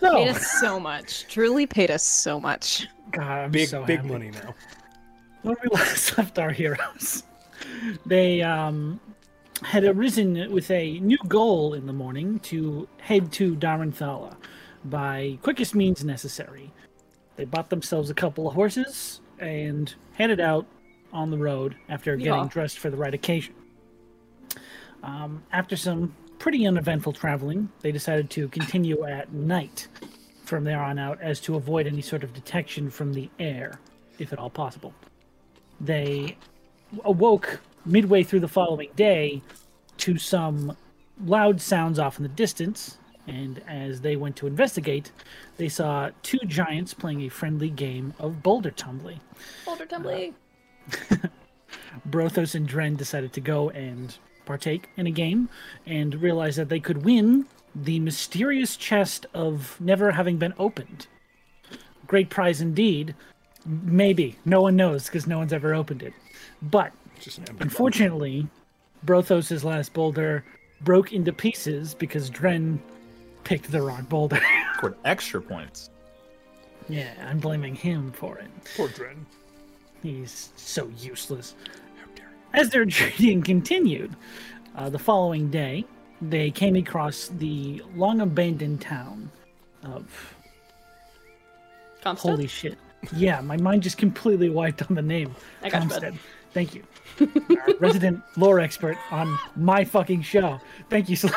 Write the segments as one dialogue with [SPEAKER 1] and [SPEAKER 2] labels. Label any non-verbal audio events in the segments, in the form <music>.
[SPEAKER 1] paid us so much. Truly paid us so much.
[SPEAKER 2] God, I'm
[SPEAKER 3] Big
[SPEAKER 2] so
[SPEAKER 3] big
[SPEAKER 2] happy.
[SPEAKER 3] money now. <laughs>
[SPEAKER 2] When we <laughs> last left our heroes, they um, had arisen with a new goal in the morning to head to Darenthala by quickest means necessary. They bought themselves a couple of horses and headed out on the road after getting
[SPEAKER 1] Yeehaw.
[SPEAKER 2] dressed for the right occasion. Um, after some pretty uneventful traveling, they decided to continue at night from there on out as to avoid any sort of detection from the air, if at all possible. They awoke midway through the following day to some loud sounds off in the distance, and as they went to investigate, they saw two giants playing a friendly game of boulder tumbling. Uh,
[SPEAKER 1] Boulder tumbling.
[SPEAKER 2] <laughs> Brothos and Dren decided to go and partake in a game and realized that they could win the mysterious chest of never having been opened. Great prize indeed. Maybe. No one knows because no one's ever opened it. But
[SPEAKER 3] It's just an empty
[SPEAKER 2] <laughs>
[SPEAKER 3] box.
[SPEAKER 2] Unfortunately, Brothos' last boulder broke into pieces because Dren picked the wrong boulder. <laughs>
[SPEAKER 4] Scored extra points.
[SPEAKER 2] yeah, I'm blaming him for it.
[SPEAKER 3] Poor Dren.
[SPEAKER 2] He's so useless. As their <laughs> journey continued, uh, the following day, they came across the long abandoned town of
[SPEAKER 1] Comstock?
[SPEAKER 2] Holy shit. Yeah, my mind just completely wiped on the name.
[SPEAKER 1] I got you, bud.
[SPEAKER 2] Comstead. Thank you. Our resident lore expert on my fucking show. Thank you, Sloan.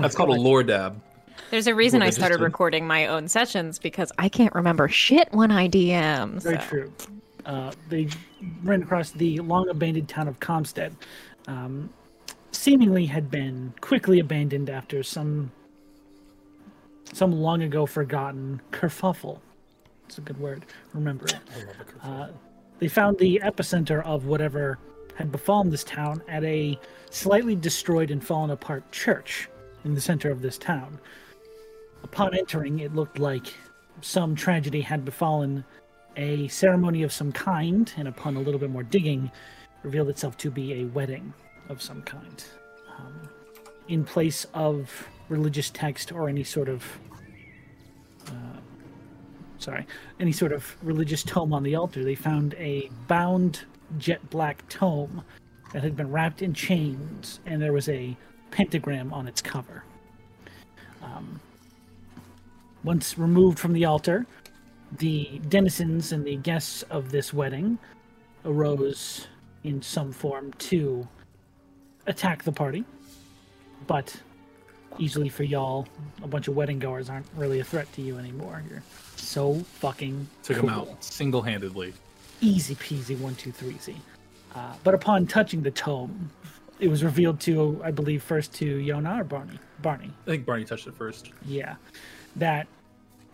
[SPEAKER 4] That's called a lore dab.
[SPEAKER 1] There's a reason
[SPEAKER 4] Well,
[SPEAKER 1] I
[SPEAKER 4] they just
[SPEAKER 1] started
[SPEAKER 4] did.
[SPEAKER 1] recording my own sessions because I can't remember shit when I DM.
[SPEAKER 2] Very
[SPEAKER 1] so.
[SPEAKER 2] true. Uh, they ran across the long abandoned town of Comstead. Um, seemingly had been quickly abandoned after some some long ago forgotten kerfuffle. It's a good word. Remember it. Uh, they found the epicenter of whatever had befallen this town at a slightly destroyed and fallen apart church in the center of this town. Upon entering, it looked like some tragedy had befallen a ceremony of some kind, and upon a little bit more digging, revealed itself to be a wedding of some kind. Um, in place of religious text or any sort of. Uh, sorry, any sort of religious tome on the altar, they found a bound jet black tome that had been wrapped in chains, and there was a pentagram on its cover. Um, Once removed from the altar, the denizens and the guests of this wedding arose in some form to attack the party. But easily for y'all, a bunch of wedding goers aren't really a threat to you anymore. You're so fucking
[SPEAKER 4] Took him
[SPEAKER 2] cool
[SPEAKER 4] out single handedly.
[SPEAKER 2] easy peasy one two three z. Uh, but upon touching the tome, it was revealed to I believe first to Yona or Barney. Barney,
[SPEAKER 4] I think Barney touched it first.
[SPEAKER 2] yeah, that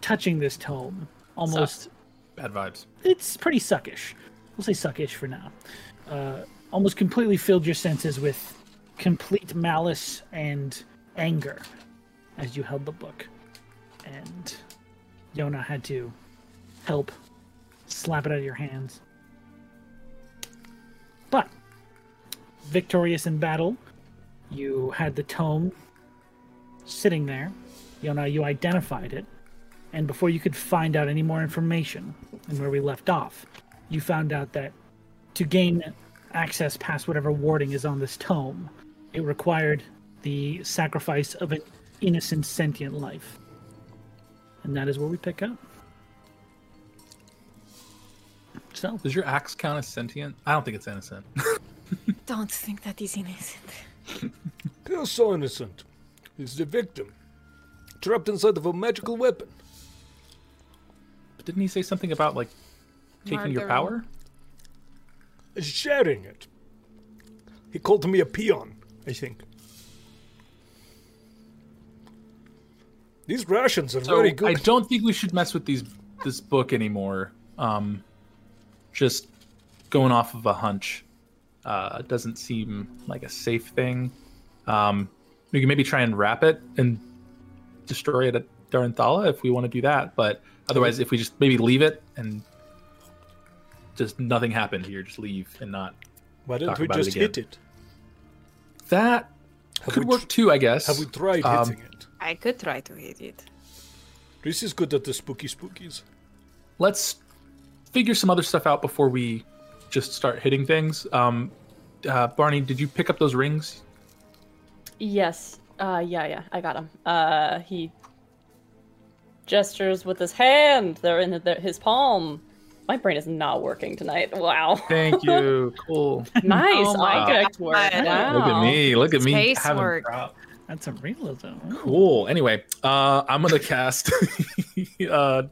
[SPEAKER 2] touching this tome almost
[SPEAKER 4] Bad vibes.
[SPEAKER 2] it's pretty suckish. We'll say suckish for now. Uh, almost completely filled your senses with complete malice and anger as you held the book, and Yona had to help slap it out of your hands. But victorious in battle, you had the tome sitting there. Yona, you identified it and before you could find out any more information and where we left off, you found out that to gain access past whatever warding is on this tome, it required the sacrifice of an innocent sentient life. And that is where we pick up. So,
[SPEAKER 4] Does your axe count as sentient? I don't think it's innocent. <laughs>
[SPEAKER 1] Don't think that is innocent.
[SPEAKER 3] They're so innocent. He's the victim. Trapped inside of a magical weapon.
[SPEAKER 4] but didn't he say something about like taking your
[SPEAKER 1] Margarine.
[SPEAKER 4] power?
[SPEAKER 3] Sharing it. He called me a peon, I think. These rations are
[SPEAKER 4] So
[SPEAKER 3] very
[SPEAKER 4] I
[SPEAKER 3] good.
[SPEAKER 4] don't think we should mess with these this book anymore. Um, just going off of a hunch uh, doesn't seem like a safe thing. Um, we can maybe try and wrap it and destroy it at Darnthala if we want to do that. But otherwise, if we just maybe leave it and just nothing happened here, just leave and not
[SPEAKER 3] Why
[SPEAKER 4] talk
[SPEAKER 3] don't we
[SPEAKER 4] about it
[SPEAKER 3] just
[SPEAKER 4] again.
[SPEAKER 3] hit it?
[SPEAKER 4] that
[SPEAKER 3] Have
[SPEAKER 4] could
[SPEAKER 3] we
[SPEAKER 4] work
[SPEAKER 3] tr-
[SPEAKER 4] too, I guess.
[SPEAKER 3] Have we tried
[SPEAKER 4] Um,
[SPEAKER 3] hitting it?
[SPEAKER 5] I could try to hit it.
[SPEAKER 3] Reese is good at the spooky spookies.
[SPEAKER 4] let's figure some other stuff out before we just start hitting things. Um, uh, Barney, did you pick up those rings?
[SPEAKER 6] Yes. Uh, yeah, yeah. I got him. Uh, he gestures with his hand. They're in the, his palm. My brain is not working tonight. Wow. <laughs>
[SPEAKER 1] <laughs>
[SPEAKER 4] Thank you. cool.
[SPEAKER 6] nice.
[SPEAKER 5] Oh my
[SPEAKER 6] object work.
[SPEAKER 5] God.
[SPEAKER 6] Wow.
[SPEAKER 4] Look at me. Look at me.
[SPEAKER 1] Space
[SPEAKER 4] having
[SPEAKER 1] Oh, work.
[SPEAKER 4] proud-
[SPEAKER 2] That's a realism.
[SPEAKER 4] Cool. Anyway, uh, I'm gonna cast <laughs> uh,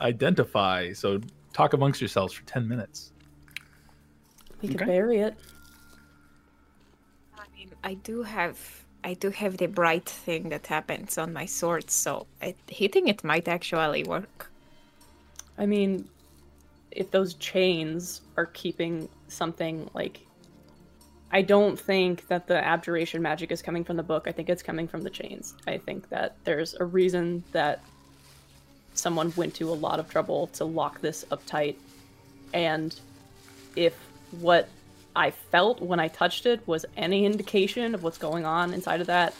[SPEAKER 4] identify. So talk amongst yourselves for ten minutes.
[SPEAKER 6] We could
[SPEAKER 2] Okay.
[SPEAKER 6] bury it.
[SPEAKER 5] I mean, I do have I do have the bright thing that happens on my sword, so it, hitting it might actually work.
[SPEAKER 6] I mean, if those chains are keeping something like. I don't think that the abjuration magic is coming from the book. I think it's coming from the chains. I think that there's a reason that someone went to a lot of trouble to lock this up tight. And if what I felt when I touched it was any indication of what's going on inside of that,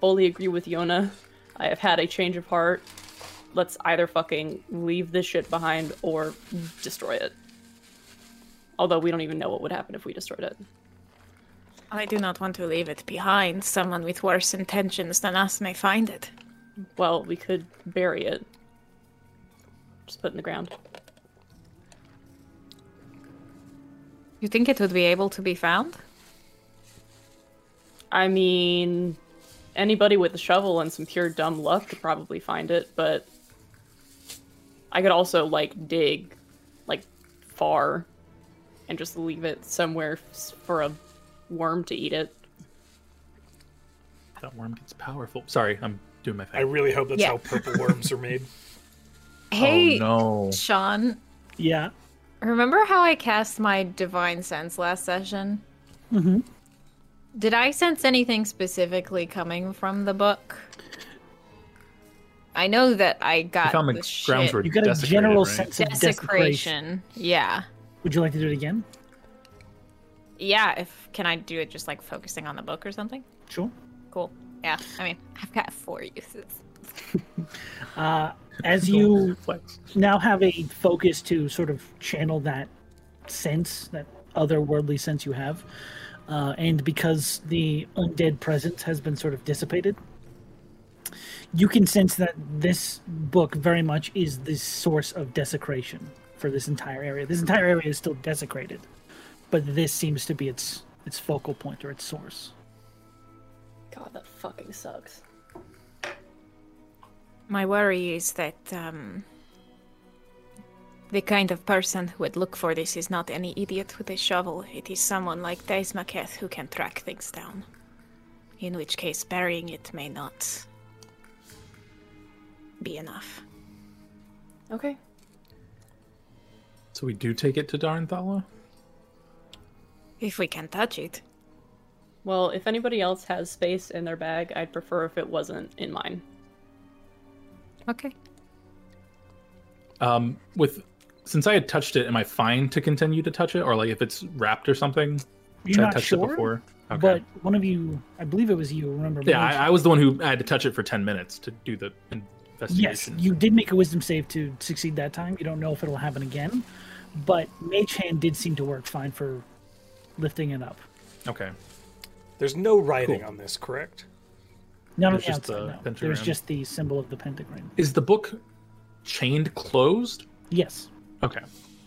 [SPEAKER 6] fully agree with Yona. I have had a change of heart let's either fucking leave this shit behind or destroy it. Although we don't even know what would happen if we destroyed it.
[SPEAKER 5] I do not want to leave it behind. Someone with worse intentions than us may find it.
[SPEAKER 6] Well, we could bury it. Just put it in the ground.
[SPEAKER 5] You think it would be able to be found?
[SPEAKER 6] I mean, anybody with a shovel and some pure dumb luck could probably find it, but I could also like dig like far and just leave it somewhere s- for a worm to eat it.
[SPEAKER 4] That worm gets powerful. Sorry, I'm doing my
[SPEAKER 3] I
[SPEAKER 4] thing.
[SPEAKER 3] really hope that's
[SPEAKER 1] Yeah.
[SPEAKER 3] how purple worms are made.
[SPEAKER 1] Hey,
[SPEAKER 4] Oh no.
[SPEAKER 1] Sean,
[SPEAKER 2] Yeah.
[SPEAKER 1] remember how I cast my divine sense last session?
[SPEAKER 2] Mhm.
[SPEAKER 1] Did I sense anything specifically coming from the book? I know that I got
[SPEAKER 4] I found the,
[SPEAKER 1] the
[SPEAKER 4] grounds
[SPEAKER 1] shit-
[SPEAKER 4] were
[SPEAKER 2] You got a
[SPEAKER 4] desecrated,
[SPEAKER 2] general
[SPEAKER 4] right?
[SPEAKER 2] sense of desecration.
[SPEAKER 1] desecration. Yeah.
[SPEAKER 2] Would you like to do it again?
[SPEAKER 1] Yeah, if can I do it just like focusing on the book or something?
[SPEAKER 2] Sure.
[SPEAKER 1] Cool. Yeah. I mean, I've got four uses.
[SPEAKER 2] Uh, as
[SPEAKER 4] Golden
[SPEAKER 2] you
[SPEAKER 4] reflex.
[SPEAKER 2] now have a focus to sort of channel that sense, that otherworldly sense you have. Uh, and because the undead presence has been sort of dissipated, you can sense that this book very much is the source of desecration for this entire area. This entire area is still desecrated, but this seems to be its its focal point or its source.
[SPEAKER 6] God, that fucking sucks.
[SPEAKER 5] My worry is that um, the kind of person who would look for this is not any idiot with a shovel. It is someone like Daismaketh who can track things down. In which case, burying it may not be enough.
[SPEAKER 6] Okay.
[SPEAKER 4] So we do take it to Darnthala.
[SPEAKER 5] If we can touch it,
[SPEAKER 6] Well, if anybody else has space in their bag, I'd prefer if it wasn't in mine.
[SPEAKER 1] Okay.
[SPEAKER 4] Um, with since I had touched it, am I fine to continue to touch it, or like if it's wrapped or something?
[SPEAKER 2] You're
[SPEAKER 4] I
[SPEAKER 2] not
[SPEAKER 4] touched
[SPEAKER 2] sure,
[SPEAKER 4] it before. Okay.
[SPEAKER 2] but one of you, I believe it was you, remember?
[SPEAKER 4] yeah,
[SPEAKER 2] mentioned-
[SPEAKER 4] I, I was the one who I had to touch it for ten minutes to do the
[SPEAKER 2] Yes,
[SPEAKER 4] investigation.
[SPEAKER 2] you did make a wisdom save to succeed that time. You don't know if it'll happen again, but Mage Hand did seem to work fine for lifting it up.
[SPEAKER 4] Okay.
[SPEAKER 3] There's no writing on this, correct?
[SPEAKER 2] Not on
[SPEAKER 4] There's
[SPEAKER 2] the
[SPEAKER 4] just
[SPEAKER 2] outside,
[SPEAKER 4] the
[SPEAKER 2] no. There's
[SPEAKER 4] pentagram.
[SPEAKER 2] just the symbol of the pentagram.
[SPEAKER 4] Is the book chained closed?
[SPEAKER 2] Yes,
[SPEAKER 4] Okay.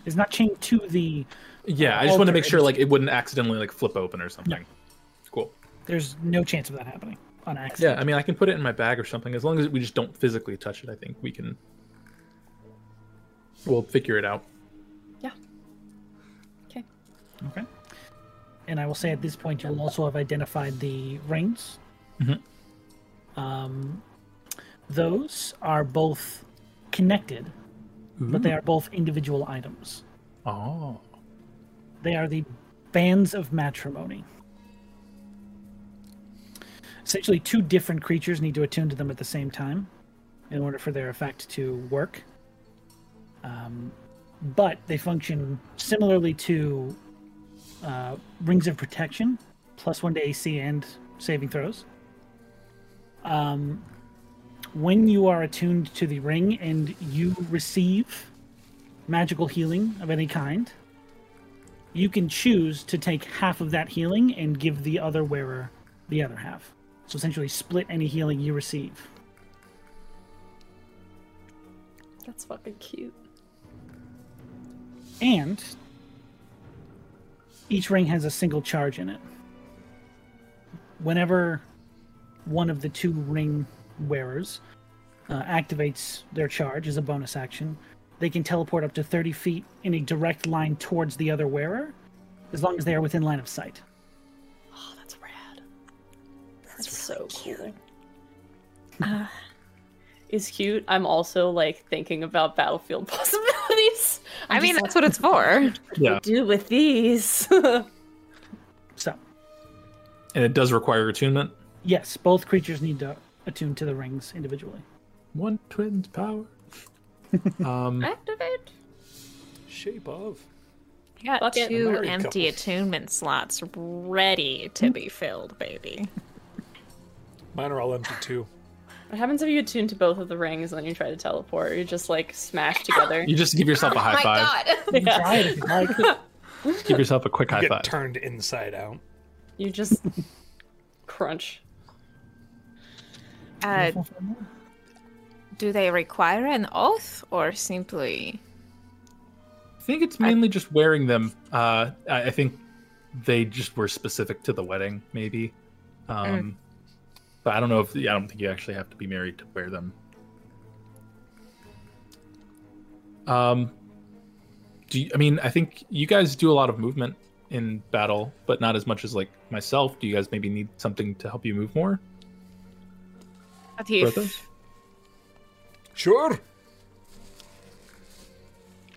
[SPEAKER 2] it's not chained to the.
[SPEAKER 4] Yeah, I just want to make
[SPEAKER 2] Altered.
[SPEAKER 4] sure like it wouldn't accidentally like flip open or something. Cool.
[SPEAKER 2] There's no chance of that happening on accident.
[SPEAKER 4] Yeah, I mean I can put it in my bag or something as long as we just don't physically touch it. I think we can. We'll figure it out.
[SPEAKER 6] Okay.
[SPEAKER 2] Okay. And I will say at this point, you'll also have identified the rings.
[SPEAKER 4] Mhm.
[SPEAKER 2] Um, those are both connected, but they are both individual items.
[SPEAKER 4] Oh.
[SPEAKER 2] They are the bands of matrimony. Essentially, two different creatures need to attune to them at the same time in order for their effect to work. Um, but they function similarly to uh, rings of protection, plus one to AC and saving throws. Um, when you are attuned to the ring and you receive magical healing of any kind, you can choose to take half of that healing and give the other wearer the other half. So essentially, split any healing you receive.
[SPEAKER 6] That's fucking cute.
[SPEAKER 2] And each ring has a single charge in it. Whenever one of the two ring wearers uh, activates their charge as a bonus action, they can teleport up to 30 feet in a direct line towards the other wearer, as long as they are within line of sight.
[SPEAKER 6] Oh, that's rad. That's, so cool. Uh, is cute. I'm also like thinking about battlefield <laughs> possibilities.
[SPEAKER 1] I mean, that's what it's <laughs> for.
[SPEAKER 4] Yeah.
[SPEAKER 6] do with <laughs> these?
[SPEAKER 2] So,
[SPEAKER 4] And it does require attunement.
[SPEAKER 2] yes, both creatures need to attune to the rings
[SPEAKER 1] <laughs>
[SPEAKER 2] individually.
[SPEAKER 4] One twin's <laughs> power. um,
[SPEAKER 1] Activate.
[SPEAKER 3] Shape of.
[SPEAKER 1] I got
[SPEAKER 6] Bucket.
[SPEAKER 1] two
[SPEAKER 3] Married
[SPEAKER 1] empty
[SPEAKER 3] couples.
[SPEAKER 1] attunement slots ready to be filled, baby.
[SPEAKER 3] Mine are all empty too.
[SPEAKER 6] what happens if you attune to both of the rings and then you try to teleport? You just like smash together.
[SPEAKER 4] you just give yourself a high five.
[SPEAKER 1] Oh god.
[SPEAKER 2] You can try it if you
[SPEAKER 3] <laughs>
[SPEAKER 2] like.
[SPEAKER 4] Give yourself a quick high
[SPEAKER 3] Get
[SPEAKER 4] five.
[SPEAKER 3] turned inside out.
[SPEAKER 6] You just crunch.
[SPEAKER 5] Uh, do they require an oath or simply?
[SPEAKER 4] I think it's mainly just wearing them. Uh, I, I think they just were specific to the wedding, maybe.
[SPEAKER 5] Mm.
[SPEAKER 4] Um, But I don't know if I don't think you actually have to be married to wear them. Um, do you, I mean? I think you guys do a lot of movement in battle, but not as much as like myself. Do you guys maybe need something to help you move more? Bertha?
[SPEAKER 1] Atif,
[SPEAKER 3] Sure.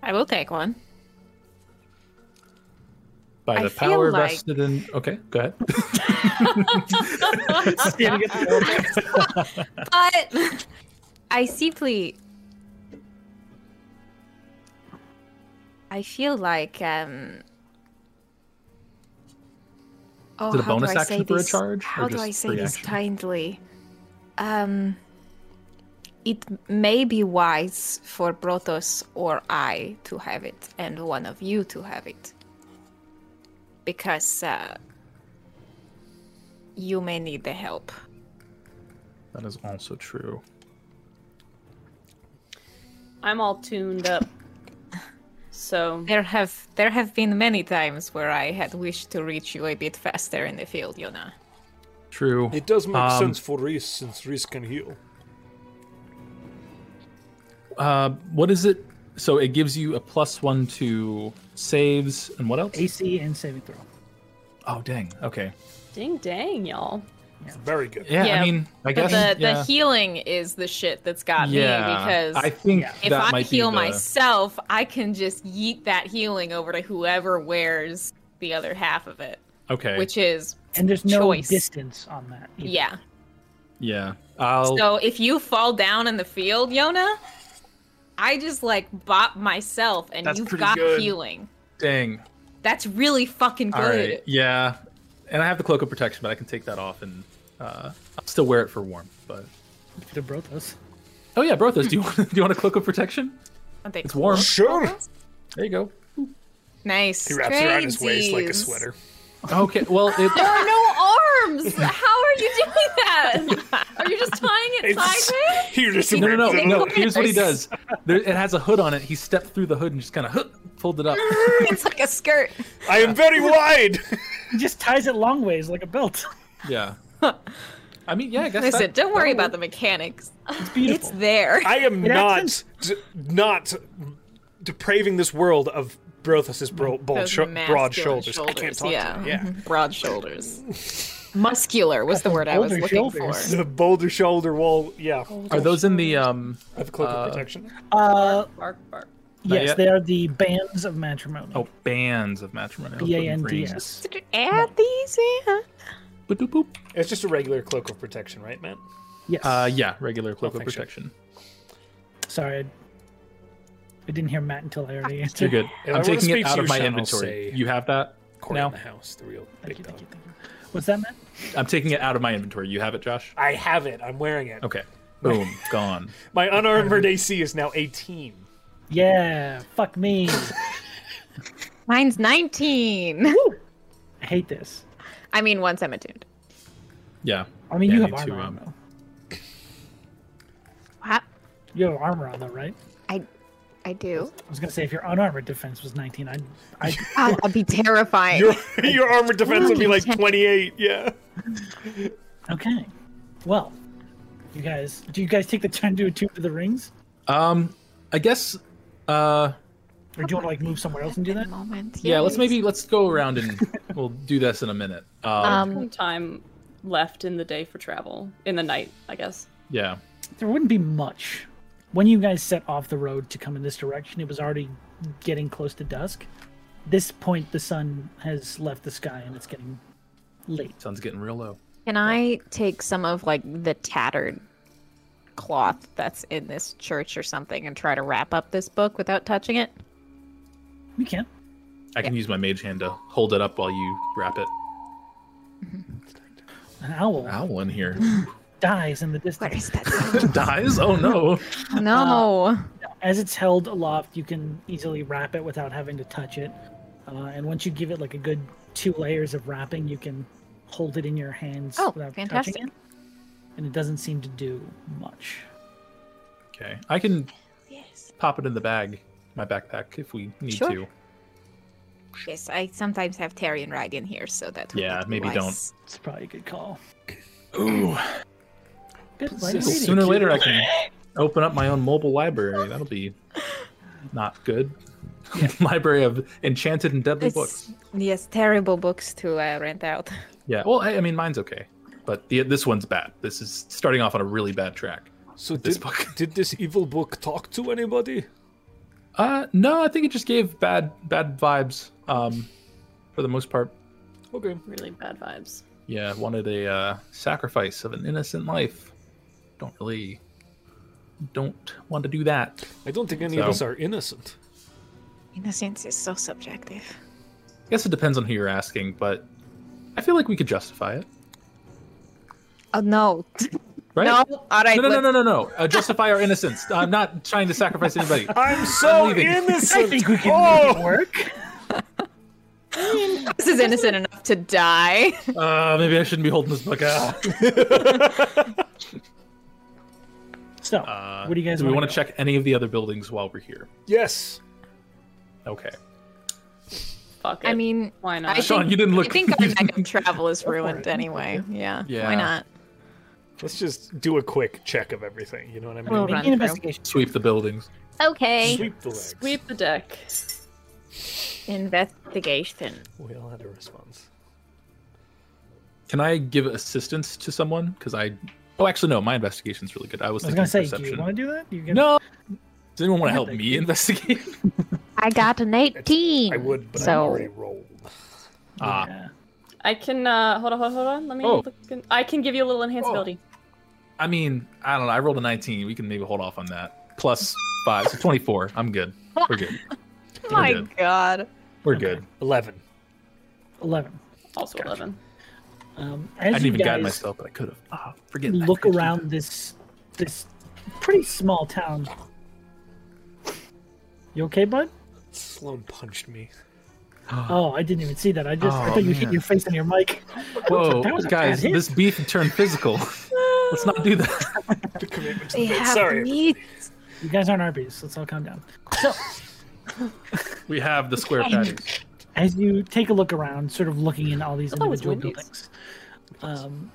[SPEAKER 1] I will take one.
[SPEAKER 4] By
[SPEAKER 5] I
[SPEAKER 4] the
[SPEAKER 5] feel
[SPEAKER 4] power
[SPEAKER 5] like-
[SPEAKER 4] vested in. Okay,
[SPEAKER 3] <laughs>
[SPEAKER 4] go ahead. <laughs>
[SPEAKER 2] Standing at the door.
[SPEAKER 5] But <laughs> I simply. I feel like. um Oh,
[SPEAKER 4] Is it a
[SPEAKER 5] how do
[SPEAKER 4] bonus
[SPEAKER 5] I
[SPEAKER 4] action
[SPEAKER 5] say
[SPEAKER 4] for a
[SPEAKER 5] this-
[SPEAKER 4] charge, or
[SPEAKER 5] How do I
[SPEAKER 4] just
[SPEAKER 5] say
[SPEAKER 4] free
[SPEAKER 5] this
[SPEAKER 4] action?
[SPEAKER 5] kindly? Um, it may be wise for Protos or I to have it, and one of you to have it, because uh, you may need the help.
[SPEAKER 4] that is also true.
[SPEAKER 6] I'm all tuned up. So
[SPEAKER 5] There have there have been many times where I had wished to reach you a bit faster in the field, Yona.
[SPEAKER 4] True.
[SPEAKER 3] It does make
[SPEAKER 4] Um,
[SPEAKER 3] sense for Reese since Reese can heal.
[SPEAKER 4] Uh, what is it? So it gives you a plus one to saves and what else?
[SPEAKER 2] AC and saving throw.
[SPEAKER 4] Oh, dang. Okay.
[SPEAKER 6] ding dang, y'all.
[SPEAKER 3] Very good.
[SPEAKER 4] Yeah,
[SPEAKER 1] Yeah,
[SPEAKER 4] I mean,
[SPEAKER 1] But
[SPEAKER 4] I guess.
[SPEAKER 1] the,
[SPEAKER 4] yeah.
[SPEAKER 1] the healing is the shit that's got
[SPEAKER 4] yeah.
[SPEAKER 1] me because
[SPEAKER 4] I think
[SPEAKER 2] Yeah.
[SPEAKER 4] that
[SPEAKER 1] if I
[SPEAKER 4] might
[SPEAKER 1] heal
[SPEAKER 4] be the,
[SPEAKER 1] myself, I can just yeet that healing over to whoever wears the other half of it,
[SPEAKER 4] Okay.
[SPEAKER 1] which is
[SPEAKER 2] And there's no
[SPEAKER 1] Choice.
[SPEAKER 2] distance on that. either.
[SPEAKER 1] yeah.
[SPEAKER 4] yeah. I'll.
[SPEAKER 1] So if you fall down in the field, Yona, I just like bop myself and
[SPEAKER 4] That's
[SPEAKER 1] you've
[SPEAKER 4] pretty
[SPEAKER 1] got
[SPEAKER 4] good.
[SPEAKER 1] healing.
[SPEAKER 4] dang.
[SPEAKER 1] That's really fucking good.
[SPEAKER 4] All right. Yeah. And I have the cloak of protection, but I can take that off and uh, I'll still wear it for warmth. But
[SPEAKER 2] They're both us.
[SPEAKER 4] oh yeah, Brothos, do you want, <laughs> do you want a cloak of protection?
[SPEAKER 1] Aren't they
[SPEAKER 4] It's warm.
[SPEAKER 3] Sure.
[SPEAKER 4] There you go.
[SPEAKER 1] Nice.
[SPEAKER 3] He wraps it around his waist like a
[SPEAKER 1] Crazies.
[SPEAKER 3] sweater.
[SPEAKER 4] Okay. Well,
[SPEAKER 1] <laughs> There
[SPEAKER 4] it,
[SPEAKER 1] are no arms. How are you doing that? Are you just tying it
[SPEAKER 3] It's-
[SPEAKER 1] sideways?
[SPEAKER 3] He just
[SPEAKER 4] No, no, no,
[SPEAKER 3] wraps it
[SPEAKER 4] no.
[SPEAKER 3] up.
[SPEAKER 4] Here's what he does. There, it has a hood on it. He stepped through the hood and just kind of pulled it up.
[SPEAKER 1] <laughs> <laughs> It's like a skirt.
[SPEAKER 3] I am very wide.
[SPEAKER 2] He just ties it long ways like a belt. <laughs>
[SPEAKER 4] Yeah. <laughs> I mean, yeah. I guess
[SPEAKER 1] Listen,
[SPEAKER 4] that-
[SPEAKER 1] don't worry about the mechanics.
[SPEAKER 2] It's
[SPEAKER 1] It's
[SPEAKER 2] beautiful.
[SPEAKER 1] there.
[SPEAKER 3] I am
[SPEAKER 2] It
[SPEAKER 3] not
[SPEAKER 2] accents-
[SPEAKER 3] d- not depraving this world of Brothos's bro- bold
[SPEAKER 1] Those
[SPEAKER 3] sho-
[SPEAKER 1] masculine
[SPEAKER 3] broad shoulders. I can't talk
[SPEAKER 1] yeah. Mm-hmm.
[SPEAKER 3] to him. Yeah.
[SPEAKER 1] <laughs> Broad shoulders. Muscular was the word I was
[SPEAKER 2] Older
[SPEAKER 1] looking
[SPEAKER 2] shoulders.
[SPEAKER 1] for.
[SPEAKER 3] The boulder shoulder wall. Yeah.
[SPEAKER 4] Are those in the um?
[SPEAKER 3] I have a cloak
[SPEAKER 4] Uh,
[SPEAKER 3] of protection.
[SPEAKER 2] Uh,
[SPEAKER 6] Bark bark.
[SPEAKER 2] yes,
[SPEAKER 4] yet.
[SPEAKER 2] they are the bands of matrimony.
[SPEAKER 4] Oh, bands of matrimony. I was
[SPEAKER 2] B
[SPEAKER 4] looking
[SPEAKER 2] A N
[SPEAKER 4] for
[SPEAKER 2] D
[SPEAKER 4] rings.
[SPEAKER 2] S.
[SPEAKER 1] Add these in.
[SPEAKER 4] Boop, boop, boop.
[SPEAKER 3] It's just a regular cloak of protection, right, Matt?
[SPEAKER 2] Yes.
[SPEAKER 4] Uh, yeah, regular cloak of
[SPEAKER 3] thanks,
[SPEAKER 4] protection.
[SPEAKER 2] Sorry, I, I didn't hear Matt until I
[SPEAKER 1] <laughs>
[SPEAKER 2] already answered.
[SPEAKER 4] You're <laughs> good.
[SPEAKER 3] If I
[SPEAKER 4] I'm
[SPEAKER 3] wanna
[SPEAKER 4] taking
[SPEAKER 3] speak
[SPEAKER 4] it
[SPEAKER 3] to
[SPEAKER 4] out
[SPEAKER 3] you,
[SPEAKER 4] of my
[SPEAKER 3] Sean, I'll
[SPEAKER 4] inventory.
[SPEAKER 3] say-
[SPEAKER 4] You have that
[SPEAKER 3] Corey
[SPEAKER 4] now.
[SPEAKER 3] in the house, the real
[SPEAKER 2] Thank
[SPEAKER 3] big
[SPEAKER 2] you,
[SPEAKER 3] dog.
[SPEAKER 2] thank you, thank you. What's that, Matt?
[SPEAKER 4] I'm taking it out of my inventory. You have it, Josh.
[SPEAKER 3] I have it. I'm wearing it.
[SPEAKER 4] Okay. Boom, gone.
[SPEAKER 3] My <laughs> unarmored AC is now 18.
[SPEAKER 2] Yeah, fuck me.
[SPEAKER 1] Mine's 19.
[SPEAKER 2] I hate this.
[SPEAKER 1] I mean, once I'm attuned.
[SPEAKER 4] Yeah.
[SPEAKER 2] I mean,
[SPEAKER 4] Yeah,
[SPEAKER 2] you
[SPEAKER 4] I
[SPEAKER 2] have
[SPEAKER 4] need to,
[SPEAKER 2] armor on
[SPEAKER 4] um,
[SPEAKER 2] though.
[SPEAKER 1] Wow.
[SPEAKER 2] You have armor on though, right?
[SPEAKER 1] I, I do.
[SPEAKER 2] I was gonna say if your unarmored defense was 19, I'd, I'd
[SPEAKER 1] God, that'd be terrifying.
[SPEAKER 3] Your, your armored defense would be like 28, yeah.
[SPEAKER 2] Okay. Well, you guys, do you guys take the time to attune to the rings,
[SPEAKER 4] Um, I guess. Uh,
[SPEAKER 2] or do you want to like move somewhere else and do that?
[SPEAKER 1] Moment.
[SPEAKER 4] yeah. Let's
[SPEAKER 1] yes.
[SPEAKER 4] maybe let's go around and we'll do this in a minute. Um,
[SPEAKER 1] Um,
[SPEAKER 6] Some time left in the day for travel. In the night, I guess.
[SPEAKER 4] yeah.
[SPEAKER 2] There wouldn't be much. When you guys set off the road to come in this direction, it was already getting close to dusk. This point, the sun has left the sky and it's getting late.
[SPEAKER 4] Sun's getting real low.
[SPEAKER 1] can I take some of like the tattered cloth that's in this church or something and try to wrap up this book without touching it?
[SPEAKER 2] You can't.
[SPEAKER 4] I can use my mage hand to hold it up while you wrap it.
[SPEAKER 2] An owl
[SPEAKER 4] Owl in <laughs> here
[SPEAKER 2] dies in the distance.
[SPEAKER 1] What is that?
[SPEAKER 4] <laughs> dies. Oh no.
[SPEAKER 1] no.
[SPEAKER 2] as it's held aloft, you can easily wrap it without having to touch it. Uh, and once you give it like a good two layers of wrapping, you can hold it in your hands
[SPEAKER 1] Oh,
[SPEAKER 2] without
[SPEAKER 1] fantastic.
[SPEAKER 2] touching it. And it doesn't seem to do much.
[SPEAKER 4] Okay. I can pop it in the bag, my backpack, if we need
[SPEAKER 1] Sure.
[SPEAKER 4] to.
[SPEAKER 1] Yes, I sometimes have Terry and Rag in here, so that. would
[SPEAKER 4] Yeah,
[SPEAKER 1] not be
[SPEAKER 4] maybe don't.
[SPEAKER 1] wise.
[SPEAKER 2] It's probably a good call.
[SPEAKER 4] Ooh.
[SPEAKER 2] Good
[SPEAKER 4] So
[SPEAKER 2] lighting.
[SPEAKER 4] sooner
[SPEAKER 2] <laughs>
[SPEAKER 4] or later, I can open up my own mobile library. That'll be not good. <laughs> library of enchanted and deadly
[SPEAKER 1] It's-
[SPEAKER 4] books.
[SPEAKER 1] Yes, terrible books to uh, rent out.
[SPEAKER 4] Yeah. Well, I, I mean, mine's okay, but the, this one's bad. This is starting off on a really bad track.
[SPEAKER 3] So
[SPEAKER 4] This
[SPEAKER 3] did,
[SPEAKER 4] book.
[SPEAKER 3] did this evil book talk to anybody?
[SPEAKER 4] Uh, no, I think it just gave bad bad vibes. Um, for the most part.
[SPEAKER 3] Okay.
[SPEAKER 6] Really bad vibes.
[SPEAKER 4] Yeah, wanted a uh, sacrifice of an innocent life. Don't really, don't want to do that.
[SPEAKER 3] I don't think any of
[SPEAKER 4] So-
[SPEAKER 3] us are innocent.
[SPEAKER 5] Innocence is so subjective.
[SPEAKER 4] I guess it depends on who you're asking, but I feel like we could justify it,
[SPEAKER 1] <laughs> Oh no!
[SPEAKER 4] right?
[SPEAKER 1] No. All right.
[SPEAKER 4] No, no, no,
[SPEAKER 1] let's-
[SPEAKER 4] no, no, no. Uh, justify our innocence. <laughs> I'm not trying to sacrifice anybody.
[SPEAKER 3] I'm so <laughs>
[SPEAKER 4] leaving.
[SPEAKER 3] innocent!
[SPEAKER 2] I think we can make it
[SPEAKER 3] oh!
[SPEAKER 2] work.
[SPEAKER 1] This is innocent enough to die.
[SPEAKER 4] <laughs> Uh, maybe I shouldn't be holding this book <laughs> out.
[SPEAKER 2] So,
[SPEAKER 4] Uh,
[SPEAKER 2] what do you guys
[SPEAKER 4] Do we
[SPEAKER 2] want
[SPEAKER 4] to check any of the other buildings while we're here?
[SPEAKER 3] Yes.
[SPEAKER 4] Okay.
[SPEAKER 6] Fuck it.
[SPEAKER 1] I mean,
[SPEAKER 6] why not?
[SPEAKER 1] I
[SPEAKER 4] Sean, you didn't look.
[SPEAKER 1] I think our
[SPEAKER 4] you
[SPEAKER 1] neck of travel is
[SPEAKER 2] for
[SPEAKER 1] ruined
[SPEAKER 2] it.
[SPEAKER 1] anyway. Yeah.
[SPEAKER 4] Yeah.
[SPEAKER 1] Why not?
[SPEAKER 3] Let's just do a quick check of everything. You know what I mean?
[SPEAKER 1] Well,
[SPEAKER 2] Make
[SPEAKER 1] run
[SPEAKER 2] an
[SPEAKER 1] through.
[SPEAKER 2] investigation.
[SPEAKER 4] <laughs> sweep the buildings.
[SPEAKER 1] Okay.
[SPEAKER 3] Sweep the legs.
[SPEAKER 6] Sweep the deck.
[SPEAKER 1] Investigation.
[SPEAKER 3] We all had a response.
[SPEAKER 4] Can I give assistance to someone? Because I. Oh, actually, no. My investigation's really good. I was
[SPEAKER 2] I was
[SPEAKER 4] thinking
[SPEAKER 2] gonna say, do you
[SPEAKER 4] perception.
[SPEAKER 2] want to do that? You can...
[SPEAKER 4] No. Does anyone want to
[SPEAKER 2] Yeah,
[SPEAKER 4] help
[SPEAKER 2] they
[SPEAKER 4] me investigate?
[SPEAKER 2] <laughs>
[SPEAKER 1] I got an eighteen.
[SPEAKER 3] I would, but I
[SPEAKER 1] so
[SPEAKER 3] already rolled.
[SPEAKER 4] Ah,
[SPEAKER 2] Yeah.
[SPEAKER 6] I can uh hold on, hold on, hold on. Let me
[SPEAKER 4] Oh.
[SPEAKER 6] look in- I can give you a little enhanced
[SPEAKER 4] Oh.
[SPEAKER 6] ability.
[SPEAKER 4] I mean, I don't know. I rolled a 19. We can maybe hold off on that. Plus five, so 24. I'm good.
[SPEAKER 2] <laughs>
[SPEAKER 4] We're good.
[SPEAKER 1] oh my
[SPEAKER 4] We're good.
[SPEAKER 1] god.
[SPEAKER 4] We're
[SPEAKER 2] Okay.
[SPEAKER 4] good.
[SPEAKER 3] 11.
[SPEAKER 2] Eleven.
[SPEAKER 6] Also eleven.
[SPEAKER 2] Um,
[SPEAKER 4] I
[SPEAKER 2] as
[SPEAKER 4] didn't
[SPEAKER 2] you
[SPEAKER 4] even guide
[SPEAKER 2] guys-
[SPEAKER 4] myself, but I could have. Ah, forget. I
[SPEAKER 2] look
[SPEAKER 4] could've.
[SPEAKER 2] around this this pretty small town. You okay, bud?
[SPEAKER 3] Sloan punched me. <laughs>
[SPEAKER 2] Oh, I didn't even see that. I just I
[SPEAKER 4] Uh, Oh,
[SPEAKER 2] thought you hit
[SPEAKER 4] man.
[SPEAKER 2] your face on your mic.
[SPEAKER 4] Whoa,
[SPEAKER 2] That was a
[SPEAKER 4] guys,
[SPEAKER 2] bad hit.
[SPEAKER 4] this beef
[SPEAKER 2] <laughs>
[SPEAKER 4] turned physical. Let's not do that.
[SPEAKER 3] The commitment to
[SPEAKER 1] They
[SPEAKER 3] the bit.
[SPEAKER 1] have
[SPEAKER 3] Sorry.
[SPEAKER 1] meat.
[SPEAKER 2] You guys aren't Arby's. Let's all calm down.
[SPEAKER 4] <laughs> We have the square patties.
[SPEAKER 2] As you take a look around, sort of looking in all these
[SPEAKER 6] thought it was
[SPEAKER 2] individual
[SPEAKER 6] Wendy's.
[SPEAKER 2] buildings, um,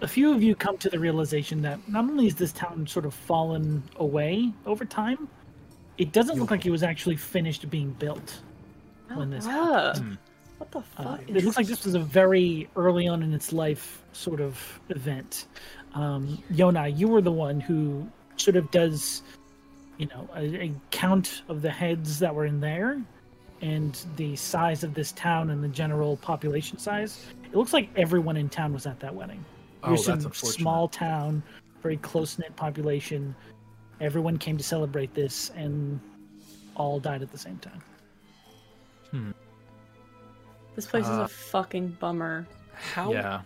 [SPEAKER 2] a few of you come to the realization that not only is this town sort of fallen away over time, it doesn't look like it was actually finished being built when
[SPEAKER 4] Hmm.
[SPEAKER 2] this
[SPEAKER 6] Yeah. What the
[SPEAKER 2] Uh,
[SPEAKER 6] fuck?
[SPEAKER 2] it looks like this was a very early on in its life sort of event. Um, Yona, you were the one who sort of does, you know, a, a count of the heads that were in there and the size of this town and the general population size. It looks like everyone in town was at that wedding.
[SPEAKER 4] Oh,
[SPEAKER 2] There's
[SPEAKER 4] that's
[SPEAKER 2] some
[SPEAKER 4] unfortunate.
[SPEAKER 2] small town, very close knit population. Everyone came to celebrate this and all died at the same time.
[SPEAKER 6] This place is
[SPEAKER 4] Uh,
[SPEAKER 6] a fucking bummer.
[SPEAKER 3] How
[SPEAKER 4] Yeah.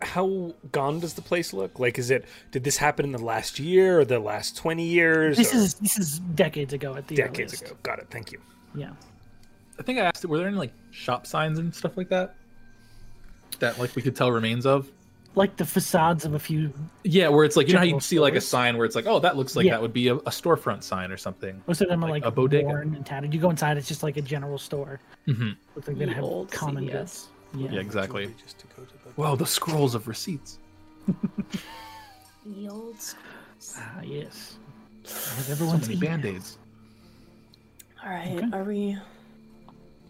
[SPEAKER 7] how gone does the place look? Like, is it did this happen in the last year or the last twenty years?
[SPEAKER 2] This
[SPEAKER 7] or
[SPEAKER 2] is this is decades ago at the
[SPEAKER 7] decades
[SPEAKER 2] earliest.
[SPEAKER 7] ago. Got it. Thank you.
[SPEAKER 2] Yeah.
[SPEAKER 4] I think I asked, were there any like shop signs and stuff like that? That like we could tell remains of?
[SPEAKER 2] Like the facades of a few
[SPEAKER 4] Yeah, where it's like, you know how
[SPEAKER 2] General
[SPEAKER 4] you see like a
[SPEAKER 2] stores.
[SPEAKER 4] sign where it's like, oh, that looks like
[SPEAKER 2] Yeah. Oh,
[SPEAKER 4] that would be a, a storefront sign or something.
[SPEAKER 2] most of them are
[SPEAKER 4] Like
[SPEAKER 2] like
[SPEAKER 4] a bodega.
[SPEAKER 2] worn and tattered. You go inside, it's just like a general store.
[SPEAKER 4] hmm
[SPEAKER 2] Looks like they
[SPEAKER 6] The
[SPEAKER 2] have
[SPEAKER 6] old
[SPEAKER 2] common
[SPEAKER 6] CVS.
[SPEAKER 2] goods. Yeah.
[SPEAKER 4] Yeah, exactly.
[SPEAKER 3] Jewelry just to go to the-
[SPEAKER 4] Wow, the scrolls of receipts.
[SPEAKER 5] The old
[SPEAKER 2] Ah, yes. Has
[SPEAKER 4] So
[SPEAKER 2] everyone
[SPEAKER 4] many band aids.
[SPEAKER 6] All right,
[SPEAKER 2] Okay.
[SPEAKER 6] are we?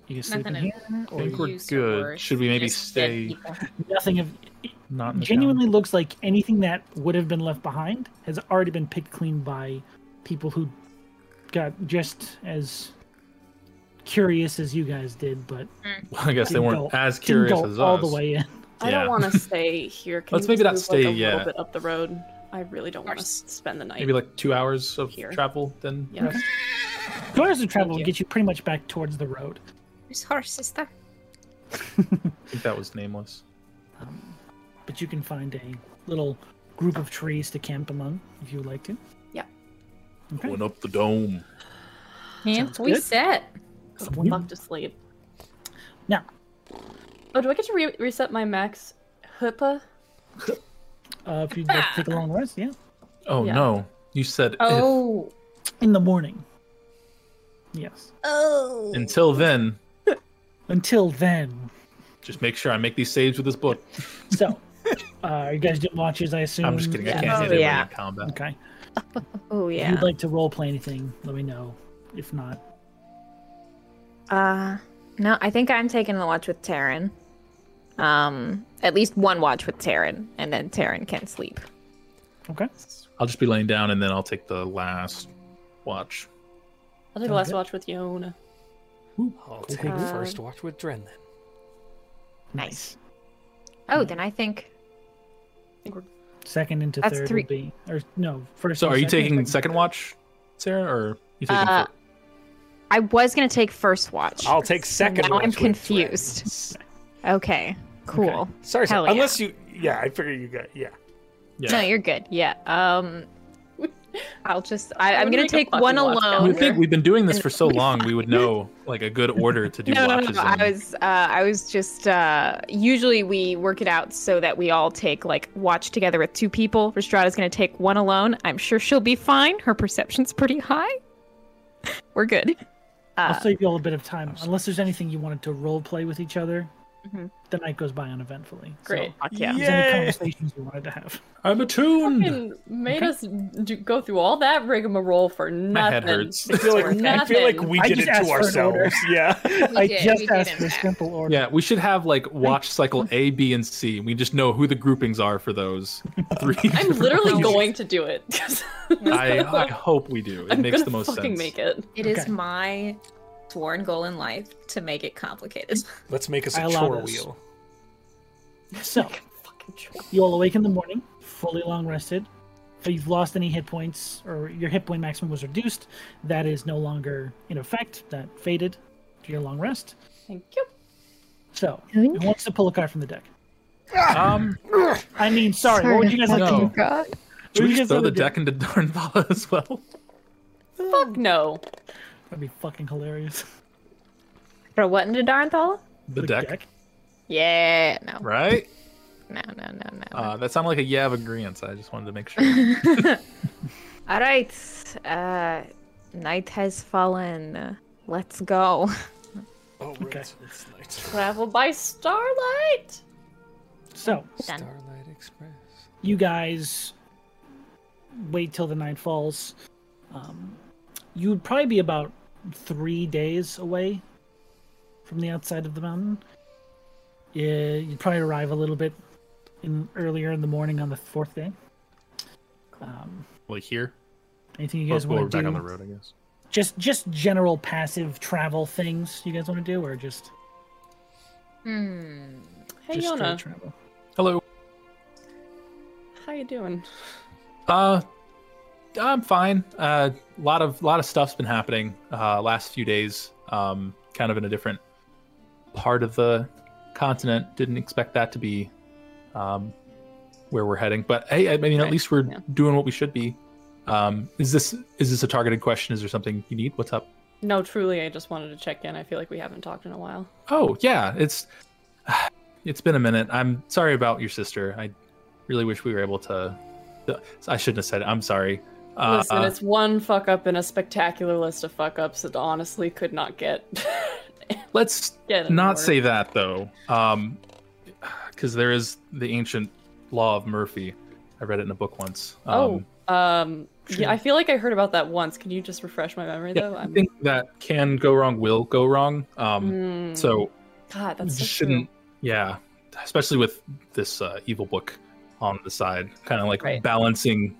[SPEAKER 2] You can sleep in
[SPEAKER 1] Nothing
[SPEAKER 2] here.
[SPEAKER 1] of
[SPEAKER 4] I think we're
[SPEAKER 1] use
[SPEAKER 4] good.
[SPEAKER 1] or
[SPEAKER 4] Should we maybe
[SPEAKER 1] just dead
[SPEAKER 4] stay-
[SPEAKER 1] people.
[SPEAKER 2] Nothing of
[SPEAKER 4] Not in the
[SPEAKER 2] genuinely looks like anything that would have been left behind has already been picked clean by people who got just as curious as you guys did, but
[SPEAKER 4] town. <laughs> Well, I guess they
[SPEAKER 2] didn't
[SPEAKER 4] weren't
[SPEAKER 2] go-
[SPEAKER 4] as
[SPEAKER 2] didn't
[SPEAKER 4] curious
[SPEAKER 2] go
[SPEAKER 4] as us.
[SPEAKER 2] all the way in.
[SPEAKER 4] Yeah.
[SPEAKER 6] I don't want to
[SPEAKER 4] <laughs>
[SPEAKER 6] stay here. Can
[SPEAKER 4] Let's
[SPEAKER 6] we
[SPEAKER 4] maybe
[SPEAKER 6] just
[SPEAKER 4] not
[SPEAKER 6] move,
[SPEAKER 4] stay
[SPEAKER 6] like, a
[SPEAKER 4] yet.
[SPEAKER 6] little bit up the road. I really don't want to
[SPEAKER 5] course.
[SPEAKER 6] spend the night.
[SPEAKER 4] Maybe like two hours of
[SPEAKER 6] Here.
[SPEAKER 4] travel. Then
[SPEAKER 6] yeah.
[SPEAKER 2] Two hours of travel
[SPEAKER 6] Thank
[SPEAKER 2] will
[SPEAKER 6] you.
[SPEAKER 2] get you pretty much back towards the road.
[SPEAKER 5] Whose horse is that?
[SPEAKER 4] I think that was nameless.
[SPEAKER 2] but you can find a little group of trees to camp among if you would like to.
[SPEAKER 6] Yeah.
[SPEAKER 2] Okay.
[SPEAKER 4] Went up the dome.
[SPEAKER 1] Yeah,
[SPEAKER 2] Sounds
[SPEAKER 1] we
[SPEAKER 2] good.
[SPEAKER 1] set.
[SPEAKER 6] Go
[SPEAKER 2] Someone-
[SPEAKER 6] fuck to sleep.
[SPEAKER 2] Now,
[SPEAKER 6] Oh, do I get to re- reset my max HIPAA?
[SPEAKER 2] uh, if you'd like to take a
[SPEAKER 1] <laughs>
[SPEAKER 2] long rest, yeah,
[SPEAKER 4] Oh
[SPEAKER 6] Yeah.
[SPEAKER 4] no! You said
[SPEAKER 5] Oh,
[SPEAKER 2] in the morning. Yes.
[SPEAKER 5] oh.
[SPEAKER 4] if. Until then,
[SPEAKER 2] Until then,
[SPEAKER 4] just make sure I make these saves with this book.
[SPEAKER 1] <laughs>
[SPEAKER 2] so uh, you guys didn't watch as I assume.
[SPEAKER 4] I'm just kidding. I
[SPEAKER 1] Yeah.
[SPEAKER 4] can't hit
[SPEAKER 1] Oh,
[SPEAKER 4] everyone
[SPEAKER 1] yeah.
[SPEAKER 4] in combat.
[SPEAKER 2] Okay.
[SPEAKER 1] Oh
[SPEAKER 2] If
[SPEAKER 1] yeah.
[SPEAKER 2] you'd like to role play anything, let me know. If not,
[SPEAKER 1] Uh, no, I think I'm taking the watch with Taryn. Um, at least one watch with Taryn, and then Taryn can sleep.
[SPEAKER 2] okay.
[SPEAKER 4] I'll just be laying down, and then I'll take the last watch.
[SPEAKER 6] I'll do the
[SPEAKER 2] Sounds
[SPEAKER 6] last
[SPEAKER 2] good.
[SPEAKER 6] watch with Yona.
[SPEAKER 7] I'll take first watch with Dren then.
[SPEAKER 1] Nice. Oh, then I think
[SPEAKER 2] Second into
[SPEAKER 1] That's
[SPEAKER 2] third
[SPEAKER 1] three-
[SPEAKER 2] would be, or no, first.
[SPEAKER 4] So,
[SPEAKER 2] and
[SPEAKER 4] are you
[SPEAKER 2] second,
[SPEAKER 4] taking
[SPEAKER 2] but-
[SPEAKER 4] second watch, Sarah, or you taking?
[SPEAKER 1] Uh,
[SPEAKER 4] fir-
[SPEAKER 1] I was gonna take first watch.
[SPEAKER 7] I'll take second.
[SPEAKER 1] now
[SPEAKER 7] watch
[SPEAKER 1] I'm
[SPEAKER 7] with Dren.
[SPEAKER 1] confused. Okay, cool.
[SPEAKER 7] Sorry,
[SPEAKER 1] Hell
[SPEAKER 7] sorry.
[SPEAKER 1] yeah.
[SPEAKER 7] unless you. Yeah, I figure you got. Yeah.
[SPEAKER 4] yeah.
[SPEAKER 1] No, you're good. Yeah. <laughs> Um, I'll just. I,
[SPEAKER 6] I
[SPEAKER 1] I'm
[SPEAKER 6] would
[SPEAKER 1] gonna
[SPEAKER 6] make a
[SPEAKER 1] take
[SPEAKER 6] fucking
[SPEAKER 1] one
[SPEAKER 6] watch
[SPEAKER 4] I
[SPEAKER 1] alone.
[SPEAKER 4] would think we've been doing this
[SPEAKER 1] And
[SPEAKER 4] for so long, we would know like a good order to do
[SPEAKER 1] No, no, no,
[SPEAKER 4] watches.
[SPEAKER 1] no.
[SPEAKER 4] in.
[SPEAKER 1] I was, uh, I was just. Uh, usually we work it out so that we all take like watch together with two people. Restrada's gonna take one alone. I'm sure she'll be fine. Her perception's pretty high. <laughs> We're good.
[SPEAKER 2] I'll save you all a bit of time, unless there's anything you wanted to role play with each other.
[SPEAKER 1] Mhm.
[SPEAKER 2] The night goes by uneventfully. so
[SPEAKER 6] Great.
[SPEAKER 1] Fuck yeah.
[SPEAKER 2] if there's any
[SPEAKER 7] Yay!
[SPEAKER 2] conversations you wanted to have.
[SPEAKER 4] I'm attuned.
[SPEAKER 6] Fucking made us do, go through all that rigmarole for nothing.
[SPEAKER 4] My head hurts. <laughs>
[SPEAKER 7] I feel like
[SPEAKER 6] worth it.
[SPEAKER 7] I feel like we
[SPEAKER 2] I
[SPEAKER 7] did
[SPEAKER 2] just
[SPEAKER 7] it
[SPEAKER 2] asked
[SPEAKER 7] to
[SPEAKER 2] for an order.
[SPEAKER 7] ourselves. <laughs> Yeah.
[SPEAKER 2] I
[SPEAKER 5] did,
[SPEAKER 2] just
[SPEAKER 5] we did
[SPEAKER 2] asked
[SPEAKER 5] in
[SPEAKER 2] for
[SPEAKER 5] fact.
[SPEAKER 2] simple order.
[SPEAKER 4] Yeah, we should have like watch cycle A, B, and C. We just know who the groupings are for those three. <laughs>
[SPEAKER 6] I'm literally going to do it. 'cause
[SPEAKER 4] I, I hope we do. It
[SPEAKER 6] I'm
[SPEAKER 4] makes
[SPEAKER 6] gonna
[SPEAKER 4] the most
[SPEAKER 6] fucking
[SPEAKER 4] sense.
[SPEAKER 6] make it.
[SPEAKER 5] It is
[SPEAKER 2] Okay.
[SPEAKER 5] my sworn goal in life to make it complicated. <laughs>
[SPEAKER 7] Let's make us
[SPEAKER 2] I
[SPEAKER 7] a
[SPEAKER 2] allow
[SPEAKER 7] chore
[SPEAKER 2] this.
[SPEAKER 7] wheel.
[SPEAKER 2] So
[SPEAKER 6] Fucking try.
[SPEAKER 2] you all awake in the morning, fully long rested. If you've lost any hit points or your hit point maximum was reduced, that is no longer in effect. That faded to your long rest.
[SPEAKER 6] Thank you.
[SPEAKER 2] So who wants to pull a card from the deck?
[SPEAKER 4] Um,
[SPEAKER 2] I mean, sorry, what would you guys like?
[SPEAKER 4] No.
[SPEAKER 2] To,
[SPEAKER 4] Oh.
[SPEAKER 1] God.
[SPEAKER 2] Who
[SPEAKER 4] should we
[SPEAKER 2] you
[SPEAKER 4] just
[SPEAKER 2] guys
[SPEAKER 4] throw
[SPEAKER 2] wanna
[SPEAKER 4] the
[SPEAKER 2] do?
[SPEAKER 4] deck into <laughs> Darnvala as well?
[SPEAKER 6] Fuck no.
[SPEAKER 2] that'd be fucking hilarious.
[SPEAKER 1] Throw what into Darnthal?
[SPEAKER 4] The deck,
[SPEAKER 1] Yeah. No.
[SPEAKER 4] right?
[SPEAKER 1] No. No. No. No.
[SPEAKER 4] Uh, that sounded like a yeah of agreement. I just wanted to make sure.
[SPEAKER 1] All right. Uh, night has fallen. Let's go.
[SPEAKER 7] Oh, right.
[SPEAKER 2] Okay.
[SPEAKER 7] It's night.
[SPEAKER 6] Travel by starlight.
[SPEAKER 2] So
[SPEAKER 1] Done.
[SPEAKER 7] Starlight Express.
[SPEAKER 2] you guys wait till the night falls. Um, you would probably be about three days away from the outside of the mountain. Yeah, you'd probably arrive a little bit in earlier in the morning on the fourth day. Um,
[SPEAKER 4] like here,
[SPEAKER 2] anything you
[SPEAKER 4] Well,
[SPEAKER 2] guys
[SPEAKER 4] well, we're
[SPEAKER 2] want to
[SPEAKER 4] back
[SPEAKER 2] do?
[SPEAKER 4] on the road, I guess.
[SPEAKER 2] Just just general passive travel things you guys want to do, or just
[SPEAKER 6] Hey
[SPEAKER 2] just straight
[SPEAKER 6] Yona,
[SPEAKER 2] travel?
[SPEAKER 4] Hello.
[SPEAKER 6] how you doing?
[SPEAKER 4] Uh, I'm fine. A uh, lot of lot of stuff's been happening uh, last few days. Um, kind of in a different part of the continent. Didn't expect that to be um, where we're heading. But hey, I mean, at
[SPEAKER 6] Okay,
[SPEAKER 4] least we're
[SPEAKER 6] yeah.
[SPEAKER 4] doing what we should be. Um, is this is this a targeted question? Is there something you need? What's up?
[SPEAKER 6] No, truly, I just wanted to check in. I feel like we haven't talked in a while.
[SPEAKER 4] Oh yeah, it's <sighs> it's been a minute. I'm sorry about your sister. I really wish we were able to. I shouldn't have said it. I'm sorry. Uh,
[SPEAKER 6] Listen, it's one fuck up in a spectacular list of fuck ups that honestly could not get. <laughs>
[SPEAKER 4] let's
[SPEAKER 6] get
[SPEAKER 4] not
[SPEAKER 6] ignored.
[SPEAKER 4] say that though, Um 'cause because there is the ancient law of Murphy. I read it in a book once.
[SPEAKER 6] Oh,
[SPEAKER 4] Um,
[SPEAKER 6] um, yeah, I feel like I heard about that once. Can you just refresh my memory
[SPEAKER 4] yeah,
[SPEAKER 6] though?
[SPEAKER 4] I think that can go wrong will go wrong. Um,
[SPEAKER 6] Mm,
[SPEAKER 4] so
[SPEAKER 6] God,
[SPEAKER 4] you
[SPEAKER 6] that's so
[SPEAKER 4] shouldn't.
[SPEAKER 6] true.
[SPEAKER 4] Yeah, especially with this uh, evil book on the side, kind of like
[SPEAKER 6] Right.
[SPEAKER 4] balancing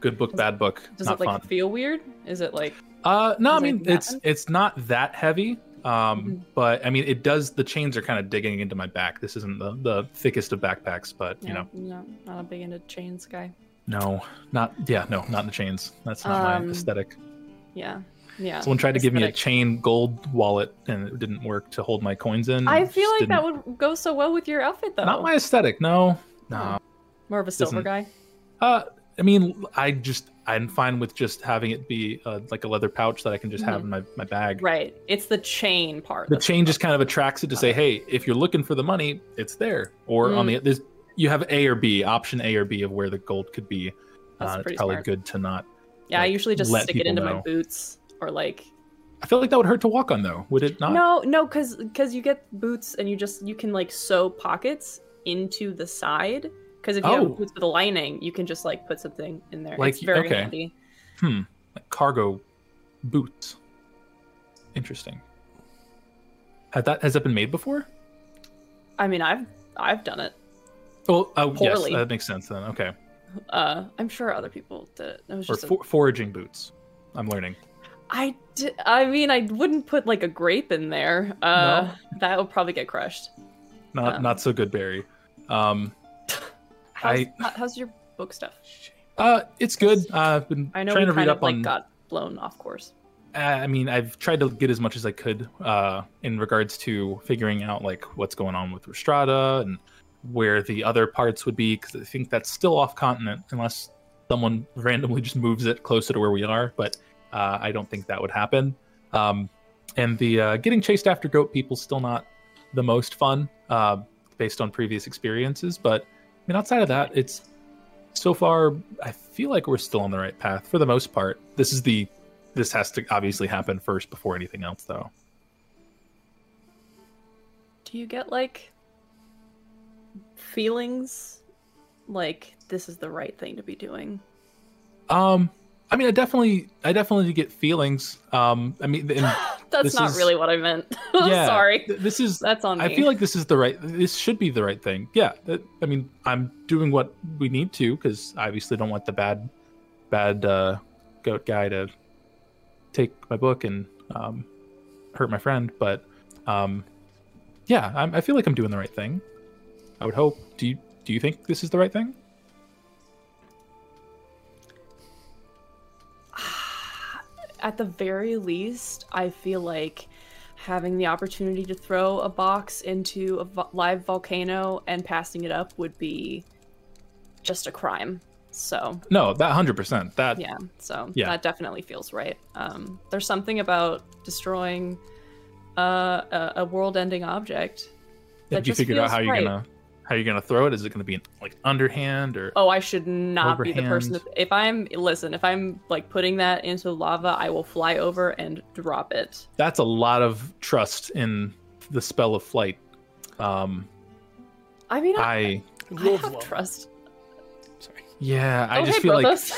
[SPEAKER 4] good book,
[SPEAKER 6] Does-
[SPEAKER 4] bad book.
[SPEAKER 6] Does
[SPEAKER 4] not
[SPEAKER 6] it
[SPEAKER 4] fun.
[SPEAKER 6] like feel weird? Is it like
[SPEAKER 4] Uh, no, I
[SPEAKER 6] Does it
[SPEAKER 4] mean it's
[SPEAKER 6] happen?
[SPEAKER 4] it's not that heavy. Um,
[SPEAKER 6] Mhm.
[SPEAKER 4] but I mean it does. The chains are kind of digging into my back. This isn't the, the thickest of backpacks, but you know,
[SPEAKER 6] no, not a big into chains guy.
[SPEAKER 4] no, not yeah, no, not in the chains. That's not
[SPEAKER 6] Um,
[SPEAKER 4] my aesthetic.
[SPEAKER 6] Yeah, yeah.
[SPEAKER 4] Someone tried to give me a
[SPEAKER 6] aesthetic.
[SPEAKER 4] chain gold wallet, and it didn't work to hold my coins in.
[SPEAKER 6] I
[SPEAKER 4] It
[SPEAKER 6] feel
[SPEAKER 4] just
[SPEAKER 6] like that
[SPEAKER 4] didn't-
[SPEAKER 6] would go so well with your outfit though.
[SPEAKER 4] not my aesthetic. No, no.
[SPEAKER 6] Hmm. More of a silver
[SPEAKER 4] doesn't-
[SPEAKER 6] guy.
[SPEAKER 4] Uh, I mean, I just I'm fine with just having it be uh, like a leather pouch that I can just have
[SPEAKER 6] Mhm.
[SPEAKER 4] in my, my bag.
[SPEAKER 6] Right. It's the chain part.
[SPEAKER 4] The
[SPEAKER 6] that's-
[SPEAKER 4] chain just kind of attracts it to say, hey, if you're looking for the money, it's there. Or
[SPEAKER 6] Hmm.
[SPEAKER 4] on the there's you have A or B option A or B of where the gold could be.
[SPEAKER 6] That's
[SPEAKER 4] uh,
[SPEAKER 6] pretty
[SPEAKER 4] it's probably
[SPEAKER 6] smart.
[SPEAKER 4] good to not.
[SPEAKER 6] Yeah, I
[SPEAKER 4] like,
[SPEAKER 6] usually just
[SPEAKER 4] let
[SPEAKER 6] stick it
[SPEAKER 4] people
[SPEAKER 6] into my
[SPEAKER 4] know.
[SPEAKER 6] boots or like
[SPEAKER 4] I feel like that would hurt to walk on though, would it not?
[SPEAKER 6] No, no, because because you get boots and you just you can like sew pockets into the side. Because if you
[SPEAKER 4] Oh.
[SPEAKER 6] have boots with a lining, you can just like put something in there.
[SPEAKER 4] Like,
[SPEAKER 6] it's very
[SPEAKER 4] okay.
[SPEAKER 6] handy.
[SPEAKER 4] Hmm. Like cargo boots. Interesting. Had that has that been made before?
[SPEAKER 6] I mean, I've I've done it.
[SPEAKER 4] Well, oh
[SPEAKER 6] Poorly.
[SPEAKER 4] yes, that makes sense then. Okay.
[SPEAKER 6] Uh, I'm sure other people did it. It was
[SPEAKER 4] Or
[SPEAKER 6] just a-
[SPEAKER 4] for- foraging boots. I'm learning.
[SPEAKER 6] I di- I mean, I wouldn't put like a grape in there. Uh, that would probably get crushed.
[SPEAKER 4] Not
[SPEAKER 6] Um,
[SPEAKER 4] not so good, Barry. Um,
[SPEAKER 6] How's,
[SPEAKER 4] I-
[SPEAKER 6] how- how's your book stuff?
[SPEAKER 4] uh, it's good. Uh, I've been
[SPEAKER 6] I know
[SPEAKER 4] trying to
[SPEAKER 6] we
[SPEAKER 4] read
[SPEAKER 6] kind
[SPEAKER 4] up
[SPEAKER 6] of like
[SPEAKER 4] on.
[SPEAKER 6] got blown off course.
[SPEAKER 4] uh, I mean, I've tried to get as much as I could uh, in regards to figuring out like what's going on with Restrada and where the other parts would be, because I think that's still off continent unless someone randomly just moves it closer to where we are. But uh, I don't think that would happen. Um, and the uh, getting chased after goat people still not the most fun uh, based on previous experiences. But I mean, outside of that, it's so far I feel like we're still on the right path for the most part. This is the this has to obviously happen first before anything else, though.
[SPEAKER 6] Do you get like feelings like this is the right thing to be doing?
[SPEAKER 4] Um, I mean, I definitely, I definitely get feelings. Um, I mean,
[SPEAKER 6] <laughs>
[SPEAKER 4] and
[SPEAKER 6] That's
[SPEAKER 4] This
[SPEAKER 6] not
[SPEAKER 4] is-
[SPEAKER 6] really what I meant. <laughs> I'm
[SPEAKER 4] yeah,
[SPEAKER 6] sorry.
[SPEAKER 4] th- this is.
[SPEAKER 6] That's on me.
[SPEAKER 4] I feel like this is the right. This should be the right thing. Yeah, that- I mean, I'm doing what we need to because obviously don't want the bad, bad uh, goat guy to take my book and um, hurt my friend. But um, yeah, I'm, I feel like I'm doing the right thing. I would hope. Do you do you think this is the right thing?
[SPEAKER 6] at the very least, I feel like having the opportunity to throw a box into a vo- live volcano and passing it up would be just a crime. So,
[SPEAKER 4] No, that hundred percent. That
[SPEAKER 6] yeah, so
[SPEAKER 4] Yeah.
[SPEAKER 6] that definitely feels right. Um, there's something about destroying uh, a, a world ending object. that
[SPEAKER 4] Have you
[SPEAKER 6] just
[SPEAKER 4] figured out
[SPEAKER 6] feels
[SPEAKER 4] how you're
[SPEAKER 6] right.
[SPEAKER 4] gonna how you're gonna throw it? Is it gonna be like underhand or?
[SPEAKER 6] Oh, I should not be the person. To,
[SPEAKER 4] Overhand.
[SPEAKER 6] if I'm, listen, if I'm like putting that into lava, I will fly over and drop it.
[SPEAKER 4] That's a lot of trust in the spell of flight. Um,
[SPEAKER 6] I mean, I,
[SPEAKER 4] I
[SPEAKER 6] I
[SPEAKER 7] Love,
[SPEAKER 6] have
[SPEAKER 7] love.
[SPEAKER 6] trust.
[SPEAKER 4] yeah, I
[SPEAKER 6] Oh,
[SPEAKER 4] just
[SPEAKER 6] hey,
[SPEAKER 4] feel
[SPEAKER 6] brothos.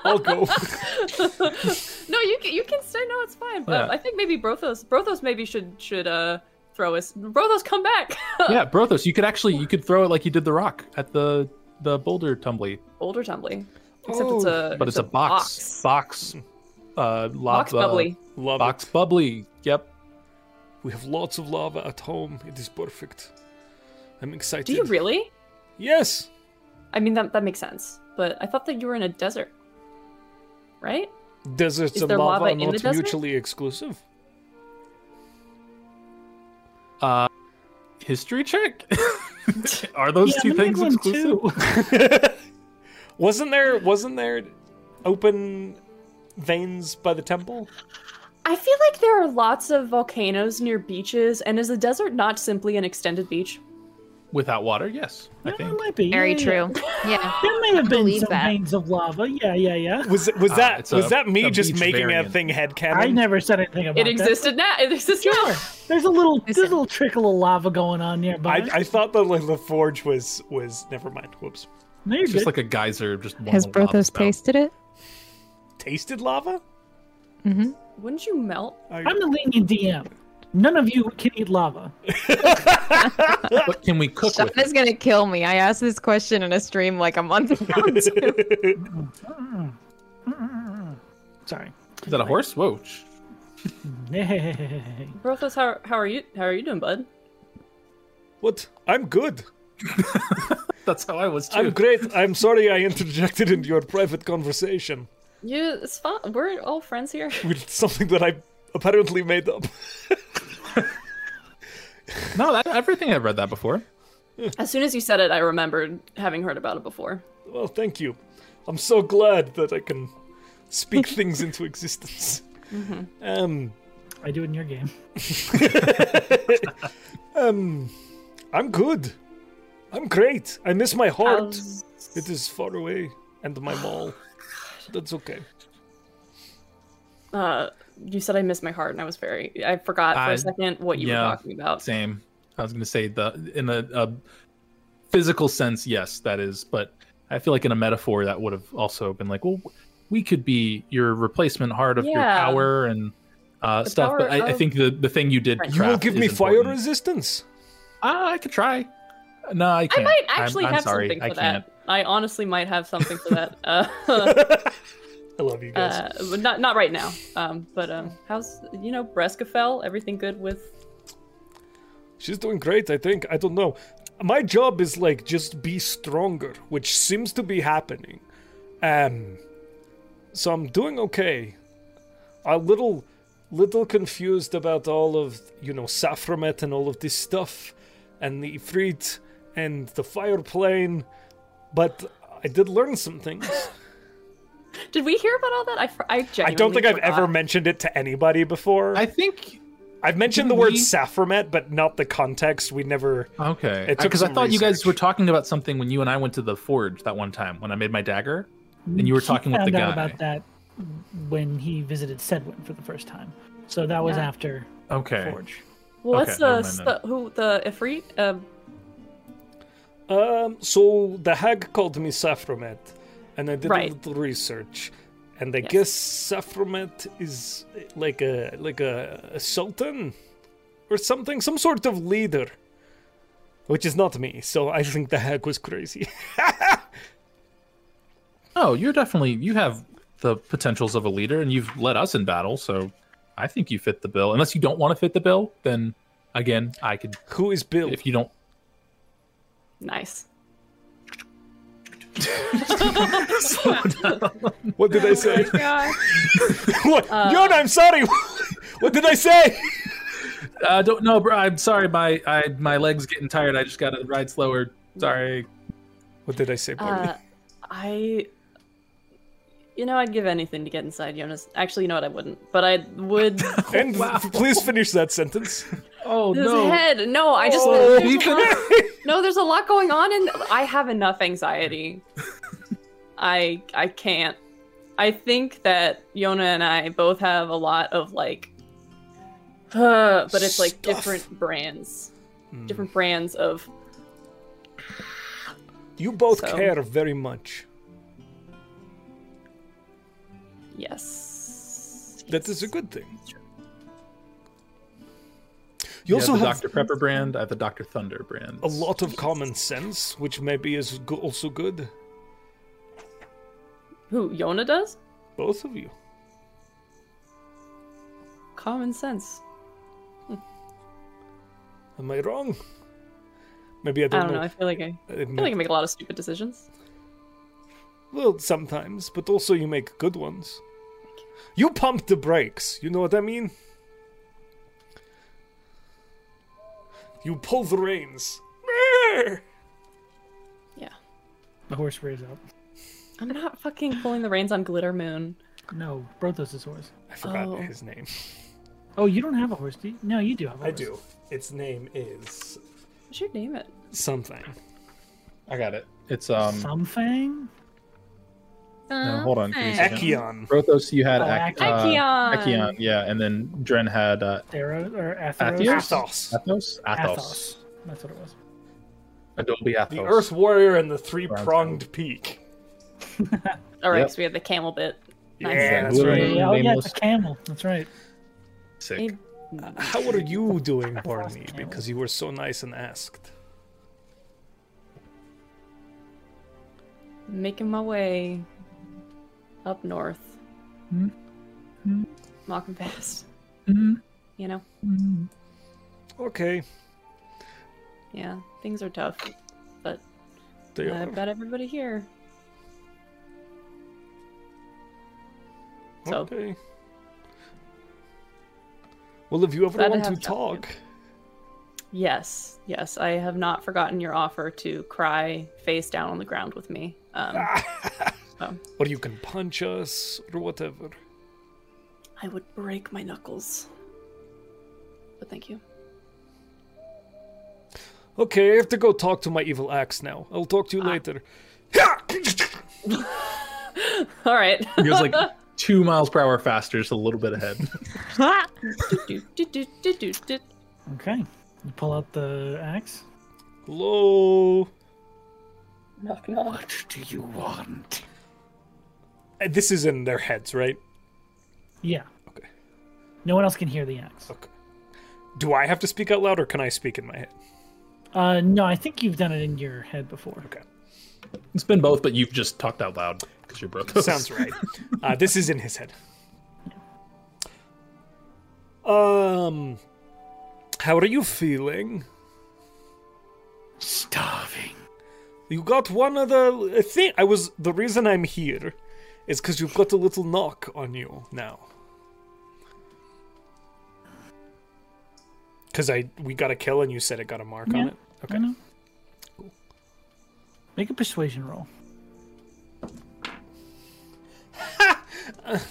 [SPEAKER 6] <laughs>
[SPEAKER 7] I'll go. <laughs>
[SPEAKER 6] no, you can, you can say no. It's fine. But
[SPEAKER 4] Yeah.
[SPEAKER 6] I think maybe Brothos. Brothos maybe should should uh throw us. Brothos, come back. <laughs>
[SPEAKER 4] like yeah, Brothos. You could actually you could throw it like you did the rock at the the boulder tumbly,
[SPEAKER 6] Older Tumbly. Except it's
[SPEAKER 7] Oh,
[SPEAKER 6] a
[SPEAKER 4] but it's, a box box, uh, lava,
[SPEAKER 6] Box bubbly.
[SPEAKER 7] Love
[SPEAKER 4] box
[SPEAKER 7] it.
[SPEAKER 4] bubbly. Yep.
[SPEAKER 7] We have lots of lava at home. It is perfect. I'm excited.
[SPEAKER 6] Do you really?
[SPEAKER 7] Yes.
[SPEAKER 6] I mean that that makes sense. But I thought that you were in a desert, right?
[SPEAKER 7] Deserts
[SPEAKER 6] Is
[SPEAKER 7] and
[SPEAKER 6] there
[SPEAKER 7] lava,
[SPEAKER 6] lava
[SPEAKER 7] are
[SPEAKER 6] in the
[SPEAKER 7] not
[SPEAKER 6] desert?
[SPEAKER 7] mutually exclusive.
[SPEAKER 4] Uh, history check. <laughs> Are those
[SPEAKER 2] Yeah,
[SPEAKER 4] two
[SPEAKER 2] I'm gonna
[SPEAKER 4] things
[SPEAKER 2] give him
[SPEAKER 4] exclusive?
[SPEAKER 2] two. <laughs>
[SPEAKER 7] Wasn't there? Wasn't there open veins by the temple?
[SPEAKER 6] I feel like there are lots of volcanoes near beaches, and is the desert not simply an extended beach?
[SPEAKER 4] Without water, yes. I
[SPEAKER 2] Well,
[SPEAKER 4] think.
[SPEAKER 2] it might be.
[SPEAKER 1] Very
[SPEAKER 2] yeah, yeah.
[SPEAKER 1] <laughs> true. Yeah.
[SPEAKER 2] There may have been
[SPEAKER 1] believe
[SPEAKER 2] some
[SPEAKER 1] that.
[SPEAKER 2] veins of lava. Yeah, yeah, yeah.
[SPEAKER 7] Was was
[SPEAKER 4] Ah,
[SPEAKER 7] that
[SPEAKER 4] it's a-
[SPEAKER 7] was that me
[SPEAKER 4] a
[SPEAKER 7] just
[SPEAKER 4] beach
[SPEAKER 7] making
[SPEAKER 4] variant.
[SPEAKER 7] a thing head
[SPEAKER 2] I never said anything about
[SPEAKER 6] It existed now. It exists now.
[SPEAKER 2] That. There's a little, there's a
[SPEAKER 1] Listen.
[SPEAKER 2] little trickle of lava going on nearby.
[SPEAKER 7] I, I thought the like, the forge was was never mind. Whoops.
[SPEAKER 2] no, you're
[SPEAKER 4] It's just
[SPEAKER 2] good.
[SPEAKER 4] like a geyser, just one
[SPEAKER 1] Has
[SPEAKER 4] little lava
[SPEAKER 1] Brothos
[SPEAKER 4] spout.
[SPEAKER 1] tasted it?
[SPEAKER 7] Tasted
[SPEAKER 4] <laughs>
[SPEAKER 7] lava.
[SPEAKER 6] Wouldn't you melt?
[SPEAKER 2] I'm the lenient DM. None of you can eat lava.
[SPEAKER 4] But can we cook with it?
[SPEAKER 1] Shauna's gonna kill me. I asked this question in a stream like a month ago. too.
[SPEAKER 2] Sorry. <laughs>
[SPEAKER 4] Is that a horse? Whoa. sh-
[SPEAKER 6] Brothos, how, how are you? How are you doing, bud?
[SPEAKER 7] What? I'm good.
[SPEAKER 4] That's how I was too.
[SPEAKER 7] I'm great. I'm sorry I interjected into your private conversation
[SPEAKER 6] You, it's fine. We're all friends here.
[SPEAKER 7] with something that I apparently made up.
[SPEAKER 4] No, that, everything I've read that before.
[SPEAKER 6] As soon as you said it, I remembered having heard about it before.
[SPEAKER 7] Well, thank you. I'm so glad that I can speak things into existence. Um,
[SPEAKER 2] I do it in your game.
[SPEAKER 7] um, I'm good. I'm great. I miss my heart.
[SPEAKER 6] How's-
[SPEAKER 7] It is far away, and my mall. That's okay.
[SPEAKER 6] Uh, you said I missed my heart, and I was very. I forgot for
[SPEAKER 4] I-
[SPEAKER 6] a second what you
[SPEAKER 4] yeah.
[SPEAKER 6] were talking about.
[SPEAKER 4] Same. I was going to say the in a, a physical sense, yes, that is. But I feel like in a metaphor, that would have also been like, well, we could be your replacement heart of your
[SPEAKER 6] Yeah.
[SPEAKER 4] power and uh,
[SPEAKER 6] The
[SPEAKER 4] stuff. But
[SPEAKER 6] power
[SPEAKER 4] I, I
[SPEAKER 6] of-
[SPEAKER 4] think the, the thing you did.
[SPEAKER 6] Right.
[SPEAKER 7] You will
[SPEAKER 4] craft
[SPEAKER 7] give
[SPEAKER 4] is
[SPEAKER 7] me fire
[SPEAKER 4] important.
[SPEAKER 7] resistance.
[SPEAKER 4] Ah, I could try. No, I
[SPEAKER 6] I
[SPEAKER 4] can't.
[SPEAKER 6] might
[SPEAKER 4] I'm-
[SPEAKER 6] actually
[SPEAKER 4] I'm
[SPEAKER 6] have
[SPEAKER 4] sorry,
[SPEAKER 6] something
[SPEAKER 4] I
[SPEAKER 6] for
[SPEAKER 4] can't.
[SPEAKER 6] that. I honestly might have something for that. Uh, <laughs>
[SPEAKER 7] I love you guys.
[SPEAKER 6] uh, but not not right now. Um, but um, how's you know Breskafel? Everything good with?
[SPEAKER 7] She's doing great, I think. I don't know. My job is like just be stronger, which seems to be happening. Um so I'm doing okay. A little little confused about all of, you know, Saframet and all of this stuff and the Ifrit and the fire plane, but I did learn some things.
[SPEAKER 6] Did we hear about all that? I fr- I,
[SPEAKER 7] I don't think
[SPEAKER 6] genuinely
[SPEAKER 7] I've ever
[SPEAKER 6] forgot.
[SPEAKER 7] mentioned it to anybody before.
[SPEAKER 4] I think
[SPEAKER 7] I've mentioned the
[SPEAKER 4] didn't
[SPEAKER 7] word
[SPEAKER 4] we-
[SPEAKER 7] Saframet, but not the context. We never
[SPEAKER 4] Okay.
[SPEAKER 7] It took
[SPEAKER 4] Because I
[SPEAKER 7] some
[SPEAKER 4] thought you guys
[SPEAKER 7] research.
[SPEAKER 4] were talking about something when you and I went to the forge that one time when I made my dagger, and you were talking
[SPEAKER 2] Found
[SPEAKER 4] with the
[SPEAKER 2] out
[SPEAKER 4] guy.
[SPEAKER 2] about that when he visited Sedwin for the first time. So that was
[SPEAKER 6] Yeah.
[SPEAKER 2] after
[SPEAKER 4] Okay.
[SPEAKER 2] Forge.
[SPEAKER 6] Well,
[SPEAKER 4] Okay,
[SPEAKER 6] what's
[SPEAKER 4] never
[SPEAKER 6] the,
[SPEAKER 4] mind then.
[SPEAKER 6] the who the Ifrit? Uh,
[SPEAKER 7] Um, so the hag called me Saffromet, and I did
[SPEAKER 6] Right.
[SPEAKER 7] a little research, and I
[SPEAKER 6] Yes.
[SPEAKER 7] guess Saffromet is like a like a, a sultan or something, some sort of leader, which is not me. So I think the hag was crazy. <laughs>
[SPEAKER 4] Oh, you're definitely you have the potentials of a leader, and you've led us in battle, so I think you fit the bill. Unless you don't want to fit the bill, then again, I could.
[SPEAKER 7] Who is Bill?
[SPEAKER 4] If you don't, <laughs>
[SPEAKER 6] nice.
[SPEAKER 7] What did I say?
[SPEAKER 5] God.
[SPEAKER 7] <laughs> what?
[SPEAKER 6] Uh,
[SPEAKER 7] Yon, I'm sorry. <laughs> what did I say?
[SPEAKER 4] uh, don't know, bro. I'm sorry, my I, my legs getting tired. I just gotta ride slower. Sorry.
[SPEAKER 7] What did I say, Barney?
[SPEAKER 6] Uh, I. You know, I'd give anything to get inside Jonas. Actually, you know what? I wouldn't, but I
[SPEAKER 7] <laughs>
[SPEAKER 6] would.
[SPEAKER 7] and please finish that sentence.
[SPEAKER 4] Oh
[SPEAKER 6] His
[SPEAKER 4] no.
[SPEAKER 6] head. No, I just.
[SPEAKER 4] Oh,
[SPEAKER 6] there's a
[SPEAKER 7] <laughs>
[SPEAKER 4] Ethan.
[SPEAKER 6] lot- <laughs> no, there's a lot going on, and I have enough anxiety. I I can't. I think that Yona and I both have a lot of like, <sighs> uh, but it's like
[SPEAKER 7] Stuff. Hmm.
[SPEAKER 6] different brands, different brands of.
[SPEAKER 7] You both
[SPEAKER 6] So-
[SPEAKER 7] care very much.
[SPEAKER 6] Yes.
[SPEAKER 7] That is a good thing. You
[SPEAKER 4] You
[SPEAKER 7] also
[SPEAKER 4] have the
[SPEAKER 7] have
[SPEAKER 4] Dr Pepper brand. I have the Dr Thunder brand.
[SPEAKER 7] a lot of common sense, which maybe is go- also good.
[SPEAKER 6] Who Yona does?
[SPEAKER 7] Both of you.
[SPEAKER 6] Common sense.
[SPEAKER 7] Am I wrong? Maybe I
[SPEAKER 6] I
[SPEAKER 7] don't,
[SPEAKER 6] don't know. I feel like I,
[SPEAKER 7] I
[SPEAKER 6] I feel like I
[SPEAKER 7] might-
[SPEAKER 6] make a lot of stupid decisions.
[SPEAKER 7] well, sometimes, but also you make good ones. You pump the brakes. You know what I mean? You pull the reins. there.
[SPEAKER 6] Yeah.
[SPEAKER 2] The horse rears up.
[SPEAKER 6] I'm not fucking pulling the reins on Glitter Moon.
[SPEAKER 2] No, Brothos' horse.
[SPEAKER 7] I forgot
[SPEAKER 6] Oh.
[SPEAKER 7] his name.
[SPEAKER 2] Oh, you don't have a horse, do you? No, you do have a horse.
[SPEAKER 7] I do. Its name is
[SPEAKER 6] I should name it.
[SPEAKER 7] something.
[SPEAKER 4] I got it. It's um.
[SPEAKER 2] Something?
[SPEAKER 4] no, hold on. give me a second.
[SPEAKER 7] Ekion.
[SPEAKER 4] Brothos, you had
[SPEAKER 2] Oh, Ak-
[SPEAKER 4] Ak- uh,
[SPEAKER 5] Acheon.
[SPEAKER 4] Acheon, yeah, and then Dren had uh,
[SPEAKER 2] Theros or
[SPEAKER 4] Athos?
[SPEAKER 2] Atheros?
[SPEAKER 7] Athos.
[SPEAKER 4] Athos. Athos.
[SPEAKER 2] Athos. That's what it was.
[SPEAKER 4] Adobe Athos.
[SPEAKER 7] The Earth Warrior and the Three Pronged Peak.
[SPEAKER 6] All right,
[SPEAKER 4] Yep.
[SPEAKER 6] so we have the camel bit.
[SPEAKER 7] Yeah, that's
[SPEAKER 4] Blue
[SPEAKER 7] right.
[SPEAKER 4] Moon,
[SPEAKER 2] Yeah, oh, yeah, it's
[SPEAKER 4] Nameless,
[SPEAKER 2] a camel. That's right.
[SPEAKER 4] Sick.
[SPEAKER 7] How are <laughs> you doing, Barney?
[SPEAKER 2] camel.
[SPEAKER 7] Because you were so nice and asked.
[SPEAKER 6] Making my way up north. Walking <laughs> fast. Mm-hmm. You know?
[SPEAKER 7] Okay.
[SPEAKER 6] Yeah, things are tough, but
[SPEAKER 7] They
[SPEAKER 6] I've
[SPEAKER 7] are.
[SPEAKER 6] got everybody here. So
[SPEAKER 7] Okay. Well, if you ever
[SPEAKER 6] Glad to
[SPEAKER 7] want to
[SPEAKER 6] have Jonathan.
[SPEAKER 7] talk,
[SPEAKER 6] yes, yes, I have not forgotten your offer to cry face down on the ground with me. Um,
[SPEAKER 7] or you can punch us, or whatever.
[SPEAKER 6] I would break my knuckles. But thank you.
[SPEAKER 7] Okay, I have to go talk to my evil axe now. I'll talk
[SPEAKER 6] Ah.
[SPEAKER 7] to you later.
[SPEAKER 6] All right. <laughs>
[SPEAKER 4] He goes like two miles per hour faster, just a little bit ahead. <laughs>
[SPEAKER 6] Do, do, do, do, do, do.
[SPEAKER 2] Okay. You pull out the axe.
[SPEAKER 7] Hello.
[SPEAKER 6] knock, knock.
[SPEAKER 2] What do you want?
[SPEAKER 7] Uh, This is in their heads, right?
[SPEAKER 2] Yeah.
[SPEAKER 7] Okay.
[SPEAKER 2] No one else can hear the axe.
[SPEAKER 7] Okay. Do I have to speak out loud, or can I speak in my head?
[SPEAKER 2] Uh, no, I think you've done it in your head before.
[SPEAKER 7] Okay.
[SPEAKER 4] it's been both, but you've just talked out loud because you're
[SPEAKER 7] <laughs>
[SPEAKER 4] Brothos.
[SPEAKER 7] Sounds right. Uh, this is in his head. Um, how are you feeling?
[SPEAKER 2] Starving.
[SPEAKER 7] You got one of the thing. I was the reason I'm here is because you've got a little knock on you now. Because I we got a kill and you said it got a mark on
[SPEAKER 2] Yeah.
[SPEAKER 7] it.
[SPEAKER 2] Okay. Cool. Make a persuasion roll.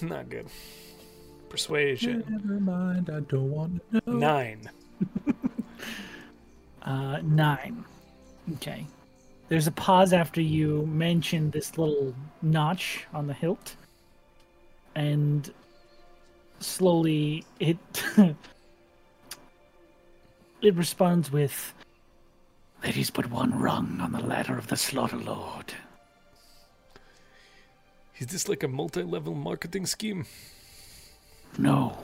[SPEAKER 7] Not good. Persuasion
[SPEAKER 4] Never mind, I don't want to know.
[SPEAKER 7] nine.
[SPEAKER 2] Uh, nine. Okay. There's a pause after you mention this little notch on the hilt, and slowly it <laughs> it responds with, "There is but one rung on the ladder of the slaughter lord."
[SPEAKER 7] Is this like a multi-level marketing scheme?
[SPEAKER 2] No,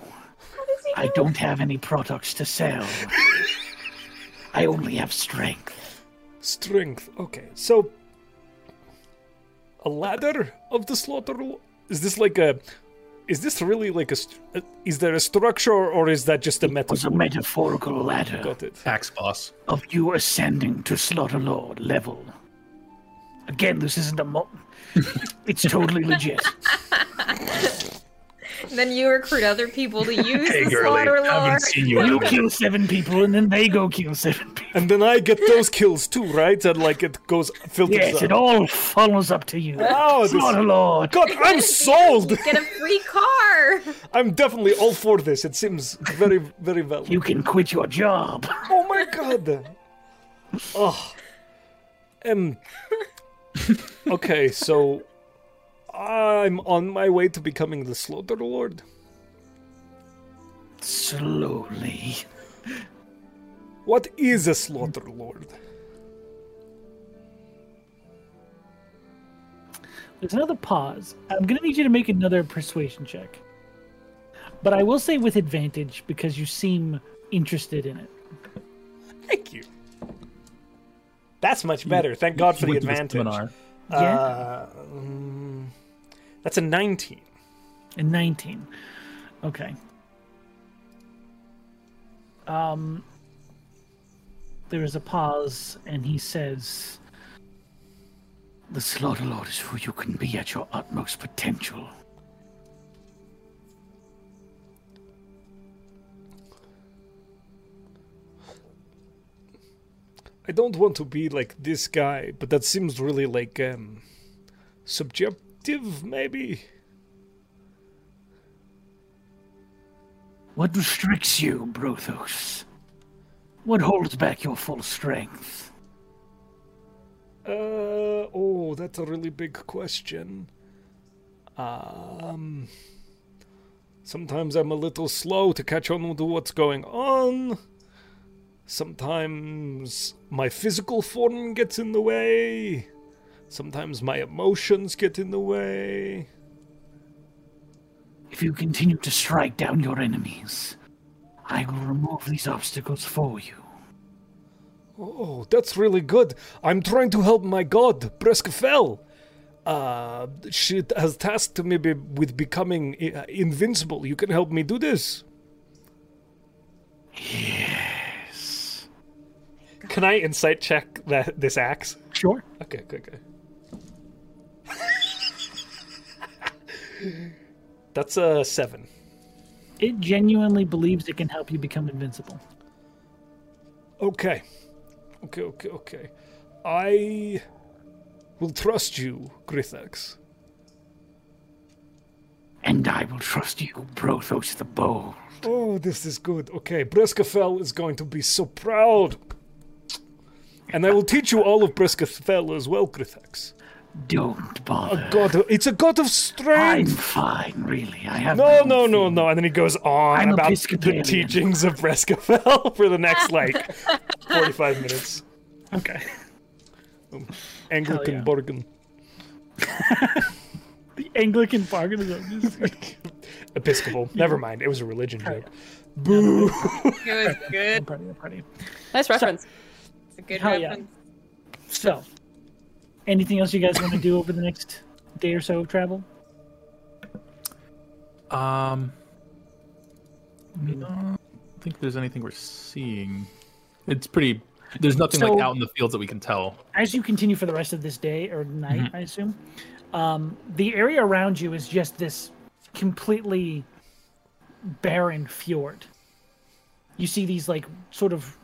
[SPEAKER 2] I don't have any products to sell. I only have strength.
[SPEAKER 7] Strength. Okay, so a ladder of the slaughter. lo- Is this like a? Is this really like a? st- uh, Is there a structure or is that just a
[SPEAKER 2] was a
[SPEAKER 7] metaphor?
[SPEAKER 2] metaphorical ladder.
[SPEAKER 7] Got it.
[SPEAKER 4] Tax boss.
[SPEAKER 2] of you ascending to Slaughter Lord level. Again, this isn't a mo. <laughs> it's totally legit.
[SPEAKER 1] then you recruit other people
[SPEAKER 4] <laughs>
[SPEAKER 1] to use the
[SPEAKER 4] girlie,
[SPEAKER 1] slaughter lord.
[SPEAKER 4] haven't
[SPEAKER 2] <laughs>
[SPEAKER 4] seen you in
[SPEAKER 7] <laughs>
[SPEAKER 4] a
[SPEAKER 2] You
[SPEAKER 4] minute.
[SPEAKER 2] kill seven people, and then they go kill seven people.
[SPEAKER 7] And then I get those kills too, right? And like it goes filters
[SPEAKER 2] Yes,
[SPEAKER 7] up.
[SPEAKER 2] it all follows up to you.
[SPEAKER 7] Wow, Oh, this-
[SPEAKER 2] Slaughter Lord.
[SPEAKER 7] God,
[SPEAKER 2] <laughs>
[SPEAKER 7] I'm sold.
[SPEAKER 1] Get a free car.
[SPEAKER 7] I'm definitely all for this. It seems very, very well.
[SPEAKER 2] You can quit your job.
[SPEAKER 7] Oh my god. Oh. Um. Okay, so I'm on my way to becoming the Slaughter Lord.
[SPEAKER 2] Slowly.
[SPEAKER 7] What is a Slaughter Lord?
[SPEAKER 2] There's another pause. I'm going to need you to make another persuasion check. But I will say with advantage because you seem interested in it.
[SPEAKER 7] Thank you. That's much better. Thank God for the
[SPEAKER 4] Went to
[SPEAKER 7] advantage.
[SPEAKER 4] seminar.
[SPEAKER 2] Yeah.
[SPEAKER 7] Uh, mm, that's a 19.
[SPEAKER 2] and 19 okay um Um, there is a pause and he says the slaughter lord is who you can be at your utmost potential
[SPEAKER 7] I I don't want to be like this guy, but that seems really like um subjective maybe.
[SPEAKER 2] What restricts you, Brothos? What holds back your full strength?
[SPEAKER 7] Uh oh, that's a really big question. Um Sometimes I'm a little slow to catch on to what's going on. Sometimes my physical form gets in the way. Sometimes my emotions get in the way.
[SPEAKER 2] If you continue to strike down your enemies, I will remove these obstacles for you.
[SPEAKER 7] Oh, that's really good. I'm trying to help my god, Breskafel. Uh, she has tasked me be- with becoming i- invincible. You can help me do this.
[SPEAKER 2] Yes.
[SPEAKER 7] Can I insight check that this axe?
[SPEAKER 2] Sure.
[SPEAKER 7] Okay, okay, okay. <laughs> That's a seven.
[SPEAKER 2] It genuinely believes it can help you become invincible.
[SPEAKER 7] Okay. Okay, okay, okay. I will trust you, Grithax.
[SPEAKER 2] And I will trust you, Brothos the Bold.
[SPEAKER 7] Oh, this is good. Okay, Breskafel is going to be so proud. And I will teach you all of Breskafel as well, Grithax.
[SPEAKER 2] Don't bother.
[SPEAKER 7] God, of- it's a god of
[SPEAKER 2] I'm
[SPEAKER 7] strength.
[SPEAKER 2] fine, really. I have my
[SPEAKER 7] No,
[SPEAKER 2] own
[SPEAKER 7] no, no,
[SPEAKER 2] thing.
[SPEAKER 7] no. And then he goes on
[SPEAKER 2] I'm
[SPEAKER 7] about the
[SPEAKER 2] Episcopalian.
[SPEAKER 7] teachings of Breskafel <laughs> for the
[SPEAKER 2] <laughs>
[SPEAKER 7] next like 45 minutes.
[SPEAKER 2] Okay. <laughs>
[SPEAKER 7] Anglican
[SPEAKER 2] yeah.
[SPEAKER 7] Borgen.
[SPEAKER 2] The Anglican bargain is over.
[SPEAKER 7] <laughs>
[SPEAKER 2] <laughs>
[SPEAKER 7] Episcopal. Never mind. It was a religion joke. Boo.
[SPEAKER 8] Good, good.
[SPEAKER 2] Party, party.
[SPEAKER 6] Nice reference.
[SPEAKER 8] It's a good
[SPEAKER 2] Hell yeah.
[SPEAKER 8] reference.
[SPEAKER 2] So, anything else you guys want to do over the next day or so of travel?
[SPEAKER 4] Um,
[SPEAKER 7] Hmm.
[SPEAKER 4] no, I don't think there's anything we're seeing. It's pretty. There's nothing
[SPEAKER 2] So-
[SPEAKER 4] like out in the fields that we can tell.
[SPEAKER 2] As you continue for the rest of this day or night, I assume, um, the area around you is just this completely barren fjord. You see these like sort of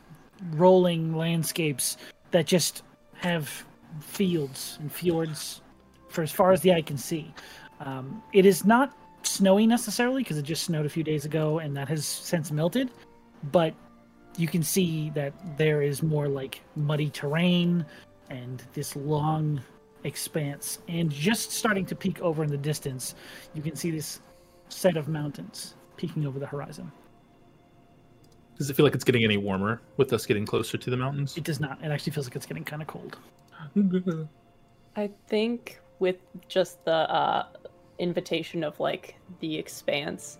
[SPEAKER 2] rolling landscapes that just have fields and fjords for as far as the eye can see. Um, it is not snowy necessarily because it just snowed a few days ago and that has since melted, but you can see that there is more like muddy terrain and this long expanse. And just starting to peek over in the distance, you can see this set of mountains peeking over the horizon.
[SPEAKER 4] Does it feel like it's getting any warmer with us getting closer to the mountains?
[SPEAKER 2] It does not. It actually feels like it's getting kind of cold.
[SPEAKER 6] I think with just the uh, invitation of like the expanse,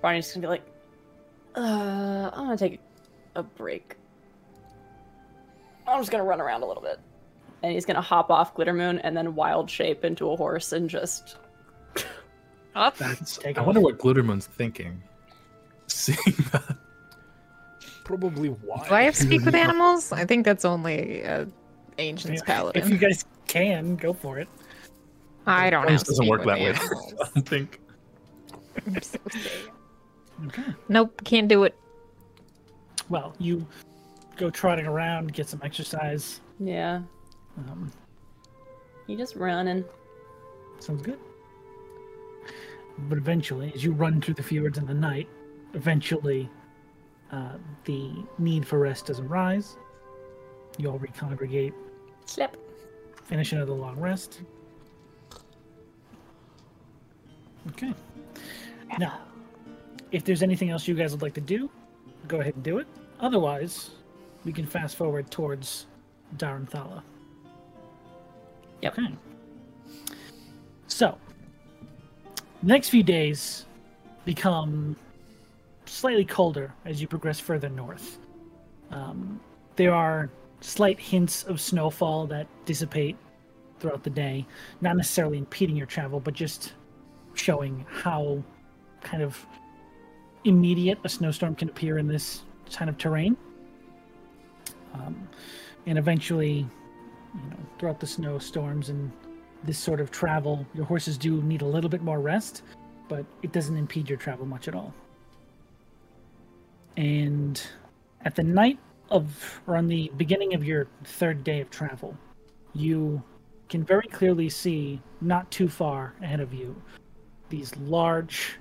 [SPEAKER 6] Barney's gonna be like, uh, I'm gonna take a break. I'm just gonna run around a little bit. And he's gonna hop off Glittermoon and then wild shape into a horse and just
[SPEAKER 8] Up.
[SPEAKER 2] Take
[SPEAKER 4] I
[SPEAKER 2] off.
[SPEAKER 4] wonder what Glittermoon's thinking. <laughs> Seeing that.
[SPEAKER 7] Probably why.
[SPEAKER 1] Do I have speak
[SPEAKER 4] <laughs>
[SPEAKER 1] with animals? I think that's only uh, ancients
[SPEAKER 2] If you
[SPEAKER 1] paladin.
[SPEAKER 2] guys can, go for it.
[SPEAKER 1] I don't know.
[SPEAKER 4] It doesn't
[SPEAKER 1] speak
[SPEAKER 4] work
[SPEAKER 1] with
[SPEAKER 4] that way.
[SPEAKER 1] animals.
[SPEAKER 4] <laughs> I don't think.
[SPEAKER 1] I'm so sorry. Nope, can't do it.
[SPEAKER 2] Well, you go trotting around, get some exercise.
[SPEAKER 6] yeah.
[SPEAKER 2] Um,
[SPEAKER 6] You just running.
[SPEAKER 2] Sounds good. But eventually, as you run through the fjords in the night, eventually uh, the need for rest does arise. You all recongregate,
[SPEAKER 6] Slip.
[SPEAKER 2] finish another long rest. Okay. Now, if there's anything else you guys would like to do, go ahead and do it. Otherwise, we can fast forward towards Daranthala.
[SPEAKER 6] Yep.
[SPEAKER 2] Okay. So, next few days become slightly colder as you progress further north. Um, there are slight hints of snowfall that dissipate throughout the day, not necessarily impeding your travel, but just showing how kind of immediate a snowstorm can appear in this kind of terrain. Um, and eventually, you know, throughout the snowstorms and this sort of travel, your horses do need a little bit more rest, but it doesn't impede your travel much at all. And at the night, of or on the beginning of your third day of travel, you can very clearly see not too far ahead of you these large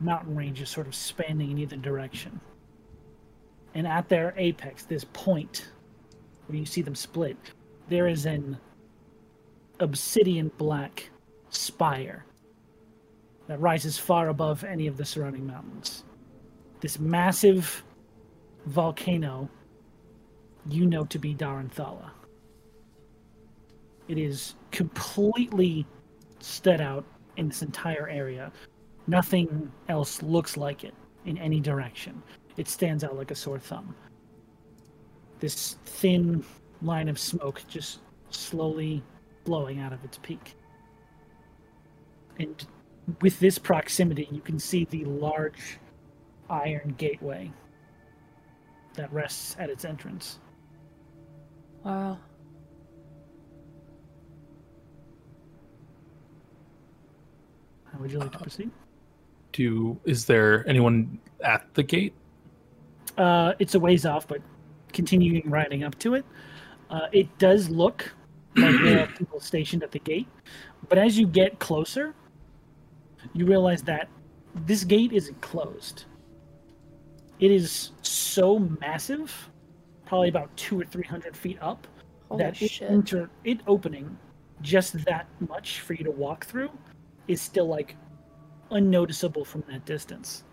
[SPEAKER 2] mountain ranges sort of spanning in either direction. And at their apex, this point where you see them split, there is an obsidian black spire that rises far above any of the surrounding mountains. This massive volcano you know to be Daranthala. It is completely stood out in this entire area. Nothing else looks like it in any direction. It stands out like a sore thumb. This thin line of smoke just slowly blowing out of its peak. And with this proximity, you can see the large iron gateway that rests at its entrance.
[SPEAKER 6] Wow.
[SPEAKER 2] How would you like to proceed?
[SPEAKER 4] Do is there anyone at the gate?
[SPEAKER 2] Uh, it's a ways off, but continuing riding up to it, uh, it does look like there are people stationed at the gate. But as you get closer, you realize that this gate isn't closed. It is so massive, probably about two or three hundred feet up,
[SPEAKER 6] Holy
[SPEAKER 2] that it,
[SPEAKER 6] shit.
[SPEAKER 2] enter, it opening just that much for you to walk through is still like unnoticeable from that distance.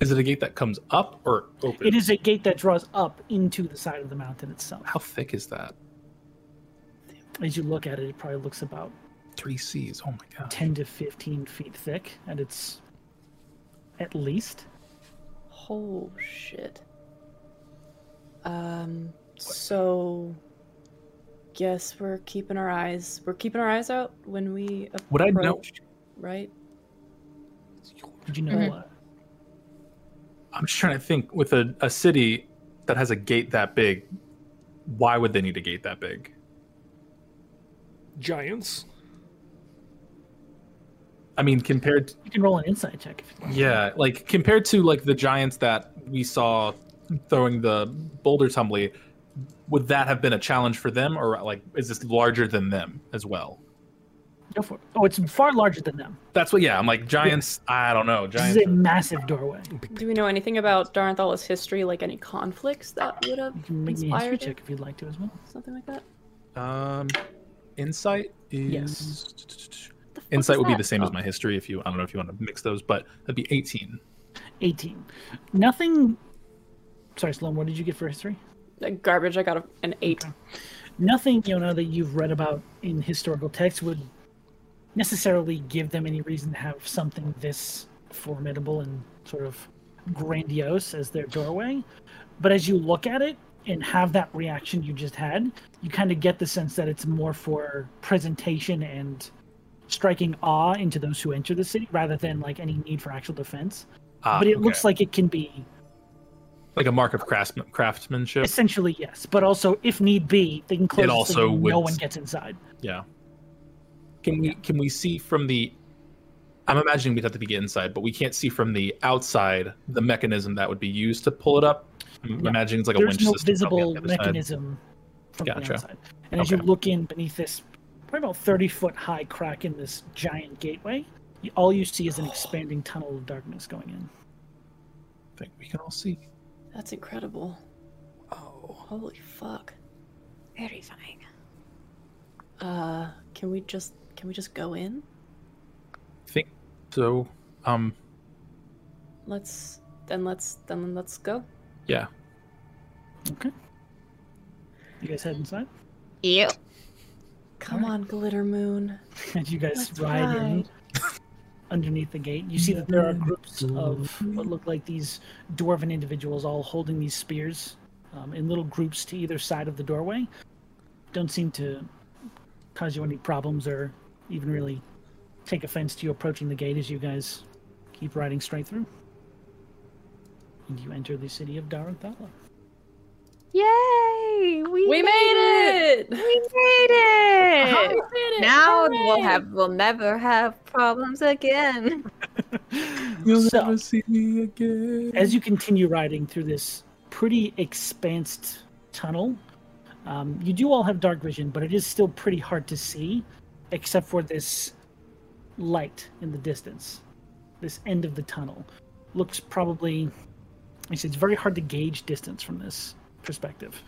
[SPEAKER 4] Is it a gate that comes up or open?
[SPEAKER 2] It is a gate that draws up into the side of the mountain itself.
[SPEAKER 4] How thick is that?
[SPEAKER 2] As you look at it, it probably looks about
[SPEAKER 4] Three C's. Oh my god.
[SPEAKER 2] 10 to 15 feet thick and its at least.
[SPEAKER 6] Oh shit. Um. So, guess we're keeping our eyes. We're keeping our eyes out when we approach.
[SPEAKER 4] Would I know-
[SPEAKER 6] Right.
[SPEAKER 2] Did you know uh, what?
[SPEAKER 4] I'm just trying to think. With a, a city that has a gate that big, why would they need a gate that big?
[SPEAKER 7] <laughs> Giants.
[SPEAKER 4] I mean, compared to,
[SPEAKER 2] You can roll an insight check if you want.
[SPEAKER 4] yeah, like compared to like the giants that we saw throwing the boulder tumbly, would that have been a challenge for them, or like is this larger than them as well?
[SPEAKER 2] Go for it. Oh, it's far larger than them.
[SPEAKER 4] That's what. Yeah, I'm like giants. I don't know.
[SPEAKER 2] This
[SPEAKER 4] Giants.
[SPEAKER 2] is a massive doorway.
[SPEAKER 6] Do we know anything about Daranthala's history? Like any conflicts that would have
[SPEAKER 2] You can make me a history
[SPEAKER 6] Inspired it?
[SPEAKER 2] check if you'd like to as well.
[SPEAKER 6] something like that?
[SPEAKER 4] Um, insight is
[SPEAKER 2] Yes.
[SPEAKER 6] The fuck
[SPEAKER 4] insight
[SPEAKER 6] is
[SPEAKER 4] would be
[SPEAKER 6] that?
[SPEAKER 4] the same as
[SPEAKER 6] Oh,
[SPEAKER 4] my history. If you, I don't know if you want to mix those, but that'd be eighteen.
[SPEAKER 2] 18. Nothing. Sorry, Sloan, what did you get for history?
[SPEAKER 6] Like garbage. I got a, an eight.
[SPEAKER 2] nothing you know that you've read about in historical texts would necessarily give them any reason to have something this formidable and sort of grandiose as their doorway but as you look at it and have that reaction you just had you kind of get the sense that it's more for presentation and striking awe into those who enter the city rather than like any need for actual defense
[SPEAKER 4] Ah,
[SPEAKER 2] but it
[SPEAKER 4] okay.
[SPEAKER 2] looks like it can be
[SPEAKER 4] like a mark of craftsman, craftsmanship.
[SPEAKER 2] essentially yes but also if need be they can close it
[SPEAKER 4] also
[SPEAKER 2] so no
[SPEAKER 4] would-
[SPEAKER 2] one gets inside
[SPEAKER 4] Yeah. Can we can we see from the? I'm imagining we'd have to be inside, but we can't see from the outside the mechanism that would be used to pull it up. I'm
[SPEAKER 2] Yeah.
[SPEAKER 4] imagining it's like a
[SPEAKER 2] there's
[SPEAKER 4] winch
[SPEAKER 2] no
[SPEAKER 4] system.
[SPEAKER 2] visible
[SPEAKER 4] probably on the other side.
[SPEAKER 2] mechanism from
[SPEAKER 4] Gotcha.
[SPEAKER 2] the outside. And as you
[SPEAKER 4] Okay.
[SPEAKER 2] look in beneath this probably about 30 foot high crack in this giant gateway, you, all you see is an expanding tunnel of darkness going in.
[SPEAKER 4] I think we can all see.
[SPEAKER 6] That's incredible. Oh. Holy fuck.
[SPEAKER 5] Terrifying.
[SPEAKER 6] Uh, can we just can we just go in?
[SPEAKER 4] I think so. Um.
[SPEAKER 6] Let's then let's then let's go.
[SPEAKER 2] <laughs>
[SPEAKER 4] Yeah.
[SPEAKER 2] Okay. You guys head inside?
[SPEAKER 1] Yep.
[SPEAKER 6] Come on, glitter moon.
[SPEAKER 2] <laughs> As you guys
[SPEAKER 6] Let's
[SPEAKER 2] ride in
[SPEAKER 6] ride.
[SPEAKER 2] underneath the gate, you see that there are groups of what look like these dwarven individuals all holding these spears um, in little groups to either side of the doorway. Don't seem to cause you any problems or even really take offense to you approaching the gate as you guys keep riding straight through. And you enter the city of Daranthala.
[SPEAKER 1] Yay! We,
[SPEAKER 6] We made it.
[SPEAKER 1] We made it!
[SPEAKER 6] We did it!
[SPEAKER 1] Now we'll
[SPEAKER 6] Hooray!
[SPEAKER 1] have we'll never have problems again.
[SPEAKER 4] You'll
[SPEAKER 2] So-
[SPEAKER 4] never see me again.
[SPEAKER 2] as you continue riding through this pretty expansed tunnel. Um, you do all have dark vision, but it is still pretty hard to see, except for this light in the distance. This end of the tunnel looks probably. It's, it's very hard to gauge distance from this perspective,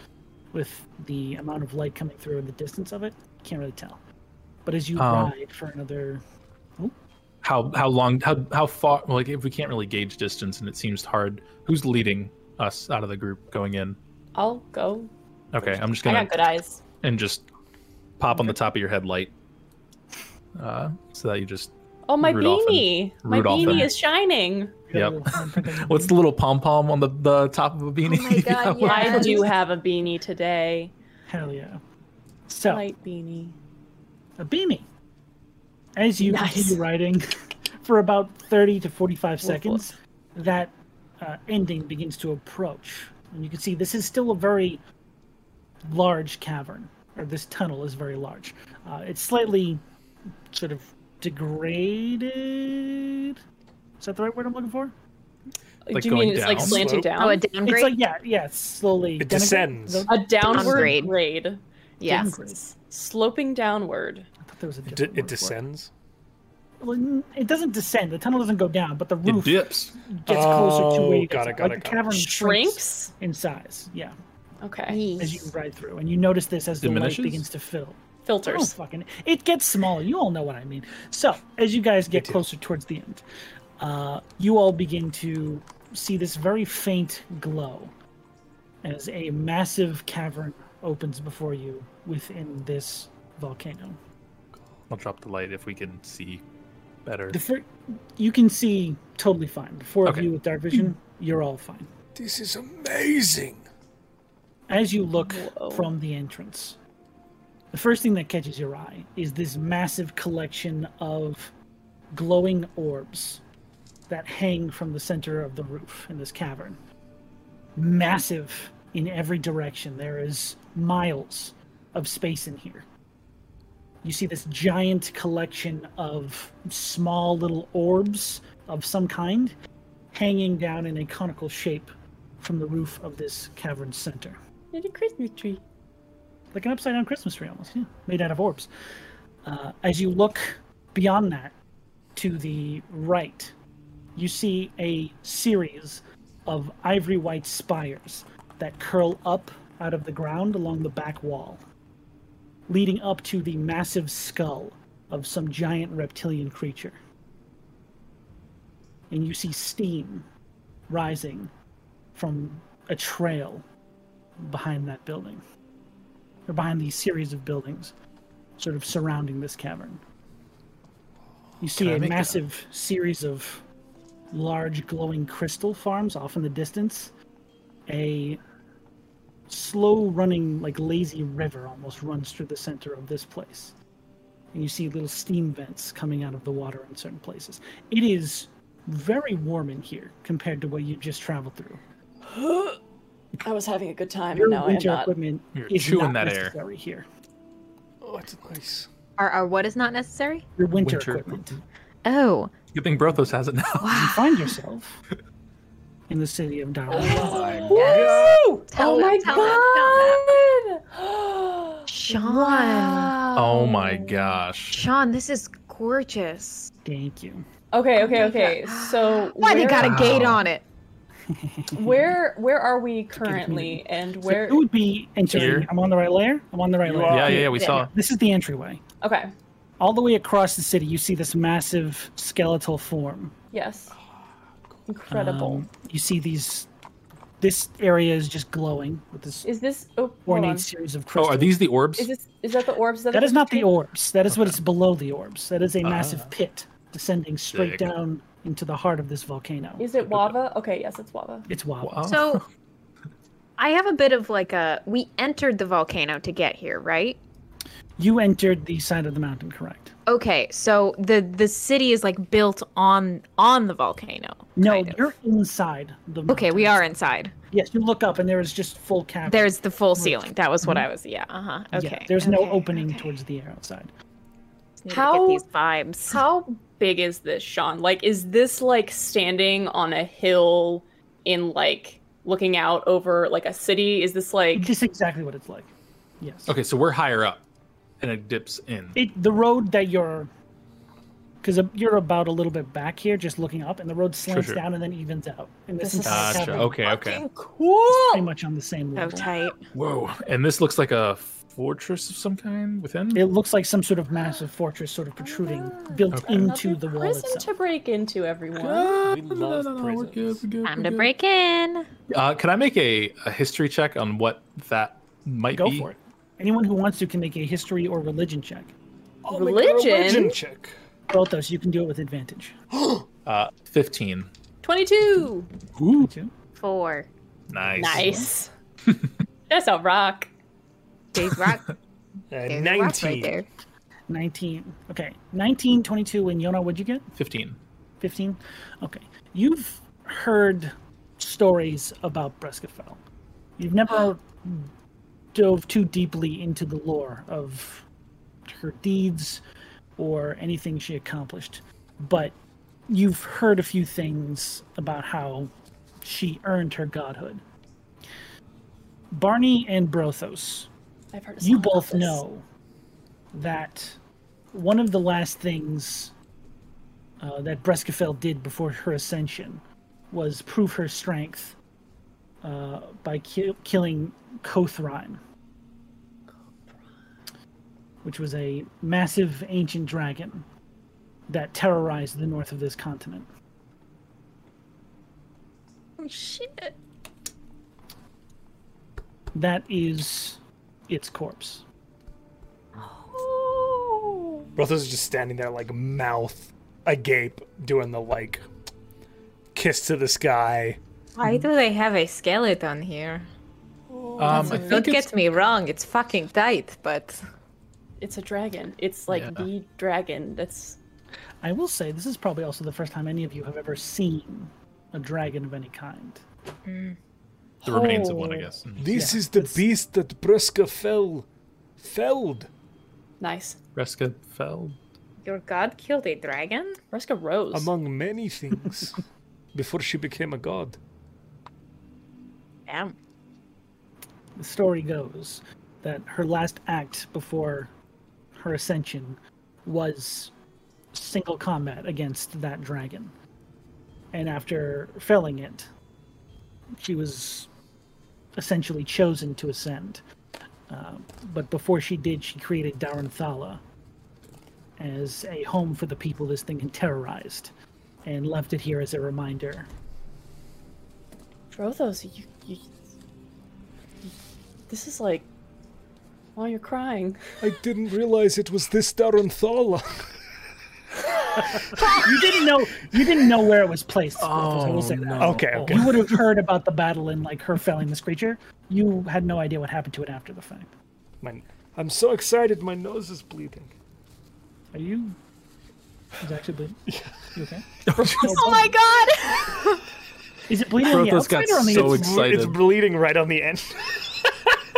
[SPEAKER 2] with the amount of light coming through and the distance of it. Can't really tell. But as you
[SPEAKER 4] Oh.
[SPEAKER 2] ride for another
[SPEAKER 4] How how long? How how far? Like if we can't really gauge distance, and it seems hard. Who's leading us out of the group going in?
[SPEAKER 9] I'll go.
[SPEAKER 4] Okay, I'm just
[SPEAKER 9] I
[SPEAKER 4] gonna
[SPEAKER 9] got good eyes.
[SPEAKER 4] and just pop on the top of your head light, uh, so that you just
[SPEAKER 6] Oh, my
[SPEAKER 4] Rudolph and-
[SPEAKER 6] beanie! My
[SPEAKER 4] Rudolph
[SPEAKER 6] beanie
[SPEAKER 4] and-
[SPEAKER 6] is shining.
[SPEAKER 4] <laughs> Yep. What's the little pom pom on the, the top of a beanie? <laughs>
[SPEAKER 9] my God,
[SPEAKER 4] Yeah.
[SPEAKER 6] I
[SPEAKER 9] Yes.
[SPEAKER 6] do have a beanie today.
[SPEAKER 2] Hell yeah. So,
[SPEAKER 6] Light beanie.
[SPEAKER 2] a beanie. As you
[SPEAKER 6] Nice.
[SPEAKER 2] continue riding <laughs> for about 30 to 45 seconds, that uh, ending begins to approach. And you can see this is still a very large cavern, or this tunnel is very large. Uh, it's slightly sort of degraded. Is that the right word I'm looking for?
[SPEAKER 4] Like
[SPEAKER 6] do you mean
[SPEAKER 4] going
[SPEAKER 6] it's like
[SPEAKER 4] down?
[SPEAKER 6] slanted
[SPEAKER 7] Slope?
[SPEAKER 6] down?
[SPEAKER 1] Oh, a
[SPEAKER 2] It's
[SPEAKER 1] downgrade.
[SPEAKER 2] like, yeah, yeah, it's slowly.
[SPEAKER 7] It
[SPEAKER 2] denigrate-
[SPEAKER 7] descends.
[SPEAKER 2] I
[SPEAKER 6] a downward
[SPEAKER 1] Downgrade.
[SPEAKER 6] grade,
[SPEAKER 1] yes.
[SPEAKER 6] sloping downward.
[SPEAKER 2] thought there was a
[SPEAKER 7] It,
[SPEAKER 2] different
[SPEAKER 7] it
[SPEAKER 2] word for it.
[SPEAKER 7] descends.
[SPEAKER 2] Well, n- It doesn't descend. The tunnel doesn't go down, but the
[SPEAKER 4] It
[SPEAKER 2] roof
[SPEAKER 4] dips.
[SPEAKER 2] gets closer to where
[SPEAKER 7] Oh,
[SPEAKER 2] you guys
[SPEAKER 7] got it,
[SPEAKER 2] are.
[SPEAKER 7] got
[SPEAKER 2] like
[SPEAKER 7] it,
[SPEAKER 2] the
[SPEAKER 7] got it.
[SPEAKER 2] cavern shrinks
[SPEAKER 6] Shrinks.
[SPEAKER 2] in size. Yeah,
[SPEAKER 6] Okay.
[SPEAKER 2] as you ride through, and you notice this as the
[SPEAKER 4] Diminishes?
[SPEAKER 2] light begins to fill. Oh,
[SPEAKER 6] Filters.
[SPEAKER 2] fucking! It gets smaller. You all know what I mean. So, as you guys get
[SPEAKER 7] do.
[SPEAKER 2] closer towards the end, uh, you all begin to see this very faint glow as a massive cavern opens before you within this volcano.
[SPEAKER 4] I'll drop the light if we can see better.
[SPEAKER 2] The fir- you can see totally fine. The four of
[SPEAKER 4] Okay.
[SPEAKER 2] you with dark vision, you're all fine.
[SPEAKER 7] This is amazing.
[SPEAKER 2] As you look
[SPEAKER 6] Whoa.
[SPEAKER 2] from the entrance, the first thing that catches your eye is this massive collection of glowing orbs that hang from the center of the roof in this cavern. Massive in every direction. There is miles of space in here. You see this giant collection of small little orbs of some kind hanging down in a conical shape from the roof of this cavern center
[SPEAKER 6] Little Christmas tree.
[SPEAKER 2] like an upside down Christmas tree almost, yeah, made out of orbs. Uh, as you look beyond that to the right, you see a series of ivory white spires that curl up out of the ground along the back wall, leading up to the massive skull of some giant reptilian creature. And you see steam rising from a trail behind that building or behind these series of buildings sort of surrounding this cavern. You see
[SPEAKER 4] Can I
[SPEAKER 2] a
[SPEAKER 4] make a-
[SPEAKER 2] massive series of large glowing crystal farms off in the distance. A slow running, like lazy river almost runs through the center of this place. And you see little steam vents coming out of the water in certain places. It is very warm in here compared to what you just traveled through.
[SPEAKER 9] I was having a good time,
[SPEAKER 2] Your
[SPEAKER 9] and now I am
[SPEAKER 2] winter
[SPEAKER 9] not.
[SPEAKER 2] equipment
[SPEAKER 4] You're
[SPEAKER 2] is
[SPEAKER 4] chewing
[SPEAKER 2] not
[SPEAKER 4] that air.
[SPEAKER 2] necessary here.
[SPEAKER 7] Oh, it's nice.
[SPEAKER 1] Our, our what is not necessary?
[SPEAKER 2] Your winter,
[SPEAKER 4] Winter
[SPEAKER 2] equipment.
[SPEAKER 1] Oh,
[SPEAKER 4] Good thing Brothos has it now.
[SPEAKER 2] You find yourself in the city of
[SPEAKER 6] <sighs>
[SPEAKER 2] Darwin.
[SPEAKER 1] tell
[SPEAKER 9] oh
[SPEAKER 1] them,
[SPEAKER 9] my
[SPEAKER 1] tell them, tell
[SPEAKER 9] god!
[SPEAKER 1] <gasps> them. Sean,
[SPEAKER 4] Oh my gosh.
[SPEAKER 1] Sean, this is gorgeous.
[SPEAKER 2] Thank you.
[SPEAKER 6] <gasps> Okay,
[SPEAKER 9] Oh
[SPEAKER 6] okay, okay. So
[SPEAKER 1] Why they
[SPEAKER 6] where-
[SPEAKER 1] got
[SPEAKER 9] <gasps>
[SPEAKER 1] a
[SPEAKER 4] Wow.
[SPEAKER 1] gate on it?
[SPEAKER 6] where where are we currently and
[SPEAKER 2] So
[SPEAKER 6] where
[SPEAKER 2] it would be entering.
[SPEAKER 4] Here?
[SPEAKER 2] I'm on the right layer. I'm on the right
[SPEAKER 7] You
[SPEAKER 2] layer.
[SPEAKER 7] are.
[SPEAKER 4] Yeah, yeah, yeah, we saw.
[SPEAKER 2] This is the entryway.
[SPEAKER 6] okay
[SPEAKER 2] All the way across the city, you see this massive skeletal form.
[SPEAKER 6] yes incredible
[SPEAKER 2] Um, you see these. This area is just glowing with this
[SPEAKER 6] is this oh hold on.
[SPEAKER 2] ornate series of
[SPEAKER 4] Oh,
[SPEAKER 2] crystals.
[SPEAKER 4] are these the orbs?
[SPEAKER 6] is this is that the orbs is that,
[SPEAKER 2] That is not the
[SPEAKER 6] orbs.
[SPEAKER 2] orbs. That is what is below the orbs. That is a massive pit descending straight
[SPEAKER 4] Ah. Sick.
[SPEAKER 2] down into the heart of this volcano.
[SPEAKER 6] is it lava okay yes it's lava
[SPEAKER 2] It's wild.
[SPEAKER 4] Wow.
[SPEAKER 1] So, I have a bit of like a. We entered the volcano to get here, right?
[SPEAKER 2] You entered the side of the mountain, correct?
[SPEAKER 1] Okay, so the the city is like built on on the volcano.
[SPEAKER 2] No,
[SPEAKER 1] kind of.
[SPEAKER 2] you're inside the.
[SPEAKER 1] Okay, we
[SPEAKER 2] mountains.
[SPEAKER 1] are inside.
[SPEAKER 2] Yes, you look up and there is just full cavern.
[SPEAKER 1] There's the full ceiling. That was what I was. Yeah. Uh huh.
[SPEAKER 2] Yeah,
[SPEAKER 1] Okay.
[SPEAKER 2] there's no
[SPEAKER 1] okay,
[SPEAKER 2] opening
[SPEAKER 1] okay.
[SPEAKER 2] towards the air outside.
[SPEAKER 1] Need to
[SPEAKER 6] How-
[SPEAKER 1] get these vibes?
[SPEAKER 6] how big is this sean like is this like standing on a hill in like looking out over like a city? Is this like
[SPEAKER 2] Just exactly what it's like. Yes.
[SPEAKER 4] Okay, so we're higher up, and it dips in.
[SPEAKER 2] It the road that you're because you're about a little bit back here, just looking up, and the road slants
[SPEAKER 4] sure.
[SPEAKER 2] down and then evens out. And this,
[SPEAKER 9] This
[SPEAKER 2] is
[SPEAKER 9] is
[SPEAKER 4] Gotcha. Okay, okay.
[SPEAKER 2] pretty much on the same
[SPEAKER 5] So
[SPEAKER 2] level.
[SPEAKER 5] tight.
[SPEAKER 4] Whoa. And this looks like a fortress of some kind within?
[SPEAKER 2] It looks like some sort of massive fortress, sort of protruding, built into the wall
[SPEAKER 6] prison
[SPEAKER 2] itself.
[SPEAKER 6] to break into everyone?
[SPEAKER 4] Ah,
[SPEAKER 7] We love
[SPEAKER 4] we're
[SPEAKER 7] prisons.
[SPEAKER 4] good, we're good,
[SPEAKER 1] Time
[SPEAKER 4] we're
[SPEAKER 1] to
[SPEAKER 4] good.
[SPEAKER 1] break in.
[SPEAKER 4] Uh, can I make a, a history check on what that might
[SPEAKER 2] Go
[SPEAKER 4] be?
[SPEAKER 2] for it. Anyone who wants to can make a history or religion check.
[SPEAKER 7] I'll make a
[SPEAKER 6] Religion?
[SPEAKER 7] religion check.
[SPEAKER 2] Both those, you can do it with advantage.
[SPEAKER 4] Uh, 15.
[SPEAKER 6] Twenty-two.
[SPEAKER 2] Ooh. Too.
[SPEAKER 1] Four.
[SPEAKER 4] Nice.
[SPEAKER 2] <laughs>
[SPEAKER 6] Nice. That's a rock.
[SPEAKER 1] Big rock.
[SPEAKER 7] Uh,
[SPEAKER 1] There's a rock right
[SPEAKER 7] 19.
[SPEAKER 1] there.
[SPEAKER 2] 19. Okay. 19, 22, and Yona, what'd you get?
[SPEAKER 4] 15.
[SPEAKER 2] 15? Okay. You've heard stories about Breskafell. You've
[SPEAKER 9] Uh,
[SPEAKER 2] never dove too deeply into the lore of her deeds or anything she accomplished, but you've heard a few things about how she earned her godhood. Barney and Brothos,
[SPEAKER 9] I've heard. a
[SPEAKER 2] you
[SPEAKER 9] song about
[SPEAKER 2] both
[SPEAKER 9] this.
[SPEAKER 2] know that one of the last things uh, that Breskafell did before her ascension was prove her strength uh, by ki- killing Kothrine, which was a massive ancient dragon that terrorized the north of this continent.
[SPEAKER 1] Oh, shit.
[SPEAKER 2] That is its corpse.
[SPEAKER 7] Brothers is just standing there, like mouth agape, doing the like kiss to the sky.
[SPEAKER 5] Why do they have a skeleton here?
[SPEAKER 4] Um, I
[SPEAKER 5] Don't
[SPEAKER 4] think it's
[SPEAKER 5] get me wrong, it's fucking tight, but
[SPEAKER 6] It's a dragon. It's like
[SPEAKER 4] Yeah.
[SPEAKER 6] the dragon. That's
[SPEAKER 2] I will say this is probably also the first time any of you have ever seen a dragon of any kind.
[SPEAKER 4] the remains of one, I guess. Hmm.
[SPEAKER 7] This is the beast that Breska fell, felled.
[SPEAKER 6] nice.
[SPEAKER 4] Reska fell.
[SPEAKER 5] your god killed a dragon?
[SPEAKER 6] Reska Rose.
[SPEAKER 7] among many <laughs> things before she became a god.
[SPEAKER 5] Damn.
[SPEAKER 2] the story goes that her last act before her ascension was single combat against that dragon. And after felling it, she was essentially chosen to ascend. Uh, but before she did, she created Daranthala as a home for the people this thing had terrorized and left it here as a reminder.
[SPEAKER 6] Brothos, you, you, This is like. While you're crying.
[SPEAKER 7] I didn't realize it was this Daranthala. <laughs>
[SPEAKER 2] You didn't know you didn't know where it was placed. Rothos, I will
[SPEAKER 4] Oh,
[SPEAKER 2] say that.
[SPEAKER 7] Okay, okay.
[SPEAKER 2] you would have heard about the battle and like her felling this creature. You had no idea what happened to it after the fact.
[SPEAKER 7] Man, I'm so excited, my nose is bleeding.
[SPEAKER 2] Are you? Is actually bleeding? You okay?
[SPEAKER 5] Oh my god!
[SPEAKER 2] Is it bleeding on the
[SPEAKER 4] Prothos
[SPEAKER 2] outside
[SPEAKER 4] got
[SPEAKER 2] or on the
[SPEAKER 4] so
[SPEAKER 2] inside?
[SPEAKER 4] excited.
[SPEAKER 7] It's bleeding right on the end.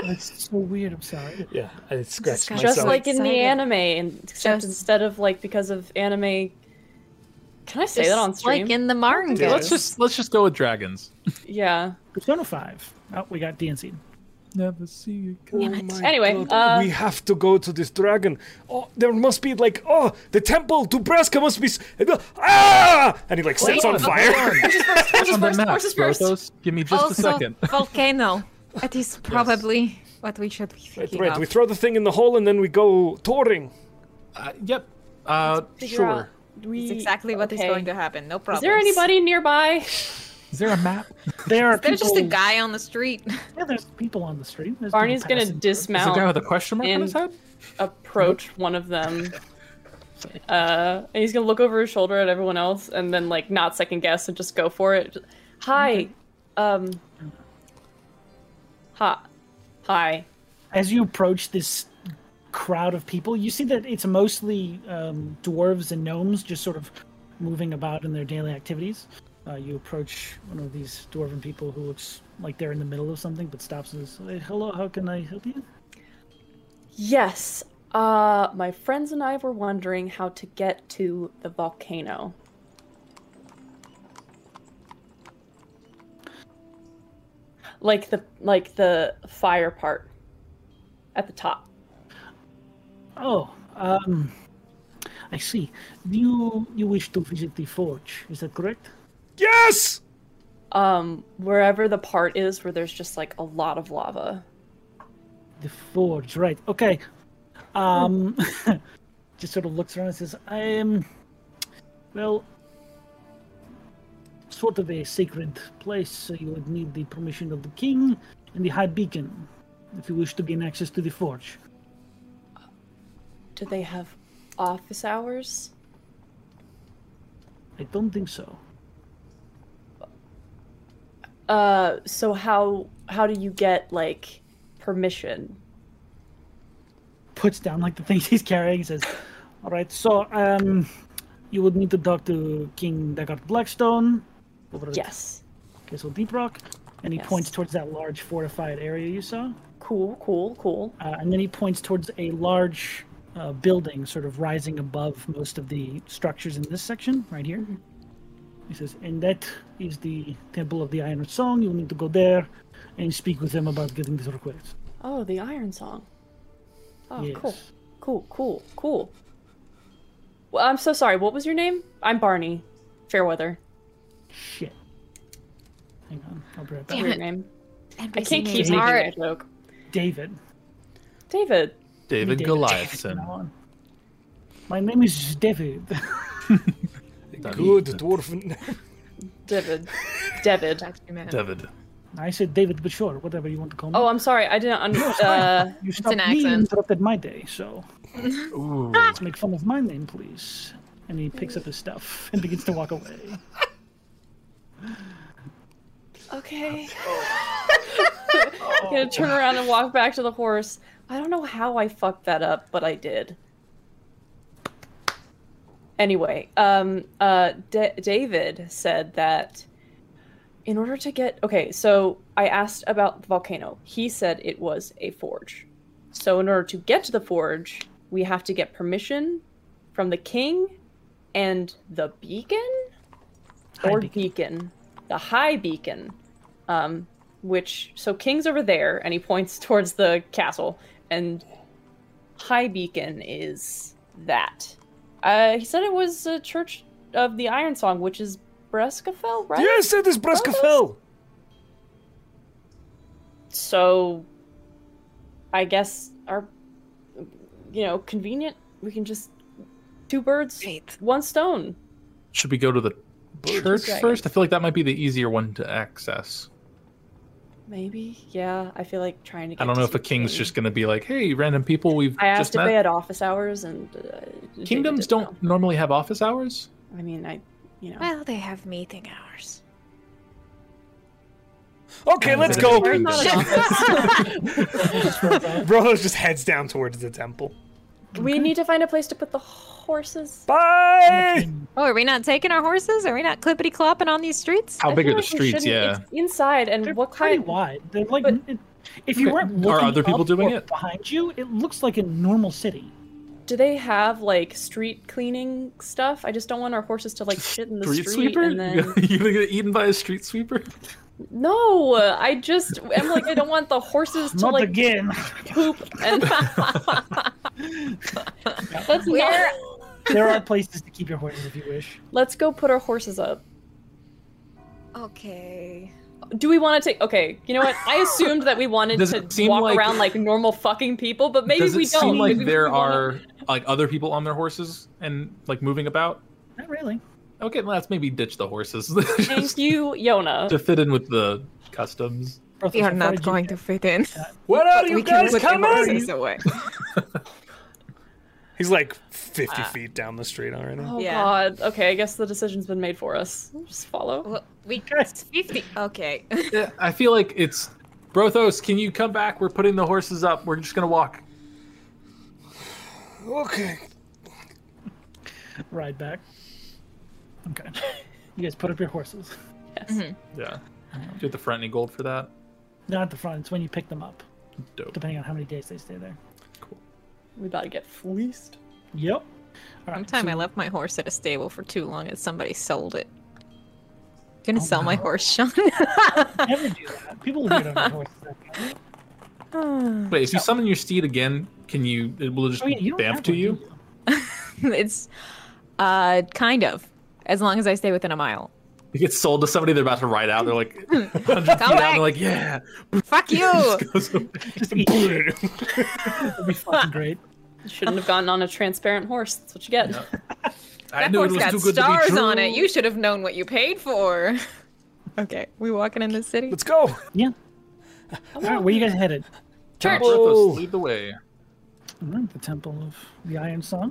[SPEAKER 2] That's so weird. I'm sorry.
[SPEAKER 7] yeah, I scratched
[SPEAKER 5] Disgusting.
[SPEAKER 6] Just
[SPEAKER 5] so
[SPEAKER 6] like in the
[SPEAKER 5] excited.
[SPEAKER 6] anime, and except
[SPEAKER 5] Just-
[SPEAKER 6] instead of like because of anime. Can I say that on
[SPEAKER 1] Just
[SPEAKER 6] stream?
[SPEAKER 1] Like in the Marn
[SPEAKER 7] Yeah.
[SPEAKER 4] Let's just let's just go with dragons.
[SPEAKER 6] yeah.
[SPEAKER 2] Persona Five. Oh, we got DNC.
[SPEAKER 4] Never see you.
[SPEAKER 6] Anyway, uh,
[SPEAKER 7] Oh we have to go to this dragon. Oh, there must be like, oh, the temple to Breska must be. s- Ah! And he like sets on fire.
[SPEAKER 4] on the map,
[SPEAKER 6] horses first.
[SPEAKER 4] Brothos. Give me just a
[SPEAKER 5] also,
[SPEAKER 4] second. <laughs>
[SPEAKER 5] volcano. That is probably what we should be
[SPEAKER 7] right,
[SPEAKER 5] thinking
[SPEAKER 7] right.
[SPEAKER 5] of.
[SPEAKER 7] We throw the thing in the hole and then we go touring.
[SPEAKER 4] Uh, yep. Uh,
[SPEAKER 6] figure
[SPEAKER 4] sure.
[SPEAKER 6] out- we,
[SPEAKER 5] It's exactly what is
[SPEAKER 6] okay.
[SPEAKER 5] going to happen. No problem.
[SPEAKER 6] Is there anybody nearby?
[SPEAKER 4] Is there a
[SPEAKER 6] <laughs>
[SPEAKER 4] map?
[SPEAKER 2] There are people.
[SPEAKER 5] There's just a guy on the street.
[SPEAKER 2] Yeah, there's people on the street. There's
[SPEAKER 6] Barney's
[SPEAKER 2] people
[SPEAKER 6] gonna
[SPEAKER 2] passing.
[SPEAKER 4] Is there a guy
[SPEAKER 6] dismount,
[SPEAKER 4] with a question mark on his head?
[SPEAKER 6] And- approach one of them, uh, and he's gonna look over his shoulder at everyone else, and then like not second guess and just go for it. Just, hi, um, hi, hi.
[SPEAKER 2] as you approach this crowd of people, you see that it's mostly um, dwarves and gnomes just sort of moving about in their daily activities. Uh, you approach one of these dwarven people who looks like they're in the middle of something but stops and says, "Hey, Hello, how can I help you?
[SPEAKER 6] Yes, uh, my friends and I were wondering how to get to the volcano. like the like the fire part at the top.
[SPEAKER 2] Oh, um, I see. Do you you wish to visit the forge? Is that correct?
[SPEAKER 7] Yes!
[SPEAKER 6] Um, wherever the part is where there's just like a lot of lava.
[SPEAKER 2] The forge, right? Okay. Um, <laughs> just sort of looks around and says, "I am, well, sort of a sacred place. So you would need the permission of the king and the high beacon if you wish to gain access to the forge."
[SPEAKER 6] Do they have office hours?
[SPEAKER 2] I don't think so.
[SPEAKER 6] Uh, so how how do you get like permission?
[SPEAKER 2] puts down like the things <laughs> he's carrying and says, All right, so um, you would need to talk to King Dagart Blackstone over at
[SPEAKER 6] Yes.
[SPEAKER 2] Castle Deep Rock. And he
[SPEAKER 6] Yes.
[SPEAKER 2] points towards that large fortified area you saw.
[SPEAKER 6] Cool, cool, cool.
[SPEAKER 2] Uh, and then he points towards a large uh, building sort of rising above most of the structures in this section right here. He says, And that is the Temple of the Iron Song. You'll need to go there and speak with them about getting this request.
[SPEAKER 6] Oh, the Iron Song. Oh, cool,
[SPEAKER 2] Yes.
[SPEAKER 6] cool, cool, cool. Well, I'm so sorry. What was your name? I'm Barney. Fairweather.
[SPEAKER 2] Shit. Hang on. I'll be right back.
[SPEAKER 6] That's
[SPEAKER 1] Damn
[SPEAKER 6] your
[SPEAKER 1] it.
[SPEAKER 6] name. I
[SPEAKER 1] NPC
[SPEAKER 6] can't keep
[SPEAKER 1] names.
[SPEAKER 6] making
[SPEAKER 1] Art.
[SPEAKER 6] that joke.
[SPEAKER 2] David.
[SPEAKER 6] David.
[SPEAKER 4] David
[SPEAKER 2] David.
[SPEAKER 6] <laughs>
[SPEAKER 4] Goliathson.
[SPEAKER 2] on. My name is David. <laughs>
[SPEAKER 7] Good dwarf. <laughs> name.
[SPEAKER 6] David. David.
[SPEAKER 1] <laughs>
[SPEAKER 4] David.
[SPEAKER 2] I said David, but sure, whatever you want to call me.
[SPEAKER 6] Oh, I'm sorry. I didn't. Un- uh,
[SPEAKER 2] you stopped
[SPEAKER 1] an
[SPEAKER 2] me and
[SPEAKER 1] accent.
[SPEAKER 2] interrupted my day, so
[SPEAKER 4] Ooh.
[SPEAKER 2] let's make fun of my name, please. And he picks up his stuff <laughs> and begins to walk away.
[SPEAKER 6] okay. <laughs> I'm gonna turn around and walk back to the horse. I don't know how I fucked that up, but I did. Anyway, um, uh, D- David said that in order to get okay, so I asked about the volcano. He said it was a forge. So in order to get to the forge, we have to get permission from the king and the beacon.
[SPEAKER 2] High
[SPEAKER 6] Or
[SPEAKER 2] beacon.
[SPEAKER 6] beacon. the high beacon, um, which so king's over there, and he points <laughs> towards the castle, and high beacon is that. Uh, he said it was a church of the Iron Song, which is Breskafell, right?
[SPEAKER 7] Yes, that is Breskafell.
[SPEAKER 6] So, I guess our, you know, convenient. We can just two birds,
[SPEAKER 5] Great.
[SPEAKER 6] one stone.
[SPEAKER 4] Should we go to the church
[SPEAKER 6] Right.
[SPEAKER 4] first? I feel like that might be the easier one to access.
[SPEAKER 6] Maybe, yeah. I feel like trying to. Get
[SPEAKER 4] I don't know
[SPEAKER 6] to
[SPEAKER 4] if the king's
[SPEAKER 6] king.
[SPEAKER 4] just going to be like, "Hey, random people we've
[SPEAKER 6] I asked
[SPEAKER 4] just
[SPEAKER 6] if
[SPEAKER 4] met."
[SPEAKER 6] they had office hours, and uh, David
[SPEAKER 4] Kingdoms
[SPEAKER 6] didn't
[SPEAKER 4] don't
[SPEAKER 6] know.
[SPEAKER 4] normally have office hours.
[SPEAKER 6] I mean, I, you know,
[SPEAKER 5] Well, they have meeting hours.
[SPEAKER 7] Okay, let's go.
[SPEAKER 6] Where's
[SPEAKER 5] Oh,
[SPEAKER 6] not an
[SPEAKER 5] <laughs>
[SPEAKER 7] Brolo just heads down towards the temple.
[SPEAKER 6] office? we need to find a place to put the horses.
[SPEAKER 7] Bye.
[SPEAKER 1] Oh, are we not taking our horses? Are we not clippity clopping on these streets?
[SPEAKER 4] How
[SPEAKER 6] I
[SPEAKER 4] big are
[SPEAKER 6] feel
[SPEAKER 4] the
[SPEAKER 6] like we
[SPEAKER 4] streets?
[SPEAKER 6] shouldn't-
[SPEAKER 4] Yeah.
[SPEAKER 6] it's inside, and
[SPEAKER 2] They're
[SPEAKER 6] what
[SPEAKER 2] pretty
[SPEAKER 6] kind?
[SPEAKER 2] wide. They're like,
[SPEAKER 6] But-
[SPEAKER 2] it- if you
[SPEAKER 4] Okay.
[SPEAKER 2] weren't
[SPEAKER 4] Are
[SPEAKER 2] looking
[SPEAKER 4] other people
[SPEAKER 2] up
[SPEAKER 4] doing
[SPEAKER 2] or
[SPEAKER 4] it?
[SPEAKER 2] behind you, it looks like a normal city.
[SPEAKER 6] Do they have like street cleaning stuff? I just don't want our horses to like shit in the
[SPEAKER 4] street
[SPEAKER 6] street,
[SPEAKER 4] sweeper?
[SPEAKER 6] and then
[SPEAKER 4] <laughs> you gonna get eaten by a street sweeper?
[SPEAKER 6] no, I just am like I don't want the horses to
[SPEAKER 2] Not
[SPEAKER 6] like
[SPEAKER 2] again.
[SPEAKER 6] poop <laughs> and let's
[SPEAKER 1] Where-
[SPEAKER 6] not.
[SPEAKER 2] there are places to keep your horses if you wish.
[SPEAKER 6] Let's go put our horses up.
[SPEAKER 5] Okay.
[SPEAKER 6] Do we want to take? Okay, you know what? I assumed that we wanted
[SPEAKER 4] Does
[SPEAKER 6] to
[SPEAKER 4] it seem
[SPEAKER 6] walk
[SPEAKER 4] like-
[SPEAKER 6] around like normal fucking people, but maybe
[SPEAKER 4] Does it
[SPEAKER 6] we don't.
[SPEAKER 4] seem like
[SPEAKER 6] Maybe
[SPEAKER 4] there
[SPEAKER 6] we wanna-
[SPEAKER 4] are like other people on their horses and like moving about?
[SPEAKER 2] Not really.
[SPEAKER 4] Okay, well, let's maybe ditch the horses <laughs>
[SPEAKER 6] <laughs> Thank
[SPEAKER 4] Just
[SPEAKER 6] you, Yona.
[SPEAKER 4] to fit in with the customs.
[SPEAKER 2] Brothos,
[SPEAKER 1] We are
[SPEAKER 2] how far
[SPEAKER 1] not
[SPEAKER 2] did you
[SPEAKER 1] going
[SPEAKER 2] get?
[SPEAKER 1] to fit in.
[SPEAKER 7] Where are you
[SPEAKER 1] we can
[SPEAKER 7] guys
[SPEAKER 1] put the
[SPEAKER 7] coming?
[SPEAKER 1] horses away.
[SPEAKER 7] He's like 50 feet down the street already.
[SPEAKER 6] Oh
[SPEAKER 1] Yeah.
[SPEAKER 6] god. Okay, I guess the decision's been made for us. Just follow.
[SPEAKER 1] Well,
[SPEAKER 4] <laughs>
[SPEAKER 1] we
[SPEAKER 2] Okay.
[SPEAKER 1] it's fifty. Okay. <laughs>
[SPEAKER 4] Yeah, I feel like it's Brothos. Can you come back? We're putting the horses up. We're just gonna walk.
[SPEAKER 7] Okay.
[SPEAKER 2] Ride back. Okay. You guys put up your horses.
[SPEAKER 4] Yeah. Do you have to front any gold for that?
[SPEAKER 2] Not at the front. It's when you pick them up,
[SPEAKER 4] Dope.
[SPEAKER 2] depending on how many days they stay there.
[SPEAKER 6] We about to get fleeced.
[SPEAKER 2] Yep. All right.
[SPEAKER 1] One time
[SPEAKER 2] so
[SPEAKER 1] I left my horse at a stable for too long and somebody sold it. gonna
[SPEAKER 4] Oh,
[SPEAKER 1] sell my horse, Sean. <laughs>
[SPEAKER 2] Never do that. People get on their horses. that way.
[SPEAKER 4] Wait, if you summon your steed again, can you? It will just
[SPEAKER 2] Oh, yeah, you don't
[SPEAKER 4] bamf
[SPEAKER 2] have
[SPEAKER 4] to
[SPEAKER 2] one, do
[SPEAKER 4] you.
[SPEAKER 1] it's uh kind of. As long as I stay within a mile.
[SPEAKER 4] It gets sold to somebody. They're about to ride out. They're like, 100 feet out. and
[SPEAKER 1] back.
[SPEAKER 4] They're like, yeah. <laughs>
[SPEAKER 1] Fuck you!
[SPEAKER 4] <laughs> Just goes away.
[SPEAKER 2] Just eat it. <laughs> That'd be fucking great.
[SPEAKER 6] Shouldn't have gotten on a transparent horse. That's what you get.
[SPEAKER 4] I
[SPEAKER 1] That
[SPEAKER 4] knew it
[SPEAKER 1] horse
[SPEAKER 4] was
[SPEAKER 1] got
[SPEAKER 4] too good
[SPEAKER 1] stars
[SPEAKER 4] to be true.
[SPEAKER 1] on it. You should have known what you paid for. <laughs> Okay, we walking in the city.
[SPEAKER 4] <laughs>
[SPEAKER 7] Let's go.
[SPEAKER 2] Yeah. All right, where you guys headed?
[SPEAKER 4] Church.
[SPEAKER 7] Whoa.
[SPEAKER 4] lead the way.
[SPEAKER 2] All right, the Temple of the Iron Sun.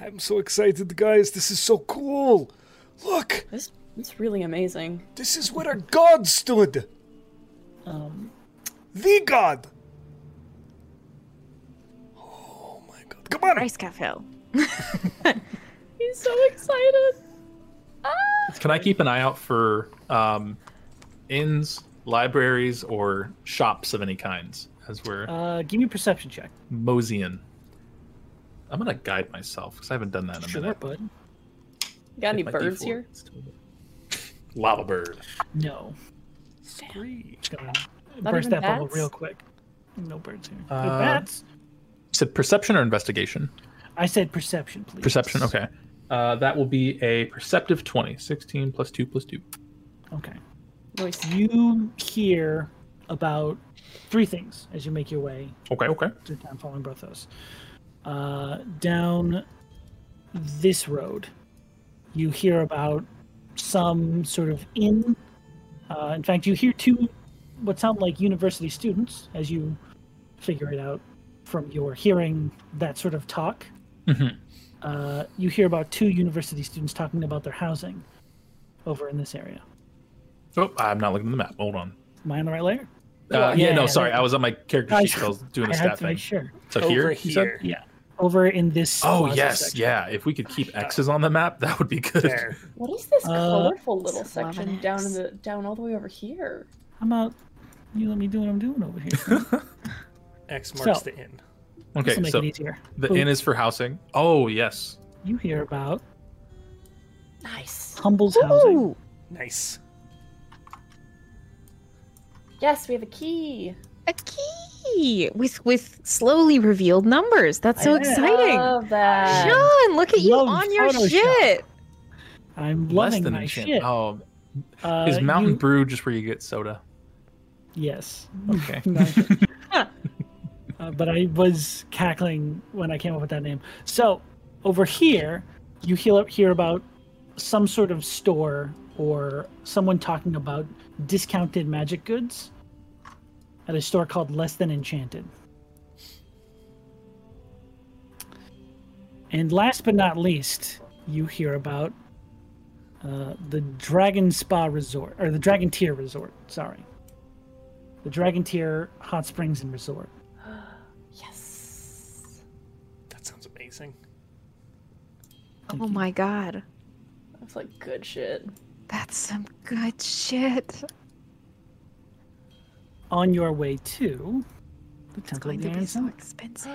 [SPEAKER 7] I'm so excited, guys. This is so cool. Look,
[SPEAKER 6] This it's really amazing.
[SPEAKER 7] this is where our god stood.
[SPEAKER 2] Um,
[SPEAKER 7] The god. Oh my god. Come on.
[SPEAKER 1] Rice Cafe.
[SPEAKER 5] He's so excited.
[SPEAKER 9] Ah!
[SPEAKER 4] Can I keep an eye out for um, inns, libraries, or shops of any kinds as we're
[SPEAKER 2] uh, give me a perception check.
[SPEAKER 4] moseying? I'm gonna guide myself because I haven't done that in a
[SPEAKER 2] Sure,
[SPEAKER 4] minute.
[SPEAKER 2] bud.
[SPEAKER 6] Got any
[SPEAKER 4] My
[SPEAKER 6] birds
[SPEAKER 4] D4.
[SPEAKER 6] here?
[SPEAKER 4] Lava bird.
[SPEAKER 2] No.
[SPEAKER 7] Three.
[SPEAKER 2] Just gonna burst
[SPEAKER 6] even
[SPEAKER 2] that bubble
[SPEAKER 6] bats?
[SPEAKER 2] real quick. No birds here. No
[SPEAKER 4] Uh,
[SPEAKER 2] bats.
[SPEAKER 4] Is it perception or investigation?
[SPEAKER 2] I said perception, please.
[SPEAKER 4] Perception. Okay. Uh, that will be a perceptive 20. 16 plus 2 plus 2.
[SPEAKER 2] Okay.
[SPEAKER 6] Nice.
[SPEAKER 2] You hear about three things as you make your way
[SPEAKER 4] Okay, okay.
[SPEAKER 2] to town following Brothos. Uh, down this road, you hear about some sort of inn. Uh, in fact, you hear two what sound like university students as you figure it out from your hearing that sort of talk.
[SPEAKER 4] Mhm.
[SPEAKER 2] Uh, you hear about two university students talking about their housing over in this area.
[SPEAKER 4] Oh, I'm not looking at the map. Hold on.
[SPEAKER 2] Am I on the right layer?
[SPEAKER 4] Uh, yeah,
[SPEAKER 2] yeah, Oh,
[SPEAKER 4] no,
[SPEAKER 2] yeah.
[SPEAKER 4] sorry. I was on my character
[SPEAKER 2] I-
[SPEAKER 4] sheet.
[SPEAKER 2] <laughs>
[SPEAKER 4] 'cause I was doing
[SPEAKER 2] I
[SPEAKER 4] the
[SPEAKER 2] have
[SPEAKER 4] stat
[SPEAKER 2] to make
[SPEAKER 4] thing.
[SPEAKER 2] sure.
[SPEAKER 4] So
[SPEAKER 7] Over
[SPEAKER 4] here, you said?
[SPEAKER 7] here.
[SPEAKER 4] <laughs>
[SPEAKER 2] Yeah, over in this.
[SPEAKER 4] Oh
[SPEAKER 2] plaza
[SPEAKER 4] yes,
[SPEAKER 2] section.
[SPEAKER 4] yeah. If we could keep X's on the map, that would be good. <laughs>
[SPEAKER 7] There.
[SPEAKER 9] What is this
[SPEAKER 2] Uh,
[SPEAKER 9] colorful little
[SPEAKER 1] Just love
[SPEAKER 9] section
[SPEAKER 1] an
[SPEAKER 9] down in
[SPEAKER 1] axe.
[SPEAKER 9] the down all the way over here?
[SPEAKER 2] How about you let me do what I'm doing over here?
[SPEAKER 7] X marks
[SPEAKER 2] So-
[SPEAKER 7] the inn.
[SPEAKER 2] This will
[SPEAKER 4] Okay,
[SPEAKER 2] make
[SPEAKER 4] so
[SPEAKER 2] it easier.
[SPEAKER 4] the
[SPEAKER 2] Boom.
[SPEAKER 4] inn is for housing. Oh yes.
[SPEAKER 2] You hear about
[SPEAKER 9] Nice.
[SPEAKER 2] Humble's housing.
[SPEAKER 7] Nice.
[SPEAKER 9] Yes, we have a key.
[SPEAKER 1] A key with with slowly revealed numbers. That's so
[SPEAKER 2] I know.
[SPEAKER 1] exciting.
[SPEAKER 9] Love
[SPEAKER 4] Uh,
[SPEAKER 9] that.
[SPEAKER 1] Sean, look at you
[SPEAKER 2] Love
[SPEAKER 1] on your
[SPEAKER 2] Photoshop.
[SPEAKER 1] shit.
[SPEAKER 2] I'm
[SPEAKER 4] Less
[SPEAKER 2] loving
[SPEAKER 4] than
[SPEAKER 2] my
[SPEAKER 4] enchant.
[SPEAKER 2] shit.
[SPEAKER 4] Oh,
[SPEAKER 2] Uh,
[SPEAKER 4] is Mountain
[SPEAKER 2] you-
[SPEAKER 4] Brew just where you
[SPEAKER 2] <laughs>
[SPEAKER 4] get soda?
[SPEAKER 2] Yes.
[SPEAKER 4] Okay.
[SPEAKER 2] <laughs> Uh, but I was cackling when I came up with that name. So over here, you hear hear about some sort of store or someone talking about discounted magic goods at a store called Less Than Enchanted. And last but not least, you hear about uh, the Dragon Spa Resort or the Dragon Tier Resort. Sorry, the Dragon Tier Hot Springs and Resort.
[SPEAKER 9] Yes.
[SPEAKER 7] That sounds amazing.
[SPEAKER 1] Oh my god.
[SPEAKER 9] That's like good shit.
[SPEAKER 1] That's some good shit.
[SPEAKER 2] on your way to the
[SPEAKER 1] It's
[SPEAKER 2] Temple
[SPEAKER 1] going
[SPEAKER 2] of
[SPEAKER 1] to
[SPEAKER 2] the
[SPEAKER 1] be
[SPEAKER 2] Iron
[SPEAKER 1] so
[SPEAKER 2] Sun.
[SPEAKER 1] expensive.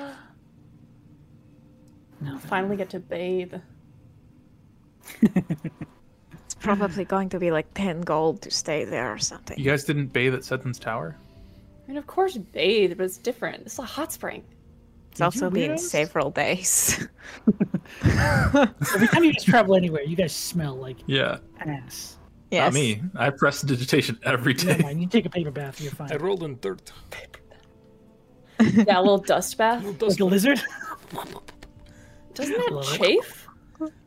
[SPEAKER 2] No,
[SPEAKER 6] Finally get to bathe.
[SPEAKER 5] It's probably going to be like 10 gold to stay there or something.
[SPEAKER 4] You guys didn't bathe at Sutton's Tower?
[SPEAKER 6] I mean, of course, bathe, but it's different. It's a hot
[SPEAKER 2] <laughs>
[SPEAKER 6] spring.
[SPEAKER 5] It's also been
[SPEAKER 2] weirdos?
[SPEAKER 1] <laughs>
[SPEAKER 5] several days.
[SPEAKER 2] every time you guys travel anywhere, you guys smell like
[SPEAKER 4] Yeah.
[SPEAKER 2] ass.
[SPEAKER 5] yes.
[SPEAKER 4] Not me. I press digitation every
[SPEAKER 2] Never
[SPEAKER 4] day.
[SPEAKER 2] mind, you take a paper bath, you're fine.
[SPEAKER 7] <laughs> I rolled in dirt.
[SPEAKER 6] Yeah, a little dust bath.
[SPEAKER 7] No
[SPEAKER 2] Like
[SPEAKER 7] dust.
[SPEAKER 2] a lizard? <laughs>
[SPEAKER 6] Doesn't
[SPEAKER 2] Love
[SPEAKER 6] that
[SPEAKER 2] it.
[SPEAKER 6] chafe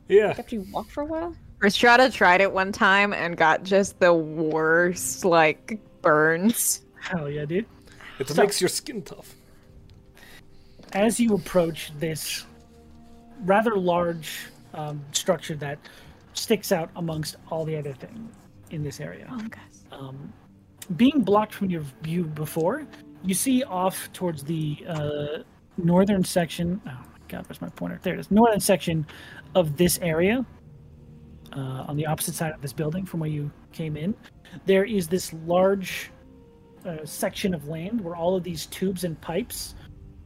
[SPEAKER 7] Yeah.
[SPEAKER 6] after you walk for a while?
[SPEAKER 1] Restrada tried it one time and got just the worst like burns.
[SPEAKER 2] Hell yeah, dude.
[SPEAKER 7] It makes your skin tough.
[SPEAKER 2] As you approach this rather large um, structure that sticks out amongst all the other things in this area, um, being blocked from your view before, you see off towards the uh, northern section. Oh my god, where's my pointer? There it is. Northern section of this area, uh, on the opposite side of this building from where you came in, there is this large uh, section of land where all of these tubes and pipes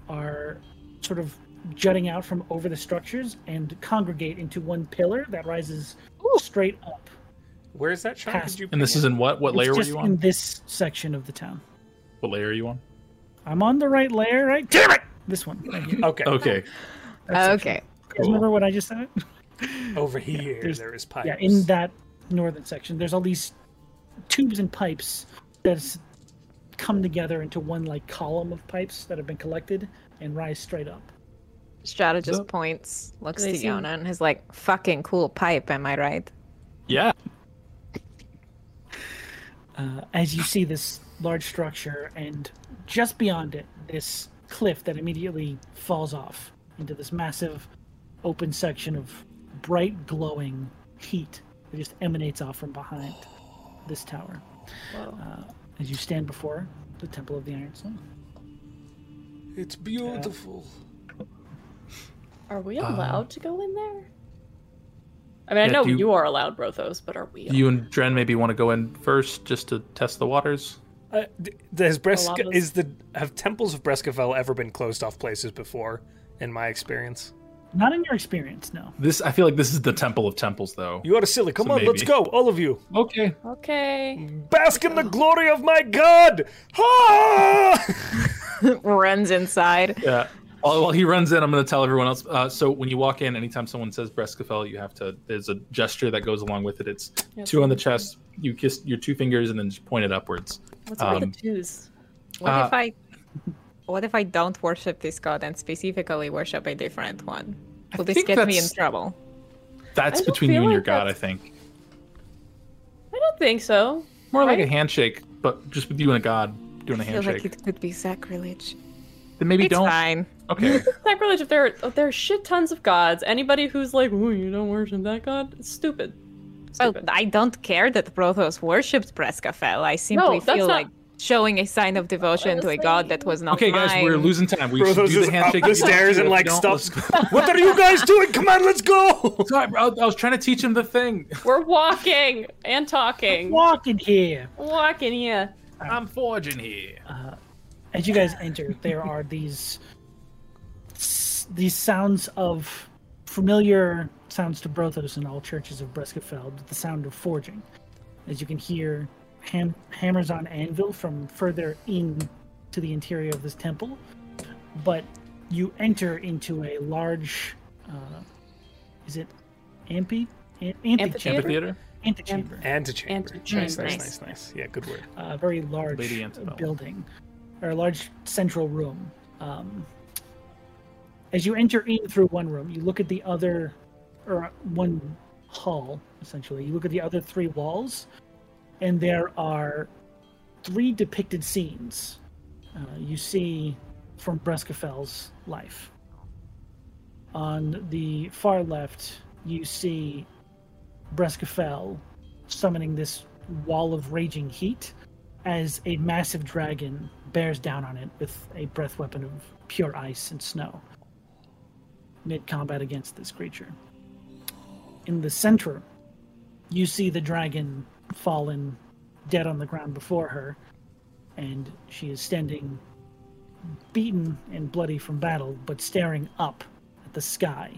[SPEAKER 2] are sort of jutting out from over the structures and congregate into one pillar that rises straight up
[SPEAKER 7] Where is that, Sean?
[SPEAKER 2] Pass.
[SPEAKER 7] Did you
[SPEAKER 4] And this is in what? What
[SPEAKER 2] It's
[SPEAKER 4] layer were
[SPEAKER 2] just
[SPEAKER 4] you
[SPEAKER 2] in
[SPEAKER 4] on?
[SPEAKER 2] this section of the town.
[SPEAKER 4] What layer are you on?
[SPEAKER 2] I'm on the right layer, right? Damn it! This one. Right here.
[SPEAKER 7] Okay.
[SPEAKER 4] Okay.
[SPEAKER 1] Okay.
[SPEAKER 2] You guys Remember what I just said?
[SPEAKER 7] Over here,
[SPEAKER 2] there's-
[SPEAKER 7] there is pipes.
[SPEAKER 2] Yeah, in that northern section, there's all these tubes and pipes that's come together into one like column of pipes that have been collected and rise straight up.
[SPEAKER 1] Strata just
[SPEAKER 4] So-
[SPEAKER 1] points, looks
[SPEAKER 6] They
[SPEAKER 1] to
[SPEAKER 6] seem-
[SPEAKER 1] Yona, and is like, "Fucking cool pipe, am I right?" <laughs>
[SPEAKER 4] Yeah.
[SPEAKER 2] Uh, as you see this large structure, and just beyond it, this cliff that immediately falls off into this massive open section of bright glowing heat that just emanates off from behind this tower. Uh, as you stand before the Temple of the Iron Sun.
[SPEAKER 3] It's beautiful.
[SPEAKER 6] Are we allowed to go in there? I
[SPEAKER 4] Um,
[SPEAKER 6] mean, I
[SPEAKER 4] Yeah,
[SPEAKER 6] know
[SPEAKER 4] do you-
[SPEAKER 6] you are allowed, Brothos, but are we?
[SPEAKER 4] Do you and Dren maybe want to go in first just to test the waters?
[SPEAKER 7] Uh, th- has Breska
[SPEAKER 6] Lavas.
[SPEAKER 7] is the have temples of Breskavel ever been closed off places before? In my experience,
[SPEAKER 2] Not in your experience, no.
[SPEAKER 4] This I feel like this is the temple of temples though.
[SPEAKER 7] you are silly. Come
[SPEAKER 4] So
[SPEAKER 7] on, let's
[SPEAKER 4] maybe.
[SPEAKER 7] go, all of you.
[SPEAKER 4] Okay.
[SPEAKER 6] Okay.
[SPEAKER 7] Bask in the glory of my god. <laughs> Ah!
[SPEAKER 1] Runs inside.
[SPEAKER 4] Yeah. While, while he runs in, I'm going to tell everyone else. Uh, so when you walk in, anytime someone says Brescafel, you have to. There's a gesture that goes along with it. It's two on the chest. You kiss your two fingers and then just point it upwards.
[SPEAKER 6] What's up
[SPEAKER 4] Um,
[SPEAKER 6] with the twos?
[SPEAKER 1] What
[SPEAKER 4] Uh,
[SPEAKER 1] if I, what if I don't worship this god and specifically worship a different one? Will this
[SPEAKER 4] think
[SPEAKER 1] get me in
[SPEAKER 4] that's-
[SPEAKER 1] trouble?
[SPEAKER 4] That's
[SPEAKER 6] I don't
[SPEAKER 4] between you
[SPEAKER 6] feel
[SPEAKER 4] and your
[SPEAKER 6] like
[SPEAKER 4] god, I
[SPEAKER 6] that's-
[SPEAKER 4] think.
[SPEAKER 6] I don't think so.
[SPEAKER 4] More like a
[SPEAKER 6] Right?
[SPEAKER 4] handshake, but just with you and a god doing a
[SPEAKER 1] I feel
[SPEAKER 4] handshake.
[SPEAKER 1] like it could be sacrilege.
[SPEAKER 4] Then maybe
[SPEAKER 1] it's
[SPEAKER 4] don't.
[SPEAKER 1] fine.
[SPEAKER 4] Okay.
[SPEAKER 6] Sacrilege. If there, if there are shit tons of gods, anybody who's like, "Ooh, you don't worship that god," it's stupid.
[SPEAKER 1] Well,
[SPEAKER 6] Stupid.
[SPEAKER 1] I don't care that Prothos worshipped Prescafel. I simply
[SPEAKER 6] that's
[SPEAKER 1] feel
[SPEAKER 6] not-
[SPEAKER 1] like showing a sign of devotion to a god that was not
[SPEAKER 4] Okay, guys, we're
[SPEAKER 1] mine.
[SPEAKER 4] losing time. We should
[SPEAKER 7] Brothos
[SPEAKER 4] do
[SPEAKER 7] is
[SPEAKER 4] the
[SPEAKER 7] up
[SPEAKER 4] handshake.
[SPEAKER 7] the
[SPEAKER 4] If you don't
[SPEAKER 7] stairs
[SPEAKER 4] do it,
[SPEAKER 7] and
[SPEAKER 4] if
[SPEAKER 7] like
[SPEAKER 4] you don't,
[SPEAKER 7] stops.
[SPEAKER 4] let's go.
[SPEAKER 7] <laughs> what are you guys doing? Come on, let's go.
[SPEAKER 4] Sorry, bro, I was trying to teach him the thing.
[SPEAKER 6] We're walking and <laughs> talking.
[SPEAKER 2] Walk in here.
[SPEAKER 6] Walking, yeah.
[SPEAKER 4] I'm forging here.
[SPEAKER 2] As you guys enter, there are these s- these sounds of familiar sounds to Brothos in all churches of Breskefeld, the sound of forging. As you can hear ham- hammers on anvil from further in to the interior of this temple, but you enter into a large uh, is it ampi? An- antechamber?
[SPEAKER 6] Amphitheater?
[SPEAKER 4] Amphitheater?
[SPEAKER 2] Antechamber.
[SPEAKER 7] Antechamber.
[SPEAKER 6] Antechamber.
[SPEAKER 7] Nice, nice, nice,
[SPEAKER 6] Nice.
[SPEAKER 7] nice. Yeah, good word.
[SPEAKER 2] a very large
[SPEAKER 4] Lady Antebellum.
[SPEAKER 2] building or a large central room. Um, as you enter in through one room, you look at the other, or one hall, essentially. You look at the other three walls, and there are three depicted scenes uh, you see from Breskafell's life. On the far left, you see Breskafell summoning this wall of raging heat as a massive dragon bears down on it with a breath weapon of pure ice and snow mid combat against this creature. In the center, you see the dragon fallen dead on the ground before her, and she is standing beaten and bloody from battle, but staring up at the sky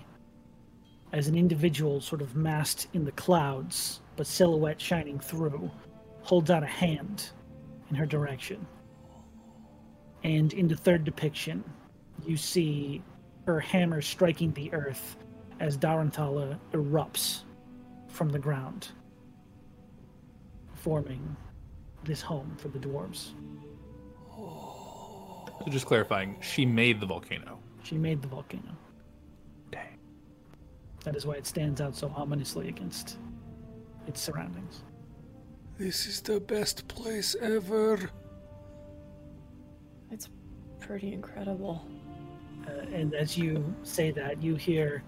[SPEAKER 2] as an individual sort of masked in the clouds, but silhouette shining through, holds out a hand in her direction. And in the third depiction, you see her hammer striking the earth as Darantala erupts from the ground, forming this home for the dwarves.
[SPEAKER 4] So just clarifying, she made the volcano.
[SPEAKER 2] She made the volcano. Dang. That is why it stands out so ominously against its surroundings.
[SPEAKER 3] This is the best place ever.
[SPEAKER 6] It's pretty incredible.
[SPEAKER 2] Uh, and as you say that, you hear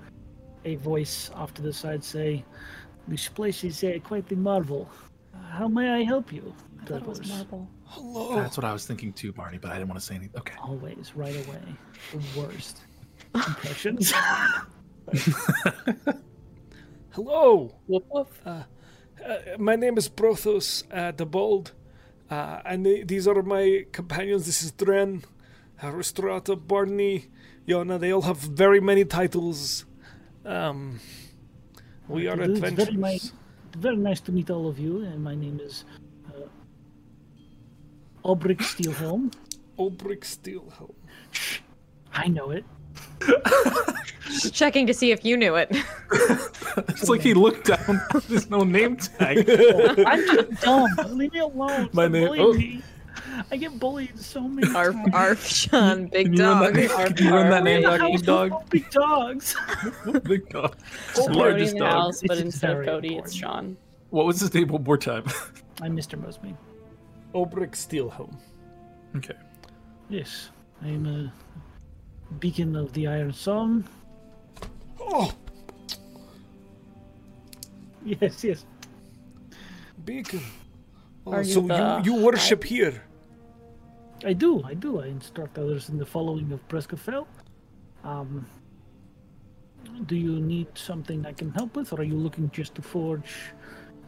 [SPEAKER 2] a voice off to the side say, This place is uh, quite the marvel. How may I help you?
[SPEAKER 6] I thought it was
[SPEAKER 2] Davos?"
[SPEAKER 6] marble.
[SPEAKER 3] Hello.
[SPEAKER 4] That's what I was thinking too, Barney, but I didn't want to say anything. Okay. <laughs>
[SPEAKER 2] Always, right away. The worst
[SPEAKER 6] <laughs>
[SPEAKER 2] impressions.
[SPEAKER 7] Hello.
[SPEAKER 6] Woof woof.
[SPEAKER 7] Uh, my name is Brothos uh, the Bold, uh, and the- these are my companions. This is Dren, Aristrata, Barney, Yona. They all have very many titles. Um, we are
[SPEAKER 2] It is very
[SPEAKER 7] adventurers.
[SPEAKER 2] my- very nice to meet all of you. And my name is uh, Obrick Steelhelm.
[SPEAKER 7] Obrick Steelhelm.
[SPEAKER 2] I know it.
[SPEAKER 1] Just checking to see if you knew
[SPEAKER 4] <laughs>
[SPEAKER 1] it.
[SPEAKER 4] It's like he looked down. <laughs> There's no
[SPEAKER 7] <laughs>
[SPEAKER 4] name tag.
[SPEAKER 2] I'm just dumb.
[SPEAKER 6] <laughs>
[SPEAKER 2] Leave me alone.
[SPEAKER 4] My
[SPEAKER 2] Stop
[SPEAKER 4] name-
[SPEAKER 2] bullying
[SPEAKER 4] oh.
[SPEAKER 2] me. I get bullied so many
[SPEAKER 1] Arf,
[SPEAKER 2] times.
[SPEAKER 4] <laughs>
[SPEAKER 1] arf, Sean, big
[SPEAKER 4] Can you run that
[SPEAKER 1] dog.
[SPEAKER 4] name, can you run that name
[SPEAKER 2] <laughs> How
[SPEAKER 4] back,
[SPEAKER 2] is
[SPEAKER 4] big
[SPEAKER 2] it
[SPEAKER 4] dog?
[SPEAKER 2] called Big dogs. <laughs>
[SPEAKER 4] <laughs> Big dog.
[SPEAKER 6] Cody
[SPEAKER 4] Largest
[SPEAKER 6] in the
[SPEAKER 4] dog.
[SPEAKER 6] house, but
[SPEAKER 2] It's
[SPEAKER 6] instead of
[SPEAKER 2] very
[SPEAKER 6] Cody, it's
[SPEAKER 2] important.
[SPEAKER 6] Sean.
[SPEAKER 4] What was his name one more time? <laughs>
[SPEAKER 2] I'm Mr. Mosby.
[SPEAKER 7] Obrick Steelhelm.
[SPEAKER 4] okay.
[SPEAKER 2] Yes, I'm a beacon of the Iron Song. <laughs>
[SPEAKER 7] Oh,
[SPEAKER 2] Yes, yes.
[SPEAKER 7] beacon. Oh,
[SPEAKER 6] Are you
[SPEAKER 7] so
[SPEAKER 6] the-
[SPEAKER 7] you, you worship here.
[SPEAKER 2] I do, I do. I instruct others in the following of Prescafell. Um, do you need something I can help with, or are you looking just to forge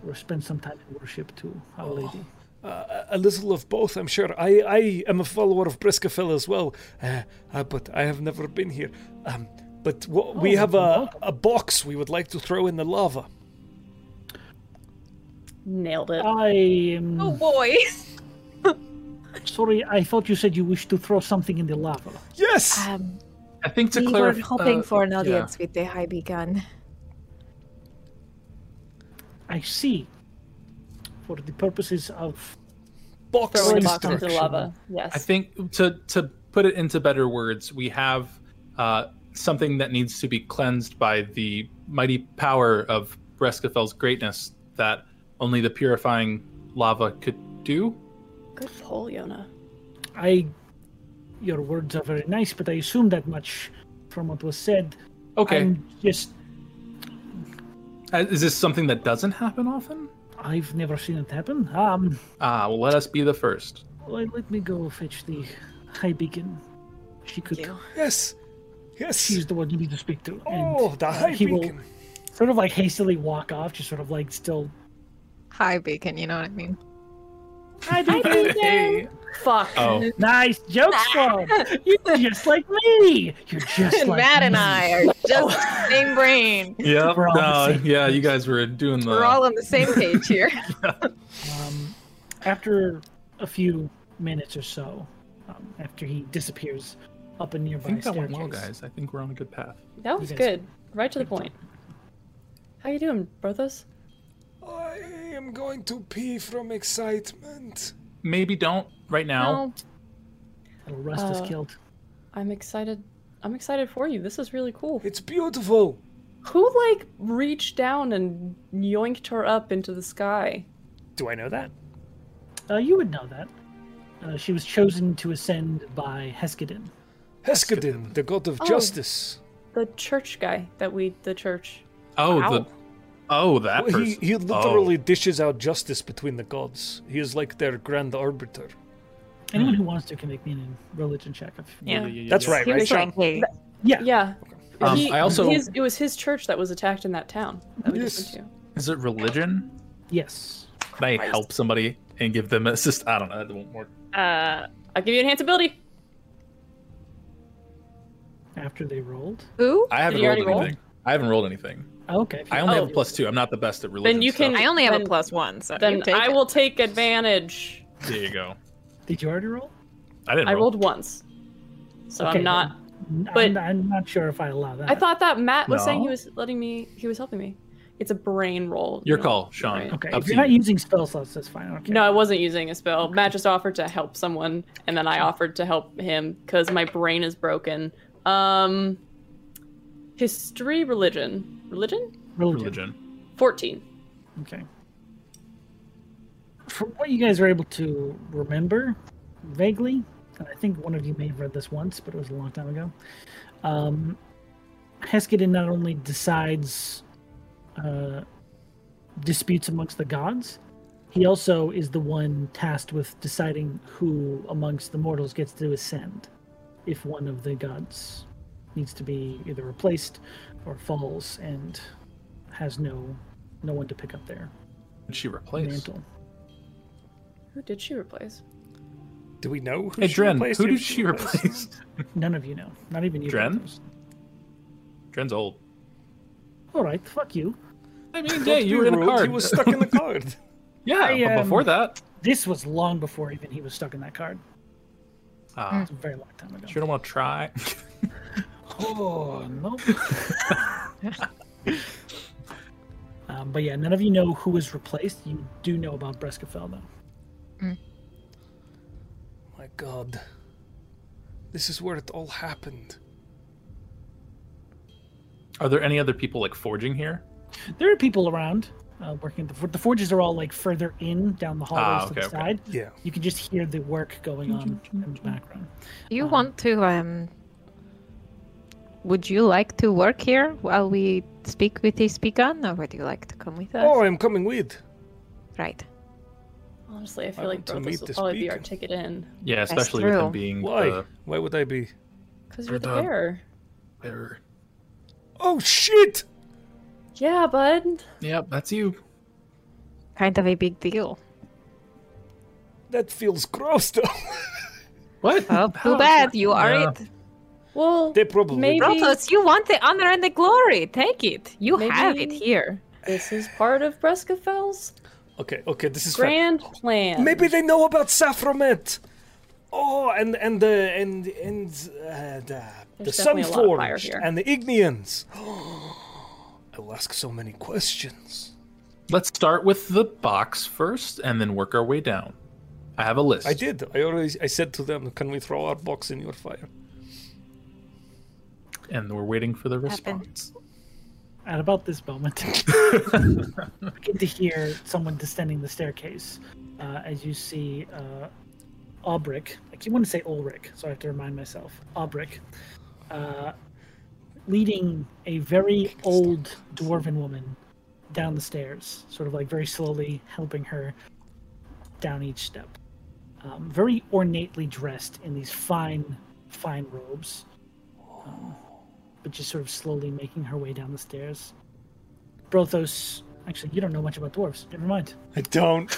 [SPEAKER 2] or spend some time in worship to Our Lady?
[SPEAKER 7] Uh, a little of both, I'm sure. I, I am a follower of Briscafell as well, uh, uh, but I have never been here. Um, but what, we
[SPEAKER 2] Oh,
[SPEAKER 7] have
[SPEAKER 2] you're
[SPEAKER 7] a,
[SPEAKER 2] welcome.
[SPEAKER 7] a box we would like to throw in the lava.
[SPEAKER 6] Nailed it.
[SPEAKER 2] I am
[SPEAKER 8] Oh boy.
[SPEAKER 2] sorry, I thought you said you wished to throw something in the lava.
[SPEAKER 7] Yes!
[SPEAKER 5] Um,
[SPEAKER 4] I think <laughs> to
[SPEAKER 5] we were
[SPEAKER 4] clarify.
[SPEAKER 5] hoping
[SPEAKER 4] uh,
[SPEAKER 5] for an
[SPEAKER 4] yeah.
[SPEAKER 5] audience with the high begun.
[SPEAKER 2] I see. For the purposes of
[SPEAKER 7] box
[SPEAKER 6] Throwing a box
[SPEAKER 7] instruction.
[SPEAKER 6] into the lava. Yes.
[SPEAKER 4] I think to to put it into better words, we have uh, something that needs to be cleansed by the mighty power of Breskafel's greatness that only the purifying lava could do.
[SPEAKER 6] Good
[SPEAKER 4] <laughs>
[SPEAKER 6] pull, Yona.
[SPEAKER 2] I, your words are very nice, but I assume that much from what was said.
[SPEAKER 4] Okay,
[SPEAKER 2] I'm just,
[SPEAKER 4] Uh, is this something that doesn't happen often?
[SPEAKER 2] I've never seen it happen. Um,
[SPEAKER 4] Ah, well, let us be the first.
[SPEAKER 2] well, let me go fetch the high beacon. She could.
[SPEAKER 5] you.
[SPEAKER 7] Yes! Yes!
[SPEAKER 2] She's the one you need to speak to. And
[SPEAKER 7] Oh, the
[SPEAKER 2] uh,
[SPEAKER 7] high
[SPEAKER 2] he
[SPEAKER 7] beacon.
[SPEAKER 2] will sort of like hastily walk off, just sort of like still.
[SPEAKER 1] Hi, Beacon, you know what I mean?
[SPEAKER 4] Hey.
[SPEAKER 9] Fuck.
[SPEAKER 2] <laughs>
[SPEAKER 4] Oh,
[SPEAKER 2] Nice
[SPEAKER 1] <laughs>
[SPEAKER 2] joke, Swan. You're just like me. You're just
[SPEAKER 1] <laughs> And
[SPEAKER 2] like
[SPEAKER 1] Matt and
[SPEAKER 2] me.
[SPEAKER 1] I are
[SPEAKER 4] Oh.
[SPEAKER 1] just same
[SPEAKER 4] <laughs>
[SPEAKER 1] brain.
[SPEAKER 4] yeah,
[SPEAKER 2] We're all on the
[SPEAKER 4] no,
[SPEAKER 2] same
[SPEAKER 4] Uh, yeah. You guys were doing the.
[SPEAKER 1] We're all on the same page
[SPEAKER 4] <laughs>
[SPEAKER 1] here.
[SPEAKER 2] Um, after a few minutes or so, um, after he disappears up a
[SPEAKER 4] I
[SPEAKER 2] nearby
[SPEAKER 4] think that
[SPEAKER 2] staircase,
[SPEAKER 4] went well, guys. I think we're on a good path.
[SPEAKER 6] That was
[SPEAKER 2] guys-
[SPEAKER 6] good. Right to the point. How you doing, brothers?
[SPEAKER 7] I am going to pee from excitement.
[SPEAKER 4] Maybe don't right now.
[SPEAKER 2] little rust is
[SPEAKER 6] Uh,
[SPEAKER 2] killed.
[SPEAKER 6] I'm excited. I'm excited for you. This is really cool.
[SPEAKER 7] It's beautiful.
[SPEAKER 6] Who like reached down and yoinked her up into the sky?
[SPEAKER 7] Do I know that?
[SPEAKER 2] Uh, you would know that. Uh, she was chosen to ascend by Heskadin.
[SPEAKER 7] Heskadin, the god of
[SPEAKER 6] Oh.
[SPEAKER 7] justice.
[SPEAKER 6] The church guy that we the church.
[SPEAKER 4] Oh,
[SPEAKER 6] Ow.
[SPEAKER 4] the oh that
[SPEAKER 7] Well,
[SPEAKER 4] person.
[SPEAKER 7] he, he literally dishes out justice between the gods. He is like their grand arbiter.
[SPEAKER 2] Anyone
[SPEAKER 4] Hmm.
[SPEAKER 2] who wants to can make me a religion check. If...
[SPEAKER 4] Oh.
[SPEAKER 6] Yeah.
[SPEAKER 7] That's right, right? Sean?
[SPEAKER 2] Yeah.
[SPEAKER 6] Yeah.
[SPEAKER 4] Um, I also-
[SPEAKER 6] his, it was his church that was attacked in that town that we just went to.
[SPEAKER 4] Is it religion?
[SPEAKER 2] Yes.
[SPEAKER 4] Can I help somebody and give them assist? I don't know. That won't work.
[SPEAKER 8] Uh,
[SPEAKER 6] I'll give you enhance ability.
[SPEAKER 2] After they rolled.
[SPEAKER 1] Who?
[SPEAKER 4] I haven't
[SPEAKER 6] you
[SPEAKER 4] rolled
[SPEAKER 6] already
[SPEAKER 4] anything.
[SPEAKER 6] roll?
[SPEAKER 4] I haven't rolled anything.
[SPEAKER 2] Okay.
[SPEAKER 4] I only
[SPEAKER 6] Oh.
[SPEAKER 4] have a plus two. I'm not the best at religion.
[SPEAKER 6] Then you can.
[SPEAKER 1] I only have
[SPEAKER 6] then-
[SPEAKER 1] a plus one, so you
[SPEAKER 6] Then
[SPEAKER 1] take
[SPEAKER 6] I
[SPEAKER 1] it.
[SPEAKER 6] will take advantage.
[SPEAKER 4] so- There you go.
[SPEAKER 2] Did you already roll?
[SPEAKER 4] I didn't.
[SPEAKER 6] I
[SPEAKER 4] roll.
[SPEAKER 6] rolled once, so
[SPEAKER 2] Okay,
[SPEAKER 6] I'm not.
[SPEAKER 2] N-
[SPEAKER 6] But-
[SPEAKER 2] I'm, I'm not sure if I allow that.
[SPEAKER 6] I thought that Matt was saying he
[SPEAKER 4] No.
[SPEAKER 6] was letting me. He was helping me. It's a brain roll.
[SPEAKER 4] Your
[SPEAKER 6] you know.
[SPEAKER 4] call, Sean.
[SPEAKER 6] Right.
[SPEAKER 2] Okay.
[SPEAKER 4] Up
[SPEAKER 2] If
[SPEAKER 4] to
[SPEAKER 2] you're not
[SPEAKER 4] you.
[SPEAKER 2] using spell slots, that's fine. Okay.
[SPEAKER 6] No, I wasn't using a spell. Matt just offered to help someone, and then I offered to help him because my brain is broken. Um, history, religion, religion,
[SPEAKER 2] Religion.
[SPEAKER 4] religion.
[SPEAKER 6] fourteen.
[SPEAKER 2] Okay. From what you guys are able to remember, vaguely, and I think one of you may have read this once, but it was a long time ago. Um, Heskeden not only decides uh, disputes amongst the gods, he also is the one tasked with deciding who amongst the mortals gets to ascend if one of the gods needs to be either replaced or falls and has no no one to pick up their
[SPEAKER 4] Did she replace?
[SPEAKER 2] mantle.
[SPEAKER 6] Who did she replace?
[SPEAKER 7] Do we know who
[SPEAKER 4] Hey,
[SPEAKER 7] she
[SPEAKER 4] Dren.
[SPEAKER 7] replaced?
[SPEAKER 4] Who
[SPEAKER 7] If
[SPEAKER 4] did she
[SPEAKER 7] replaced-
[SPEAKER 4] replace?
[SPEAKER 2] None of you know. Not even you.
[SPEAKER 4] Dren?
[SPEAKER 2] Balthus.
[SPEAKER 4] Dren's old.
[SPEAKER 2] All right, fuck you.
[SPEAKER 4] I mean, yeah,
[SPEAKER 7] Be
[SPEAKER 4] you were in a
[SPEAKER 7] rude,
[SPEAKER 4] card.
[SPEAKER 7] He was stuck
[SPEAKER 4] <laughs>
[SPEAKER 7] in the card.
[SPEAKER 4] yeah,
[SPEAKER 2] I,
[SPEAKER 4] but
[SPEAKER 2] um,
[SPEAKER 4] before that,
[SPEAKER 2] This was long before even he was stuck in that card.
[SPEAKER 4] uh,
[SPEAKER 2] It's a very long time ago.
[SPEAKER 4] sure don't want to try.
[SPEAKER 2] Oh no. <laughs> um, but yeah, none of you know who was replaced. You do know about Breskafell though.
[SPEAKER 7] <laughs> My god. This is where it all happened.
[SPEAKER 4] Are there any other people like forging here?
[SPEAKER 2] There are people around uh, working at the forge. The forges are all like further in down the hallways
[SPEAKER 4] Ah,
[SPEAKER 2] to the
[SPEAKER 4] okay, okay.
[SPEAKER 2] side.
[SPEAKER 7] Yeah.
[SPEAKER 2] You can just hear the work going on in the background.
[SPEAKER 1] You want to um would you like to work here while we speak with this beacon or would you like to come with us?
[SPEAKER 7] Oh, I'm coming with.
[SPEAKER 1] Right.
[SPEAKER 6] Honestly, I feel
[SPEAKER 7] I want
[SPEAKER 6] like
[SPEAKER 7] to
[SPEAKER 6] both of
[SPEAKER 7] meet
[SPEAKER 6] us will
[SPEAKER 7] this
[SPEAKER 6] probably be our
[SPEAKER 7] beacon.
[SPEAKER 6] ticket in.
[SPEAKER 4] Yeah,
[SPEAKER 1] That's
[SPEAKER 4] especially with
[SPEAKER 1] true.
[SPEAKER 4] them being
[SPEAKER 7] Why?
[SPEAKER 4] the
[SPEAKER 7] Why would I be?
[SPEAKER 6] Because you're the
[SPEAKER 4] Verdun.
[SPEAKER 6] bear.
[SPEAKER 4] bearer.
[SPEAKER 7] Oh shit!
[SPEAKER 6] Yeah, bud.
[SPEAKER 4] Yep, that's you.
[SPEAKER 1] Kind of a big deal.
[SPEAKER 7] That feels gross though. <laughs>
[SPEAKER 4] What?
[SPEAKER 1] Oh, too bad. You are
[SPEAKER 4] Yeah.
[SPEAKER 1] it.
[SPEAKER 6] Well,
[SPEAKER 7] they probably
[SPEAKER 6] Maybe-
[SPEAKER 1] Protos, you want the honor and the glory. Take it. You have it
[SPEAKER 6] Maybe-
[SPEAKER 1] here.
[SPEAKER 6] this is part of Breskafell's
[SPEAKER 7] Okay, okay, this is fine.
[SPEAKER 6] grand plan.
[SPEAKER 7] Maybe they know about Saffromet. Oh, and and the and and uh, the, the
[SPEAKER 6] There's definitely a lot of fire
[SPEAKER 7] Sunforged
[SPEAKER 6] here.
[SPEAKER 7] and the Ignians. <gasps> I will ask so many questions.
[SPEAKER 4] Let's start with the box first and then work our way down. I have a list.
[SPEAKER 7] I did. I already. I said to them, "Can we throw our box in your fire?"
[SPEAKER 4] And we're waiting for the response.
[SPEAKER 2] At about this moment, you begin to hear someone descending the staircase. Uh, as you see, uh, Aubric. I keep wanting to say Ulrich, so I have to remind myself. Aubric, uh, leading a very old dwarven woman down the stairs, sort of like very slowly helping her down each step. Um, very ornately dressed in these fine, fine robes but just sort of slowly making her way down the stairs. Brothos, actually, you don't know much about dwarves. Never mind.
[SPEAKER 7] I don't.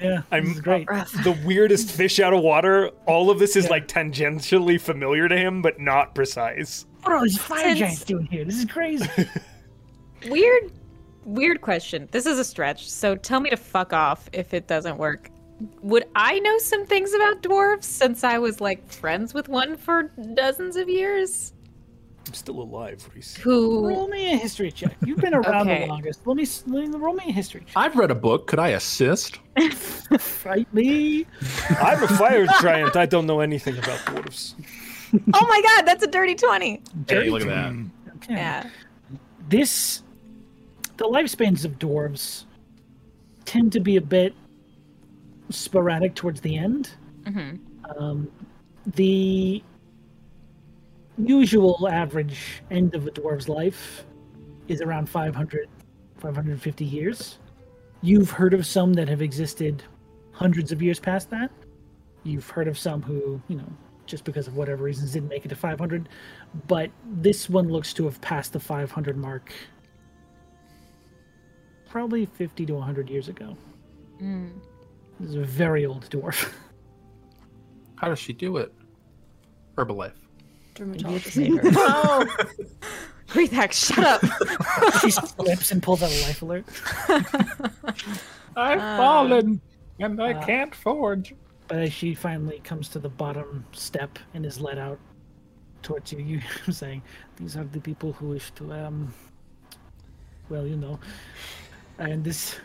[SPEAKER 2] Yeah,
[SPEAKER 7] I'm-
[SPEAKER 2] this is great.
[SPEAKER 1] Uh,
[SPEAKER 7] the
[SPEAKER 2] <laughs>
[SPEAKER 7] weirdest fish out of water. All of this is like tangentially familiar to him, but not precise.
[SPEAKER 2] What are all these fire
[SPEAKER 1] Since-
[SPEAKER 2] giants doing here? This is
[SPEAKER 1] <laughs>
[SPEAKER 2] crazy.
[SPEAKER 1] Weird weird question. This is a stretch, so tell me to fuck off if it doesn't work. Would I know some things about dwarves since I was like friends with one for dozens of years?
[SPEAKER 7] I'm still alive, Reese.
[SPEAKER 1] Who
[SPEAKER 2] roll me a history check. You've been around
[SPEAKER 1] Okay.
[SPEAKER 2] the longest. Let me, s- let me roll me a history check.
[SPEAKER 4] I've read a book. Could I assist?
[SPEAKER 2] Fight me.
[SPEAKER 7] I'm <laughs> a fire giant. I don't know anything about dwarves.
[SPEAKER 1] Oh my god, that's a dirty 20.
[SPEAKER 4] Hey, look at that.
[SPEAKER 7] Hmm.
[SPEAKER 2] Okay.
[SPEAKER 1] Yeah.
[SPEAKER 2] This, the lifespans of dwarves tend to be a bit sporadic towards the end.
[SPEAKER 1] Mhm.
[SPEAKER 2] Um, the usual average end of a dwarf's life is around 500, 550 years. You've heard of some that have existed hundreds of years past that. You've heard of some who, you know, just because of whatever reasons didn't make it to 500, but this one looks to have passed the 500 mark probably 50 to 100 years ago. This is a very old dwarf. <laughs>
[SPEAKER 4] How does she do it? Herbalife.
[SPEAKER 7] <laughs>
[SPEAKER 6] Dermatologist neighbor.
[SPEAKER 1] <laughs> Breathe hack, shut up.
[SPEAKER 2] she slips and pulls out a life alert.
[SPEAKER 4] I've fallen and I can't forge.
[SPEAKER 2] But as she finally comes to the bottom step and is let out towards you, <laughs> you hear him saying, These are the people who wish to, um, well, you know. And this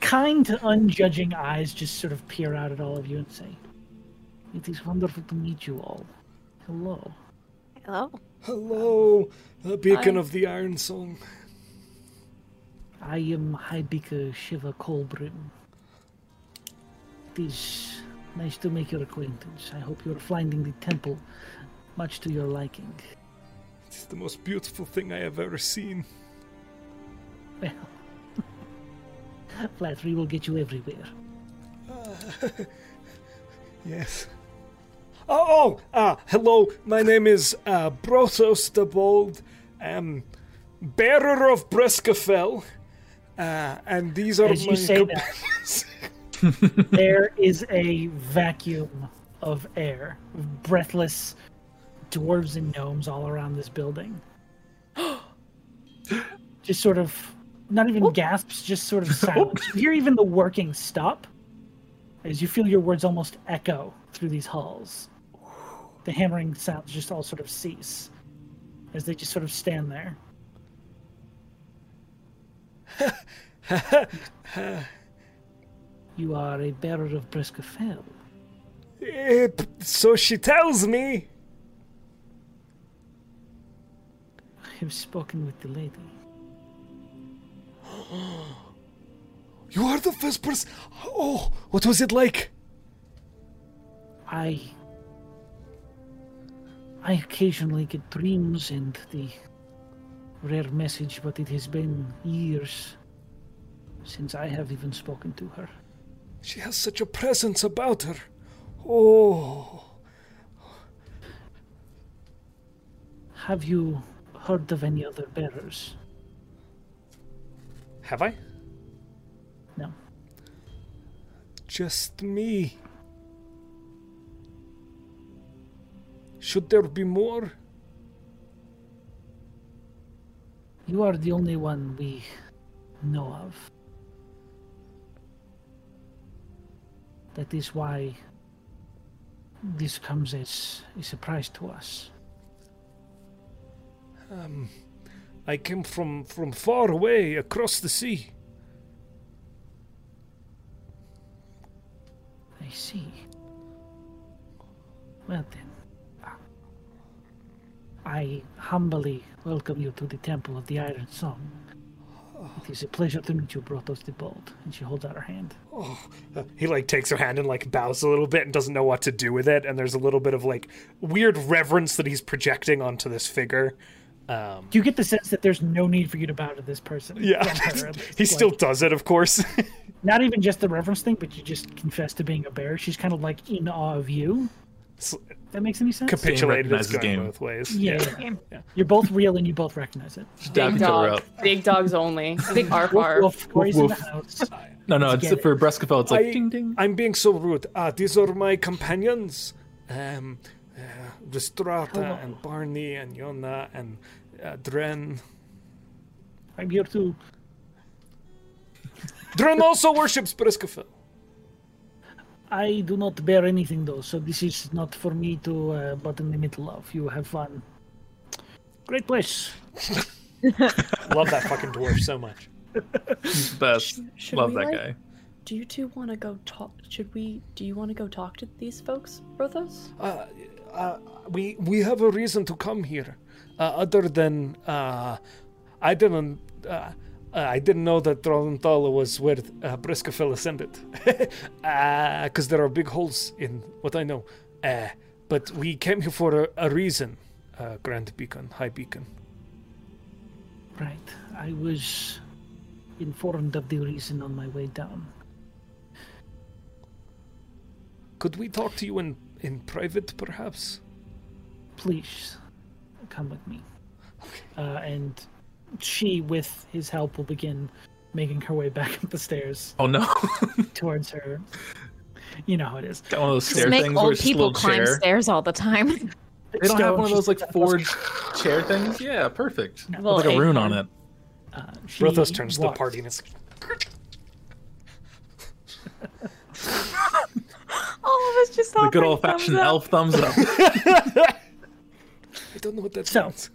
[SPEAKER 2] kind, unjudging eyes just sort of peer out at all of you and say, It is wonderful to meet you all. Hello.
[SPEAKER 1] Hello.
[SPEAKER 7] Hello, the beacon of the Iron Song.
[SPEAKER 2] I am Hybika Shiva Colbrim. It is nice to make your acquaintance. I hope you are finding the temple much to your liking.
[SPEAKER 7] It's the most beautiful thing I have ever seen.
[SPEAKER 2] Well, flattery will get you everywhere. <laughs>
[SPEAKER 7] Yes. Oh, oh ah, hello. My name is uh, Brotos the Bold, um, bearer of Breskafell, uh, and these are
[SPEAKER 2] As
[SPEAKER 7] my
[SPEAKER 2] you say that,
[SPEAKER 7] <laughs> companions.
[SPEAKER 2] there is a vacuum of air, of breathless dwarves and gnomes all around this building. Just sort of not even gasps, just sort of silence. you hear even the working stop as you feel your words almost echo through these halls. The hammering sounds just all sort of cease as they just sort of stand there. you are a bearer of Briscafell.
[SPEAKER 7] Eh, p- so she tells me.
[SPEAKER 2] I have spoken with the lady.
[SPEAKER 7] You are the first person. Oh, what was it like?
[SPEAKER 2] I I occasionally get dreams and the rare message, but it has been years since I have even spoken to her.
[SPEAKER 7] She has such a presence about her. Oh,
[SPEAKER 2] Have you heard of any other bearers?
[SPEAKER 7] have I?
[SPEAKER 2] No.
[SPEAKER 7] Just me. Should there be more?
[SPEAKER 2] You are the only one we know of. That is why this comes as a surprise to us.
[SPEAKER 7] I came from from far away across the sea.
[SPEAKER 2] I see. Well then, I humbly welcome you to the Temple of the Iron Song. It is a pleasure to meet you, Brotos the Bold. And she holds out her hand.
[SPEAKER 7] Uh, He like takes her hand and like bows a little bit and doesn't know what to do with it. And there's a little bit of like weird reverence that he's projecting onto this figure.
[SPEAKER 2] You get the sense that there's no need for you to bow to this person.
[SPEAKER 7] Yeah,
[SPEAKER 2] From her, at least.
[SPEAKER 7] <laughs> he still
[SPEAKER 2] Like,
[SPEAKER 7] does it, of course. <laughs>
[SPEAKER 2] not even just the reverence thing, but you just confess to being a bear. She's kind of like in awe of you.
[SPEAKER 7] It's
[SPEAKER 2] That makes any sense.
[SPEAKER 7] Capitulated is
[SPEAKER 4] recognizes
[SPEAKER 7] going
[SPEAKER 4] game.
[SPEAKER 7] both ways.
[SPEAKER 2] yeah, yeah. You're both real and you both recognize it.
[SPEAKER 4] Dab each other up.
[SPEAKER 6] Big dogs only.
[SPEAKER 7] <laughs>
[SPEAKER 6] Big arf
[SPEAKER 2] Woof,
[SPEAKER 6] arf.
[SPEAKER 2] woof, Corey's in the
[SPEAKER 4] woof.
[SPEAKER 2] house.
[SPEAKER 4] No, no,
[SPEAKER 2] Let's
[SPEAKER 4] it's
[SPEAKER 2] get
[SPEAKER 4] for Brescafell. It's like
[SPEAKER 7] I-
[SPEAKER 4] ding <laughs> ding.
[SPEAKER 7] I'm being so rude. Ah, these are my companions, um, uh, Restrata and Barney and Yona and uh, Dren.
[SPEAKER 2] I'm here to.
[SPEAKER 7] Dren also worships Briscafel.
[SPEAKER 2] I do not bear anything though, so this is not for me to uh, butt in the middle of. You have fun. Great place.
[SPEAKER 7] Love that fucking dwarf so much.
[SPEAKER 4] Best.
[SPEAKER 6] should
[SPEAKER 4] Love
[SPEAKER 6] we,
[SPEAKER 4] that
[SPEAKER 6] like-
[SPEAKER 4] guy.
[SPEAKER 6] Do you two want to go talk? Should we? Do you want to go talk to these folks, Brothos?
[SPEAKER 7] we we have a reason to come here, uh, other than uh, I didn't uh, I didn't know that Throlenthala was where uh, Briscafell ascended, <laughs> because there are big holes in what I know. Uh, but we came here for a, a reason, uh, Grand Beacon, High Beacon.
[SPEAKER 2] Right. I was informed of the reason on my way down.
[SPEAKER 7] Could we talk to you in in private, perhaps?
[SPEAKER 2] please come with me. Uh, and she, with his help, will begin making her way back <laughs> up the stairs
[SPEAKER 4] Oh no, <laughs>
[SPEAKER 2] towards her. You know how it is.
[SPEAKER 4] got one of those
[SPEAKER 1] Just
[SPEAKER 4] stair
[SPEAKER 1] make
[SPEAKER 4] things where
[SPEAKER 1] old
[SPEAKER 4] it's just a little
[SPEAKER 1] people climb
[SPEAKER 4] chair.
[SPEAKER 1] stairs all the <laughs> time.
[SPEAKER 4] They don't have
[SPEAKER 2] Stone,
[SPEAKER 4] one of those
[SPEAKER 2] she's-
[SPEAKER 4] like forged chair things. Yeah, perfect. With like a
[SPEAKER 6] Little
[SPEAKER 4] rune on it.
[SPEAKER 2] she
[SPEAKER 7] Brothos turns to the
[SPEAKER 2] walks-
[SPEAKER 7] party and it's
[SPEAKER 1] All of us just
[SPEAKER 4] The
[SPEAKER 1] all
[SPEAKER 4] good old fashioned elf thumbs up. <laughs>
[SPEAKER 7] I don't know what that
[SPEAKER 2] So-
[SPEAKER 7] sounds.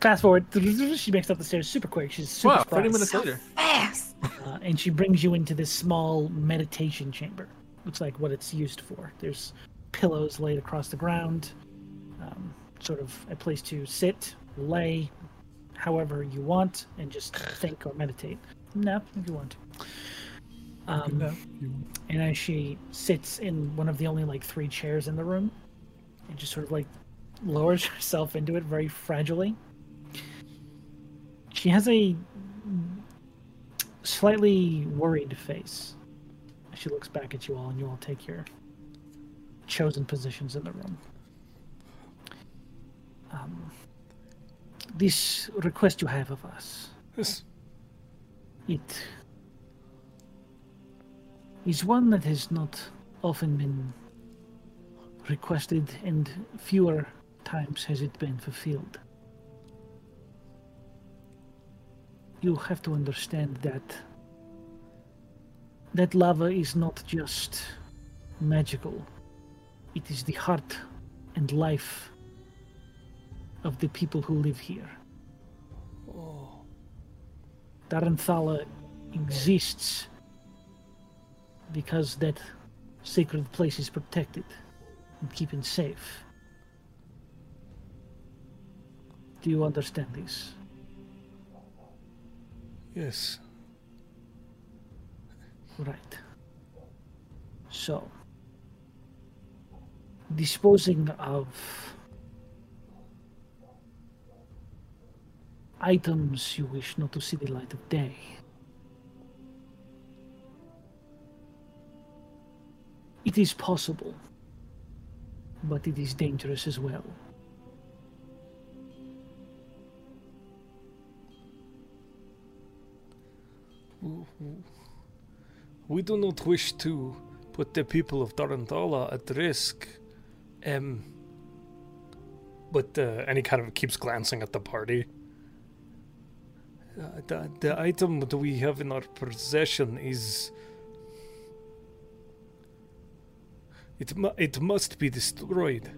[SPEAKER 2] Fast forward, <laughs> she makes up the stairs super quick. She's super
[SPEAKER 4] wow, thirty
[SPEAKER 2] fast.
[SPEAKER 4] minutes later.
[SPEAKER 1] Fast.
[SPEAKER 2] Uh, and she brings you into this small meditation chamber. Looks like what it's used for. There's pillows laid across the ground, um, sort of a place to sit, lay, however you want, and just think or meditate. Nap if you want. to. Um, And as she sits in one of the only like three chairs in the room, and just sort of like lowers <laughs> herself into it very fragilely. She has a slightly worried face. She looks back at you all, and you all take your chosen positions in the room. Um, this request you have of us,
[SPEAKER 7] Yes.
[SPEAKER 2] it is one that has not often been requested, and fewer times has it been fulfilled. you have to understand that that lava is not just magical. It is the heart and life of the people who live here. Taranthala exists because that sacred place is protected and keeping safe. Do you understand this?
[SPEAKER 7] Yes.
[SPEAKER 2] Right. So, disposing of items you wish not to see the light of day. It is possible, but it is dangerous as well.
[SPEAKER 7] We do not wish to put the people of Tarantala at risk. Um. But, uh, and he kind of keeps glancing at the party. Uh, the, the item that we have in our possession is. It, mu- it must be destroyed.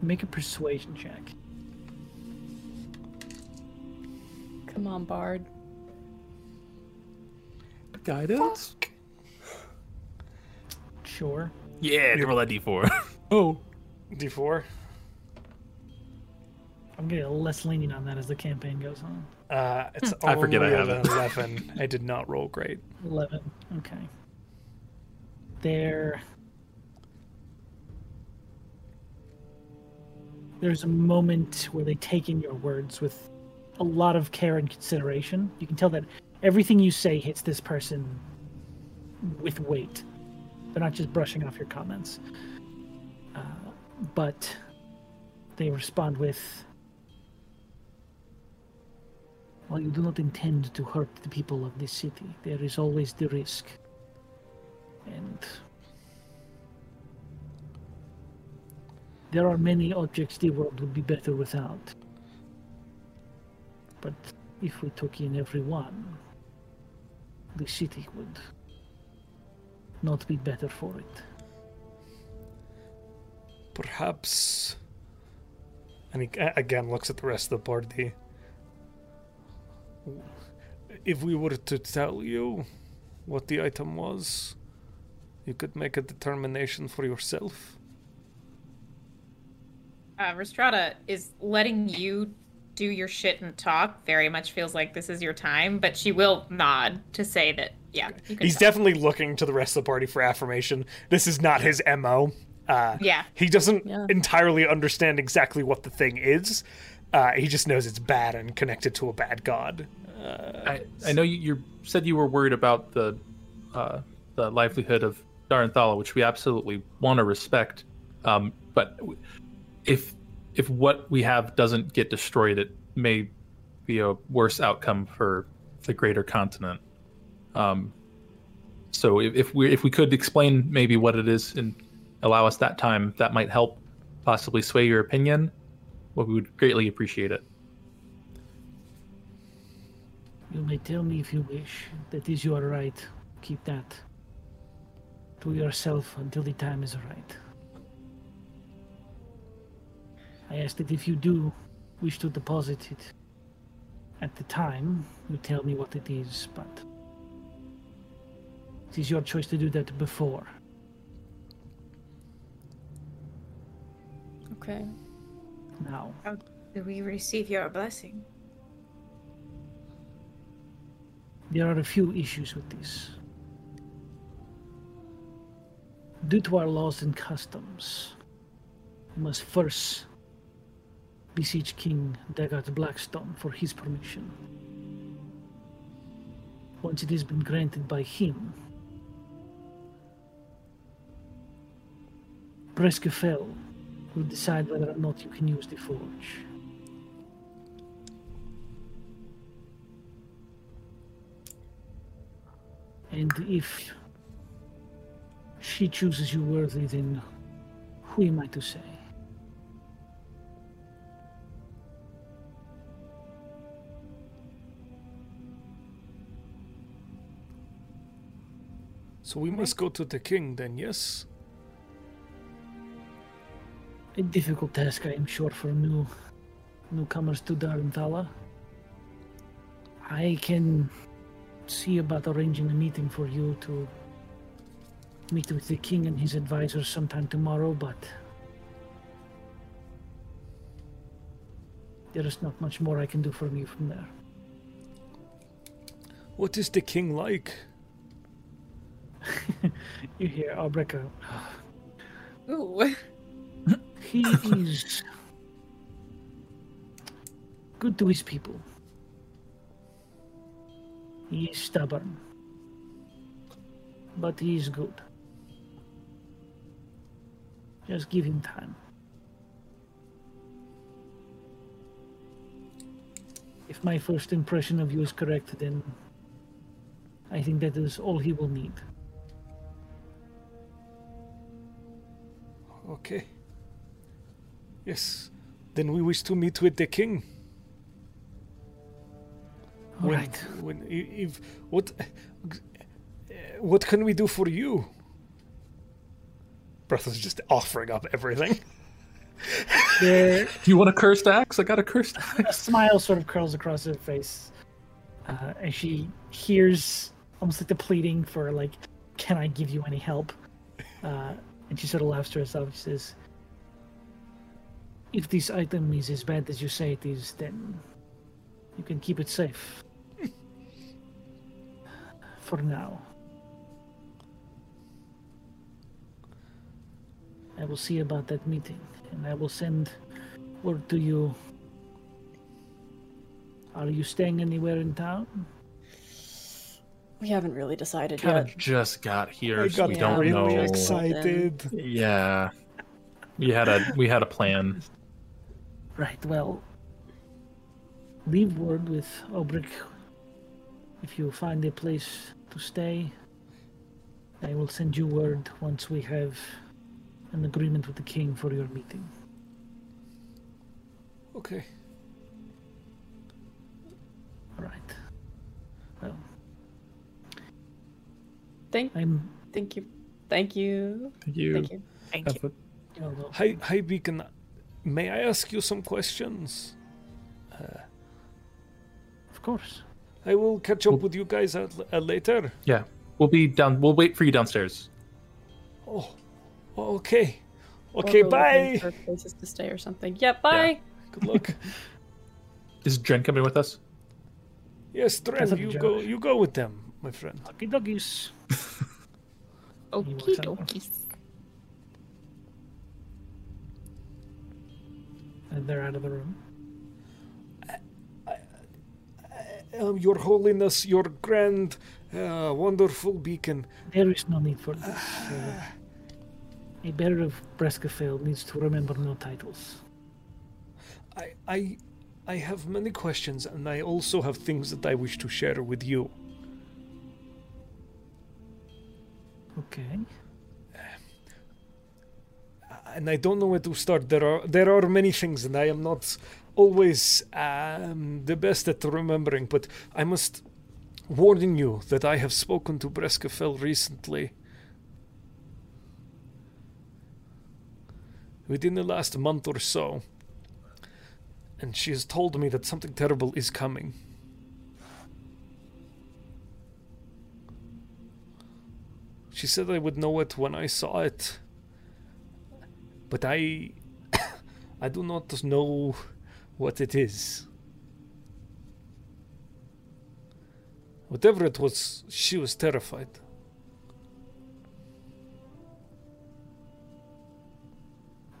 [SPEAKER 2] Make a persuasion check.
[SPEAKER 6] Come on, Bard.
[SPEAKER 4] Guidance?
[SPEAKER 2] Sure.
[SPEAKER 4] Yeah, roll that d4. Oh.
[SPEAKER 7] D4?
[SPEAKER 2] I'm getting less lenient on that as the campaign goes on.
[SPEAKER 7] Uh, it's
[SPEAKER 4] Hmm. I forget I
[SPEAKER 7] only
[SPEAKER 4] have
[SPEAKER 7] an
[SPEAKER 4] it.
[SPEAKER 7] 11. I did not roll great.
[SPEAKER 2] 11. Okay. There. There's a moment where they take in your words with a lot of care and consideration. You can tell that everything you say hits this person with weight. They're not just brushing off your comments. Uh, but they respond with While you do not intend to hurt the people of this city, there is always the risk. And there are many objects the world would be better without. But if we took in every one, the city would not be better for it.
[SPEAKER 7] Perhaps. And he a- again looks at the rest of the party. If we were to tell you what the item was, you could make a determination for yourself.
[SPEAKER 8] Uh, Restrada is letting you do your shit and talk. Very much feels like this is your time, but she will nod to say that. Yeah, you can
[SPEAKER 7] He's
[SPEAKER 8] talk.
[SPEAKER 7] definitely looking to the rest of the party for affirmation. This is not his MO. Uh,
[SPEAKER 8] Yeah.
[SPEAKER 7] He doesn't
[SPEAKER 6] Yeah.
[SPEAKER 7] entirely understand exactly what the thing is. Uh, he just knows it's bad and connected to a bad god.
[SPEAKER 4] I, I know you, you said you were worried about the uh, the livelihood of Daranthala, which we absolutely want to respect. Um, but w- if if what we have doesn't get destroyed, it may be a worse outcome for the greater continent. Um, so if, if we if we could explain maybe what it is and allow us that time, that might help possibly sway your opinion. Well, we would greatly appreciate it.
[SPEAKER 2] You may tell me if you wish. That is your right. Keep that to yourself until the time is right. I ask that if you do wish to deposit it at the time, you tell me what it is, but it is your choice to do that before.
[SPEAKER 6] Okay.
[SPEAKER 2] Now,
[SPEAKER 5] Do we receive your blessing?
[SPEAKER 2] there are a few issues with this. Due to our laws and customs, we must first beseech King Dagart Blackstone for his permission. Once it has been granted by him, Breskefell will decide whether or not you can use the forge. And if she chooses you worthy, then who am I to say?
[SPEAKER 7] So we must go to the king then, yes?
[SPEAKER 2] A difficult task, I am sure, for new newcomers to Darnthala. I can see about arranging a meeting for you to meet with the king and his advisors sometime tomorrow, but there is not much more I can do for you from there.
[SPEAKER 7] What is the king like?
[SPEAKER 2] You hear Albreca.
[SPEAKER 8] Ooh.
[SPEAKER 2] <sighs> He is good to his people. He is stubborn, but he is good. Just give him time. If my first impression of you is correct, then I think that is all he will need.
[SPEAKER 7] Okay. Yes. Then we wish to meet with the king.
[SPEAKER 2] All
[SPEAKER 7] when,
[SPEAKER 2] right.
[SPEAKER 7] When i- if what eh, what can we do for you? Breath is just offering up everything.
[SPEAKER 2] There-
[SPEAKER 4] You want a cursed axe? I got a cursed
[SPEAKER 2] a
[SPEAKER 4] axe.
[SPEAKER 2] smile sort of curls across her face uh, and she hears almost like the pleading for like can i give you any help uh, and she sort of laughs to herself she says if this item is as bad as you say it is then you can keep it safe <laughs> for now i will see about that meeting and i will send word to you are you staying anywhere in town?
[SPEAKER 6] We haven't really decided
[SPEAKER 4] Kind
[SPEAKER 6] yet.
[SPEAKER 4] of just got here,
[SPEAKER 7] I got
[SPEAKER 4] so we don't
[SPEAKER 6] Yeah.
[SPEAKER 7] really
[SPEAKER 4] know.
[SPEAKER 7] excited.
[SPEAKER 4] Yeah, we had a we had a plan.
[SPEAKER 2] Right, well, leave word with Obrick. If you find a place to stay, I will send you word once we have an agreement with the king for your meeting.
[SPEAKER 7] Okay.
[SPEAKER 2] All right. Well,
[SPEAKER 6] Thank,
[SPEAKER 2] I'm.
[SPEAKER 6] thank you, thank you,
[SPEAKER 4] Thank you.
[SPEAKER 6] thank you.
[SPEAKER 5] Thank you.
[SPEAKER 4] Have a-
[SPEAKER 2] you're welcome.
[SPEAKER 7] Hi, hi, Beacon. May I ask you some questions?
[SPEAKER 2] Of course.
[SPEAKER 7] I will catch up with you guys at, uh, later.
[SPEAKER 4] yeah, we'll be down. We'll wait for you downstairs.
[SPEAKER 7] Oh, okay.
[SPEAKER 6] Or
[SPEAKER 7] Okay,
[SPEAKER 6] go looking
[SPEAKER 7] bye.
[SPEAKER 6] For places to stay or something. Yeah, bye.
[SPEAKER 7] Good
[SPEAKER 2] <laughs>
[SPEAKER 7] luck.
[SPEAKER 4] Is Dren coming with us?
[SPEAKER 7] Yes, Dren,
[SPEAKER 2] Doesn't
[SPEAKER 7] you
[SPEAKER 2] judge.
[SPEAKER 7] go. You go with them, my friend.
[SPEAKER 2] Okie doggies.
[SPEAKER 8] Okie dokie.
[SPEAKER 2] And Uh, they're out of the room.
[SPEAKER 7] Um, your Holiness, your grand, uh, wonderful beacon.
[SPEAKER 2] There is no need for this. Uh, a bearer of Brescafell needs to remember no titles.
[SPEAKER 7] I, I, I have many questions, and I also have things that I wish to share with you.
[SPEAKER 2] Okay.
[SPEAKER 7] and I don't know where to start. There are there are many things, and I am not always um, the best at remembering. But I must warn you that I have spoken to Breskafell recently. Within the last month or so, and she has told me that something terrible is coming. She said I would know it when I saw it but I <coughs> I do not know what it is. Whatever it was, she was terrified.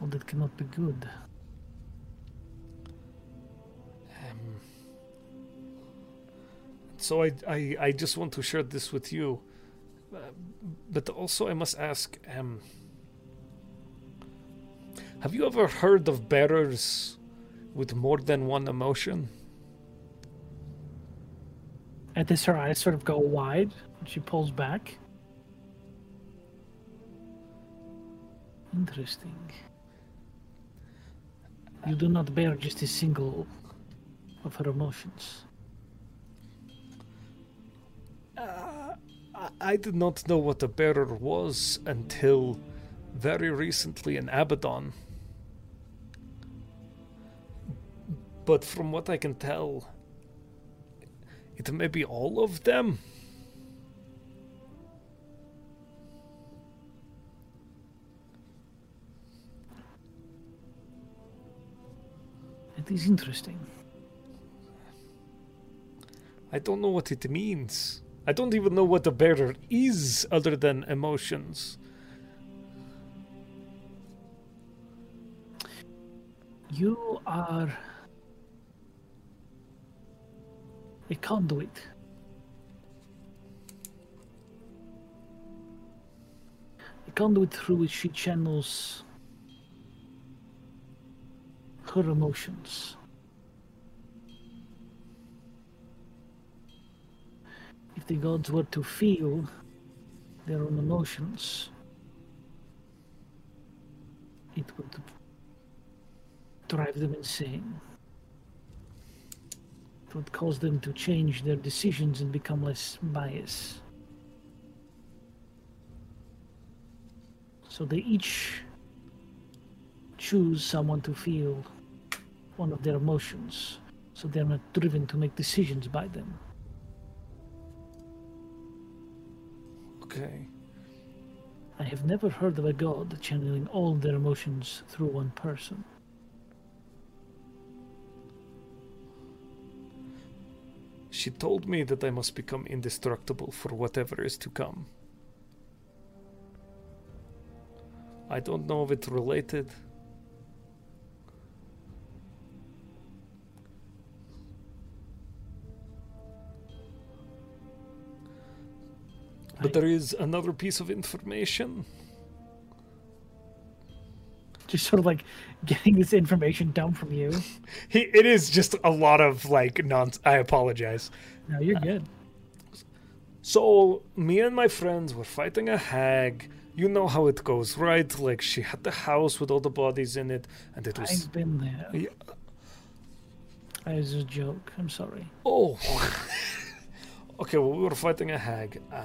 [SPEAKER 2] Well, that cannot be good.
[SPEAKER 7] Um, so I, I I just want to share this with you, uh, but also I must ask: um, Have you ever heard of bearers with more than one emotion?
[SPEAKER 2] At this, her eyes sort of go wide, and she pulls back. Interesting. You do not bear just a single of her emotions.
[SPEAKER 7] I- I did not know what a bearer was until very recently in Abaddon. But from what I can tell, it may be all of them.
[SPEAKER 2] It is interesting.
[SPEAKER 7] I don't know what it means. I don't even know what a bearer is other than emotions.
[SPEAKER 2] You are a conduit. A conduit through which she channels her emotions. If the gods were to feel their own emotions, it would drive them insane. It would cause them to change their decisions and become less biased. So they each choose someone to feel one of their emotions, so they're not driven to make decisions by them.
[SPEAKER 7] Okay.
[SPEAKER 2] I have never heard of a god channeling all their emotions through one person. <laughs>
[SPEAKER 7] She told me that I must become indestructible for whatever is to come. I don't know if it's related. But
[SPEAKER 2] I-
[SPEAKER 7] there is another piece of information.
[SPEAKER 2] Just sort of like getting this information dump from you.
[SPEAKER 7] He, it is just a lot of like non. I apologize.
[SPEAKER 2] No, you're good.
[SPEAKER 7] So, me and my friends were fighting a hag. You know how it goes, right? Like, she had the house with all the bodies in it, and it was.
[SPEAKER 2] I've been there.
[SPEAKER 7] Yeah.
[SPEAKER 2] It was a joke. I'm sorry.
[SPEAKER 7] Oh! <laughs> okay, well, we were fighting a hag. Uh,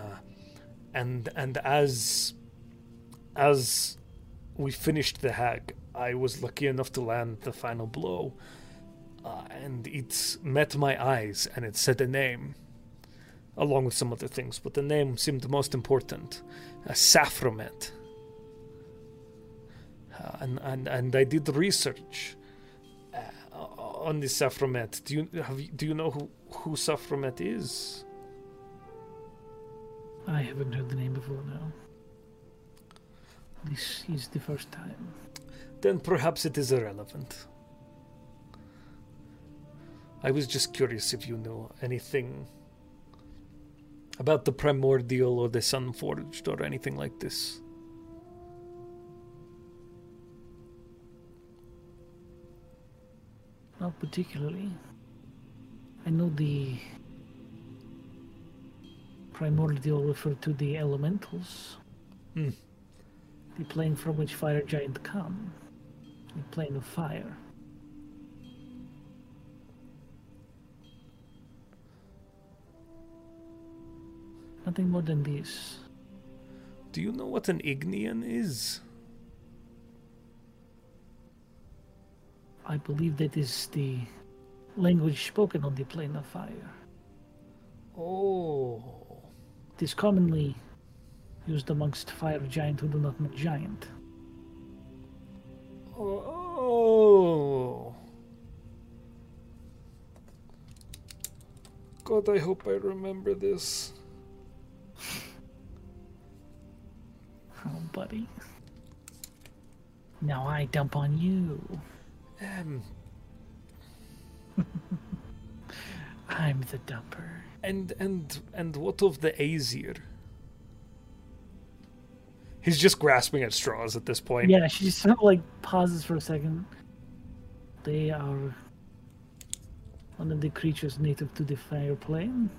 [SPEAKER 7] and and as as we finished the hag, I was lucky enough to land the final blow. Uh, and it met my eyes, and it said a name, along with some other things, but the name seemed most important a Saffromet. Uh, and, and, and I did research uh, on the Saffromet. Do you, have you, do you know who, who Saffromet is?
[SPEAKER 2] I haven't heard the name before now. This is the first time.
[SPEAKER 7] Then perhaps it is irrelevant. I was just curious if you knew anything about the primordial or the sun forged or anything like this.
[SPEAKER 2] Not particularly. I know the primordial refer to the elementals.
[SPEAKER 7] Hmm.
[SPEAKER 2] The plane from which fire giant come. The plane of fire. Nothing more than this.
[SPEAKER 7] Do you know what an Ignean is?
[SPEAKER 2] I believe that is the language spoken on the plane of fire.
[SPEAKER 7] Oh.
[SPEAKER 2] It is commonly used amongst fire giant who do not know giant.
[SPEAKER 7] Oh. God, I hope I remember this.
[SPEAKER 2] Oh, buddy. Now I dump on you.
[SPEAKER 7] Um,
[SPEAKER 2] I'm the dumper.
[SPEAKER 7] and and and what of the Aesir? He's just grasping at straws at this point.
[SPEAKER 2] Yeah, she just sort of like pauses for a second. They are one of the creatures native to the fire plane.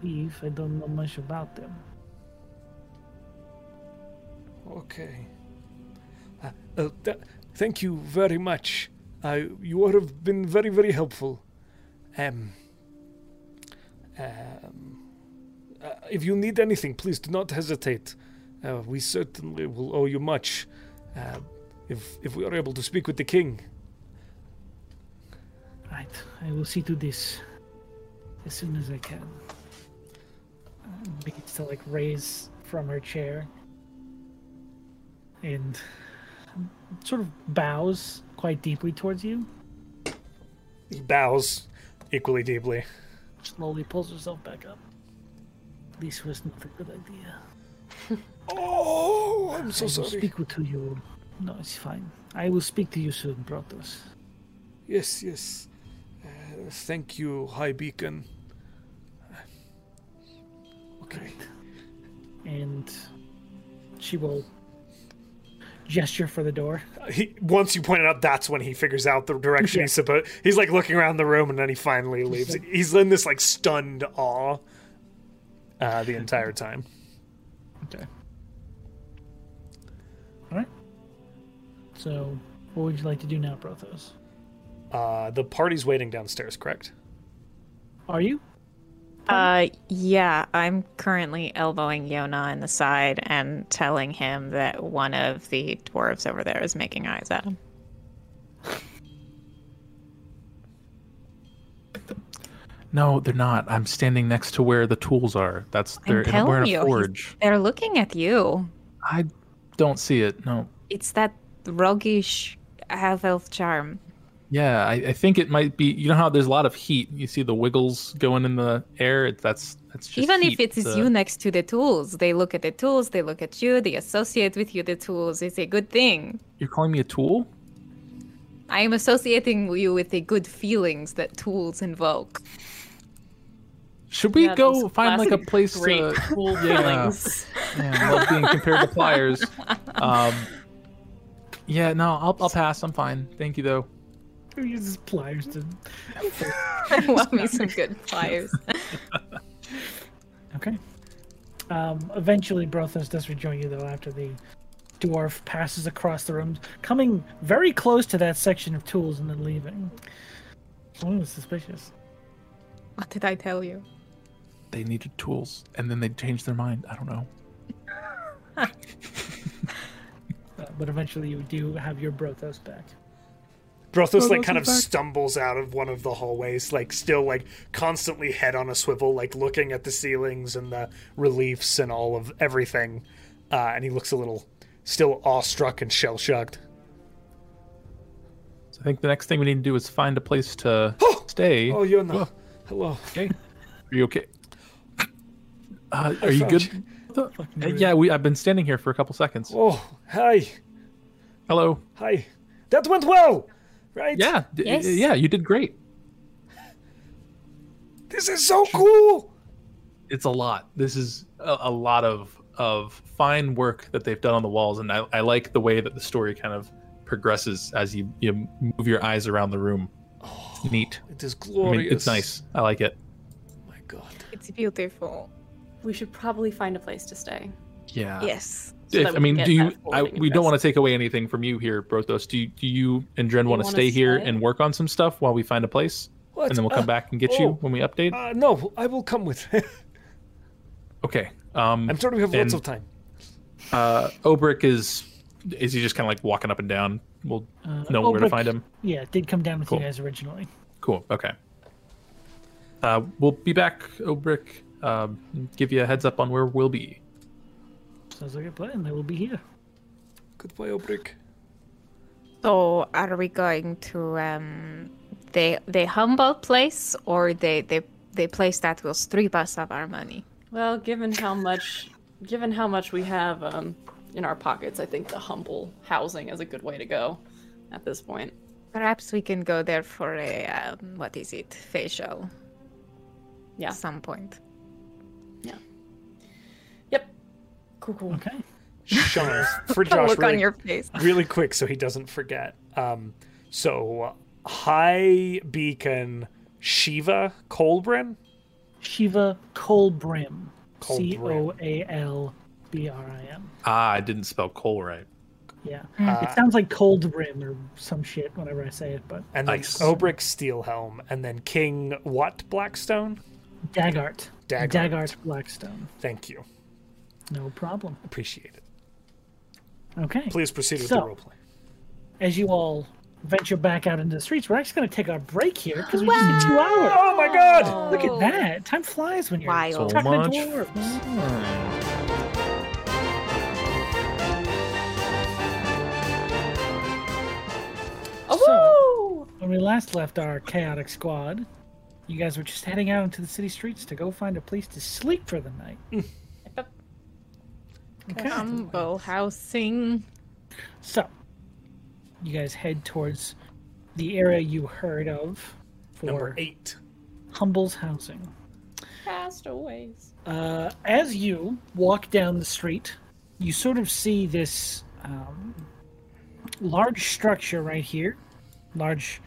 [SPEAKER 2] Believe I don't know much about them.
[SPEAKER 7] Okay. Uh, uh, th- thank you very much. Uh, you have been very, very helpful. Um, Um, uh, if you need anything, please do not hesitate. Uh, we certainly will owe you much. Uh, if if we are able to speak with the king,
[SPEAKER 2] Right, I will see to this as soon as I can. Um, Begins to like raise from her chair and um, sort of bows quite deeply towards you.
[SPEAKER 7] he bows equally deeply.
[SPEAKER 2] Slowly pulls herself back up. This was not a good idea.
[SPEAKER 7] Oh, I'm
[SPEAKER 2] I
[SPEAKER 7] so
[SPEAKER 2] will
[SPEAKER 7] sorry.
[SPEAKER 2] speak to you. No, it's fine. I will speak to you soon, Protos.
[SPEAKER 7] Yes, yes. Uh, thank you, High Beacon. Okay.
[SPEAKER 2] And she will gesture for the door.
[SPEAKER 7] Uh, He, once you point it out, that's when he figures out the direction he's supposed. He's like looking around the room, and then he finally leaves. He's in this like stunned awe uh, the entire time.
[SPEAKER 2] Okay. All right. So, what would you like to do now, Prothos?
[SPEAKER 7] Uh, the party's waiting downstairs, correct?
[SPEAKER 2] Are you?
[SPEAKER 1] Uh, yeah, I'm currently elbowing Yona in the side and telling him that one of the dwarves over there is making eyes at him.
[SPEAKER 4] No, they're not. I'm standing next to where the tools are. That's they're in, we're in a
[SPEAKER 1] you, he's-
[SPEAKER 4] forge.
[SPEAKER 1] they're looking at you.
[SPEAKER 4] I don't see it. No.
[SPEAKER 1] It's that roguish half elf charm.
[SPEAKER 4] Yeah, I, I think it might be. You know how there's a lot of heat. You see the wiggles going in the air. It, that's that's just
[SPEAKER 1] Even if
[SPEAKER 4] heat.
[SPEAKER 1] it is
[SPEAKER 4] The-
[SPEAKER 1] you next to the tools, they look at the tools, they look at you, they associate with you the tools. It's a good thing.
[SPEAKER 4] You're calling me a tool?
[SPEAKER 1] I am associating you with the good feelings that tools invoke. <laughs>
[SPEAKER 4] Should we
[SPEAKER 6] Yeah,
[SPEAKER 4] go
[SPEAKER 6] those
[SPEAKER 4] find like a
[SPEAKER 6] classic
[SPEAKER 4] place <laughs>
[SPEAKER 6] great
[SPEAKER 4] to?
[SPEAKER 6] cool
[SPEAKER 4] Yeah.
[SPEAKER 6] feelings.
[SPEAKER 4] Man, love being compared to pliers. Um, yeah, no, I'll, I'll pass. I'm fine. Thank you though.
[SPEAKER 2] Who uses pliers to.
[SPEAKER 1] I love me some good pliers.
[SPEAKER 2] Okay. Um, eventually, Brothos does rejoin you, though, after the dwarf passes across the room, coming very close to that section of tools and then leaving. Ooh, suspicious.
[SPEAKER 1] What did I tell you?
[SPEAKER 4] They needed tools, and then they changed their mind. I don't know.
[SPEAKER 2] Uh, but eventually, you do have your Brothos back.
[SPEAKER 7] Brothos like kind of stumbles out of one of the hallways, like still like constantly head on a swivel, like looking at the ceilings and the reliefs and all of everything. Uh, and he looks a little still awestruck and shell shocked.
[SPEAKER 4] So I think the next thing we need to do is find a place to
[SPEAKER 7] <gasps>
[SPEAKER 4] stay.
[SPEAKER 7] Oh, you're not. Hello.
[SPEAKER 4] Okay. Are you okay? Uh, are you
[SPEAKER 7] found
[SPEAKER 4] good?
[SPEAKER 7] you.
[SPEAKER 4] Uh, yeah, we. I've been standing here for a couple seconds.
[SPEAKER 7] Oh, hi,
[SPEAKER 4] Hello.
[SPEAKER 7] hi. That went well, right?
[SPEAKER 4] Yeah. d-
[SPEAKER 1] Yes.
[SPEAKER 4] Yeah, you did great.
[SPEAKER 7] This is so cool.
[SPEAKER 4] It's a lot. This is a, a lot of of fine work that they've done on the walls, and I, I like the way that the story kind of progresses as you you move your eyes around the room. It's neat.
[SPEAKER 7] It is
[SPEAKER 4] I
[SPEAKER 7] Oh, glorious.
[SPEAKER 4] mean, it's nice. I like it.
[SPEAKER 7] Oh my God.
[SPEAKER 1] It's beautiful.
[SPEAKER 6] We should probably find a place to stay.
[SPEAKER 4] Yeah.
[SPEAKER 1] Yes.
[SPEAKER 6] so
[SPEAKER 4] If-
[SPEAKER 6] that
[SPEAKER 4] I
[SPEAKER 6] we
[SPEAKER 4] mean,
[SPEAKER 6] can
[SPEAKER 4] do
[SPEAKER 6] get
[SPEAKER 4] you?
[SPEAKER 6] that
[SPEAKER 4] I,
[SPEAKER 6] forwarding
[SPEAKER 4] we don't want
[SPEAKER 6] investment.
[SPEAKER 4] to take away anything from you here, Brothos. Do you, do you and Dren want to
[SPEAKER 6] wanna
[SPEAKER 4] stay here
[SPEAKER 6] stay?
[SPEAKER 4] and work on some stuff while we find a place,
[SPEAKER 7] What?
[SPEAKER 4] and then we'll
[SPEAKER 7] Uh,
[SPEAKER 4] come back and get
[SPEAKER 7] oh.
[SPEAKER 4] you when we update?
[SPEAKER 7] Uh, no, I will come with. <laughs>
[SPEAKER 4] Okay. Um,
[SPEAKER 7] I'm sure we have lots
[SPEAKER 4] And-
[SPEAKER 7] of time.
[SPEAKER 4] uh, Obrick is is he just kind of like walking up and down? We'll
[SPEAKER 2] Uh,
[SPEAKER 4] know where to
[SPEAKER 2] Obrick-
[SPEAKER 4] find him.
[SPEAKER 2] Yeah, it did come down with
[SPEAKER 4] Cool.
[SPEAKER 2] you guys originally.
[SPEAKER 4] Cool. Okay. Uh, we'll be back, Obrick. Um, give you a heads up on where we'll be.
[SPEAKER 2] Sounds like a plan. They will be here.
[SPEAKER 7] Goodbye,
[SPEAKER 4] <laughs>
[SPEAKER 7] Obrick.
[SPEAKER 1] <laughs> So are we going to um the the humble place or the the the place that will strip us of our money?
[SPEAKER 6] Well, given how much, given how much we have um, in our pockets, I think the humble housing is a good way to go at this point.
[SPEAKER 1] Perhaps we can go there for a um, what is it facial
[SPEAKER 6] Yeah.
[SPEAKER 1] at some point.
[SPEAKER 6] Yep. Cool. Cool.
[SPEAKER 2] Okay.
[SPEAKER 7] <laughs> Sean, for
[SPEAKER 1] The
[SPEAKER 7] Josh,
[SPEAKER 1] look
[SPEAKER 7] really,
[SPEAKER 1] on your face.
[SPEAKER 7] really quick so he doesn't forget. Um, so, High Beacon Shiva Colbrin?
[SPEAKER 2] Shiva Colbrim. C O
[SPEAKER 7] Colbrim.
[SPEAKER 2] A L B R I M.
[SPEAKER 4] Ah, I didn't spell coal right.
[SPEAKER 2] Yeah.
[SPEAKER 7] Uh,
[SPEAKER 2] it sounds like cold brim or some shit whenever I say it, but
[SPEAKER 7] and then
[SPEAKER 4] Nice.
[SPEAKER 7] Obrick Steelhelm, and then King what Blackstone?
[SPEAKER 2] Dagart.
[SPEAKER 7] Daggart.
[SPEAKER 2] Dagart Blackstone.
[SPEAKER 7] Thank you.
[SPEAKER 2] No problem.
[SPEAKER 7] Appreciate it.
[SPEAKER 2] Okay.
[SPEAKER 7] Please proceed with
[SPEAKER 2] So-
[SPEAKER 7] the roleplay.
[SPEAKER 2] As you all venture back out into the streets, we're actually going to take our break here because we just did two hours.
[SPEAKER 7] Oh my god!
[SPEAKER 2] Look at that. Time flies when you're
[SPEAKER 4] So
[SPEAKER 1] Wild.
[SPEAKER 2] talking
[SPEAKER 4] much
[SPEAKER 2] to dwarves.
[SPEAKER 4] fun.
[SPEAKER 6] Oh,
[SPEAKER 2] So, when we last left our chaotic squad, you guys were just heading out into the city streets to go find a place to sleep for the night. Okay.
[SPEAKER 1] Humble housing.
[SPEAKER 2] So, you guys head towards the area you heard of
[SPEAKER 7] Number
[SPEAKER 2] for
[SPEAKER 7] eight.
[SPEAKER 2] Humble's housing.
[SPEAKER 6] Castaways.
[SPEAKER 2] Uh, as you walk down the street, you sort of see this um, large structure right here, large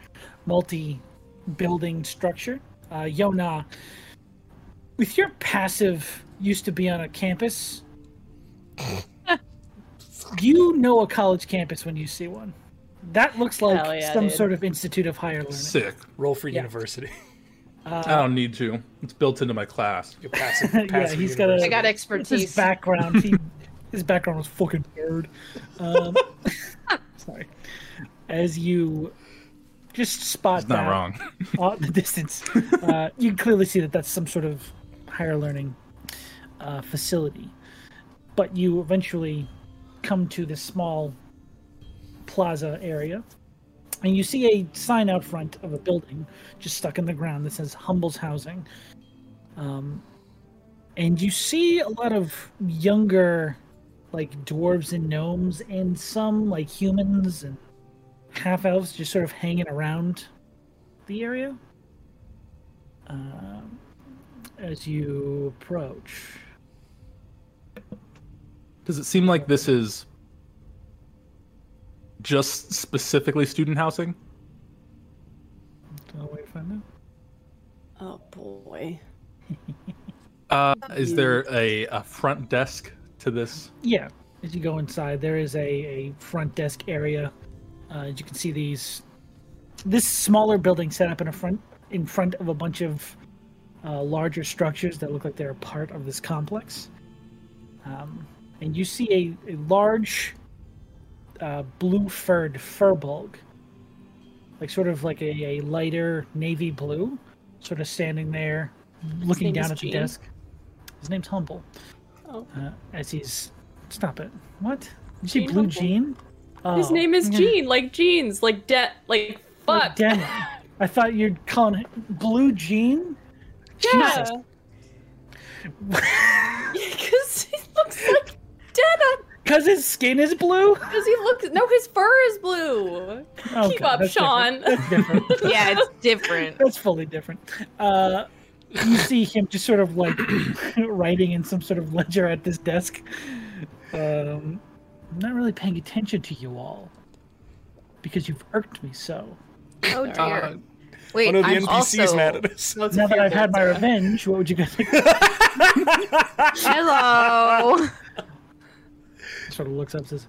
[SPEAKER 2] multi-building structure. Uh, Yona, with your passive, used to be on a
[SPEAKER 6] <laughs>
[SPEAKER 2] campus. you know a college campus when you see one. That looks like
[SPEAKER 6] Hell yeah,
[SPEAKER 2] some
[SPEAKER 6] dude.
[SPEAKER 2] sort of institute of higher learning.
[SPEAKER 4] Sick.
[SPEAKER 7] Roll for
[SPEAKER 2] Yeah. <laughs>
[SPEAKER 7] university.
[SPEAKER 4] I don't need to. It's built into my class.
[SPEAKER 7] Your passive,
[SPEAKER 2] <laughs> Yeah,
[SPEAKER 7] passive
[SPEAKER 2] he's got a-
[SPEAKER 7] university.
[SPEAKER 8] I got
[SPEAKER 2] It's his
[SPEAKER 8] expertise.
[SPEAKER 2] background.
[SPEAKER 8] <laughs>
[SPEAKER 2] He, his background was fucking nerd. Um, <laughs> sorry. As you just spot
[SPEAKER 4] It's not
[SPEAKER 2] that
[SPEAKER 4] wrong. <laughs>
[SPEAKER 2] out in the distance, uh, you can clearly see that that's some sort of higher learning uh, facility. But you eventually come to this small plaza area, and you see a sign out front of a building just stuck in the ground that says Humble's Housing. Um, and you see a lot of younger, like dwarves and gnomes, and some like humans and half elves just sort of hanging around the area um, as you approach.
[SPEAKER 4] Does it seem like this is just specifically student housing?
[SPEAKER 2] Oh, wait, find out.
[SPEAKER 6] Oh boy.
[SPEAKER 4] Uh, is there a, a front desk to this?
[SPEAKER 2] Yeah, as you go inside, there is a, a front desk area. Uh, as you can see, these this smaller building set up in a front in front of a bunch of uh, larger structures that look like they're a part of this complex. Um, and you see a, a large uh, blue furred furbolg, like sort of like a, a lighter navy blue, sort of standing there, looking
[SPEAKER 6] name
[SPEAKER 2] down
[SPEAKER 6] is
[SPEAKER 2] at the
[SPEAKER 6] Gene?
[SPEAKER 2] desk. His name's Humble.
[SPEAKER 6] Oh.
[SPEAKER 2] Uh, as he's stop it. What? You see
[SPEAKER 6] Gene
[SPEAKER 2] blue
[SPEAKER 6] Humble?
[SPEAKER 2] jean? Oh,
[SPEAKER 6] His name is Gene, like jeans, like de- like
[SPEAKER 2] like
[SPEAKER 6] fuck.
[SPEAKER 2] Demo. I thought you'd call him blue jean.
[SPEAKER 6] yeah. <laughs>
[SPEAKER 2] Jesus.
[SPEAKER 6] Because he looks like denim.
[SPEAKER 2] <laughs> Cause his skin is blue.
[SPEAKER 6] Because he looks no, his fur is blue.
[SPEAKER 2] Okay,
[SPEAKER 6] Keep up,
[SPEAKER 2] Oh, that's
[SPEAKER 6] Sean.
[SPEAKER 2] different. That's different.
[SPEAKER 1] <laughs> Yeah, it's different.
[SPEAKER 2] That's fully different. Uh, you see him just sort of like <coughs> writing in some sort of ledger at this desk. Um, I'm not really paying attention to you all because you've irked me so.
[SPEAKER 1] Oh
[SPEAKER 4] Uh,
[SPEAKER 1] dear. Wait,
[SPEAKER 7] Uh-huh. One of Oh, the
[SPEAKER 1] I'm
[SPEAKER 7] NPCs
[SPEAKER 1] also...
[SPEAKER 7] mad <laughs> at us.
[SPEAKER 8] Loads
[SPEAKER 2] now
[SPEAKER 8] of
[SPEAKER 2] that
[SPEAKER 8] fear
[SPEAKER 2] I've had my
[SPEAKER 8] builds up.
[SPEAKER 2] revenge, what would you guys like?
[SPEAKER 1] <laughs> Hello.
[SPEAKER 2] sort of looks up and says,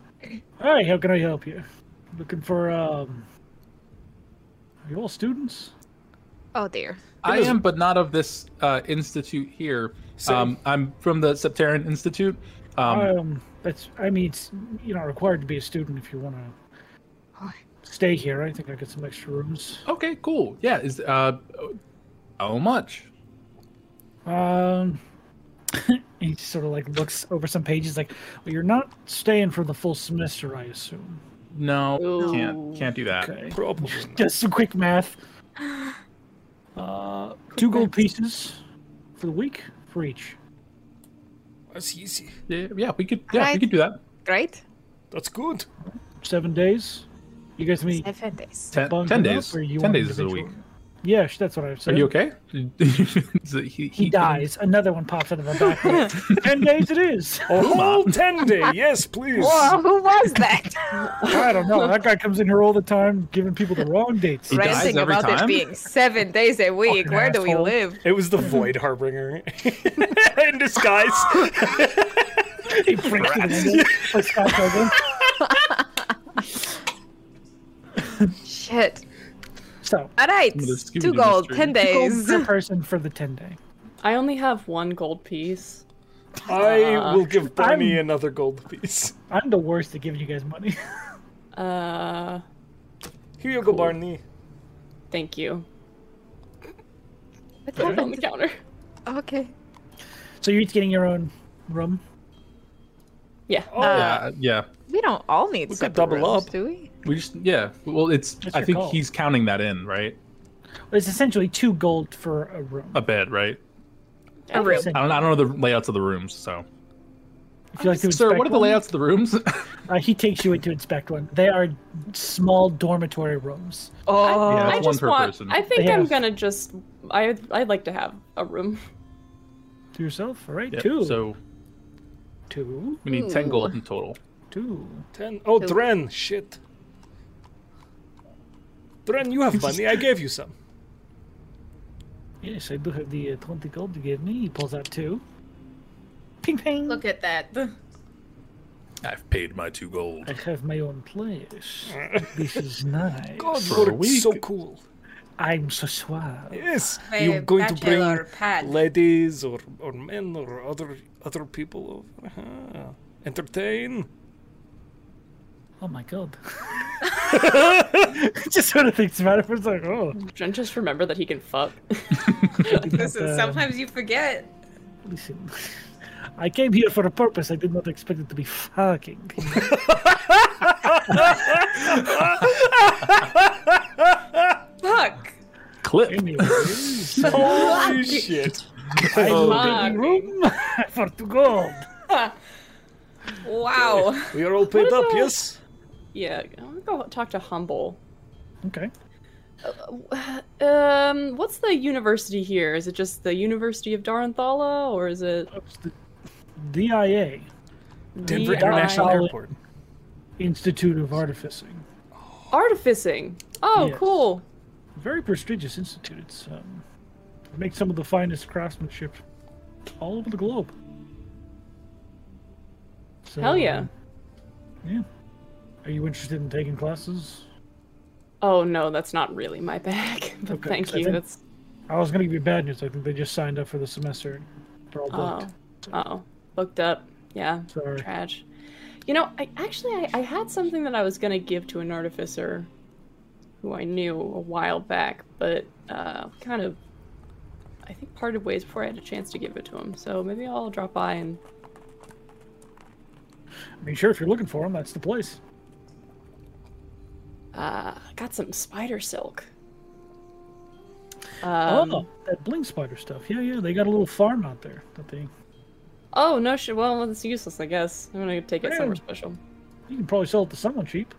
[SPEAKER 2] "All right, how can I help you? Looking for um, are you all students?
[SPEAKER 1] Oh dear.
[SPEAKER 4] I am, but not of this uh, institute here. Um, I'm from the Septarian Institute. Um,
[SPEAKER 2] Um, that's I mean, it's you're not required to be a student if you want to stay here. I think I got some extra rooms.
[SPEAKER 4] Okay, cool. Yeah, is uh, how much?
[SPEAKER 2] Um." <laughs> He just sort of like looks over some pages, like, "Well, you're not staying for the full semester, I assume."
[SPEAKER 4] No,
[SPEAKER 6] Ooh.
[SPEAKER 4] can't can't do that.
[SPEAKER 2] Okay,
[SPEAKER 7] Probably.
[SPEAKER 2] just some quick math. Uh, two gold pieces for the week for each.
[SPEAKER 7] That's easy.
[SPEAKER 4] Yeah, yeah, we could. Yeah, we
[SPEAKER 1] Alright.
[SPEAKER 4] could do that.
[SPEAKER 1] Great.
[SPEAKER 7] That's good.
[SPEAKER 2] Seven days. You guys meet
[SPEAKER 1] Seven days.
[SPEAKER 4] Ten,
[SPEAKER 2] Bunk
[SPEAKER 4] ten
[SPEAKER 2] it up,
[SPEAKER 4] days.
[SPEAKER 2] or you
[SPEAKER 4] Ten
[SPEAKER 2] want
[SPEAKER 4] days is a week.
[SPEAKER 2] individual? Yeah, sh- that's what I
[SPEAKER 4] Are
[SPEAKER 2] said.
[SPEAKER 4] you okay? <laughs> Is it- he,
[SPEAKER 2] He dies. Another one pops out of her back. <laughs> Ten days it is.
[SPEAKER 7] A whole ten day. Yes, please.
[SPEAKER 1] Whoa, who was
[SPEAKER 2] <laughs>
[SPEAKER 1] that?
[SPEAKER 2] I don't know. That guy comes in here all the time, giving people the wrong dates.
[SPEAKER 1] <laughs>
[SPEAKER 4] He dies
[SPEAKER 1] Ranting
[SPEAKER 4] every
[SPEAKER 1] about
[SPEAKER 4] time?
[SPEAKER 1] it being seven days a week.
[SPEAKER 2] Fucking
[SPEAKER 1] Where do we
[SPEAKER 2] asshole.
[SPEAKER 1] live?
[SPEAKER 7] It
[SPEAKER 4] <laughs>
[SPEAKER 7] was the Void Harbinger <laughs> in disguise.
[SPEAKER 2] He breaks through the window, like Scott Pilgrim.
[SPEAKER 1] Shit.
[SPEAKER 2] So,
[SPEAKER 1] All right.
[SPEAKER 4] Some of the
[SPEAKER 1] Two
[SPEAKER 4] Scooby-Doo
[SPEAKER 1] gold,
[SPEAKER 4] mystery.
[SPEAKER 1] ten
[SPEAKER 2] gold
[SPEAKER 1] days.
[SPEAKER 2] per person for the ten day.
[SPEAKER 6] <laughs> I only have one gold piece.
[SPEAKER 7] I
[SPEAKER 4] Uh-huh.
[SPEAKER 7] will give Bonnie
[SPEAKER 2] I'm-
[SPEAKER 7] another gold piece.
[SPEAKER 2] I'm the worst at giving you guys money. <laughs>
[SPEAKER 6] Uh,
[SPEAKER 7] Here you go, Barney.
[SPEAKER 6] thank you.
[SPEAKER 1] What <laughs>
[SPEAKER 6] Put it on the
[SPEAKER 1] happened?
[SPEAKER 6] counter.
[SPEAKER 1] Okay.
[SPEAKER 2] so you're each getting your own room.
[SPEAKER 6] Yeah.
[SPEAKER 7] Oh,
[SPEAKER 4] yeah, yeah.
[SPEAKER 1] We don't all need
[SPEAKER 7] could
[SPEAKER 1] separate
[SPEAKER 7] double
[SPEAKER 1] rooms,
[SPEAKER 7] up.
[SPEAKER 1] do we?
[SPEAKER 4] We just yeah. Well, it's.
[SPEAKER 2] That's
[SPEAKER 4] I
[SPEAKER 2] your
[SPEAKER 4] think
[SPEAKER 2] call.
[SPEAKER 4] he's counting that in, right?
[SPEAKER 2] It's essentially two gold for a room.
[SPEAKER 4] A bed, right?
[SPEAKER 1] A room.
[SPEAKER 4] I don't. I don't know the layouts of the rooms. So,
[SPEAKER 2] If you like to
[SPEAKER 4] sir,
[SPEAKER 2] inspect
[SPEAKER 4] what are the
[SPEAKER 2] one,
[SPEAKER 4] layouts of the rooms? <laughs>
[SPEAKER 2] Uh, he takes you in to inspect one. They are small dormitory rooms.
[SPEAKER 4] Oh, yeah,
[SPEAKER 6] I
[SPEAKER 4] it's one
[SPEAKER 6] just
[SPEAKER 4] per
[SPEAKER 6] want.
[SPEAKER 4] person.
[SPEAKER 6] I think
[SPEAKER 2] They
[SPEAKER 6] I'm
[SPEAKER 2] have-
[SPEAKER 6] gonna just. I I'd like to have a room. <laughs>
[SPEAKER 2] To yourself, all right?
[SPEAKER 4] Yep,
[SPEAKER 2] Two.
[SPEAKER 4] So
[SPEAKER 2] two.
[SPEAKER 4] we need ten gold in total.
[SPEAKER 2] Two.
[SPEAKER 7] Ten. Oh, Dren, shit. Dren, you have money. I gave you
[SPEAKER 4] <laughs>
[SPEAKER 7] some.
[SPEAKER 2] Yes, I do have the uh, 20 gold you gave me. He pulls out two. Ping, ping.
[SPEAKER 8] Look at that.
[SPEAKER 4] I've paid my two gold.
[SPEAKER 2] I have my own place.
[SPEAKER 8] <laughs>
[SPEAKER 2] this is nice.
[SPEAKER 7] God,
[SPEAKER 4] For a
[SPEAKER 7] you're so
[SPEAKER 4] week.
[SPEAKER 7] cool.
[SPEAKER 2] I'm so suave.
[SPEAKER 7] Yes,
[SPEAKER 8] My
[SPEAKER 7] you're going to bring
[SPEAKER 8] bachelor pad.
[SPEAKER 7] ladies or, or men or other other people over. Uh-huh. Entertain.
[SPEAKER 2] Oh my god. <laughs> Just sort of thinks about it for a second. Oh,
[SPEAKER 6] Jen, just remember that he can fuck.
[SPEAKER 2] I did
[SPEAKER 8] This
[SPEAKER 2] not,
[SPEAKER 8] is,
[SPEAKER 2] uh,
[SPEAKER 8] sometimes you forget.
[SPEAKER 2] listen. <laughs> I came here for a purpose. I did not expect it to be fucking. <laughs>
[SPEAKER 8] Fuck.
[SPEAKER 4] <laughs>
[SPEAKER 2] <laughs>
[SPEAKER 4] Clip.
[SPEAKER 2] Anyway,
[SPEAKER 7] Holy
[SPEAKER 4] <laughs>
[SPEAKER 7] shit.
[SPEAKER 2] I
[SPEAKER 6] Fuck.
[SPEAKER 4] Oh.
[SPEAKER 2] will be room <laughs> for two gold.
[SPEAKER 8] Wow.
[SPEAKER 7] We are all paid up,
[SPEAKER 6] about-
[SPEAKER 7] yes?
[SPEAKER 6] <laughs> yeah. I'm gonna go talk to Humble.
[SPEAKER 2] Okay.
[SPEAKER 6] <sighs> Um, what's the university here? Is it just the University of Daranthala, or is it
[SPEAKER 2] That's the DIA,
[SPEAKER 7] Denver
[SPEAKER 6] DI?
[SPEAKER 7] International
[SPEAKER 2] Solid.
[SPEAKER 7] Airport.
[SPEAKER 2] Institute of Artificing.
[SPEAKER 6] Artificing. Oh,
[SPEAKER 2] Yes.
[SPEAKER 6] cool.
[SPEAKER 2] Very prestigious institute. It's um, makes some of the finest craftsmanship all over the globe. So,
[SPEAKER 6] Hell yeah.
[SPEAKER 2] um, yeah. Are you interested in taking classes?
[SPEAKER 6] Oh no, that's not really my <laughs> bag. But
[SPEAKER 2] Okay,
[SPEAKER 6] thank
[SPEAKER 2] I
[SPEAKER 6] you.
[SPEAKER 2] think-
[SPEAKER 6] That's
[SPEAKER 2] I was gonna give you bad news. I think they just signed up for the semester. They're all booked.
[SPEAKER 6] oh, oh, booked up. Yeah,
[SPEAKER 2] Sorry.
[SPEAKER 6] trash. You know, I actually I, I had something that I was gonna give to an artificer, who I knew a while back, but uh, we kind of, I think parted ways before I had a chance to give it to him. So maybe I'll drop by and
[SPEAKER 2] I mean, sure, if you're looking for them, that's the place.
[SPEAKER 6] uh, I got some spider silk. Um,
[SPEAKER 2] oh, that bling spider stuff. Yeah, yeah. They got a little farm out there that they.
[SPEAKER 6] Oh no! Shit. Well, it's useless, I guess. I'm gonna take it somewhere
[SPEAKER 2] Yeah.
[SPEAKER 6] special.
[SPEAKER 2] You can probably sell it to someone cheap.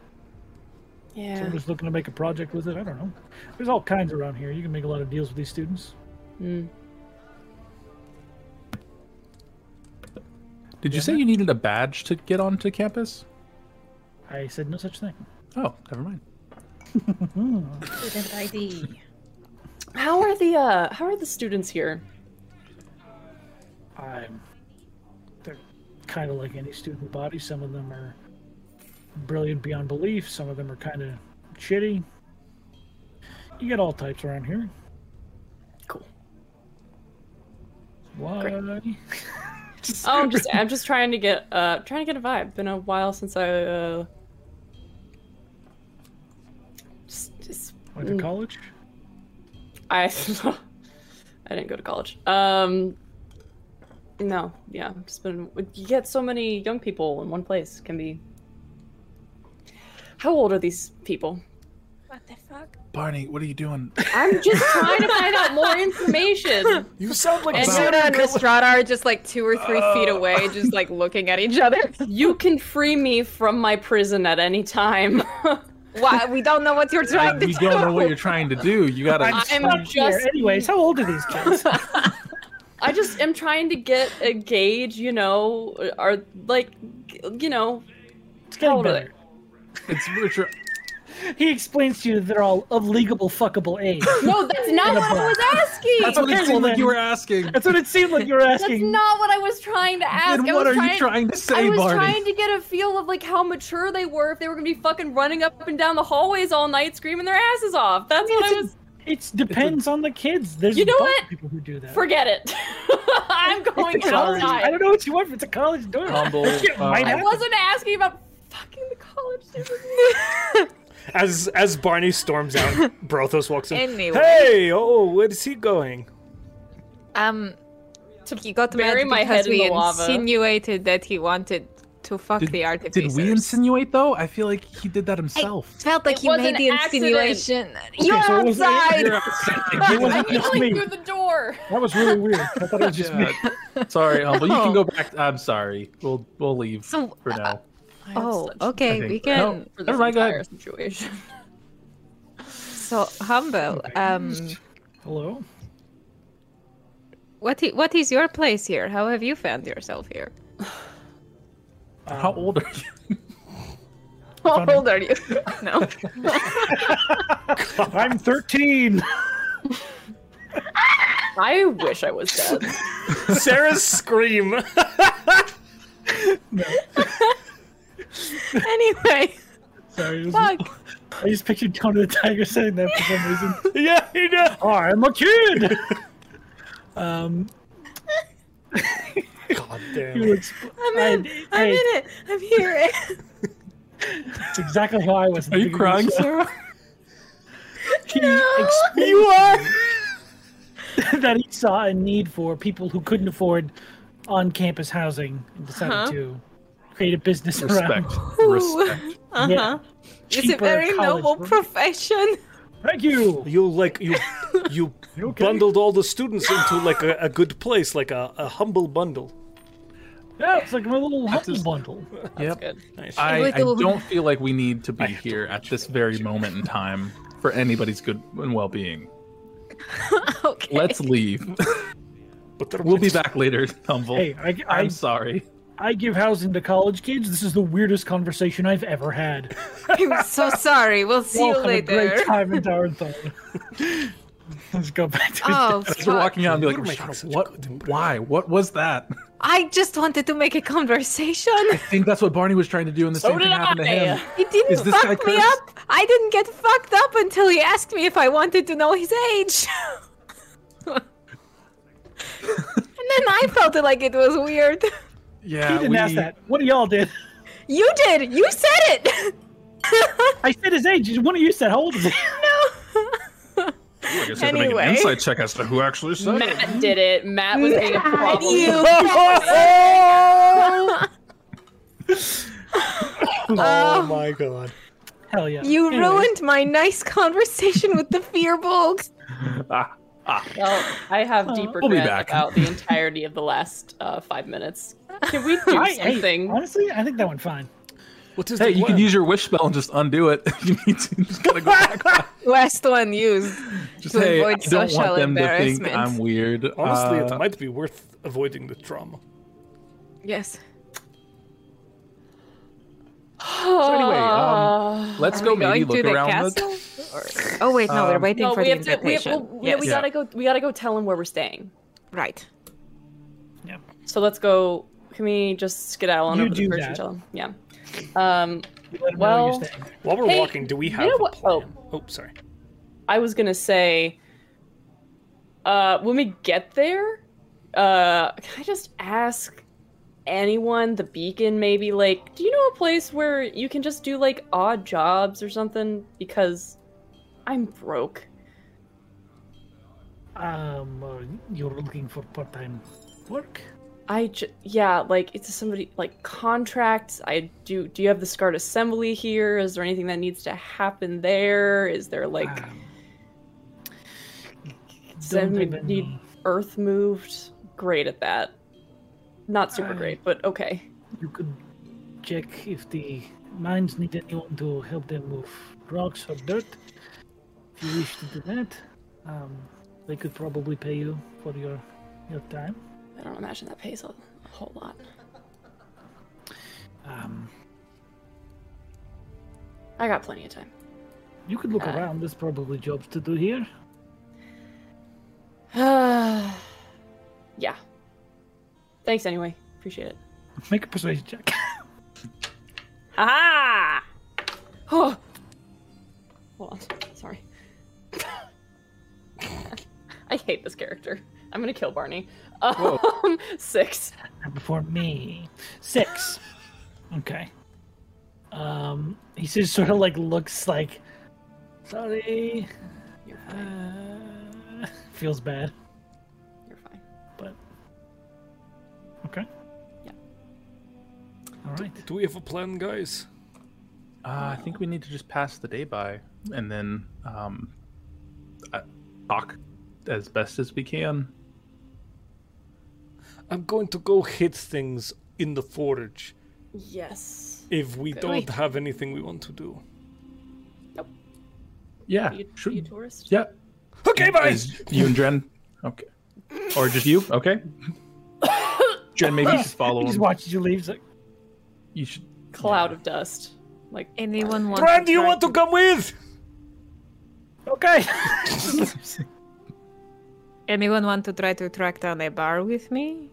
[SPEAKER 6] Yeah.
[SPEAKER 2] Someone's looking to make a project with it. I don't know. There's all kinds around here. You can make a lot of deals with these students.
[SPEAKER 6] Mm.
[SPEAKER 4] Did you say you needed a badge to get onto campus?
[SPEAKER 2] I said no such thing.
[SPEAKER 4] Oh, never mind.
[SPEAKER 8] Student ID.
[SPEAKER 6] <laughs> How are the uh? How are the students here?
[SPEAKER 2] I'm. They're kind of like any student body. Some of them are brilliant beyond belief. Some of them are kind of shitty. You get all types around here.
[SPEAKER 6] Cool.
[SPEAKER 2] Why?
[SPEAKER 6] Oh, I'm just I'm just trying to get uh trying to get a vibe. Been a while since I uh. Just, just
[SPEAKER 2] Went to college.
[SPEAKER 6] I. <laughs> I didn't go to college. Um. No, yeah, just been. You get so many young people in one place. Can be. How old are these people?
[SPEAKER 8] What the fuck?
[SPEAKER 4] Barney, what are you doing?
[SPEAKER 6] I'm just <laughs> trying to find out more information.
[SPEAKER 7] You sound like
[SPEAKER 1] And
[SPEAKER 7] serial
[SPEAKER 1] Yoda and
[SPEAKER 7] killer. <laughs>
[SPEAKER 1] Restrada are just like two or three feet
[SPEAKER 7] Uh.
[SPEAKER 1] away, just like looking at each
[SPEAKER 7] <laughs>
[SPEAKER 1] other.
[SPEAKER 6] You can free me from my prison at any time. <laughs>
[SPEAKER 1] Why? We don't know what you're trying to
[SPEAKER 4] you don't know what you're trying to do. You gotta.
[SPEAKER 6] I'm
[SPEAKER 2] Here,
[SPEAKER 6] just
[SPEAKER 2] anyways, how old are these kids?
[SPEAKER 6] I just am trying to get a gauge, you know, or like you know,
[SPEAKER 2] It's getting
[SPEAKER 6] Totally.
[SPEAKER 2] better.
[SPEAKER 4] it's we're tr-
[SPEAKER 2] He explains to you that they're all of legal fuckable age.
[SPEAKER 6] No, that's not what I was asking.
[SPEAKER 4] That's what
[SPEAKER 2] Okay,
[SPEAKER 4] it seemed
[SPEAKER 2] well
[SPEAKER 4] like you
[SPEAKER 2] then.
[SPEAKER 4] were asking.
[SPEAKER 2] That's what it seemed like you were
[SPEAKER 6] That's
[SPEAKER 2] asking.
[SPEAKER 6] not what I was trying to ask.
[SPEAKER 4] Then
[SPEAKER 6] I
[SPEAKER 4] what
[SPEAKER 6] was
[SPEAKER 4] are
[SPEAKER 6] trying,
[SPEAKER 4] you trying to
[SPEAKER 6] I
[SPEAKER 4] say,
[SPEAKER 6] was
[SPEAKER 4] Barney?
[SPEAKER 6] trying to get a feel of like how mature they were if they were gonna be fucking running up and down the hallways all night screaming their asses off. That's what I was
[SPEAKER 2] It depends on the kids. There's
[SPEAKER 10] You know
[SPEAKER 2] a bunch
[SPEAKER 10] what?
[SPEAKER 2] of people who do that.
[SPEAKER 10] Forget it. I'm going
[SPEAKER 2] It's a college- I
[SPEAKER 10] outside.
[SPEAKER 2] don't know what you want. If it's a college dorm. <laughs>
[SPEAKER 4] Humble,
[SPEAKER 2] Shit might
[SPEAKER 4] uh,
[SPEAKER 10] I
[SPEAKER 2] happen.
[SPEAKER 10] wasn't asking about fucking the college students.
[SPEAKER 1] <laughs>
[SPEAKER 7] As as Barney storms
[SPEAKER 6] <laughs>
[SPEAKER 7] out, Brothos walks in.
[SPEAKER 1] Anyway.
[SPEAKER 7] Hey, oh, where's he going?
[SPEAKER 1] Um, he got
[SPEAKER 10] bury
[SPEAKER 1] mad
[SPEAKER 10] my
[SPEAKER 1] because
[SPEAKER 10] head in
[SPEAKER 1] we
[SPEAKER 10] the lava.
[SPEAKER 1] insinuated that he wanted to fuck
[SPEAKER 4] Did-
[SPEAKER 1] the
[SPEAKER 4] Did
[SPEAKER 1] artificers.
[SPEAKER 4] we insinuate though? I feel like he did that himself.
[SPEAKER 1] It felt like
[SPEAKER 10] It
[SPEAKER 1] he
[SPEAKER 10] was
[SPEAKER 1] made
[SPEAKER 10] an
[SPEAKER 1] the
[SPEAKER 10] accident.
[SPEAKER 1] insinuation. You're
[SPEAKER 2] so it wasn't-
[SPEAKER 1] outside.
[SPEAKER 2] you're outside. <laughs> It wasn't just me.
[SPEAKER 10] through the door.
[SPEAKER 2] That was really weird. I thought it was just me.
[SPEAKER 4] Yeah. <laughs> sorry, humble. You can go back. I'm sorry. We'll we'll leave
[SPEAKER 1] So,
[SPEAKER 4] for now.
[SPEAKER 1] oh,
[SPEAKER 4] I
[SPEAKER 1] okay,
[SPEAKER 4] think-
[SPEAKER 1] we can.
[SPEAKER 4] No,
[SPEAKER 6] for this
[SPEAKER 4] never mind. Go
[SPEAKER 6] entire
[SPEAKER 4] ahead.
[SPEAKER 6] situation.
[SPEAKER 1] So humble. Um,
[SPEAKER 2] Hello.
[SPEAKER 1] what i- what is your place here? How have you found yourself here?
[SPEAKER 4] How old are you?
[SPEAKER 11] How old are you? No.
[SPEAKER 2] I'm 13.
[SPEAKER 6] I wish I was dead.
[SPEAKER 7] <laughs> Sarah's scream. <laughs>
[SPEAKER 1] Anyway,
[SPEAKER 2] Sorry. it was-
[SPEAKER 1] fuck.
[SPEAKER 2] I just pictured Tony the Tiger saying that for some reason. <laughs>
[SPEAKER 7] yeah, he does.
[SPEAKER 2] I'm a kid. um, Oh,
[SPEAKER 7] God damn.
[SPEAKER 2] you
[SPEAKER 7] it.
[SPEAKER 2] expl-
[SPEAKER 1] I'm
[SPEAKER 2] I-
[SPEAKER 1] in. I'm
[SPEAKER 2] hey,
[SPEAKER 1] in it. I'm here.
[SPEAKER 2] It's exactly how I was. at the
[SPEAKER 4] Are you
[SPEAKER 2] beginning
[SPEAKER 4] crying,
[SPEAKER 2] of the show.
[SPEAKER 4] Sarah?
[SPEAKER 2] <laughs> He
[SPEAKER 7] You are.
[SPEAKER 2] explained <laughs> that he saw a need for people who couldn't afford on-campus housing and decided to create a business around. <laughs>
[SPEAKER 4] Uh-huh. Respect. Uh-huh. Respect.
[SPEAKER 1] Uh
[SPEAKER 2] Yeah.
[SPEAKER 1] huh. It's a
[SPEAKER 2] cheaper
[SPEAKER 1] very
[SPEAKER 2] college
[SPEAKER 1] noble
[SPEAKER 2] room.
[SPEAKER 1] profession.
[SPEAKER 2] Thank you.
[SPEAKER 7] You like you you
[SPEAKER 2] <laughs> You okay?
[SPEAKER 7] bundled all the students into like a, a good place, like a, a humble bundle.
[SPEAKER 2] Yeah, it's like my little humble bundle.
[SPEAKER 4] Yep.
[SPEAKER 6] Good.
[SPEAKER 7] Nice.
[SPEAKER 2] Uh,
[SPEAKER 4] I, I
[SPEAKER 1] Little-
[SPEAKER 4] don't feel like we need to be here at this very moment in time for anybody's good and well-being.
[SPEAKER 1] Okay. <laughs>
[SPEAKER 4] Let's leave.
[SPEAKER 7] But there
[SPEAKER 4] We'll
[SPEAKER 7] <laughs>
[SPEAKER 4] be back later, Humble.
[SPEAKER 2] Hey, I, I,
[SPEAKER 4] I'm sorry.
[SPEAKER 2] I give housing to college kids. This is the weirdest conversation I've ever had.
[SPEAKER 1] I'm so sorry. We'll <laughs> see
[SPEAKER 2] Y'all
[SPEAKER 1] you
[SPEAKER 2] have a
[SPEAKER 1] later.
[SPEAKER 2] great
[SPEAKER 1] <laughs>
[SPEAKER 2] time in Darnthorn. <laughs> Let's go back to <laughs>
[SPEAKER 1] Oh,
[SPEAKER 4] As we're
[SPEAKER 1] fuck.
[SPEAKER 4] walking out and be like,
[SPEAKER 7] You're making
[SPEAKER 4] "Rashada,
[SPEAKER 7] such a
[SPEAKER 4] what? Why? What was that?
[SPEAKER 1] I just wanted to make a conversation.
[SPEAKER 4] I think that's what Barney was trying to do, and the same thing
[SPEAKER 10] did
[SPEAKER 4] happened to
[SPEAKER 10] I.
[SPEAKER 4] him.
[SPEAKER 1] He
[SPEAKER 4] Is
[SPEAKER 1] didn't
[SPEAKER 4] this guy
[SPEAKER 1] fuck me
[SPEAKER 4] cursed?
[SPEAKER 1] up. I didn't get fucked up until he asked me if I wanted to know his age. <laughs> and then I felt it like it was weird.
[SPEAKER 4] Yeah,
[SPEAKER 2] He didn't
[SPEAKER 4] we,
[SPEAKER 2] ask that. What do y'all did?
[SPEAKER 1] You did. You said it. <laughs>
[SPEAKER 2] I said his age. One of you said how old
[SPEAKER 1] <laughs>
[SPEAKER 2] is he?
[SPEAKER 1] no.
[SPEAKER 4] I guess
[SPEAKER 1] have to make an Anyway. insight
[SPEAKER 4] check as to who actually
[SPEAKER 1] <laughs>
[SPEAKER 4] said
[SPEAKER 6] Matt did it. Matt was being a
[SPEAKER 1] Had
[SPEAKER 6] problem.
[SPEAKER 1] you.
[SPEAKER 7] oh my god.
[SPEAKER 2] Hell yeah.
[SPEAKER 1] You
[SPEAKER 2] Anyways,
[SPEAKER 1] ruined my nice conversation with the Fearbolg.
[SPEAKER 6] Well, I have deep
[SPEAKER 4] We'll be
[SPEAKER 6] regret
[SPEAKER 4] back. <laughs>
[SPEAKER 6] about the entirety of the last uh, five minutes. Can we do
[SPEAKER 2] I, hey,
[SPEAKER 6] something?
[SPEAKER 2] honestly, I think that went fine.
[SPEAKER 7] What is
[SPEAKER 4] Hey,
[SPEAKER 7] the
[SPEAKER 4] you
[SPEAKER 7] plan?
[SPEAKER 4] can use your wish spell and just undo it. <laughs> if you need to. You Just gotta
[SPEAKER 1] <laughs>
[SPEAKER 4] go back.
[SPEAKER 1] Last one used.
[SPEAKER 4] Just
[SPEAKER 1] To
[SPEAKER 4] hey, I
[SPEAKER 1] avoid
[SPEAKER 4] don't
[SPEAKER 1] social
[SPEAKER 4] want them to think
[SPEAKER 1] embarrassment.
[SPEAKER 4] I'm weird.
[SPEAKER 7] Honestly,
[SPEAKER 4] Uh,
[SPEAKER 7] it might be worth avoiding the trauma.
[SPEAKER 1] Yes.
[SPEAKER 4] so anyway,
[SPEAKER 6] Uh,
[SPEAKER 4] um, let's
[SPEAKER 1] Are
[SPEAKER 4] go
[SPEAKER 1] we going
[SPEAKER 4] maybe
[SPEAKER 1] to
[SPEAKER 4] look
[SPEAKER 1] the
[SPEAKER 4] around. the-
[SPEAKER 1] castle? Or- Oh wait, no, we're
[SPEAKER 4] Um,
[SPEAKER 1] waiting
[SPEAKER 6] no,
[SPEAKER 1] for the
[SPEAKER 6] we have to. We, have,
[SPEAKER 1] invitation.
[SPEAKER 6] well, we-
[SPEAKER 1] yes.
[SPEAKER 6] we gotta go. We gotta go tell him where we're staying.
[SPEAKER 1] Right.
[SPEAKER 6] So let's go. Can we just skedaddle on
[SPEAKER 2] You
[SPEAKER 6] over
[SPEAKER 2] do
[SPEAKER 6] the bridge
[SPEAKER 2] that.
[SPEAKER 6] and tell him? Yeah. Um,
[SPEAKER 2] You let him know
[SPEAKER 6] Well-
[SPEAKER 2] you're staying.
[SPEAKER 7] While we're
[SPEAKER 6] Hey,
[SPEAKER 7] walking, do we
[SPEAKER 6] you
[SPEAKER 7] have
[SPEAKER 6] know
[SPEAKER 7] a
[SPEAKER 6] what- oh.
[SPEAKER 7] plan? Oh, sorry.
[SPEAKER 6] I was gonna say, uh, when we get there, uh, can I just ask anyone, the beacon maybe, like, do you know a place where you can just do like odd jobs or something? Because I'm broke.
[SPEAKER 2] Um, uh, you're looking for part-time work.
[SPEAKER 6] I j- yeah, like it's somebody like contracts. I do. Do you have the Scarred Assembly here? Is there anything that needs to happen there? Is there like
[SPEAKER 2] Um,
[SPEAKER 6] does
[SPEAKER 2] don't
[SPEAKER 6] anyone
[SPEAKER 2] even-
[SPEAKER 6] need Earth moved? Great at that. Not super
[SPEAKER 2] Uh,
[SPEAKER 6] great, but okay.
[SPEAKER 2] You could check if the mines need anyone to help them move rocks or dirt. If you wish to do that, um, they could probably pay you for your your time.
[SPEAKER 6] I don't imagine that pays a a whole lot.
[SPEAKER 2] Um,
[SPEAKER 6] I got plenty of time. <sighs>
[SPEAKER 2] you could look
[SPEAKER 6] Uh,
[SPEAKER 2] around. There's probably jobs to do here. <laughs>
[SPEAKER 6] yeah. Thanks anyway. Appreciate it.
[SPEAKER 2] Make a persuasion check. <laughs>
[SPEAKER 6] <laughs> Ah! Oh. Hold on. Sorry. hate this character. I'm gonna kill Barney.
[SPEAKER 4] Whoa.
[SPEAKER 6] Um, <laughs> six.
[SPEAKER 2] Not before me. Six. okay. Um, he just sort of like looks like, sorry. Uh, <laughs> feels bad,
[SPEAKER 6] You're fine.
[SPEAKER 2] but okay.
[SPEAKER 6] Yeah.
[SPEAKER 2] All right.
[SPEAKER 7] Do we have a plan, guys?
[SPEAKER 4] Uh, I think we need to just pass the day by and then um, uh, talk as best as we can.
[SPEAKER 7] I'm going to go hit things in the forge
[SPEAKER 6] Yes.
[SPEAKER 7] if we don't have anything we want to do.
[SPEAKER 4] Yeah.
[SPEAKER 6] You,
[SPEAKER 4] sure.
[SPEAKER 6] you tourist.
[SPEAKER 4] Yeah.
[SPEAKER 7] Okay, guys.
[SPEAKER 4] Is you and Jen. Okay. Or just you. Okay. Jen, maybe you should follow
[SPEAKER 2] He just
[SPEAKER 4] him.
[SPEAKER 2] watches you leave. He's like,
[SPEAKER 4] You should.
[SPEAKER 6] Cloud of dust. Like
[SPEAKER 1] Anyone want
[SPEAKER 7] Brand, you want to come with?
[SPEAKER 2] okay.
[SPEAKER 5] Anyone want to try to track down a bar with me?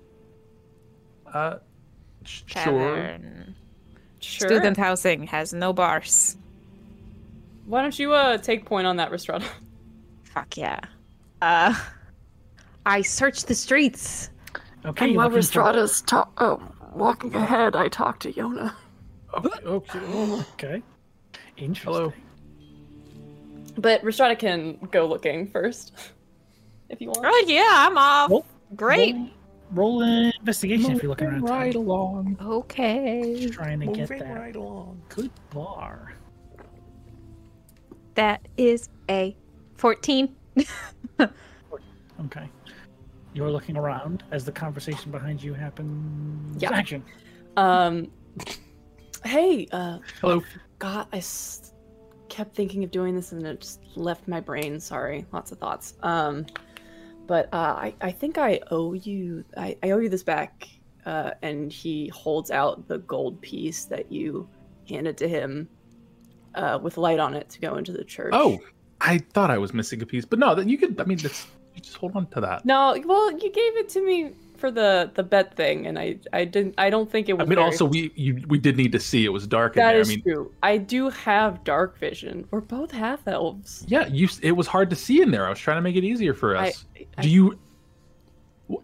[SPEAKER 4] Uh, sh- sure.
[SPEAKER 5] Tavern.
[SPEAKER 6] sure.
[SPEAKER 5] Student housing has no bars.
[SPEAKER 6] Why don't you uh take point on that restaurant?
[SPEAKER 5] Fuck yeah.
[SPEAKER 1] Uh, I search the streets.
[SPEAKER 2] <laughs> Okay.
[SPEAKER 12] And
[SPEAKER 2] you're
[SPEAKER 12] while
[SPEAKER 2] looking for-
[SPEAKER 12] Restrada's ta- oh, walking ahead, I talk to Yona.
[SPEAKER 4] Okay. okay.
[SPEAKER 2] Okay. Interesting.
[SPEAKER 4] Hello.
[SPEAKER 6] <laughs> But Restrada can go looking first, <laughs> if you want.
[SPEAKER 1] <laughs> Oh yeah, I'm off.
[SPEAKER 5] <laughs>
[SPEAKER 2] Nope.
[SPEAKER 1] Great.
[SPEAKER 2] Roll, roll an investigation if you're looking around. town.
[SPEAKER 4] Right along.
[SPEAKER 1] Okay.
[SPEAKER 2] Trying to get
[SPEAKER 7] Moving
[SPEAKER 2] that
[SPEAKER 7] right along.
[SPEAKER 2] good bar.
[SPEAKER 1] That is a 14.
[SPEAKER 2] Okay. You're looking around as the conversation behind you happens.
[SPEAKER 6] Yeah.
[SPEAKER 2] Action.
[SPEAKER 6] Um. Hey. Uh.
[SPEAKER 4] Hello.
[SPEAKER 6] God, I s- kept thinking of doing this and it just left my brain. Sorry, lots of thoughts. Um, but uh, I, I think I owe you. I, I owe you this back. Uh, and he holds out the gold piece that you handed to him, uh, with light on it to go into the church.
[SPEAKER 4] Oh, I thought I was missing a piece, but no. That you could. I mean, that's you just hold on to that.
[SPEAKER 6] no! Well, you gave it to me for the the bet thing, and I I didn't. I don't think it
[SPEAKER 4] I
[SPEAKER 6] was.
[SPEAKER 4] mean,
[SPEAKER 6] very-
[SPEAKER 4] also we you, we did need to see. It was dark in
[SPEAKER 6] that
[SPEAKER 4] there.
[SPEAKER 6] is
[SPEAKER 4] I mean,
[SPEAKER 6] true. I do have dark vision. We're both half elves.
[SPEAKER 4] yeah. You. s- It was hard to see in there. I was trying to make it easier for
[SPEAKER 6] I,
[SPEAKER 4] us.
[SPEAKER 6] I
[SPEAKER 4] Do you? wh-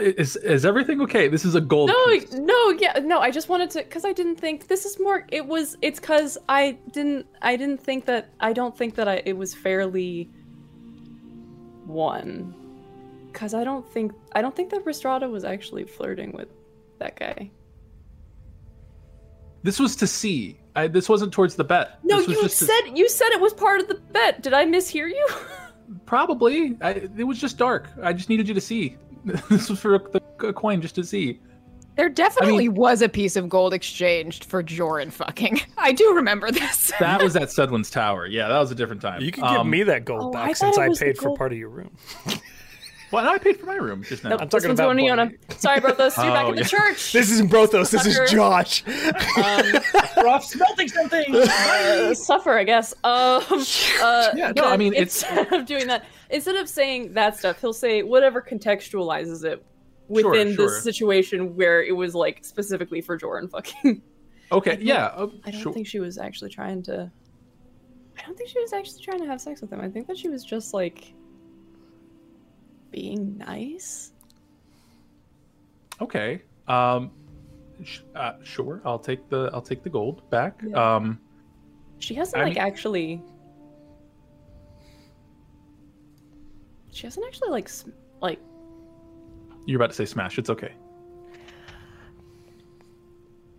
[SPEAKER 4] Is is everything okay? This is a gold.
[SPEAKER 6] No,
[SPEAKER 4] piece.
[SPEAKER 6] no, yeah, no. I just wanted to, cause I didn't think this is more. It was, it's cause I didn't, I didn't think that, I don't think that I, it was fairly won, cause I don't think, I don't think that Restrada was actually flirting with that guy.
[SPEAKER 4] This was to see. I, this wasn't towards the bet.
[SPEAKER 6] No,
[SPEAKER 4] This was
[SPEAKER 6] you
[SPEAKER 4] just to-
[SPEAKER 6] said you said it was part of the bet. Did I mishear you?
[SPEAKER 4] probably. I, it was just dark. I just needed you to see. <laughs> this was for a, the, a coin, just to see.
[SPEAKER 1] There definitely was a piece of gold exchanged for Joran fucking. I do remember <laughs> this.
[SPEAKER 4] That was at Sudlin's Tower. Yeah, that was a different time.
[SPEAKER 7] You can give
[SPEAKER 4] Um,
[SPEAKER 7] me that gold
[SPEAKER 6] oh, I
[SPEAKER 7] back
[SPEAKER 6] thought
[SPEAKER 7] since
[SPEAKER 6] it
[SPEAKER 7] I
[SPEAKER 6] was the
[SPEAKER 7] paid for
[SPEAKER 6] gold-
[SPEAKER 7] part of your room.
[SPEAKER 4] Well, no, I paid for my room just now.
[SPEAKER 6] Nope,
[SPEAKER 7] I'm
[SPEAKER 6] this
[SPEAKER 7] talking
[SPEAKER 6] one's
[SPEAKER 7] about
[SPEAKER 6] going to Yona. Sorry, brother. See you back
[SPEAKER 4] Oh,
[SPEAKER 6] in the
[SPEAKER 4] yeah.
[SPEAKER 6] church.
[SPEAKER 7] This isn't Brothos. This is
[SPEAKER 6] Sucker.
[SPEAKER 7] Josh.
[SPEAKER 6] Um,
[SPEAKER 2] We're off smelting something.
[SPEAKER 6] uh, suffer, I guess. <laughs> Um, uh,
[SPEAKER 4] Yeah, no, I
[SPEAKER 6] then
[SPEAKER 4] mean, it's-
[SPEAKER 6] instead of doing that, instead of saying that stuff, he'll say whatever contextualizes it within
[SPEAKER 4] sure.
[SPEAKER 6] this situation where it was like specifically for Jordan fucking.
[SPEAKER 4] Okay, yeah. uh,
[SPEAKER 6] <laughs> I don't
[SPEAKER 4] sure.
[SPEAKER 6] think she was actually trying to. I don't think she was actually trying to have sex with him. I think that she was just like being nice.
[SPEAKER 4] Okay. Um, sh- uh, sure. I'll take the I'll take the gold back.
[SPEAKER 6] Yeah.
[SPEAKER 4] Um,
[SPEAKER 6] She hasn't
[SPEAKER 4] I
[SPEAKER 6] like
[SPEAKER 4] mean-
[SPEAKER 6] actually. She hasn't actually like sm- like
[SPEAKER 4] you're about to say smash. It's okay.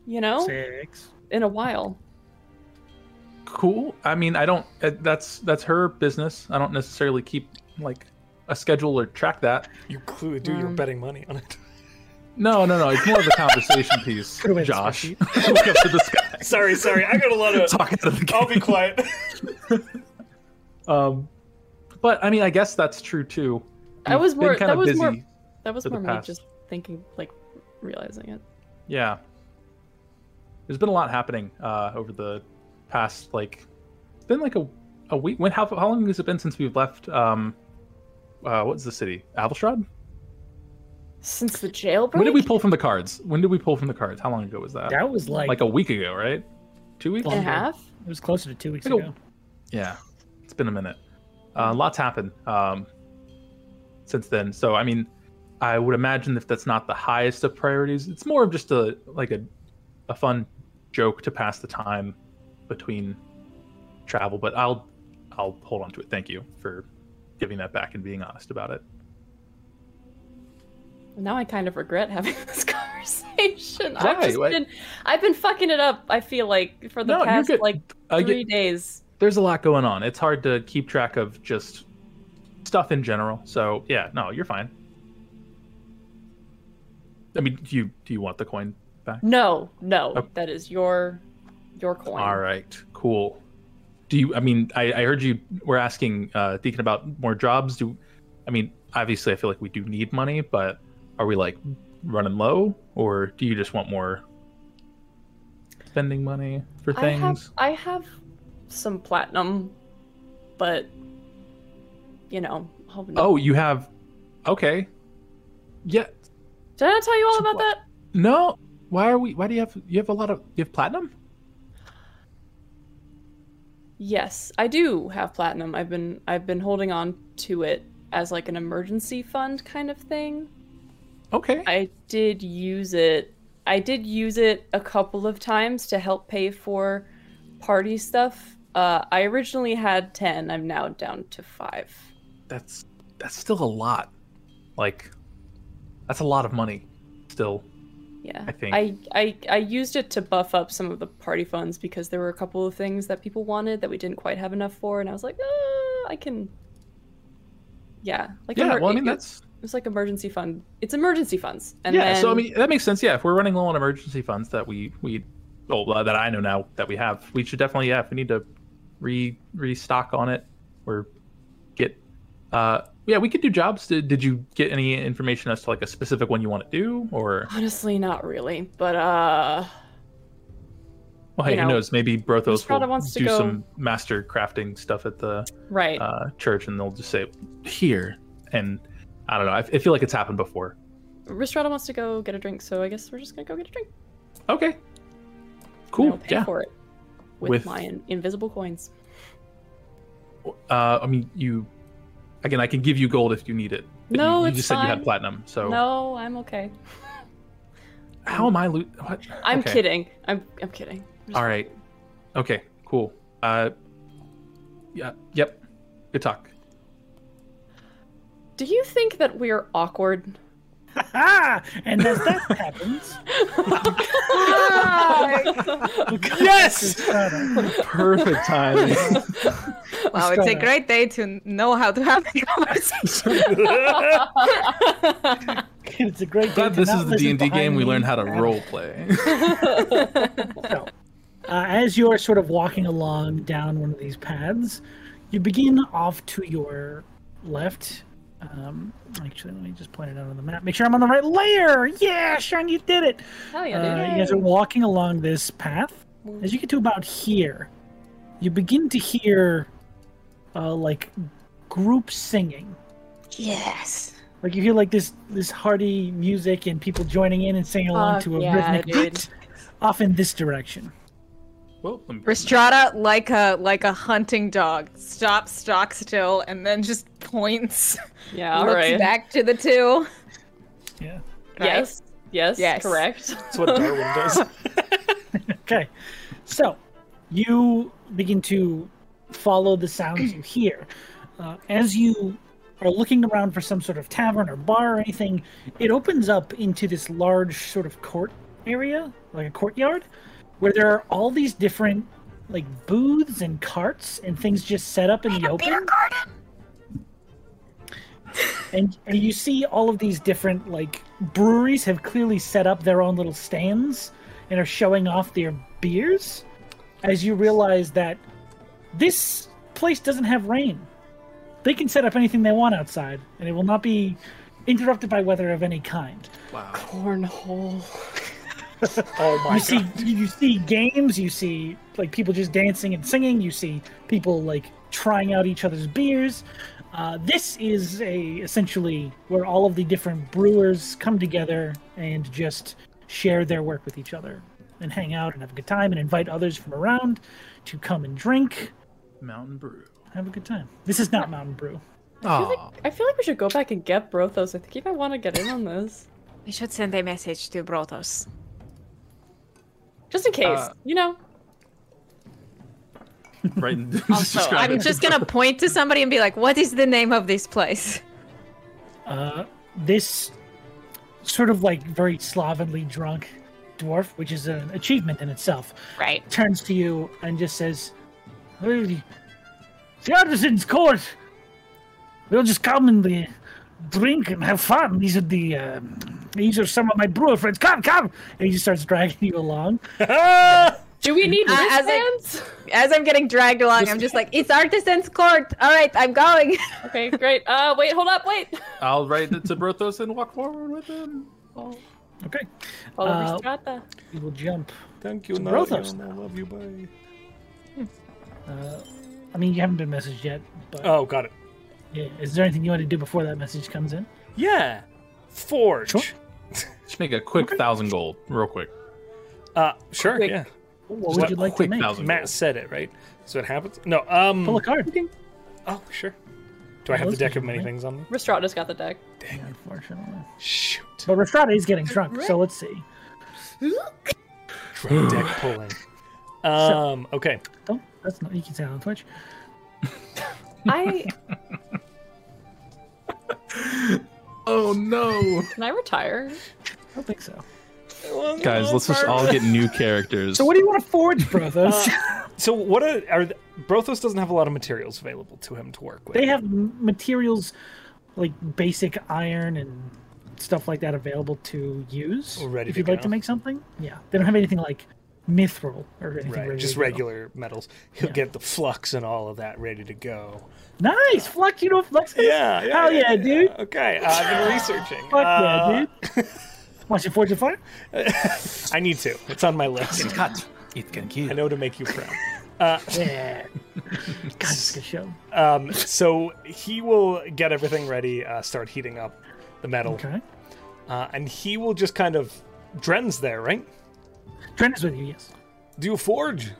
[SPEAKER 6] you know
[SPEAKER 2] Six.
[SPEAKER 6] in a while.
[SPEAKER 4] cool i mean i don't uh, that's that's her business i don't necessarily keep like a schedule or track that
[SPEAKER 7] <laughs> You clearly do. You're
[SPEAKER 6] Um,
[SPEAKER 7] betting money on it.
[SPEAKER 4] no no no it's more of a conversation piece
[SPEAKER 2] Could've been
[SPEAKER 4] josh <laughs> look up to the
[SPEAKER 7] <laughs>
[SPEAKER 4] sky
[SPEAKER 7] <laughs> sorry, sorry. I got a lot of.
[SPEAKER 4] talk out of
[SPEAKER 7] <laughs>
[SPEAKER 4] the
[SPEAKER 7] I'll
[SPEAKER 4] game.
[SPEAKER 7] be quiet.
[SPEAKER 4] um but i mean i guess that's true too
[SPEAKER 6] I was
[SPEAKER 4] We've been
[SPEAKER 6] more-
[SPEAKER 4] kinda
[SPEAKER 6] that was more-
[SPEAKER 4] busy.
[SPEAKER 6] That was
[SPEAKER 4] for the
[SPEAKER 6] more me
[SPEAKER 4] past.
[SPEAKER 6] just thinking, like realizing it.
[SPEAKER 4] yeah there's been a lot happening uh over the past like it's been like a, a week when how, how long has it been since we've left um uh what's the city avalstrad
[SPEAKER 6] Since the jailbreak,
[SPEAKER 4] when did we pull from the cards when did we pull from the cards how long ago was that
[SPEAKER 2] That was like,
[SPEAKER 4] like a week ago, right? Two weeks?
[SPEAKER 6] and a half?
[SPEAKER 2] it was closer to two weeks
[SPEAKER 4] Like a-
[SPEAKER 2] ago.
[SPEAKER 4] Yeah, it's been a minute. Uh, lots happened. Um, since then. So I mean, I would imagine if that's not the highest of priorities, it's more of just a like a a fun joke to pass the time between travel. But I'll I'll hold on to it. Thank you for giving that back and being honest about it.
[SPEAKER 6] Now I kind of regret having <laughs> this conversation. I've
[SPEAKER 4] Why?
[SPEAKER 6] just
[SPEAKER 4] What-
[SPEAKER 6] been, I've been fucking it up. I feel like for the
[SPEAKER 4] No, you're
[SPEAKER 6] past
[SPEAKER 4] good.
[SPEAKER 6] like
[SPEAKER 4] I
[SPEAKER 6] three
[SPEAKER 4] get-
[SPEAKER 6] days.
[SPEAKER 4] There's a lot going on. It's hard to keep track of just stuff in general. So yeah, no, you're fine. I mean, do you do you want the coin back?
[SPEAKER 6] No, no,
[SPEAKER 4] Okay.
[SPEAKER 6] that is your your coin.
[SPEAKER 4] All right, cool. Do you? I mean, I, I heard you were asking uh, Deacon about more jobs. Do, I mean, obviously, I feel like we do need money, but are we like running low, or do you just want more spending money for
[SPEAKER 6] I have
[SPEAKER 4] things?
[SPEAKER 6] I have some platinum, but you know. I'll-
[SPEAKER 4] Oh, you have. Okay. Yeah.
[SPEAKER 6] Did I not tell you all about that?
[SPEAKER 4] No. Why are we? Why do you have? You have a lot of. You have platinum.
[SPEAKER 6] Yes, I do have platinum. I've been I've been holding on to it as like an emergency fund kind of thing.
[SPEAKER 4] Okay.
[SPEAKER 6] I did use it. I did use it a couple of times to help pay for party stuff. Uh, I originally had 10. I'm now down to 5.
[SPEAKER 4] That's that's still a lot. Like, that's a lot of money. Still.
[SPEAKER 6] Yeah.
[SPEAKER 4] I think.
[SPEAKER 6] I, I I used it to buff up some of the party funds because there were a couple of things that people wanted that we didn't quite have enough for and I was like, "Ah, I can Yeah, like
[SPEAKER 4] yeah.
[SPEAKER 6] emer-
[SPEAKER 4] Well, I mean,
[SPEAKER 6] it-
[SPEAKER 4] that's
[SPEAKER 6] It's like emergency fund. It's emergency funds. And
[SPEAKER 4] yeah, so I
[SPEAKER 6] then-
[SPEAKER 4] mean that makes sense. Yeah, if we're running low on emergency funds that we we oh uh, that I know now that we have, we should definitely yeah. If we need to re restock on it or get uh yeah, we could do jobs. Did, did you get any information as to like a specific one you want to do or
[SPEAKER 6] honestly, not really. But uh,
[SPEAKER 4] well hey
[SPEAKER 6] You
[SPEAKER 4] who
[SPEAKER 6] know,
[SPEAKER 4] knows maybe Brothos
[SPEAKER 6] Strata
[SPEAKER 4] will
[SPEAKER 6] wants to
[SPEAKER 4] do
[SPEAKER 6] go-
[SPEAKER 4] some master crafting stuff at the
[SPEAKER 6] right.
[SPEAKER 4] uh, church and they'll just say here and I don't know. I, I feel like it's happened before.
[SPEAKER 6] Ristrata wants to go get a drink, so I guess we're just gonna go get a drink.
[SPEAKER 4] Okay,
[SPEAKER 6] And
[SPEAKER 4] cool.
[SPEAKER 6] I'll pay
[SPEAKER 4] yeah.
[SPEAKER 6] for it with,
[SPEAKER 4] With-
[SPEAKER 6] my in- invisible coins.
[SPEAKER 4] Uh, I mean, you. Again, I can give you gold if you need it. but
[SPEAKER 6] No,
[SPEAKER 4] you, you
[SPEAKER 6] it's
[SPEAKER 4] just said you
[SPEAKER 6] fine.
[SPEAKER 4] had platinum. So
[SPEAKER 6] No, I'm okay.
[SPEAKER 4] how am I lo- what?
[SPEAKER 6] I'm
[SPEAKER 4] Okay.
[SPEAKER 6] kidding. I'm I'm kidding.
[SPEAKER 4] All right. Okay. Cool. Uh. Yeah. Yep. Good talk.
[SPEAKER 6] Do you think that we're awkward?
[SPEAKER 2] Ah, and as that <laughs> happens,
[SPEAKER 7] Yes!
[SPEAKER 4] Perfect timing.
[SPEAKER 13] Wow, it's a
[SPEAKER 2] Strata.
[SPEAKER 13] great day to know how to have a conversation.
[SPEAKER 2] it's a great.
[SPEAKER 4] Glad
[SPEAKER 2] day to
[SPEAKER 4] this
[SPEAKER 2] not
[SPEAKER 4] is the D
[SPEAKER 2] listen
[SPEAKER 4] and D game.
[SPEAKER 2] behind
[SPEAKER 4] We
[SPEAKER 2] me.
[SPEAKER 4] learn how to role play.
[SPEAKER 2] Uh, as you are sort of walking along down one of these paths, you begin off to your left. Um, actually, let me just point it out on the map. Make sure I'm on the right layer. Yeah, Sean, you did it.
[SPEAKER 6] Hell
[SPEAKER 2] Uh,
[SPEAKER 6] yeah, dude.
[SPEAKER 2] you guys are walking along this path. As you get to about here, you begin to hear uh, like group singing.
[SPEAKER 13] yes.
[SPEAKER 2] Like you hear like this this hearty music and people joining in and singing along
[SPEAKER 13] Fuck
[SPEAKER 2] to a
[SPEAKER 13] yeah,
[SPEAKER 2] rhythmic
[SPEAKER 13] dude.
[SPEAKER 2] beat off in this direction.
[SPEAKER 4] <laughs> well, um,
[SPEAKER 1] Ristrata, like a like a hunting dog, stops stock still and then just points,
[SPEAKER 6] yeah, all
[SPEAKER 1] looks
[SPEAKER 6] right.
[SPEAKER 1] back to the two.
[SPEAKER 2] Yeah.
[SPEAKER 6] Yes. Yes,
[SPEAKER 1] Yes. <laughs>
[SPEAKER 6] correct. <laughs>
[SPEAKER 7] That's <laughs> what Darwin does.
[SPEAKER 2] Okay. So, you begin to follow the sounds you hear. Uh, as you are looking around for some sort of tavern or bar or anything, it opens up into this large sort of court area, like a courtyard, where there are all these different like booths and carts and things just set up in the open. and, and you see all of these different like breweries have clearly set up their own little stands and are showing off their beers as you realize that this place doesn't have rain they can set up anything they want outside and it will not be interrupted by weather of any kind
[SPEAKER 4] wow.
[SPEAKER 6] Cornhole.
[SPEAKER 7] Oh my
[SPEAKER 2] you
[SPEAKER 7] god.
[SPEAKER 2] see you you see games you see like people just dancing and singing you see people like trying out each other's beers uh, this is a essentially where all of the different brewers come together and just share their work with each other and hang out and have a good time and invite others from around to come and drink
[SPEAKER 4] Mountain Brew.
[SPEAKER 2] have a good time this is not mountain brew
[SPEAKER 6] I feel, like, I feel like we should go back and get Brothos. I think he might want to get in on this.
[SPEAKER 5] We should send a message to Brothos.
[SPEAKER 6] Just in case,
[SPEAKER 5] Uh,
[SPEAKER 6] you know.
[SPEAKER 4] Right. in- <laughs>
[SPEAKER 1] Also,
[SPEAKER 4] describe
[SPEAKER 1] I'm
[SPEAKER 4] it.
[SPEAKER 1] just gonna point to somebody and be like, "What is the name of this place?"
[SPEAKER 2] Uh, this sort of like very slovenly drunk dwarf, which is an achievement in itself,
[SPEAKER 1] right?
[SPEAKER 2] Turns to you and just says, "Hey, "The artisan's court. We'll just come and uh, drink and have fun. These are the." Um, these are some of my brewer friends. Come, come! And he just starts dragging you along.
[SPEAKER 6] Do we need
[SPEAKER 1] Uh, as, I, as I'm getting dragged along, I'm just like, "It's Artisan's Court. All right, I'm going."
[SPEAKER 6] Okay, great. Uh, wait, hold up, wait.
[SPEAKER 4] I'll write it to Brothos and walk forward with him.
[SPEAKER 2] Okay.
[SPEAKER 6] Follow
[SPEAKER 2] Uh,
[SPEAKER 6] Strata.
[SPEAKER 2] You will jump.
[SPEAKER 7] Thank you,
[SPEAKER 2] to
[SPEAKER 7] Narion.
[SPEAKER 2] Brothos
[SPEAKER 7] I love you, bye.
[SPEAKER 2] Uh, I mean, you haven't been messaged yet. But
[SPEAKER 7] Oh, got it.
[SPEAKER 2] yeah, is there anything you want to do before that message comes in?
[SPEAKER 7] Yeah, forge. Sure.
[SPEAKER 4] Just make a quick thousand gold, real quick.
[SPEAKER 7] Uh, sure.
[SPEAKER 2] Quick.
[SPEAKER 7] Yeah.
[SPEAKER 2] What
[SPEAKER 7] Just
[SPEAKER 2] would
[SPEAKER 7] a
[SPEAKER 2] you like to
[SPEAKER 4] quick
[SPEAKER 2] make?
[SPEAKER 4] thousand
[SPEAKER 7] Matt said it right. So it happens. No. Um.
[SPEAKER 2] Pull a card.
[SPEAKER 7] Oh, sure. Do I have the deck of many things on me?
[SPEAKER 6] Restrada's got the deck.
[SPEAKER 2] Unfortunately.
[SPEAKER 7] Shoot.
[SPEAKER 2] But Restrada is getting drunk, so let's see.
[SPEAKER 7] Drunk deck <laughs> pulling. Um. Okay.
[SPEAKER 2] Oh, that's not. You can say that on Twitch.
[SPEAKER 6] I
[SPEAKER 4] Oh no,
[SPEAKER 6] <laughs> can I retire?
[SPEAKER 2] I don't think so.
[SPEAKER 4] guys! Let's just all get new characters.
[SPEAKER 2] So what do you want to forge, Brothos?
[SPEAKER 7] So what are, are th- Brothos doesn't have a lot of materials available to him to work with.
[SPEAKER 2] they have m- materials like basic iron and stuff like that available to use.
[SPEAKER 7] Or ready
[SPEAKER 2] if
[SPEAKER 7] to
[SPEAKER 2] you'd like
[SPEAKER 7] go.
[SPEAKER 2] to make something, yeah. They don't have anything like mithril or anything.
[SPEAKER 7] right,
[SPEAKER 2] ready
[SPEAKER 7] just
[SPEAKER 2] to go.
[SPEAKER 7] regular metals. He'll get the flux and all of that ready to go.
[SPEAKER 2] Nice, Flux. You know what Flux. is?
[SPEAKER 7] Yeah, yeah,
[SPEAKER 2] Hell
[SPEAKER 7] yeah,
[SPEAKER 2] yeah,
[SPEAKER 7] yeah.
[SPEAKER 2] dude.
[SPEAKER 7] Okay, uh, I've been researching.
[SPEAKER 2] Fuck
[SPEAKER 7] Uh,
[SPEAKER 2] yeah, dude.
[SPEAKER 7] <laughs>
[SPEAKER 2] Want to forge a fire?
[SPEAKER 7] I need to. It's on my list.
[SPEAKER 4] cut. It can
[SPEAKER 7] I
[SPEAKER 4] kill.
[SPEAKER 7] know to make you proud. <laughs>
[SPEAKER 2] Yeah. God, it's a good show.
[SPEAKER 7] Um, so he will get everything ready, uh, start heating up the metal,
[SPEAKER 2] Okay.
[SPEAKER 7] uh, and he will just kind of Dren's there, right?
[SPEAKER 2] Trent is with you. Yes.
[SPEAKER 7] Do you forge?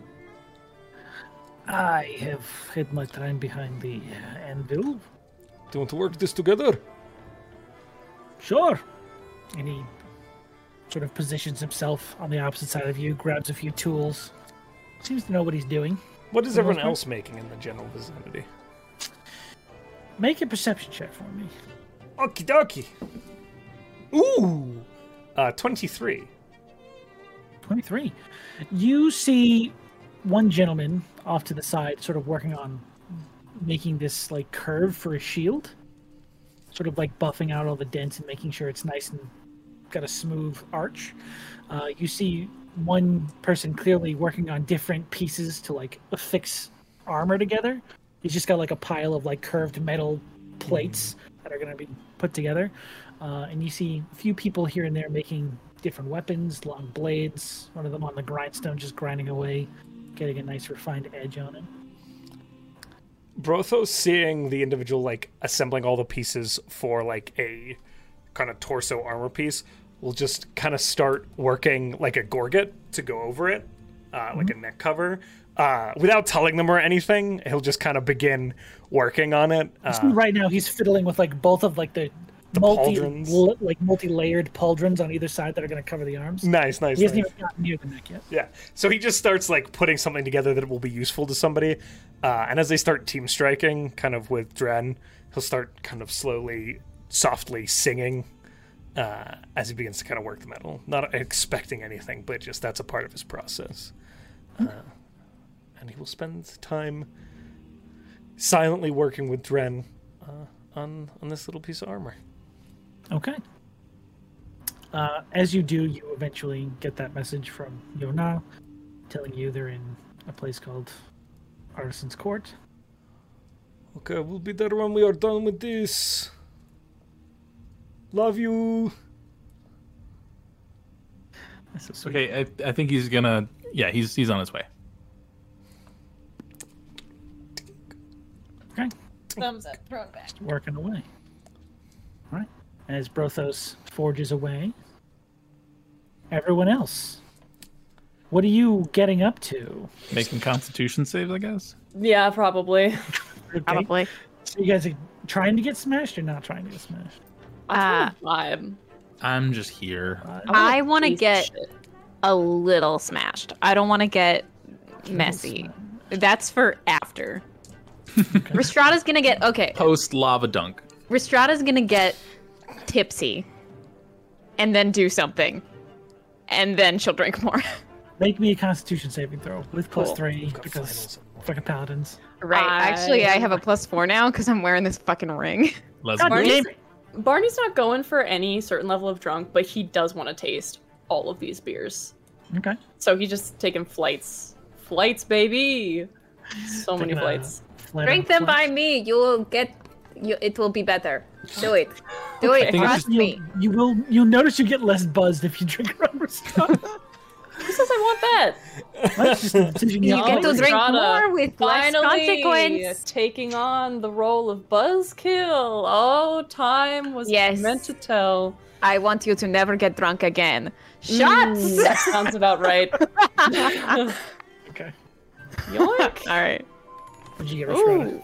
[SPEAKER 2] I have hid my time behind the uh, anvil.
[SPEAKER 7] Do you want to work this together?
[SPEAKER 2] Sure. And he sort of positions himself on the opposite side of you, grabs a few tools. Seems to know what he's doing.
[SPEAKER 7] What is
[SPEAKER 2] the most
[SPEAKER 7] everyone
[SPEAKER 2] part.
[SPEAKER 7] else making in the general vicinity?
[SPEAKER 2] Make a perception check for me.
[SPEAKER 7] Okie dokie. Ooh, uh, twenty-three.
[SPEAKER 2] 23. You see one gentleman off to the side, sort of working on making this like curve for a shield, sort of like buffing out all the dents and making sure it's nice and got a smooth arch. Uh, you see one person clearly working on different pieces to like affix armor together. He's just got like a pile of like curved metal plates that are going to be put together. Uh, and you see a few people here and there making different weapons, long blades, one of them on the grindstone just grinding away, getting a nice refined edge on it.
[SPEAKER 7] Brothos seeing the individual like assembling all the pieces for like a kind of torso armor piece will just kind of start working like a gorget to go over it, uh, like a neck cover. Uh, without telling them or anything, he'll just kind of begin working on it. Uh,
[SPEAKER 2] right now he's fiddling with like both of like the, multi
[SPEAKER 7] pauldrons.
[SPEAKER 2] l- like multi-layered pauldrons on either side that are going to cover the arms.
[SPEAKER 7] nice, nice.
[SPEAKER 2] He hasn't
[SPEAKER 7] nice.
[SPEAKER 2] even gotten near the neck yet.
[SPEAKER 7] Yeah. So he just starts like putting something together that will be useful to somebody. Uh, and as they start team striking, kind of with Dren, he'll start kind of slowly, softly singing uh, as he begins to kind of work the metal. Not expecting anything, but just that's a part of his process. Uh, and he will spend time silently working with Dren uh, on on this little piece of armor.
[SPEAKER 2] Okay. Uh, as you do, you eventually get that message from Yona telling you they're in a place called Artisan's Court.
[SPEAKER 7] Okay, we'll be there when we are done with this. Love you.
[SPEAKER 2] That's so sweet.
[SPEAKER 4] Okay, I, I think he's gonna. Yeah, he's he's on his way.
[SPEAKER 2] okay.
[SPEAKER 9] Thumbs up, thrown back.
[SPEAKER 2] working away. All right. As Brothos forges away, everyone else. What are you getting up to?
[SPEAKER 4] Making Constitution saves, I guess.
[SPEAKER 6] Yeah, probably.
[SPEAKER 2] Okay, So you guys are trying to get smashed or not trying to get smashed?
[SPEAKER 1] Uh,
[SPEAKER 6] vibe.
[SPEAKER 4] I'm just here.
[SPEAKER 1] I want to get a little smashed. I don't want to get messy. That's for <laughs> after. Restrada's gonna get okay.
[SPEAKER 4] Post lava dunk.
[SPEAKER 1] Restrada's gonna get tipsy, and then do something, and then she'll drink more.
[SPEAKER 2] Make me a Constitution saving throw with plus
[SPEAKER 1] Cool.
[SPEAKER 2] three because fucking paladins.
[SPEAKER 1] <laughs> right. Actually, I have a plus four now because I'm wearing this fucking ring.
[SPEAKER 4] Let's
[SPEAKER 1] God
[SPEAKER 6] Barney's,
[SPEAKER 1] damn it.
[SPEAKER 6] Barney's not going for any certain level of drunk, but he does want to taste all of these beers.
[SPEAKER 2] Okay.
[SPEAKER 6] So he's just taking flights. Flights, baby! So many
[SPEAKER 2] Taking a
[SPEAKER 6] flights.
[SPEAKER 2] flight
[SPEAKER 13] Drink
[SPEAKER 2] on-
[SPEAKER 13] them by me. You will get. You, it will be better. Do it. Do
[SPEAKER 4] I
[SPEAKER 13] it.
[SPEAKER 4] think it's
[SPEAKER 13] Trust
[SPEAKER 4] just-
[SPEAKER 13] me.
[SPEAKER 2] You will. You'll notice you get less buzzed if you drink <laughs> around Restrada.
[SPEAKER 6] Who says I want that?
[SPEAKER 2] That's just a decision
[SPEAKER 13] You
[SPEAKER 2] you
[SPEAKER 13] get to
[SPEAKER 2] make.
[SPEAKER 13] drink
[SPEAKER 6] Strata.
[SPEAKER 13] more with less
[SPEAKER 6] Finally,
[SPEAKER 13] consequence.
[SPEAKER 6] taking on the role of Buzzkill. Oh, time was
[SPEAKER 13] Yes.
[SPEAKER 6] meant to tell.
[SPEAKER 1] I want you to never get drunk again.
[SPEAKER 13] Shots.
[SPEAKER 6] Mm, that sounds about right.
[SPEAKER 2] Okay.
[SPEAKER 6] Yoink.
[SPEAKER 1] <laughs> All right.
[SPEAKER 2] What'd you get, Restrada?
[SPEAKER 1] Ooh.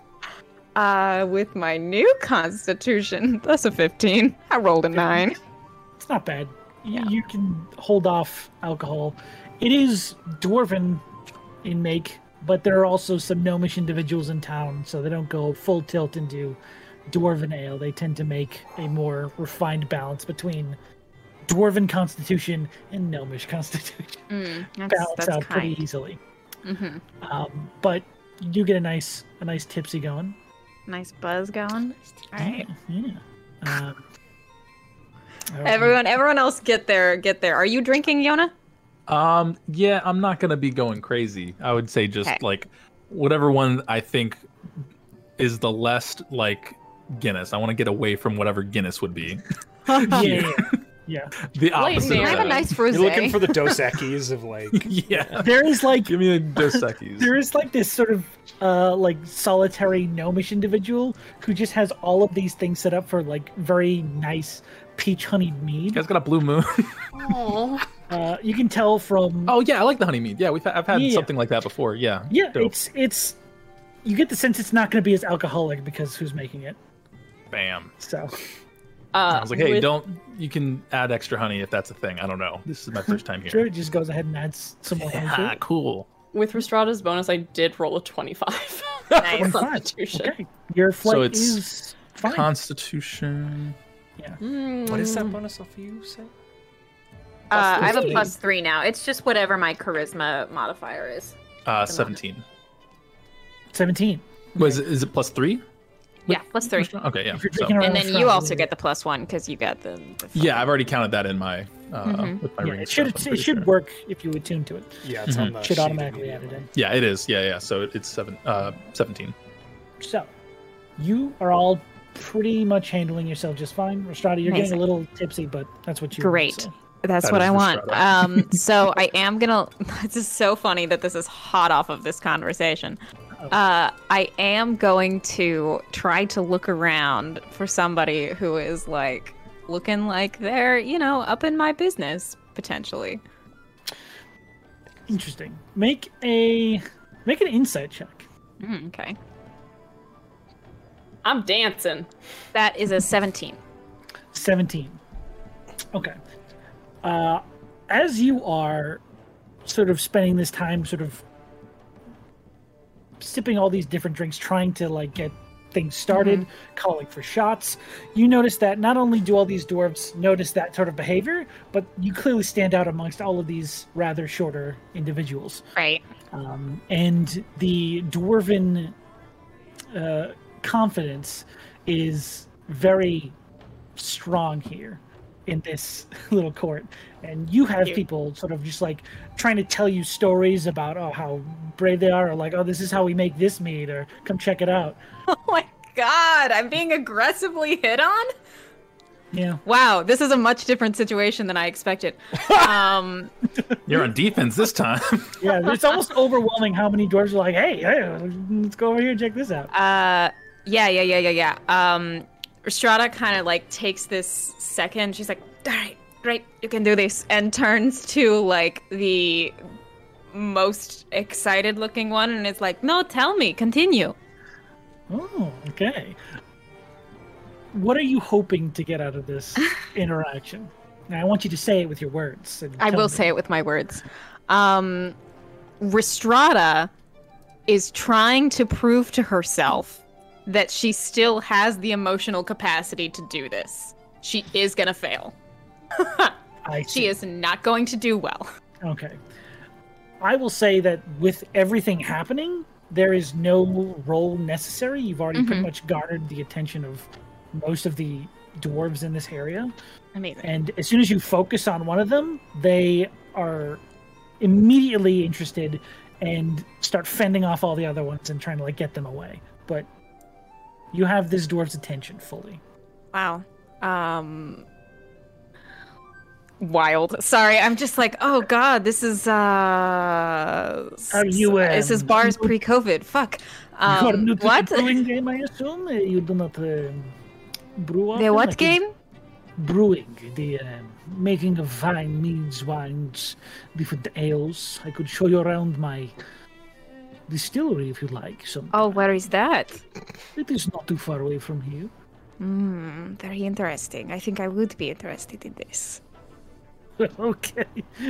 [SPEAKER 1] Uh, with my new constitution, that's a 15. I rolled a 9.
[SPEAKER 2] It's not bad. Y-
[SPEAKER 1] Yeah.
[SPEAKER 2] You can hold off alcohol. It is dwarven in make, but there are also some gnomish individuals in town, so they don't go full tilt into dwarven ale. They tend to make a more refined balance between dwarven constitution and gnomish constitution.
[SPEAKER 1] Mm, That's,
[SPEAKER 2] balance
[SPEAKER 1] that's
[SPEAKER 2] out
[SPEAKER 1] kind.
[SPEAKER 2] pretty easily.
[SPEAKER 1] Mhm.
[SPEAKER 2] Um, but you do get a nice, a nice tipsy going.
[SPEAKER 1] <laughs> Nice buzz going. All right.
[SPEAKER 2] Yeah. Um, I don't
[SPEAKER 1] Everyone, everyone else get there, get there. Are you drinking, Yona?
[SPEAKER 4] Um, yeah, I'm not gonna be going crazy. I would say just
[SPEAKER 1] Okay.
[SPEAKER 4] like whatever one I think is the less like Guinness. I want to get away from whatever Guinness would be. <laughs>
[SPEAKER 2] know. yeah, yeah, yeah. yeah.
[SPEAKER 4] The opposite.
[SPEAKER 6] Lightning.
[SPEAKER 4] Of
[SPEAKER 1] I have a <laughs>
[SPEAKER 4] that.
[SPEAKER 1] nice rosé.
[SPEAKER 7] You're looking for the <laughs> Dos Equis of like.
[SPEAKER 4] <laughs> yeah.
[SPEAKER 2] There is like
[SPEAKER 4] Give me a
[SPEAKER 2] <laughs>
[SPEAKER 4] Dos Equis.
[SPEAKER 2] there is like this sort of uh like solitary gnomish individual who just has all of these things set up for like very nice peach honeyed
[SPEAKER 4] You
[SPEAKER 2] mead.
[SPEAKER 4] guys got a blue moon. <laughs>
[SPEAKER 2] Uh, you can tell from
[SPEAKER 4] oh yeah, I like the honey mead. Yeah, we've I've had
[SPEAKER 2] Yeah.
[SPEAKER 4] something like that before. Yeah.
[SPEAKER 2] yeah,
[SPEAKER 4] Dope.
[SPEAKER 2] it's it's you get the sense it's not going to be as alcoholic because who's making it.
[SPEAKER 4] Bam.
[SPEAKER 2] So
[SPEAKER 6] Uh,
[SPEAKER 4] I was like, hey,
[SPEAKER 6] with-
[SPEAKER 4] don't. You can add extra honey if that's a thing. I don't know. This is my first time
[SPEAKER 2] sure,
[SPEAKER 4] here.
[SPEAKER 2] it just goes ahead and adds some more honey. to
[SPEAKER 4] Yeah, <laughs>
[SPEAKER 2] it.
[SPEAKER 4] cool.
[SPEAKER 6] With Restrada's bonus, I did roll a 25.
[SPEAKER 1] Nice.
[SPEAKER 6] Constitution.
[SPEAKER 2] Okay, your flight
[SPEAKER 4] it's
[SPEAKER 2] is fine.
[SPEAKER 4] Constitution.
[SPEAKER 7] What is
[SPEAKER 6] Hmm.
[SPEAKER 7] that bonus off you say?
[SPEAKER 13] Uh, I have a
[SPEAKER 4] three.
[SPEAKER 13] plus three now. It's just whatever my charisma modifier is.
[SPEAKER 4] Uh, seventeen.
[SPEAKER 2] Seventeen.
[SPEAKER 4] Was it, is it plus three?
[SPEAKER 1] Yeah, plus <laughs> three.
[SPEAKER 4] Okay, yeah.
[SPEAKER 2] If you're
[SPEAKER 4] So,
[SPEAKER 2] drinking
[SPEAKER 1] And
[SPEAKER 2] around
[SPEAKER 1] then
[SPEAKER 2] with
[SPEAKER 1] you
[SPEAKER 2] Strahd,
[SPEAKER 1] also get the plus one because you got the. the
[SPEAKER 4] yeah, I've already counted that in my uh, with my
[SPEAKER 2] Yeah,
[SPEAKER 4] ring.
[SPEAKER 2] it should
[SPEAKER 4] stuff,
[SPEAKER 2] it
[SPEAKER 4] I'm pretty
[SPEAKER 2] should
[SPEAKER 4] sure.
[SPEAKER 2] work if you attune to it.
[SPEAKER 7] Yeah, it's on the.
[SPEAKER 2] Should
[SPEAKER 7] sheet
[SPEAKER 2] automatically add it
[SPEAKER 7] immediately.
[SPEAKER 2] in.
[SPEAKER 4] Yeah, it is. Yeah, yeah. So it, it's seven, uh, seventeen.
[SPEAKER 2] So, you are all pretty much handling yourself just fine. Restrada, you're getting
[SPEAKER 1] Amazing.
[SPEAKER 2] a little tipsy, but that's what you want,
[SPEAKER 1] Great.
[SPEAKER 2] so.
[SPEAKER 1] That's
[SPEAKER 4] That
[SPEAKER 1] what
[SPEAKER 4] is
[SPEAKER 1] I
[SPEAKER 4] the
[SPEAKER 1] want.
[SPEAKER 4] strata. <laughs>
[SPEAKER 1] Um, so I am gonna. <laughs> This is so funny that this is hot off of this conversation.
[SPEAKER 4] Oh.
[SPEAKER 1] Uh, I am going to try to look around for somebody who is like looking like they're, you know, up in my business potentially.
[SPEAKER 2] Interesting. Make a make an insight check.
[SPEAKER 1] Mm, okay,
[SPEAKER 6] I'm dancing.
[SPEAKER 1] that is a seventeen.
[SPEAKER 2] Seventeen. Okay. Uh, as you are sort of spending this time, sort of sipping all these different drinks, trying to like get things started, calling for shots, you notice that not only do all these dwarves notice that sort of behavior, but you clearly stand out amongst all of these rather shorter individuals.
[SPEAKER 1] Right.
[SPEAKER 2] um, and the dwarven uh, confidence is very strong here in this <laughs> little court and you have people sort of just like trying to tell you stories about oh how brave they are or like oh this is how we make this meat or come check it out
[SPEAKER 1] Oh <laughs> my god, I'm being aggressively hit on.
[SPEAKER 2] yeah
[SPEAKER 1] Wow, this is a much different situation than I expected. um,
[SPEAKER 2] Mm-hmm.
[SPEAKER 4] You're on defense this time. <laughs>
[SPEAKER 2] yeah
[SPEAKER 1] <laughs>
[SPEAKER 2] it's almost overwhelming how many dwarves are like hey, hey let's go over here and check this out
[SPEAKER 1] Uh, yeah, yeah, yeah, yeah, yeah. Um, Strada kind of like takes this second. She's like, "All right, great, you can do this," and turns to like the most excited looking one, and it's like, "No, tell me, continue."
[SPEAKER 2] oh okay What are you hoping to get out of
[SPEAKER 1] <laughs>
[SPEAKER 2] this interaction? Now, I want you to say it with your words. and
[SPEAKER 1] I
[SPEAKER 2] tell
[SPEAKER 1] will
[SPEAKER 2] me.
[SPEAKER 1] say it with my words. Um, Restrada is trying to prove to herself that she still has the emotional capacity to do this. She is going to fail.
[SPEAKER 2] I
[SPEAKER 1] She is not going to do well.
[SPEAKER 2] Okay. I will say that with everything happening, there is no role necessary. You've already pretty
[SPEAKER 1] Mhm.
[SPEAKER 2] much garnered the attention of most of the dwarves in this area.
[SPEAKER 1] Amazing.
[SPEAKER 2] And as soon as you focus on one of them, they are immediately interested and start fending off all the other ones and trying to like get them away. But you have this dwarf's attention fully.
[SPEAKER 1] Wow. Um wild. Sorry, I'm just like, oh god, this is uh
[SPEAKER 2] you,
[SPEAKER 1] this is
[SPEAKER 2] um,
[SPEAKER 1] bars pre-COVID. Fuck.
[SPEAKER 2] you are
[SPEAKER 1] Um,
[SPEAKER 2] new to
[SPEAKER 1] what?
[SPEAKER 2] the brewing game, I assume. Uh, You do not um brew.
[SPEAKER 1] The
[SPEAKER 2] often,
[SPEAKER 1] what
[SPEAKER 2] like in-
[SPEAKER 1] game?
[SPEAKER 2] Brewing, the um making of wine, meads, wines, different ales. I could show you around my distillery if you like. Some
[SPEAKER 1] Oh, where is that?
[SPEAKER 2] it is not too far away from here. <laughs>
[SPEAKER 5] Hmm, very interesting. I think I would be interested in this.
[SPEAKER 2] okay.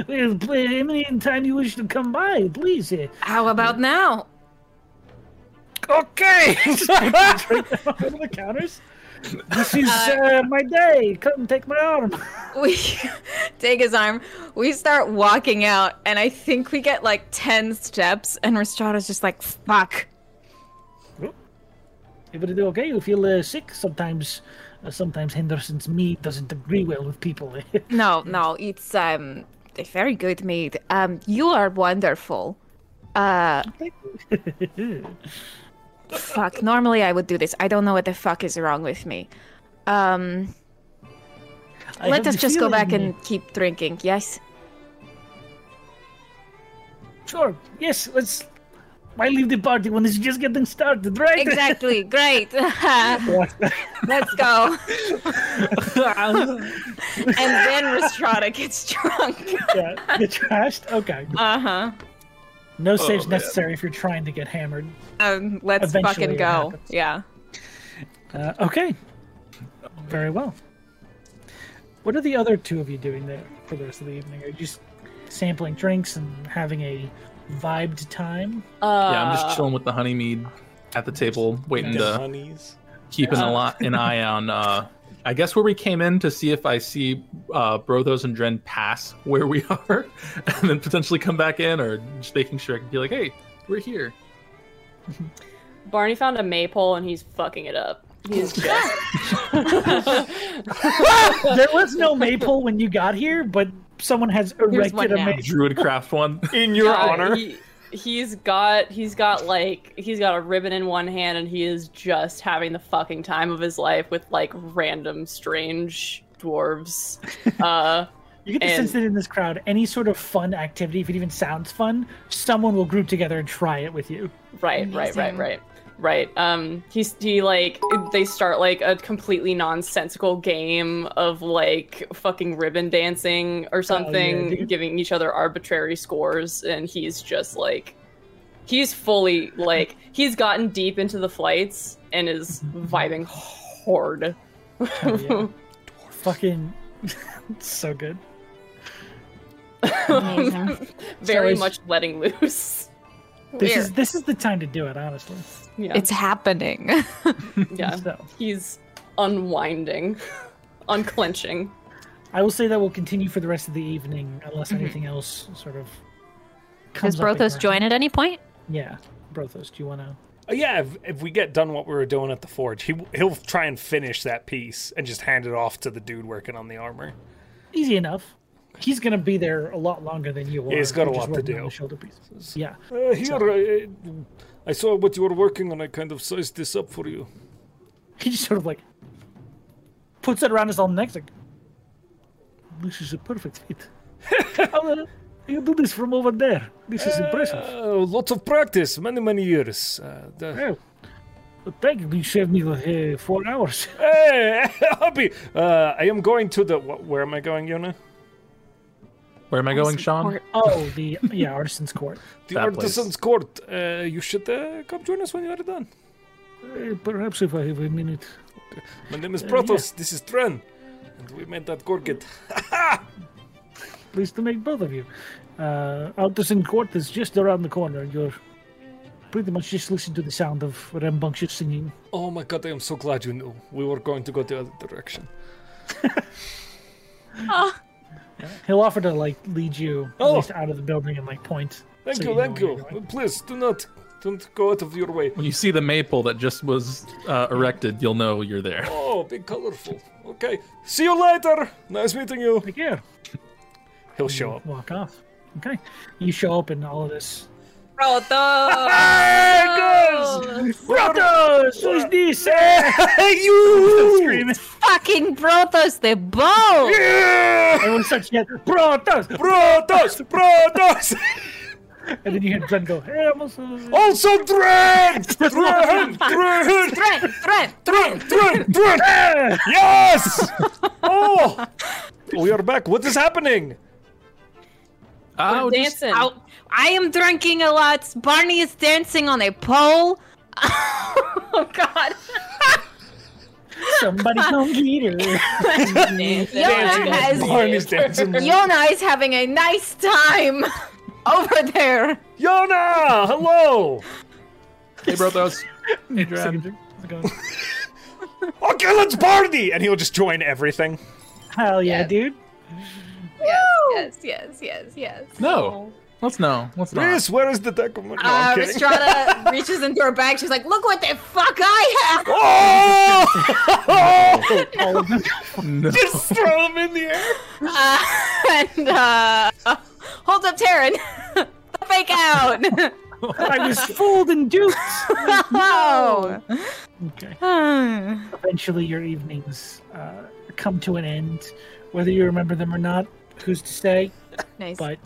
[SPEAKER 2] Well, pl- any time you wish to come by, please. uh,
[SPEAKER 1] How about now?
[SPEAKER 2] <laughs> Okay. Over the counters. This is uh, my day. Come take my arm.
[SPEAKER 1] We take his arm. We start walking out, and I think we get like ten steps, and Restrada's just like, "Fuck."
[SPEAKER 2] Oh. Everything okay? You feel uh, sick sometimes. Uh, sometimes Henderson's meat doesn't agree well with people. <laughs>
[SPEAKER 1] No, no, it's um a very good meat. Um, you are wonderful. Uh, fuck. Normally I would do this. I don't know what the fuck is wrong with me. Um,
[SPEAKER 2] I
[SPEAKER 1] let
[SPEAKER 2] have
[SPEAKER 1] us
[SPEAKER 2] the
[SPEAKER 1] just go back
[SPEAKER 2] feeling-
[SPEAKER 1] and keep drinking. Yes.
[SPEAKER 2] Sure. Yes. Let's. Why leave the party when it's just getting started, right? <laughs>
[SPEAKER 1] Exactly. <laughs> Great. Let's go.
[SPEAKER 7] <laughs>
[SPEAKER 1] and then Restrada gets drunk.
[SPEAKER 2] yeah. Get trashed. Okay.
[SPEAKER 1] Uh
[SPEAKER 2] Uh-huh.
[SPEAKER 1] huh.
[SPEAKER 2] No saves necessary if you're trying to get hammered.
[SPEAKER 1] Um, let's
[SPEAKER 2] Eventually
[SPEAKER 1] fucking
[SPEAKER 2] it
[SPEAKER 1] go.
[SPEAKER 2] happens.
[SPEAKER 1] Yeah.
[SPEAKER 2] Uh, okay. Very well. What are the other two of you doing there for the rest of the evening? Are you just sampling drinks and having a vibed time?
[SPEAKER 6] Uh,
[SPEAKER 4] yeah, I'm just chilling with the honey mead at the table, waiting
[SPEAKER 7] The
[SPEAKER 4] to
[SPEAKER 7] honeys.
[SPEAKER 4] keep an, lot, an eye on. Uh, I guess where we came in to see if I see uh, Brothos and Dren pass where we <laughs> are, and then potentially come back in, or just making sure I can be like, "Hey,
[SPEAKER 2] <laughs>
[SPEAKER 4] we're here."
[SPEAKER 6] Barney found a maypole and he's fucking it up. He's just
[SPEAKER 2] there was no maypole when you got here, but someone has
[SPEAKER 1] one
[SPEAKER 2] erected a
[SPEAKER 1] now.
[SPEAKER 2] maypole.
[SPEAKER 4] Druid craft one.
[SPEAKER 7] In your
[SPEAKER 6] Uh,
[SPEAKER 7] honor.
[SPEAKER 6] He, he's got he's got like he's got a ribbon in one hand and he is just having the fucking time of his life with like random strange dwarves. Uh
[SPEAKER 2] You get the
[SPEAKER 6] And-
[SPEAKER 2] sense that in this crowd, any sort of fun activity, if it even sounds fun, someone will group together and try it with
[SPEAKER 1] <laughs>
[SPEAKER 2] you.
[SPEAKER 6] right, right, right, right. Right. Um he's he like they start like a completely nonsensical game of like fucking ribbon dancing or something,
[SPEAKER 2] dude.
[SPEAKER 6] giving each other arbitrary scores and he's just like he's fully like he's gotten deep into the flights and is vibing hard.
[SPEAKER 2] Hell yeah. Fucking <laughs> so good.
[SPEAKER 6] Very
[SPEAKER 2] So is-
[SPEAKER 6] much letting loose. <laughs>
[SPEAKER 2] This is this is the time to do it, honestly.
[SPEAKER 6] Yeah.
[SPEAKER 1] It's happening.
[SPEAKER 6] yeah.
[SPEAKER 2] So
[SPEAKER 6] He's unwinding, <laughs> unclenching.
[SPEAKER 2] I will say that will continue for the rest of the evening, unless anything else sort of comes.
[SPEAKER 1] Mm-hmm. Does
[SPEAKER 2] up
[SPEAKER 1] Brothos
[SPEAKER 2] around.
[SPEAKER 1] join at any point?
[SPEAKER 2] Yeah, Brothos. Do you want to?
[SPEAKER 7] Uh, yeah, if, if we get done what we were doing at the forge, he he'll try and finish that piece and just hand it off to the dude working on the armor.
[SPEAKER 2] Easy enough. He's gonna be there a lot longer than you are.
[SPEAKER 7] He's got a
[SPEAKER 2] You're just
[SPEAKER 7] lot to
[SPEAKER 2] working on
[SPEAKER 7] do.
[SPEAKER 2] the shoulder pieces. Yeah.
[SPEAKER 7] Uh, here, I, I saw what you were working on. I kind of sized this up for you.
[SPEAKER 2] <laughs> He just sort of like puts it around his own neck. Like, this is a perfect fit. <laughs> How the- you do this from over there? This is impressive.
[SPEAKER 7] Uh, lots of practice, many many years. Uh, the-
[SPEAKER 2] Oh, well, thank you. You saved me uh, four
[SPEAKER 7] <laughs>
[SPEAKER 2] hours.
[SPEAKER 7] hey, Hoppy! Uh, I am going to the. Wh- where am I going, Yona?
[SPEAKER 4] Where am I going, Sean?
[SPEAKER 2] Oh, the yeah, artisan's court.
[SPEAKER 7] The
[SPEAKER 4] That place.
[SPEAKER 7] artisan's court. Uh, you should uh, come join us when you are done.
[SPEAKER 2] Uh, perhaps if I have a minute.
[SPEAKER 7] My name is
[SPEAKER 2] Uh,
[SPEAKER 7] Protos.
[SPEAKER 2] yeah.
[SPEAKER 7] This is Tren, and we made that Gorgit.
[SPEAKER 2] Pleased to meet both of you. Uh, Alderson Court is just around the corner. You're pretty much just listening to the sound of rambunctious singing.
[SPEAKER 7] Oh my god! I am so glad you knew. We were going to go the other direction.
[SPEAKER 2] He'll offer to like lead you
[SPEAKER 7] Oh.
[SPEAKER 2] at least out of the building and like point.
[SPEAKER 7] Thank
[SPEAKER 2] so
[SPEAKER 7] you,
[SPEAKER 2] know
[SPEAKER 7] thank
[SPEAKER 2] where you're
[SPEAKER 7] you.
[SPEAKER 2] going.
[SPEAKER 7] Please do not, don't go out of your way.
[SPEAKER 4] When you see the maple that just was uh, erected, you'll know you're there.
[SPEAKER 7] Oh, big colorful. Okay. See you later. Nice meeting you.
[SPEAKER 2] Take care.
[SPEAKER 7] He'll show up.
[SPEAKER 2] Walk off. Okay. You show up in all of this. Brothers, who's this?
[SPEAKER 7] you!
[SPEAKER 2] Screaming.
[SPEAKER 13] Fucking Brothos, the bow!
[SPEAKER 2] Everyone starts yelling, Brothers!
[SPEAKER 7] Protos! Protos! <laughs>
[SPEAKER 2] And then you hear Dren go, hey, I'm also...
[SPEAKER 7] also Dren! <laughs> Dren! Dren!
[SPEAKER 13] Threat, threat!
[SPEAKER 7] Dren! Dren! Dren!
[SPEAKER 2] "Ah!"
[SPEAKER 7] Yes! <laughs> Oh! We are back. What is happening?
[SPEAKER 4] Oh,
[SPEAKER 6] We're
[SPEAKER 4] just-
[SPEAKER 6] dancing.
[SPEAKER 13] Out. I am drinking a lot. Barney is dancing on a pole.
[SPEAKER 8] Oh God.
[SPEAKER 2] Somebody come get her.
[SPEAKER 13] Yona has
[SPEAKER 7] Barney's dancing.
[SPEAKER 13] Yona is having a nice time <laughs> over there.
[SPEAKER 7] Yona! Hello!
[SPEAKER 4] hey, brothers. <laughs> Hey, Dren.
[SPEAKER 2] Second drink. <laughs> How's it going?
[SPEAKER 7] Okay, let's party! And he'll just join everything.
[SPEAKER 2] Hell yeah,
[SPEAKER 8] Yes.
[SPEAKER 2] dude.
[SPEAKER 8] Yes, yes, yes, yes.
[SPEAKER 4] No. Let's no. Let's not.
[SPEAKER 7] Please, where is the deck? No,
[SPEAKER 13] Uh,
[SPEAKER 7] I'm kidding.
[SPEAKER 13] Restrada reaches into her bag. She's like, "Look what the fuck I have!"
[SPEAKER 7] <laughs> Oh! <laughs>
[SPEAKER 2] All of them.
[SPEAKER 4] No.
[SPEAKER 7] just throw him in the air.
[SPEAKER 13] Uh,
[SPEAKER 1] <laughs>
[SPEAKER 13] and uh, holds up Taryn. the fake out.
[SPEAKER 2] I was fooled and
[SPEAKER 6] <laughs>
[SPEAKER 2] duped.
[SPEAKER 13] oh.
[SPEAKER 6] <sighs>
[SPEAKER 2] Okay. Eventually, your evenings uh, come to an end. Whether you remember them or not, who's to say?
[SPEAKER 13] nice.
[SPEAKER 2] But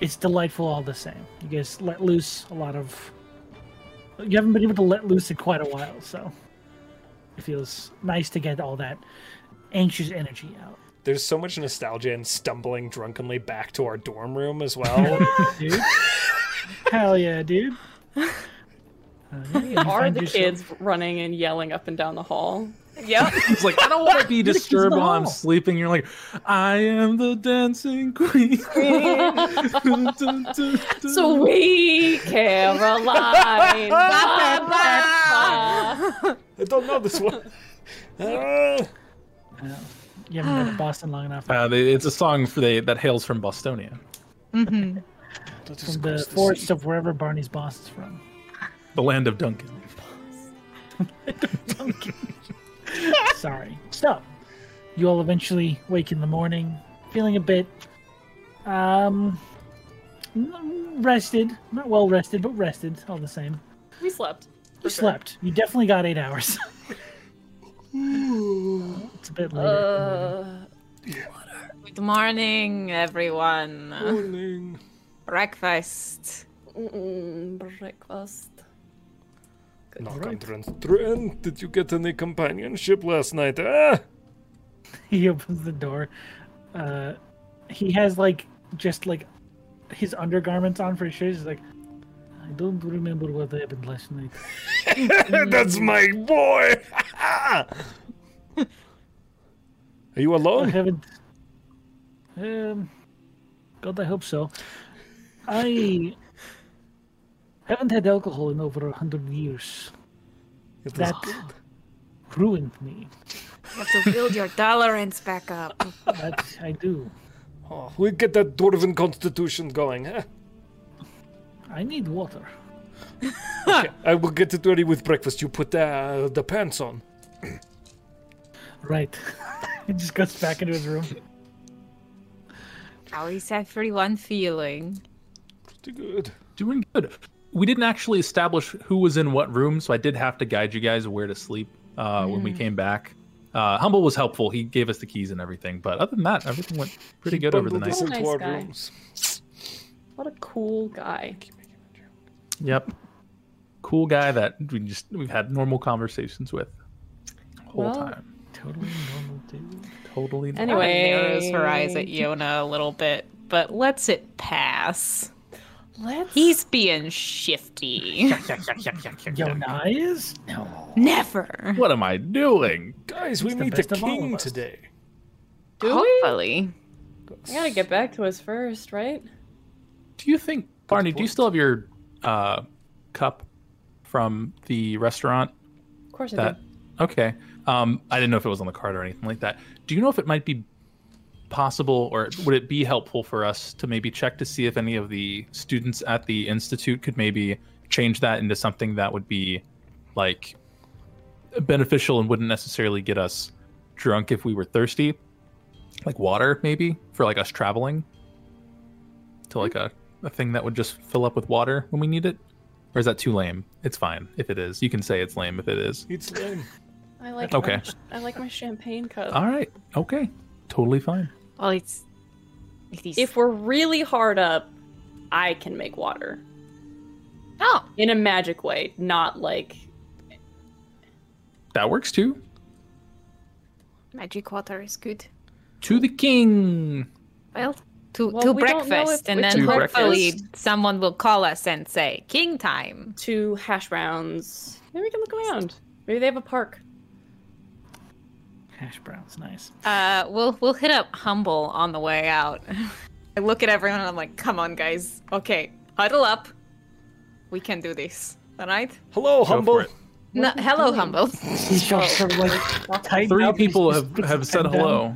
[SPEAKER 2] it's delightful all the same. You guys let loose a lot of. You haven't been able to let loose in quite a while, so it feels nice to get all that anxious energy out.
[SPEAKER 7] There's so much nostalgia and stumbling drunkenly back to our dorm room as well.
[SPEAKER 2] dude. Hell yeah,
[SPEAKER 6] <laughs>
[SPEAKER 2] dude. Uh, yeah, you
[SPEAKER 6] Are
[SPEAKER 2] find
[SPEAKER 6] the
[SPEAKER 2] yourself-
[SPEAKER 6] kids running and yelling up and down the hall?
[SPEAKER 4] It's like, I don't want <laughs> to be
[SPEAKER 2] You're the kids in
[SPEAKER 4] disturbed
[SPEAKER 2] the
[SPEAKER 4] while I'm
[SPEAKER 2] hall.
[SPEAKER 4] sleeping. You're like, I am the dancing queen. <laughs> Dun, dun, dun, dun.
[SPEAKER 6] Sweet Caroline.
[SPEAKER 13] Ba, ba,
[SPEAKER 7] I
[SPEAKER 13] ba.
[SPEAKER 7] don't know this one. Uh,
[SPEAKER 2] You haven't been to
[SPEAKER 6] <sighs>
[SPEAKER 2] Boston long enough.
[SPEAKER 4] Uh, they, it's a song for they, that hails from Bostonia,
[SPEAKER 7] that is
[SPEAKER 2] From the
[SPEAKER 7] gross to
[SPEAKER 2] forest
[SPEAKER 7] see.
[SPEAKER 2] of wherever Barney's boss is from.
[SPEAKER 4] the land of Duncan.
[SPEAKER 2] Sorry. So, you all eventually wake in the morning, feeling a bit, um, n- rested. Not well rested, but rested all the same.
[SPEAKER 6] we slept.
[SPEAKER 2] You slept. You definitely got eight hours. <laughs> it's a bit later.
[SPEAKER 13] Good morning, everyone.
[SPEAKER 7] Morning.
[SPEAKER 13] Breakfast.
[SPEAKER 6] Mm-mm, Mm, breakfast.
[SPEAKER 7] Knock on Trent. Trent, did you get any companionship last night? Ah!
[SPEAKER 2] <laughs> he opens the door. Uh, he has like just like his undergarments on for his shoes. He's like, I don't remember what happened last night.
[SPEAKER 7] <laughs>
[SPEAKER 6] Mm.
[SPEAKER 7] That's my boy! <laughs> Are you
[SPEAKER 2] I
[SPEAKER 7] alone?
[SPEAKER 2] haven't. Um, God, I hope so. I haven't had alcohol in over a hundred years.
[SPEAKER 7] It was
[SPEAKER 2] That ruined me.
[SPEAKER 5] You have to build your tolerance
[SPEAKER 2] <laughs>
[SPEAKER 5] back up.
[SPEAKER 2] That I do.
[SPEAKER 7] Oh, we get that dwarven constitution going. huh?
[SPEAKER 2] I need water.
[SPEAKER 7] Okay, I will get it ready with breakfast. You put uh, the pants on.
[SPEAKER 2] Right. <laughs> he just goes back into his room.
[SPEAKER 13] How is everyone feeling?
[SPEAKER 7] Pretty good.
[SPEAKER 4] Doing good. We didn't actually establish who was in what room, so I did have to guide you guys where to sleep uh, when we came back. Uh, Humble was helpful. He gave us the keys and everything, but other than that, everything went pretty good over the
[SPEAKER 7] Bundled
[SPEAKER 4] night.
[SPEAKER 7] us
[SPEAKER 6] What
[SPEAKER 7] into
[SPEAKER 6] a nice
[SPEAKER 7] our
[SPEAKER 6] guy.
[SPEAKER 7] rooms.
[SPEAKER 6] What a cool guy.
[SPEAKER 4] Yep. Cool guy that we just we've had normal conversations with the whole
[SPEAKER 6] Well-
[SPEAKER 4] time.
[SPEAKER 2] Totally normal dude.
[SPEAKER 4] Totally. normal.
[SPEAKER 6] Anyway,
[SPEAKER 1] Narrows her eyes at Yona a little bit, but lets it pass.
[SPEAKER 6] let's
[SPEAKER 13] <laughs>
[SPEAKER 1] He's being shifty.
[SPEAKER 2] Yonai is? No.
[SPEAKER 1] Never.
[SPEAKER 4] What am I doing?
[SPEAKER 7] Guys, we
[SPEAKER 4] It's the
[SPEAKER 7] meet
[SPEAKER 4] best
[SPEAKER 7] the
[SPEAKER 4] of all
[SPEAKER 7] king
[SPEAKER 4] of us.
[SPEAKER 7] today.
[SPEAKER 1] Hopefully.
[SPEAKER 6] We gotta get back to us first, right?
[SPEAKER 4] Do you think, Barney? Do you still have your uh, cup from the restaurant?
[SPEAKER 6] Of course I
[SPEAKER 4] That
[SPEAKER 6] do.
[SPEAKER 4] okay. Um, I didn't know if it was on the card or anything like that. Do you know if it might be possible, or would it be helpful for us to maybe check to see if any of the students at the institute could maybe change that into something that would be like beneficial and wouldn't necessarily get us drunk if we were thirsty, like water maybe for like us traveling to like a, a thing that would just fill up with water when we need it? Or is that too lame? It's fine if it is. You can say it's lame if it is.
[SPEAKER 7] It's lame.
[SPEAKER 6] I like
[SPEAKER 4] Okay. Uh.
[SPEAKER 6] My, I like my champagne cup.
[SPEAKER 4] All right. Okay. Totally fine.
[SPEAKER 1] Well, it's.
[SPEAKER 6] If we're really hard up, I can make water
[SPEAKER 1] Oh,
[SPEAKER 6] in a magic way, not like
[SPEAKER 4] That works too.
[SPEAKER 13] Magic water is good.
[SPEAKER 4] To the king.
[SPEAKER 13] Well, to,
[SPEAKER 6] Well,
[SPEAKER 13] to
[SPEAKER 6] we don't know
[SPEAKER 13] breakfast,
[SPEAKER 6] if
[SPEAKER 13] and
[SPEAKER 6] we
[SPEAKER 13] then
[SPEAKER 4] To
[SPEAKER 13] hopefully
[SPEAKER 6] breakfast.
[SPEAKER 13] someone will call us and say, King time.
[SPEAKER 6] two hash browns. Maybe we can look around. Maybe they have a park.
[SPEAKER 2] Hash brown's nice.
[SPEAKER 1] Uh, we'll we'll hit up Humble on the way out. I look at everyone and I'm like, "Come on, guys. Okay, huddle up. We can do this. All right?
[SPEAKER 7] Hello, humble.
[SPEAKER 4] it.
[SPEAKER 1] No, hello, Humble.
[SPEAKER 2] These shots are
[SPEAKER 5] <laughs>
[SPEAKER 2] like tight.
[SPEAKER 4] Three
[SPEAKER 2] <laughs>
[SPEAKER 4] people have, have said
[SPEAKER 2] uh,
[SPEAKER 4] hello.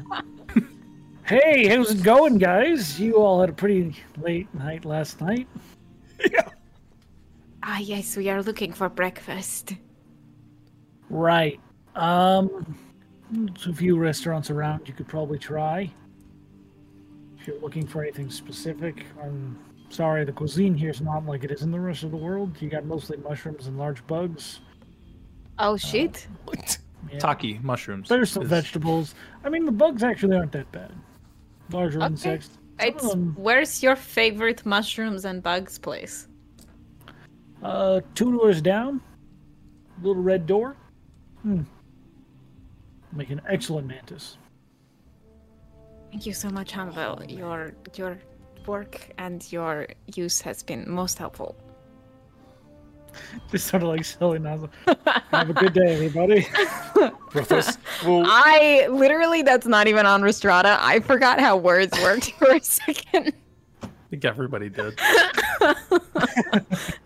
[SPEAKER 2] Hey, how's it going, guys? You all had a pretty late night last night.
[SPEAKER 13] Ah, yes, we are looking for breakfast.
[SPEAKER 2] Right. Um, there's a few restaurants around you could probably try. If you're looking for anything specific, I'm sorry, the cuisine here's not like it is in the rest of the world. You got mostly mushrooms and large bugs.
[SPEAKER 13] Oh, shit.
[SPEAKER 2] Yeah.
[SPEAKER 4] Taki mushrooms.
[SPEAKER 2] There's some
[SPEAKER 4] is-
[SPEAKER 2] vegetables. I mean, the bugs actually aren't that bad. Larger
[SPEAKER 13] Okay.
[SPEAKER 2] insects. Some of
[SPEAKER 13] It's,
[SPEAKER 1] Hmm.
[SPEAKER 2] them,
[SPEAKER 13] where's your favorite mushrooms and bugs place?
[SPEAKER 2] uh, two doors down, little red door. Hmm. Make an excellent mantis.
[SPEAKER 13] Thank you so much, Humble. Your your work and your use has been most helpful.
[SPEAKER 2] Just sort of like silly nozzle. Have a good day, everybody.
[SPEAKER 6] <laughs>
[SPEAKER 7] Brothers. Well,
[SPEAKER 1] I literally, that's not even on Restrada. I forgot how words worked <laughs> for a second.
[SPEAKER 4] I think everybody did.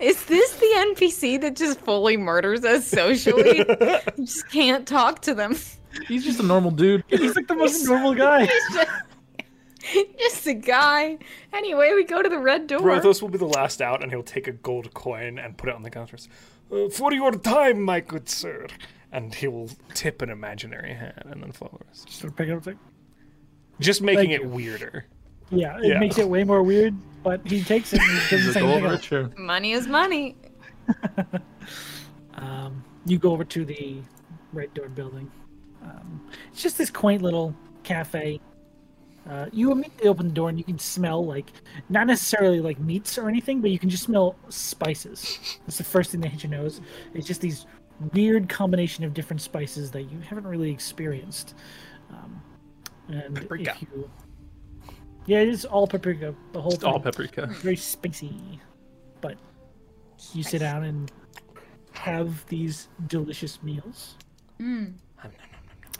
[SPEAKER 1] Is this the NPC that just fully murders us socially? You just <laughs> can't talk to them. <laughs>
[SPEAKER 4] He's just a normal dude.
[SPEAKER 2] <laughs> He's like the most normal guy.
[SPEAKER 1] just a guy. Anyway, we go to the red door.
[SPEAKER 7] Brothos will be the last out, and he'll take a gold coin and put it on the counter. Uh, for your time, my good sir. And he will tip an imaginary hand and then follow us.
[SPEAKER 2] Sort of pick it up, like,
[SPEAKER 7] Just making
[SPEAKER 2] Thank
[SPEAKER 7] it weirder.
[SPEAKER 2] yeah, it
[SPEAKER 7] Yeah.
[SPEAKER 2] makes it way more weird, but he takes it and he does
[SPEAKER 4] He's
[SPEAKER 2] the
[SPEAKER 4] a
[SPEAKER 2] same
[SPEAKER 4] gold
[SPEAKER 2] thing. else.
[SPEAKER 4] richer.
[SPEAKER 1] Money is money.
[SPEAKER 2] Um, you go over to the red door building. Um, it's just this quaint little cafe. Uh, you immediately open the door and you can smell like not necessarily like meats or anything, but you can just smell spices. That's the first thing that hits your nose. It's just these weird combination of different spices that you haven't really experienced. Um, and
[SPEAKER 4] Paprika.
[SPEAKER 2] if you, yeah, it is all paprika. The whole
[SPEAKER 4] All
[SPEAKER 2] thing
[SPEAKER 4] paprika.
[SPEAKER 2] very spicy. But you sit down and have these delicious meals.
[SPEAKER 1] Mm.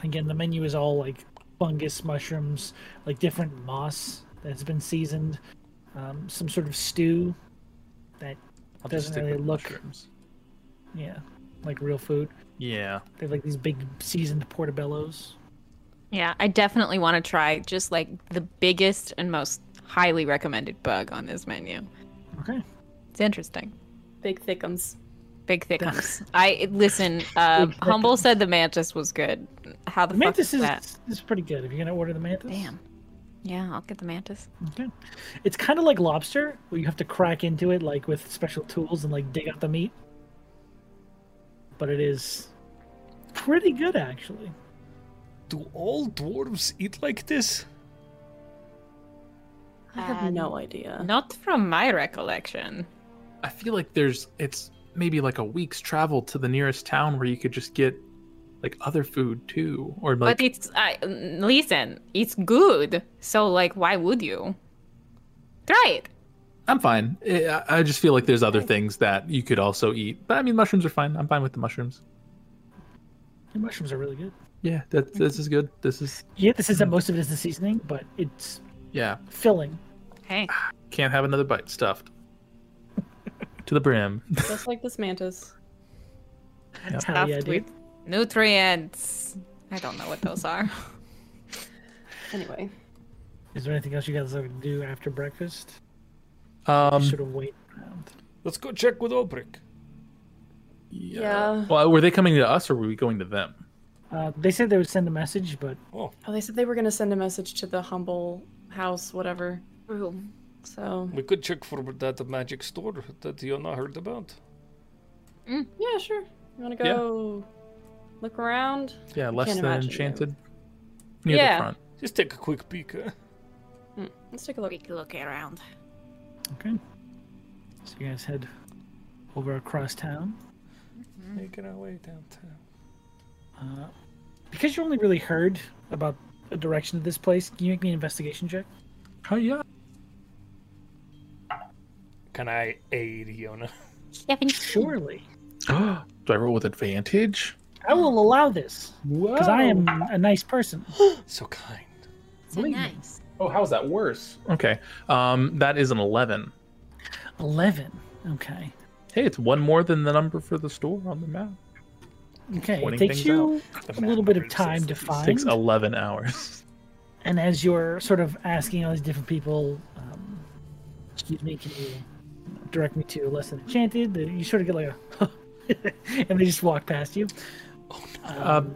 [SPEAKER 2] Again, the menu is all like fungus mushrooms, like different moss that's been seasoned, um, some sort of stew that
[SPEAKER 4] I'll just
[SPEAKER 2] Doesn't
[SPEAKER 4] stick
[SPEAKER 2] really
[SPEAKER 4] with
[SPEAKER 2] look-
[SPEAKER 4] mushrooms.
[SPEAKER 2] yeah, like real food.
[SPEAKER 4] Yeah.
[SPEAKER 2] They have like these big seasoned portobellos.
[SPEAKER 1] Yeah, I definitely want to try just like the biggest and most highly recommended bug on this menu.
[SPEAKER 2] Okay.
[SPEAKER 1] It's interesting.
[SPEAKER 6] Big thickums.
[SPEAKER 1] Big thickums. I listen.
[SPEAKER 13] uh,
[SPEAKER 1] Um,
[SPEAKER 2] Big
[SPEAKER 1] Humble said the mantis was good. How the
[SPEAKER 2] The
[SPEAKER 1] fuck
[SPEAKER 2] mantis
[SPEAKER 1] is
[SPEAKER 2] is,
[SPEAKER 1] that?
[SPEAKER 2] is pretty good. If you're gonna order the mantis,
[SPEAKER 1] Damn. Yeah, I'll get the mantis.
[SPEAKER 2] Okay. It's kind of like lobster, where you have to crack into it like with special tools and like dig out the meat. But it is pretty good actually.
[SPEAKER 7] Do all dwarves eat like this?
[SPEAKER 6] I have no <laughs> idea.
[SPEAKER 1] Not from my recollection.
[SPEAKER 4] I feel like there's it's maybe like a week's travel to the nearest town where you could just get like other food too, or like
[SPEAKER 1] but it's I listen. It's good. So like, why would you? Try it.
[SPEAKER 4] I'm fine. I I just feel like there's other things that you could also eat. But I mean, mushrooms are fine. I'm fine with the mushrooms.
[SPEAKER 2] The mushrooms are really good.
[SPEAKER 4] Yeah, that, this is good. This is
[SPEAKER 2] Yeah, this isn't most of it is the seasoning, but it's
[SPEAKER 4] yeah.
[SPEAKER 2] filling.
[SPEAKER 1] Hey.
[SPEAKER 4] Can't have another bite stuffed to the brim. <laughs>
[SPEAKER 6] Just like this mantis.
[SPEAKER 2] Hell yeah, dude.
[SPEAKER 13] nutrients. I don't know what those are.
[SPEAKER 6] Anyway,
[SPEAKER 2] Is there anything else you guys like to do after breakfast?
[SPEAKER 4] Um,
[SPEAKER 2] Should have waited around.
[SPEAKER 7] Let's go check with Obrick.
[SPEAKER 6] yeah.
[SPEAKER 4] well, were they coming to us or were we going to them?
[SPEAKER 2] Uh, they said they would send a message, but
[SPEAKER 6] Oh, they said they were gonna send a message to the humble house, whatever.
[SPEAKER 13] Room.
[SPEAKER 6] So
[SPEAKER 7] We could check for that magic store that Yona heard about.
[SPEAKER 6] yeah, sure. You wanna go look around?
[SPEAKER 4] Yeah,
[SPEAKER 6] I
[SPEAKER 4] less
[SPEAKER 6] can't
[SPEAKER 4] than
[SPEAKER 6] imagine they
[SPEAKER 4] enchanted. Near
[SPEAKER 6] Yeah.
[SPEAKER 4] the front.
[SPEAKER 7] Just take a quick peek. Huh?
[SPEAKER 6] would- Mm, Let's take a look.
[SPEAKER 13] Quick look around.
[SPEAKER 2] okay. So you guys head over across town. Mm.
[SPEAKER 7] Making our way downtown.
[SPEAKER 2] Uh, because you only really heard about the direction of this place, can you make me an investigation check?
[SPEAKER 4] Oh yeah. <gasps>
[SPEAKER 7] Can I aid Yona? <laughs>
[SPEAKER 2] Surely.
[SPEAKER 4] Do I roll with advantage?
[SPEAKER 2] I will allow this because I am a nice person.
[SPEAKER 7] So kind.
[SPEAKER 8] So nice.
[SPEAKER 4] Oh, how's that worse? Okay. Um, that is an eleven.
[SPEAKER 2] 11. Okay.
[SPEAKER 4] Hey, it's one more than the number for the store on the map.
[SPEAKER 2] Okay. It
[SPEAKER 4] Pointing
[SPEAKER 2] takes
[SPEAKER 4] things
[SPEAKER 2] you
[SPEAKER 7] out.
[SPEAKER 2] a little bit of time to
[SPEAKER 4] It
[SPEAKER 2] find.
[SPEAKER 4] takes eleven hours.
[SPEAKER 2] And as you're sort of asking all these different people, um, excuse me, can you direct me to Less Than Enchanted? They- You sort of get like a, <laughs> and they just walk past you.
[SPEAKER 4] Um,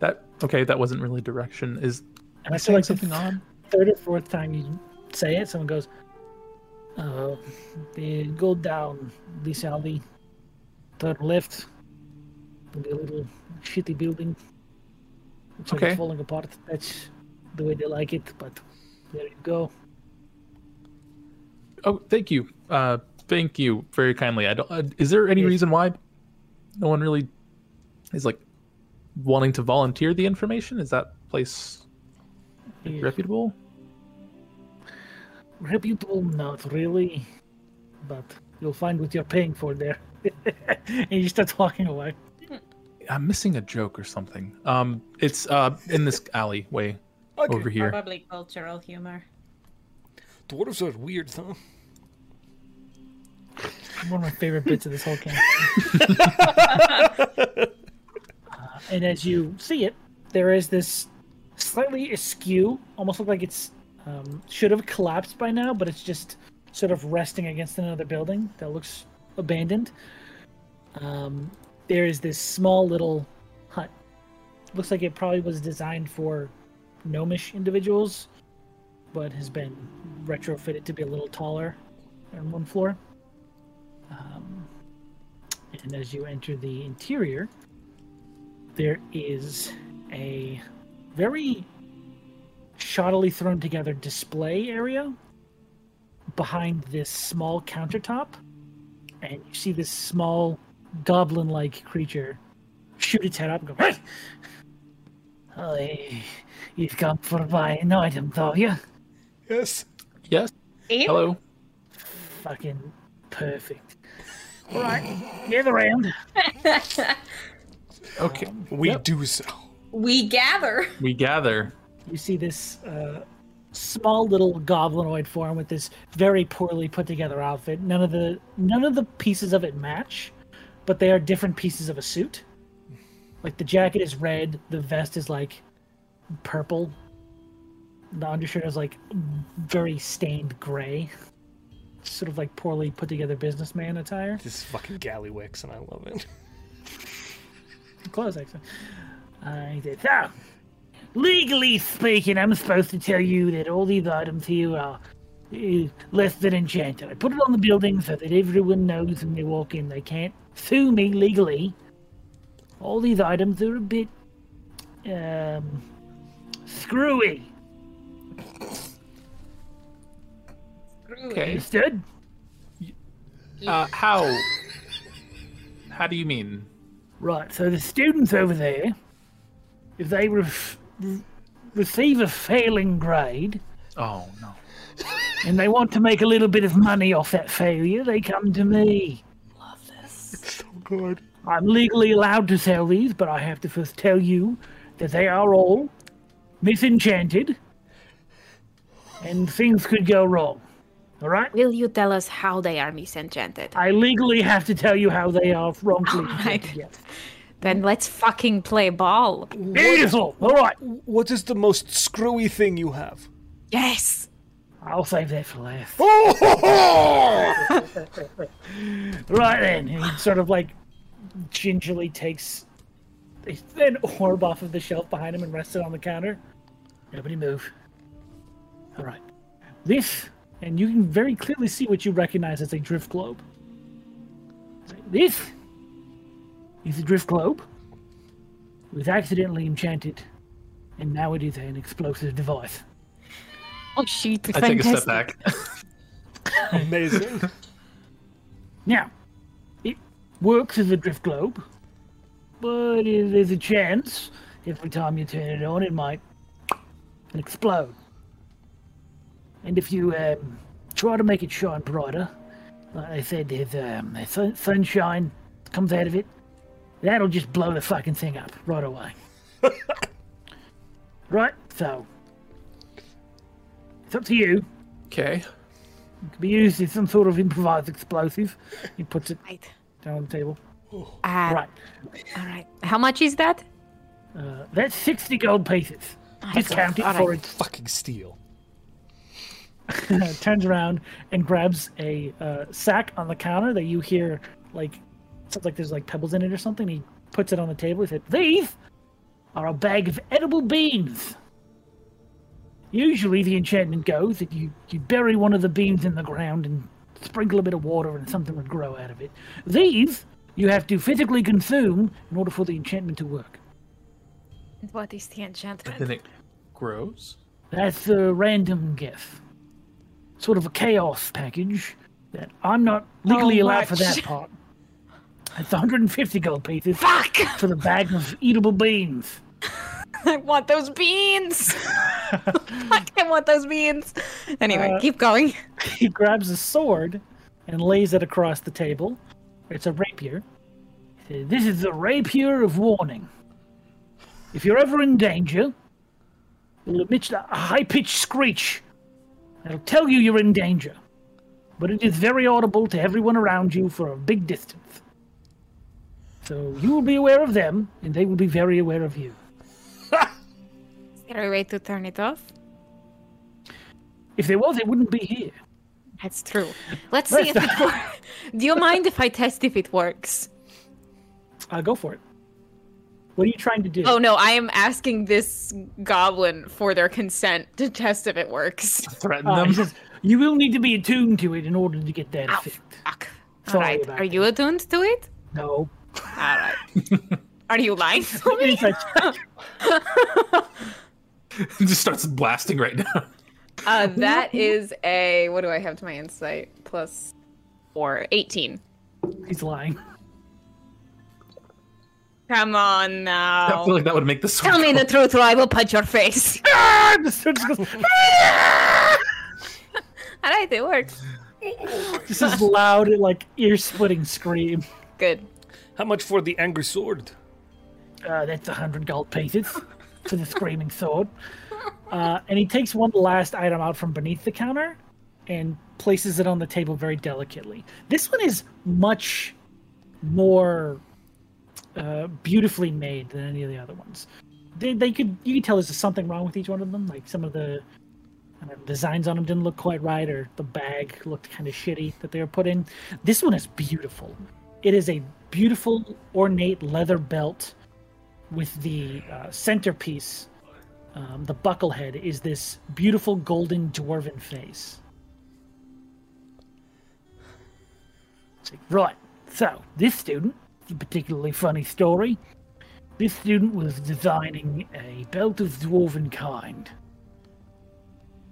[SPEAKER 4] that okay. That wasn't really direction. Is
[SPEAKER 2] And I
[SPEAKER 4] saying
[SPEAKER 2] feel like
[SPEAKER 4] something
[SPEAKER 2] the
[SPEAKER 4] odd?
[SPEAKER 2] third or fourth time you say it, someone goes, uh, the go down this alley, third left, the little shitty building. It's like it's
[SPEAKER 4] Okay.
[SPEAKER 2] falling apart. That's the way they like it, but there you go.
[SPEAKER 4] Oh, thank you. Uh, thank you very kindly. I don't. Uh, is there any reason why no one really is like wanting to volunteer the information? Is that place like,
[SPEAKER 2] Yeah.
[SPEAKER 4] reputable?
[SPEAKER 2] reputable not really but you'll find what you're paying for there <laughs> and you start walking away
[SPEAKER 4] I'm missing a joke or something. Um, it's uh in this
[SPEAKER 2] <laughs>
[SPEAKER 4] alleyway
[SPEAKER 7] Okay.
[SPEAKER 4] over here.
[SPEAKER 8] Probably cultural humor.
[SPEAKER 7] Dwarves are weird, huh?
[SPEAKER 2] one of my favorite bits of this whole campaign Uh, and as you see it there is this slightly askew almost look like it's um, should have collapsed by now but it's just sort of resting against another building that looks abandoned um, there is this small little hut looks like it probably was designed for gnomish individuals but has been retrofitted to be a little taller on one floor um, and as you enter the interior there is a very shoddily thrown together display area behind this small countertop and you see this small goblin like creature shoot its head up and go hey! Hey, you've come for my an item, though, you
[SPEAKER 7] Yes.
[SPEAKER 4] Yes. Hello.
[SPEAKER 2] fucking perfect. Alright, gather round.
[SPEAKER 4] Okay.
[SPEAKER 7] We do so.
[SPEAKER 8] We gather.
[SPEAKER 4] We gather.
[SPEAKER 2] you see this uh, small little goblinoid form with this very poorly put together outfit. None of the none of the pieces of it match, but they are different pieces of a suit. Like the jacket is red, the vest is like purple, the undershirt is like very stained gray. Sort of like poorly put together businessman attire.
[SPEAKER 7] This is fucking Gallywix, and I love it. <laughs>
[SPEAKER 2] Close, actually. I did. So, legally speaking, I'm supposed to tell you that all these items here are uh, less than enchanted. I put it on the building so that everyone knows when they walk in they can't sue me legally. All these items are a bit um, screwy.
[SPEAKER 4] Okay.
[SPEAKER 2] Understood?
[SPEAKER 4] Uh, how? How do you mean?
[SPEAKER 2] Right, so the students over there, if they ref- re- receive a failing grade,
[SPEAKER 4] Oh no.
[SPEAKER 2] and they want to make a little bit of money off that failure, they come to me.
[SPEAKER 7] So good.
[SPEAKER 2] I'm legally allowed to sell these, but I have to first tell you that they are all misenchanted and things could go wrong. All right?
[SPEAKER 13] <laughs> Will you tell us how they are misenchanted?
[SPEAKER 2] I legally have to tell you how they are wrongfully. enchanted, yes.
[SPEAKER 13] Then let's fucking play ball.
[SPEAKER 2] Beautiful! All right.
[SPEAKER 7] What is the most screwy thing you <laughs> have?
[SPEAKER 13] Yes.
[SPEAKER 2] I'll save that for last.
[SPEAKER 7] Oh! ho, ho!
[SPEAKER 2] Right then, and he sort of like gingerly takes an orb off of the shelf behind him and rests it on the counter. Nobody move. All right. This, and you can very clearly see what you recognize as a drift globe. This is a drift globe. It was accidentally enchanted, and now it is an explosive device.
[SPEAKER 13] Oh shoot!
[SPEAKER 4] I take a step back.
[SPEAKER 7] Amazing.
[SPEAKER 2] Now, it works as a drift globe, but i- there's a chance every time you turn it on, it might explode. And if you um, try to make it shine brighter, like I said, there's um, the sun- sunshine comes out of it. That'll just blow the fucking thing up right away. right? So, it's up to you.
[SPEAKER 4] Okay.
[SPEAKER 2] It can be used as some sort of improvised explosive. He puts it
[SPEAKER 13] Right.
[SPEAKER 2] down on the table.
[SPEAKER 13] Uh,
[SPEAKER 2] Right.
[SPEAKER 13] All right. How much is that?
[SPEAKER 2] Uh, that's 60 gold pieces. Discount it
[SPEAKER 13] all
[SPEAKER 2] for
[SPEAKER 13] right.
[SPEAKER 2] its
[SPEAKER 7] Fucking steel.
[SPEAKER 2] uh, turns around and grabs a uh, sack on the counter that you hear like sounds like there's like pebbles in it or something. He puts it on the table. He said, "These are a bag of edible beans." Usually, the enchantment goes that you you bury one of the beans in the ground and sprinkle a bit of water, and something would grow out of it. These you have to physically consume in order for the enchantment to work.
[SPEAKER 13] What is the enchantment?
[SPEAKER 4] Then it grows.
[SPEAKER 2] That's a random gift. Sort of a chaos package that I'm not legally
[SPEAKER 13] How
[SPEAKER 2] allowed for that
[SPEAKER 13] much?
[SPEAKER 2] part. It's 150 gold pieces
[SPEAKER 13] Fuck!
[SPEAKER 2] for the bag of eatable beans.
[SPEAKER 13] I want those beans. I can't want those beans. Anyway, keep going.
[SPEAKER 2] He grabs a sword and lays it across the table. It's a rapier. He said, This is the rapier of warning. If you're ever in danger, it'll emit a high pitched screech. It'll tell you you're in danger. But it is very audible to everyone around you for a big distance. So you will be aware of them, and they will be very aware of you.
[SPEAKER 13] Is there a way to turn it off?
[SPEAKER 2] If there was, it wouldn't be here.
[SPEAKER 13] That's true. Let's see if it works. Do you mind if I test if it works?
[SPEAKER 2] Uh, go for it. What are you trying to do?
[SPEAKER 1] <laughs> Oh no, I am asking this goblin for their consent to test if it
[SPEAKER 13] <laughs>
[SPEAKER 1] works.
[SPEAKER 4] Threaten
[SPEAKER 2] Uh, he
[SPEAKER 4] them. <laughs>
[SPEAKER 2] says, you will need to be attuned to it in order to get that effect.
[SPEAKER 1] Fuck.
[SPEAKER 2] Sorry
[SPEAKER 13] Alright,
[SPEAKER 2] about
[SPEAKER 13] Are you attuned to it?
[SPEAKER 2] that. No.
[SPEAKER 1] All
[SPEAKER 2] <laughs>
[SPEAKER 1] right. Are you lying to me?
[SPEAKER 2] Insight
[SPEAKER 1] <laughs>
[SPEAKER 2] check.
[SPEAKER 4] just starts blasting right now. <laughs>
[SPEAKER 1] Uh, that
[SPEAKER 13] <laughs>
[SPEAKER 1] is a what do I have to my insight plus four. 18.
[SPEAKER 2] He's lying. <laughs>
[SPEAKER 1] Come on
[SPEAKER 4] I feel
[SPEAKER 1] now.
[SPEAKER 4] like that would make this.
[SPEAKER 1] <laughs>
[SPEAKER 13] Tell me the truth or I will punch your face.
[SPEAKER 2] Ah, the sword just goes,
[SPEAKER 1] Alright, it worked.
[SPEAKER 2] this is loud, like ear-splitting scream.
[SPEAKER 1] Good.
[SPEAKER 7] How much for the angry sword?
[SPEAKER 2] Uh, that's a hundred gold pieces for the screaming sword. Uh, and he takes one last item out from beneath the counter and places it on the table very delicately. This one is much more uh, beautifully made than any of the other ones. They, they could you could tell there's something wrong with each one of them. Like some of the I don't know, designs on them didn't look quite right, or the bag looked kind of shitty that they were put in. This one is beautiful. It is a beautiful ornate leather belt with the uh, centerpiece. Um, the buckle head is this beautiful golden dwarven face. It's like, right, so this student, it's a particularly funny story. This student was designing a belt of dwarven kind.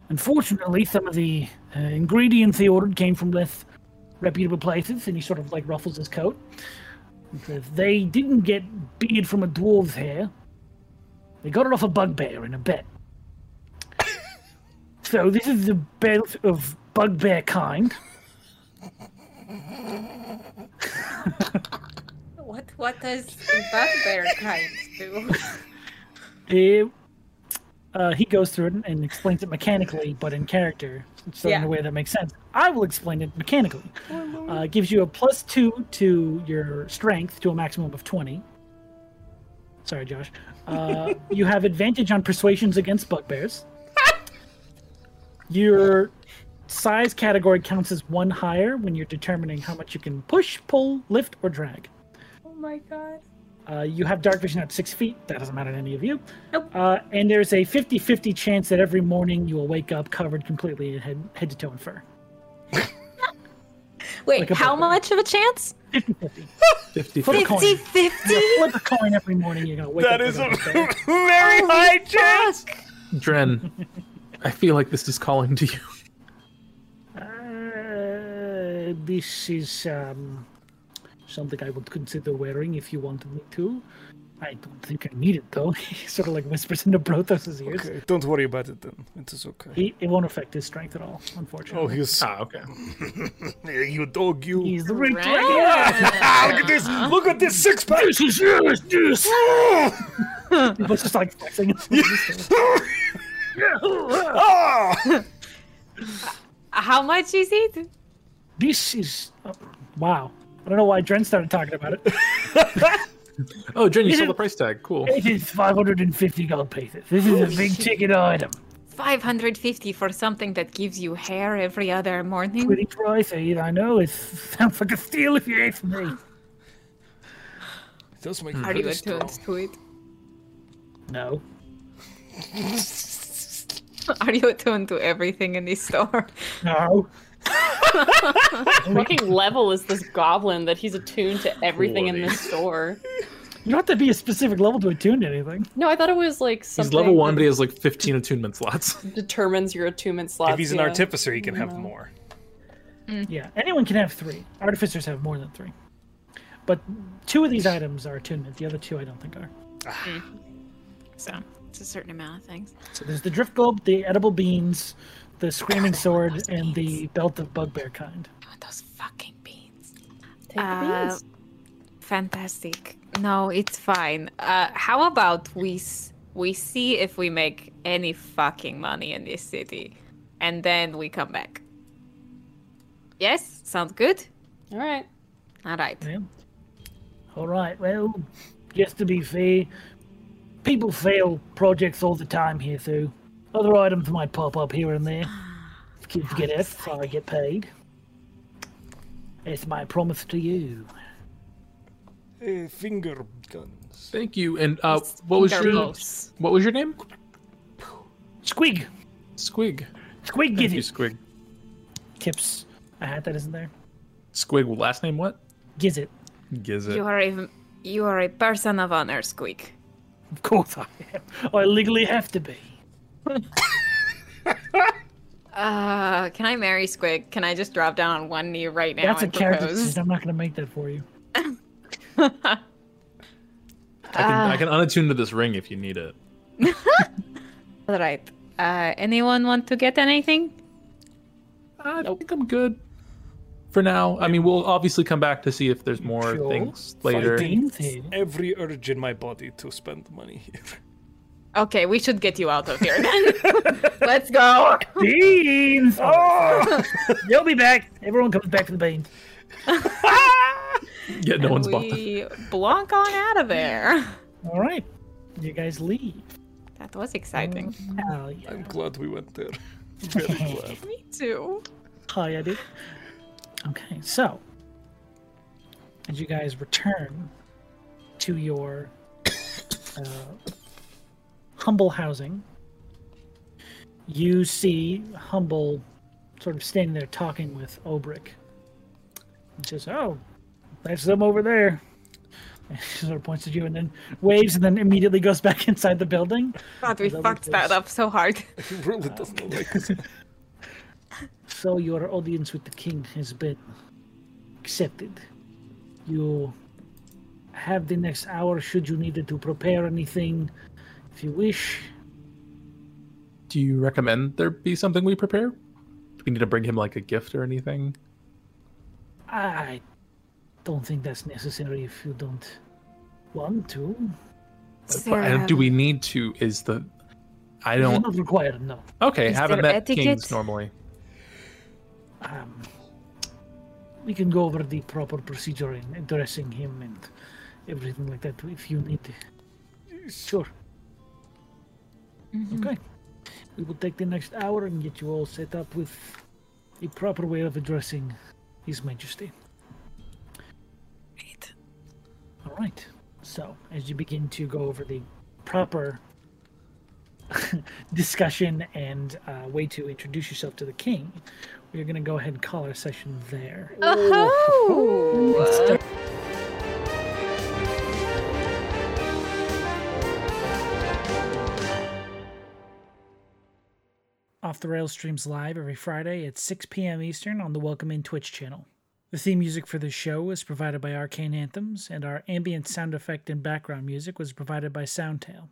[SPEAKER 2] Unfortunately, some of the uh, ingredients he ordered came from less reputable places, and he sort of like ruffles his coat. And says, they didn't get beard from a dwarf's hair. They got it off a bugbear in a bet. so this is the belt of bugbear kind.
[SPEAKER 8] What What does the bugbear kind
[SPEAKER 1] <laughs>
[SPEAKER 8] do?
[SPEAKER 2] It, uh, he goes through it and, and explains it mechanically, but in character, so in
[SPEAKER 6] Yeah.
[SPEAKER 2] a way that makes sense. I will explain it mechanically. Uh, it gives you a plus two to your strength to a maximum of twenty. Sorry, Josh. Uh, you have advantage on persuasions against bugbears. Your size category counts as one higher when you're determining how much you can push, pull, lift, or drag.
[SPEAKER 6] Oh my god.
[SPEAKER 2] Uh, you have dark vision at six feet. That doesn't matter to any of you. Uh, and there's a 50 50 chance that every morning you will wake up covered completely in head, head to toe in fur.
[SPEAKER 1] <laughs> Wait,
[SPEAKER 2] Like a
[SPEAKER 1] how much of a chance?
[SPEAKER 4] 50
[SPEAKER 2] Flip a coin.
[SPEAKER 1] 50 50?
[SPEAKER 2] Flip a coin every morning. You're going to wake
[SPEAKER 7] That
[SPEAKER 2] up.
[SPEAKER 7] is
[SPEAKER 2] with
[SPEAKER 7] a
[SPEAKER 2] head to toe.
[SPEAKER 7] very high chance.
[SPEAKER 4] Dren, I feel like this is calling to you.
[SPEAKER 2] Uh, this is um, something I would consider wearing if you wanted me to. I don't think I need it though. <laughs> he sort of like whispers into Brothos's ears.
[SPEAKER 7] Okay, don't worry about it then. It is okay.
[SPEAKER 2] He, it won't affect his strength at all,
[SPEAKER 7] Oh,
[SPEAKER 2] unfortunately.
[SPEAKER 7] he's
[SPEAKER 4] <laughs> Ah, okay.
[SPEAKER 7] <laughs> you dog, you.
[SPEAKER 2] He's the red dragon.
[SPEAKER 7] Ah, look at this! Look at this six pack!
[SPEAKER 2] This is yours, this.
[SPEAKER 7] <laughs> Ah!
[SPEAKER 2] He <laughs> was just like flexing.
[SPEAKER 7] Ah!
[SPEAKER 1] How much is it?
[SPEAKER 2] this is oh, wow. I don't know why Dren started talking about it. <laughs>
[SPEAKER 4] Oh, Dren, you
[SPEAKER 2] Is
[SPEAKER 4] saw
[SPEAKER 2] it-
[SPEAKER 4] the price tag. Cool.
[SPEAKER 2] It is 550 gold pieces. This is a big ticket item.
[SPEAKER 13] 550 for something that gives you hair every other morning?
[SPEAKER 2] Pretty pricey, I know. It sounds like a steal if you ask me.
[SPEAKER 7] It does make
[SPEAKER 13] Are
[SPEAKER 7] pretty
[SPEAKER 13] you
[SPEAKER 7] strong.
[SPEAKER 13] attuned to it?
[SPEAKER 2] No.
[SPEAKER 13] Are you attuned to everything in this store?
[SPEAKER 2] No.
[SPEAKER 6] Fucking level is this goblin that he's attuned to everything in this store?
[SPEAKER 2] You don't have to be a specific level to attune to anything.
[SPEAKER 6] No, I thought it was like something
[SPEAKER 4] He's level one, but
[SPEAKER 6] that
[SPEAKER 4] he has like 15 attunement slots.
[SPEAKER 6] determines your attunement slots.
[SPEAKER 7] If he's an
[SPEAKER 6] yeah.
[SPEAKER 7] artificer, he can have more.
[SPEAKER 2] Yeah, anyone can have three. Artificers have more than three. But two of these items are attunement. The other two, I don't think are.
[SPEAKER 13] So, it's a certain amount of things.
[SPEAKER 2] So there's the drift globe, the edible beans, the screaming sword, and the belt of bugbear kind.
[SPEAKER 13] Those fucking beans.
[SPEAKER 6] Take the
[SPEAKER 13] Uh,
[SPEAKER 6] beans.
[SPEAKER 13] Fantastic. No, it's fine. Uh, how about we s- we see if we make any fucking money in this city, and then we come back. Yes, sounds good.
[SPEAKER 6] All right.
[SPEAKER 13] All right.
[SPEAKER 2] Yeah. All right. Well, just to be fair, people fail projects all the time here, so other items might pop up here and there. If kids get it, I get paid. It's my promise to you.
[SPEAKER 7] Eh, finger guns.
[SPEAKER 4] <laughs> Thank you. And uh, what was your
[SPEAKER 13] Gross.
[SPEAKER 4] what was your name?
[SPEAKER 2] Squig,
[SPEAKER 4] Squig.
[SPEAKER 2] squig,
[SPEAKER 4] Thank
[SPEAKER 2] get
[SPEAKER 4] you,
[SPEAKER 2] it.
[SPEAKER 4] Squig.
[SPEAKER 2] Tips. I had that, isn't there?
[SPEAKER 4] Squig. Last name what?
[SPEAKER 2] Gizzit.
[SPEAKER 4] Gizzard.
[SPEAKER 13] You are a you are a person of honor, Squeak.
[SPEAKER 2] Of course I am. I legally have to be.
[SPEAKER 13] Uh, can I marry Squig? Can I just drop down on one knee right now
[SPEAKER 2] That's a
[SPEAKER 13] and
[SPEAKER 2] character
[SPEAKER 13] propose?
[SPEAKER 2] decision. I'm not going to make that for you.
[SPEAKER 4] I can I can unattune to this ring if you need it.
[SPEAKER 13] All right. Uh, anyone want to get anything?
[SPEAKER 4] I think I'm good for now. I mean, we'll obviously come back to see if there's more
[SPEAKER 2] Sure.
[SPEAKER 4] things later.
[SPEAKER 2] Beans here.
[SPEAKER 7] Every urge in my body to spend money here.
[SPEAKER 13] Okay, we should get you out of here then. Let's go.
[SPEAKER 2] Beans! Oh! They'll be back. Everyone comes back to the beans.
[SPEAKER 4] Yeah, no one's bought them.
[SPEAKER 13] we blonk on out of there.
[SPEAKER 2] All right. You guys leave.
[SPEAKER 13] That was exciting.
[SPEAKER 2] Oh, yeah.
[SPEAKER 7] <laughs> I'm glad we went there. Very glad.
[SPEAKER 13] Me too.
[SPEAKER 2] Hi, Eddie. Okay, so as you guys return to your <coughs> uh, humble housing, you see Humble sort of standing there talking with Obrick. He says, "Oh, that's them over there." <laughs> And she sort of points at you and then waves and then immediately goes back <laughs> inside the building.
[SPEAKER 13] God, we
[SPEAKER 2] That
[SPEAKER 13] fucked
[SPEAKER 2] was-
[SPEAKER 13] that up so hard.
[SPEAKER 7] He really doesn't like us.
[SPEAKER 2] So your audience with the king has been accepted. You have the next hour should you need it to prepare anything if you wish.
[SPEAKER 4] Do you recommend there be something we prepare? Do we need to bring him like a gift or anything?
[SPEAKER 2] I don't think that's necessary if you don't One, two.
[SPEAKER 4] But I- do we need to? Is the I
[SPEAKER 2] This is
[SPEAKER 4] don't.
[SPEAKER 2] not required. No.
[SPEAKER 4] Okay,
[SPEAKER 2] Is
[SPEAKER 4] haven't
[SPEAKER 2] there
[SPEAKER 4] met
[SPEAKER 2] etiquette?
[SPEAKER 4] kings normally.
[SPEAKER 2] Um, we can go over the proper procedure in addressing him and everything like that if you need. Sure. Okay. We will take the next hour and get you all set up with the proper way of addressing His Majesty. All right. So, as you begin to go over the proper <laughs> discussion and uh, way to introduce yourself to the king, we're going to go ahead and call our session there.
[SPEAKER 1] Oh.
[SPEAKER 2] Off the Rails streams live every Friday at 6 p.m. Eastern on the Welcome In Twitch channel. The theme music for this show is provided by Arcane Anthems, and our ambient sound effect and background music was provided by Soundtail.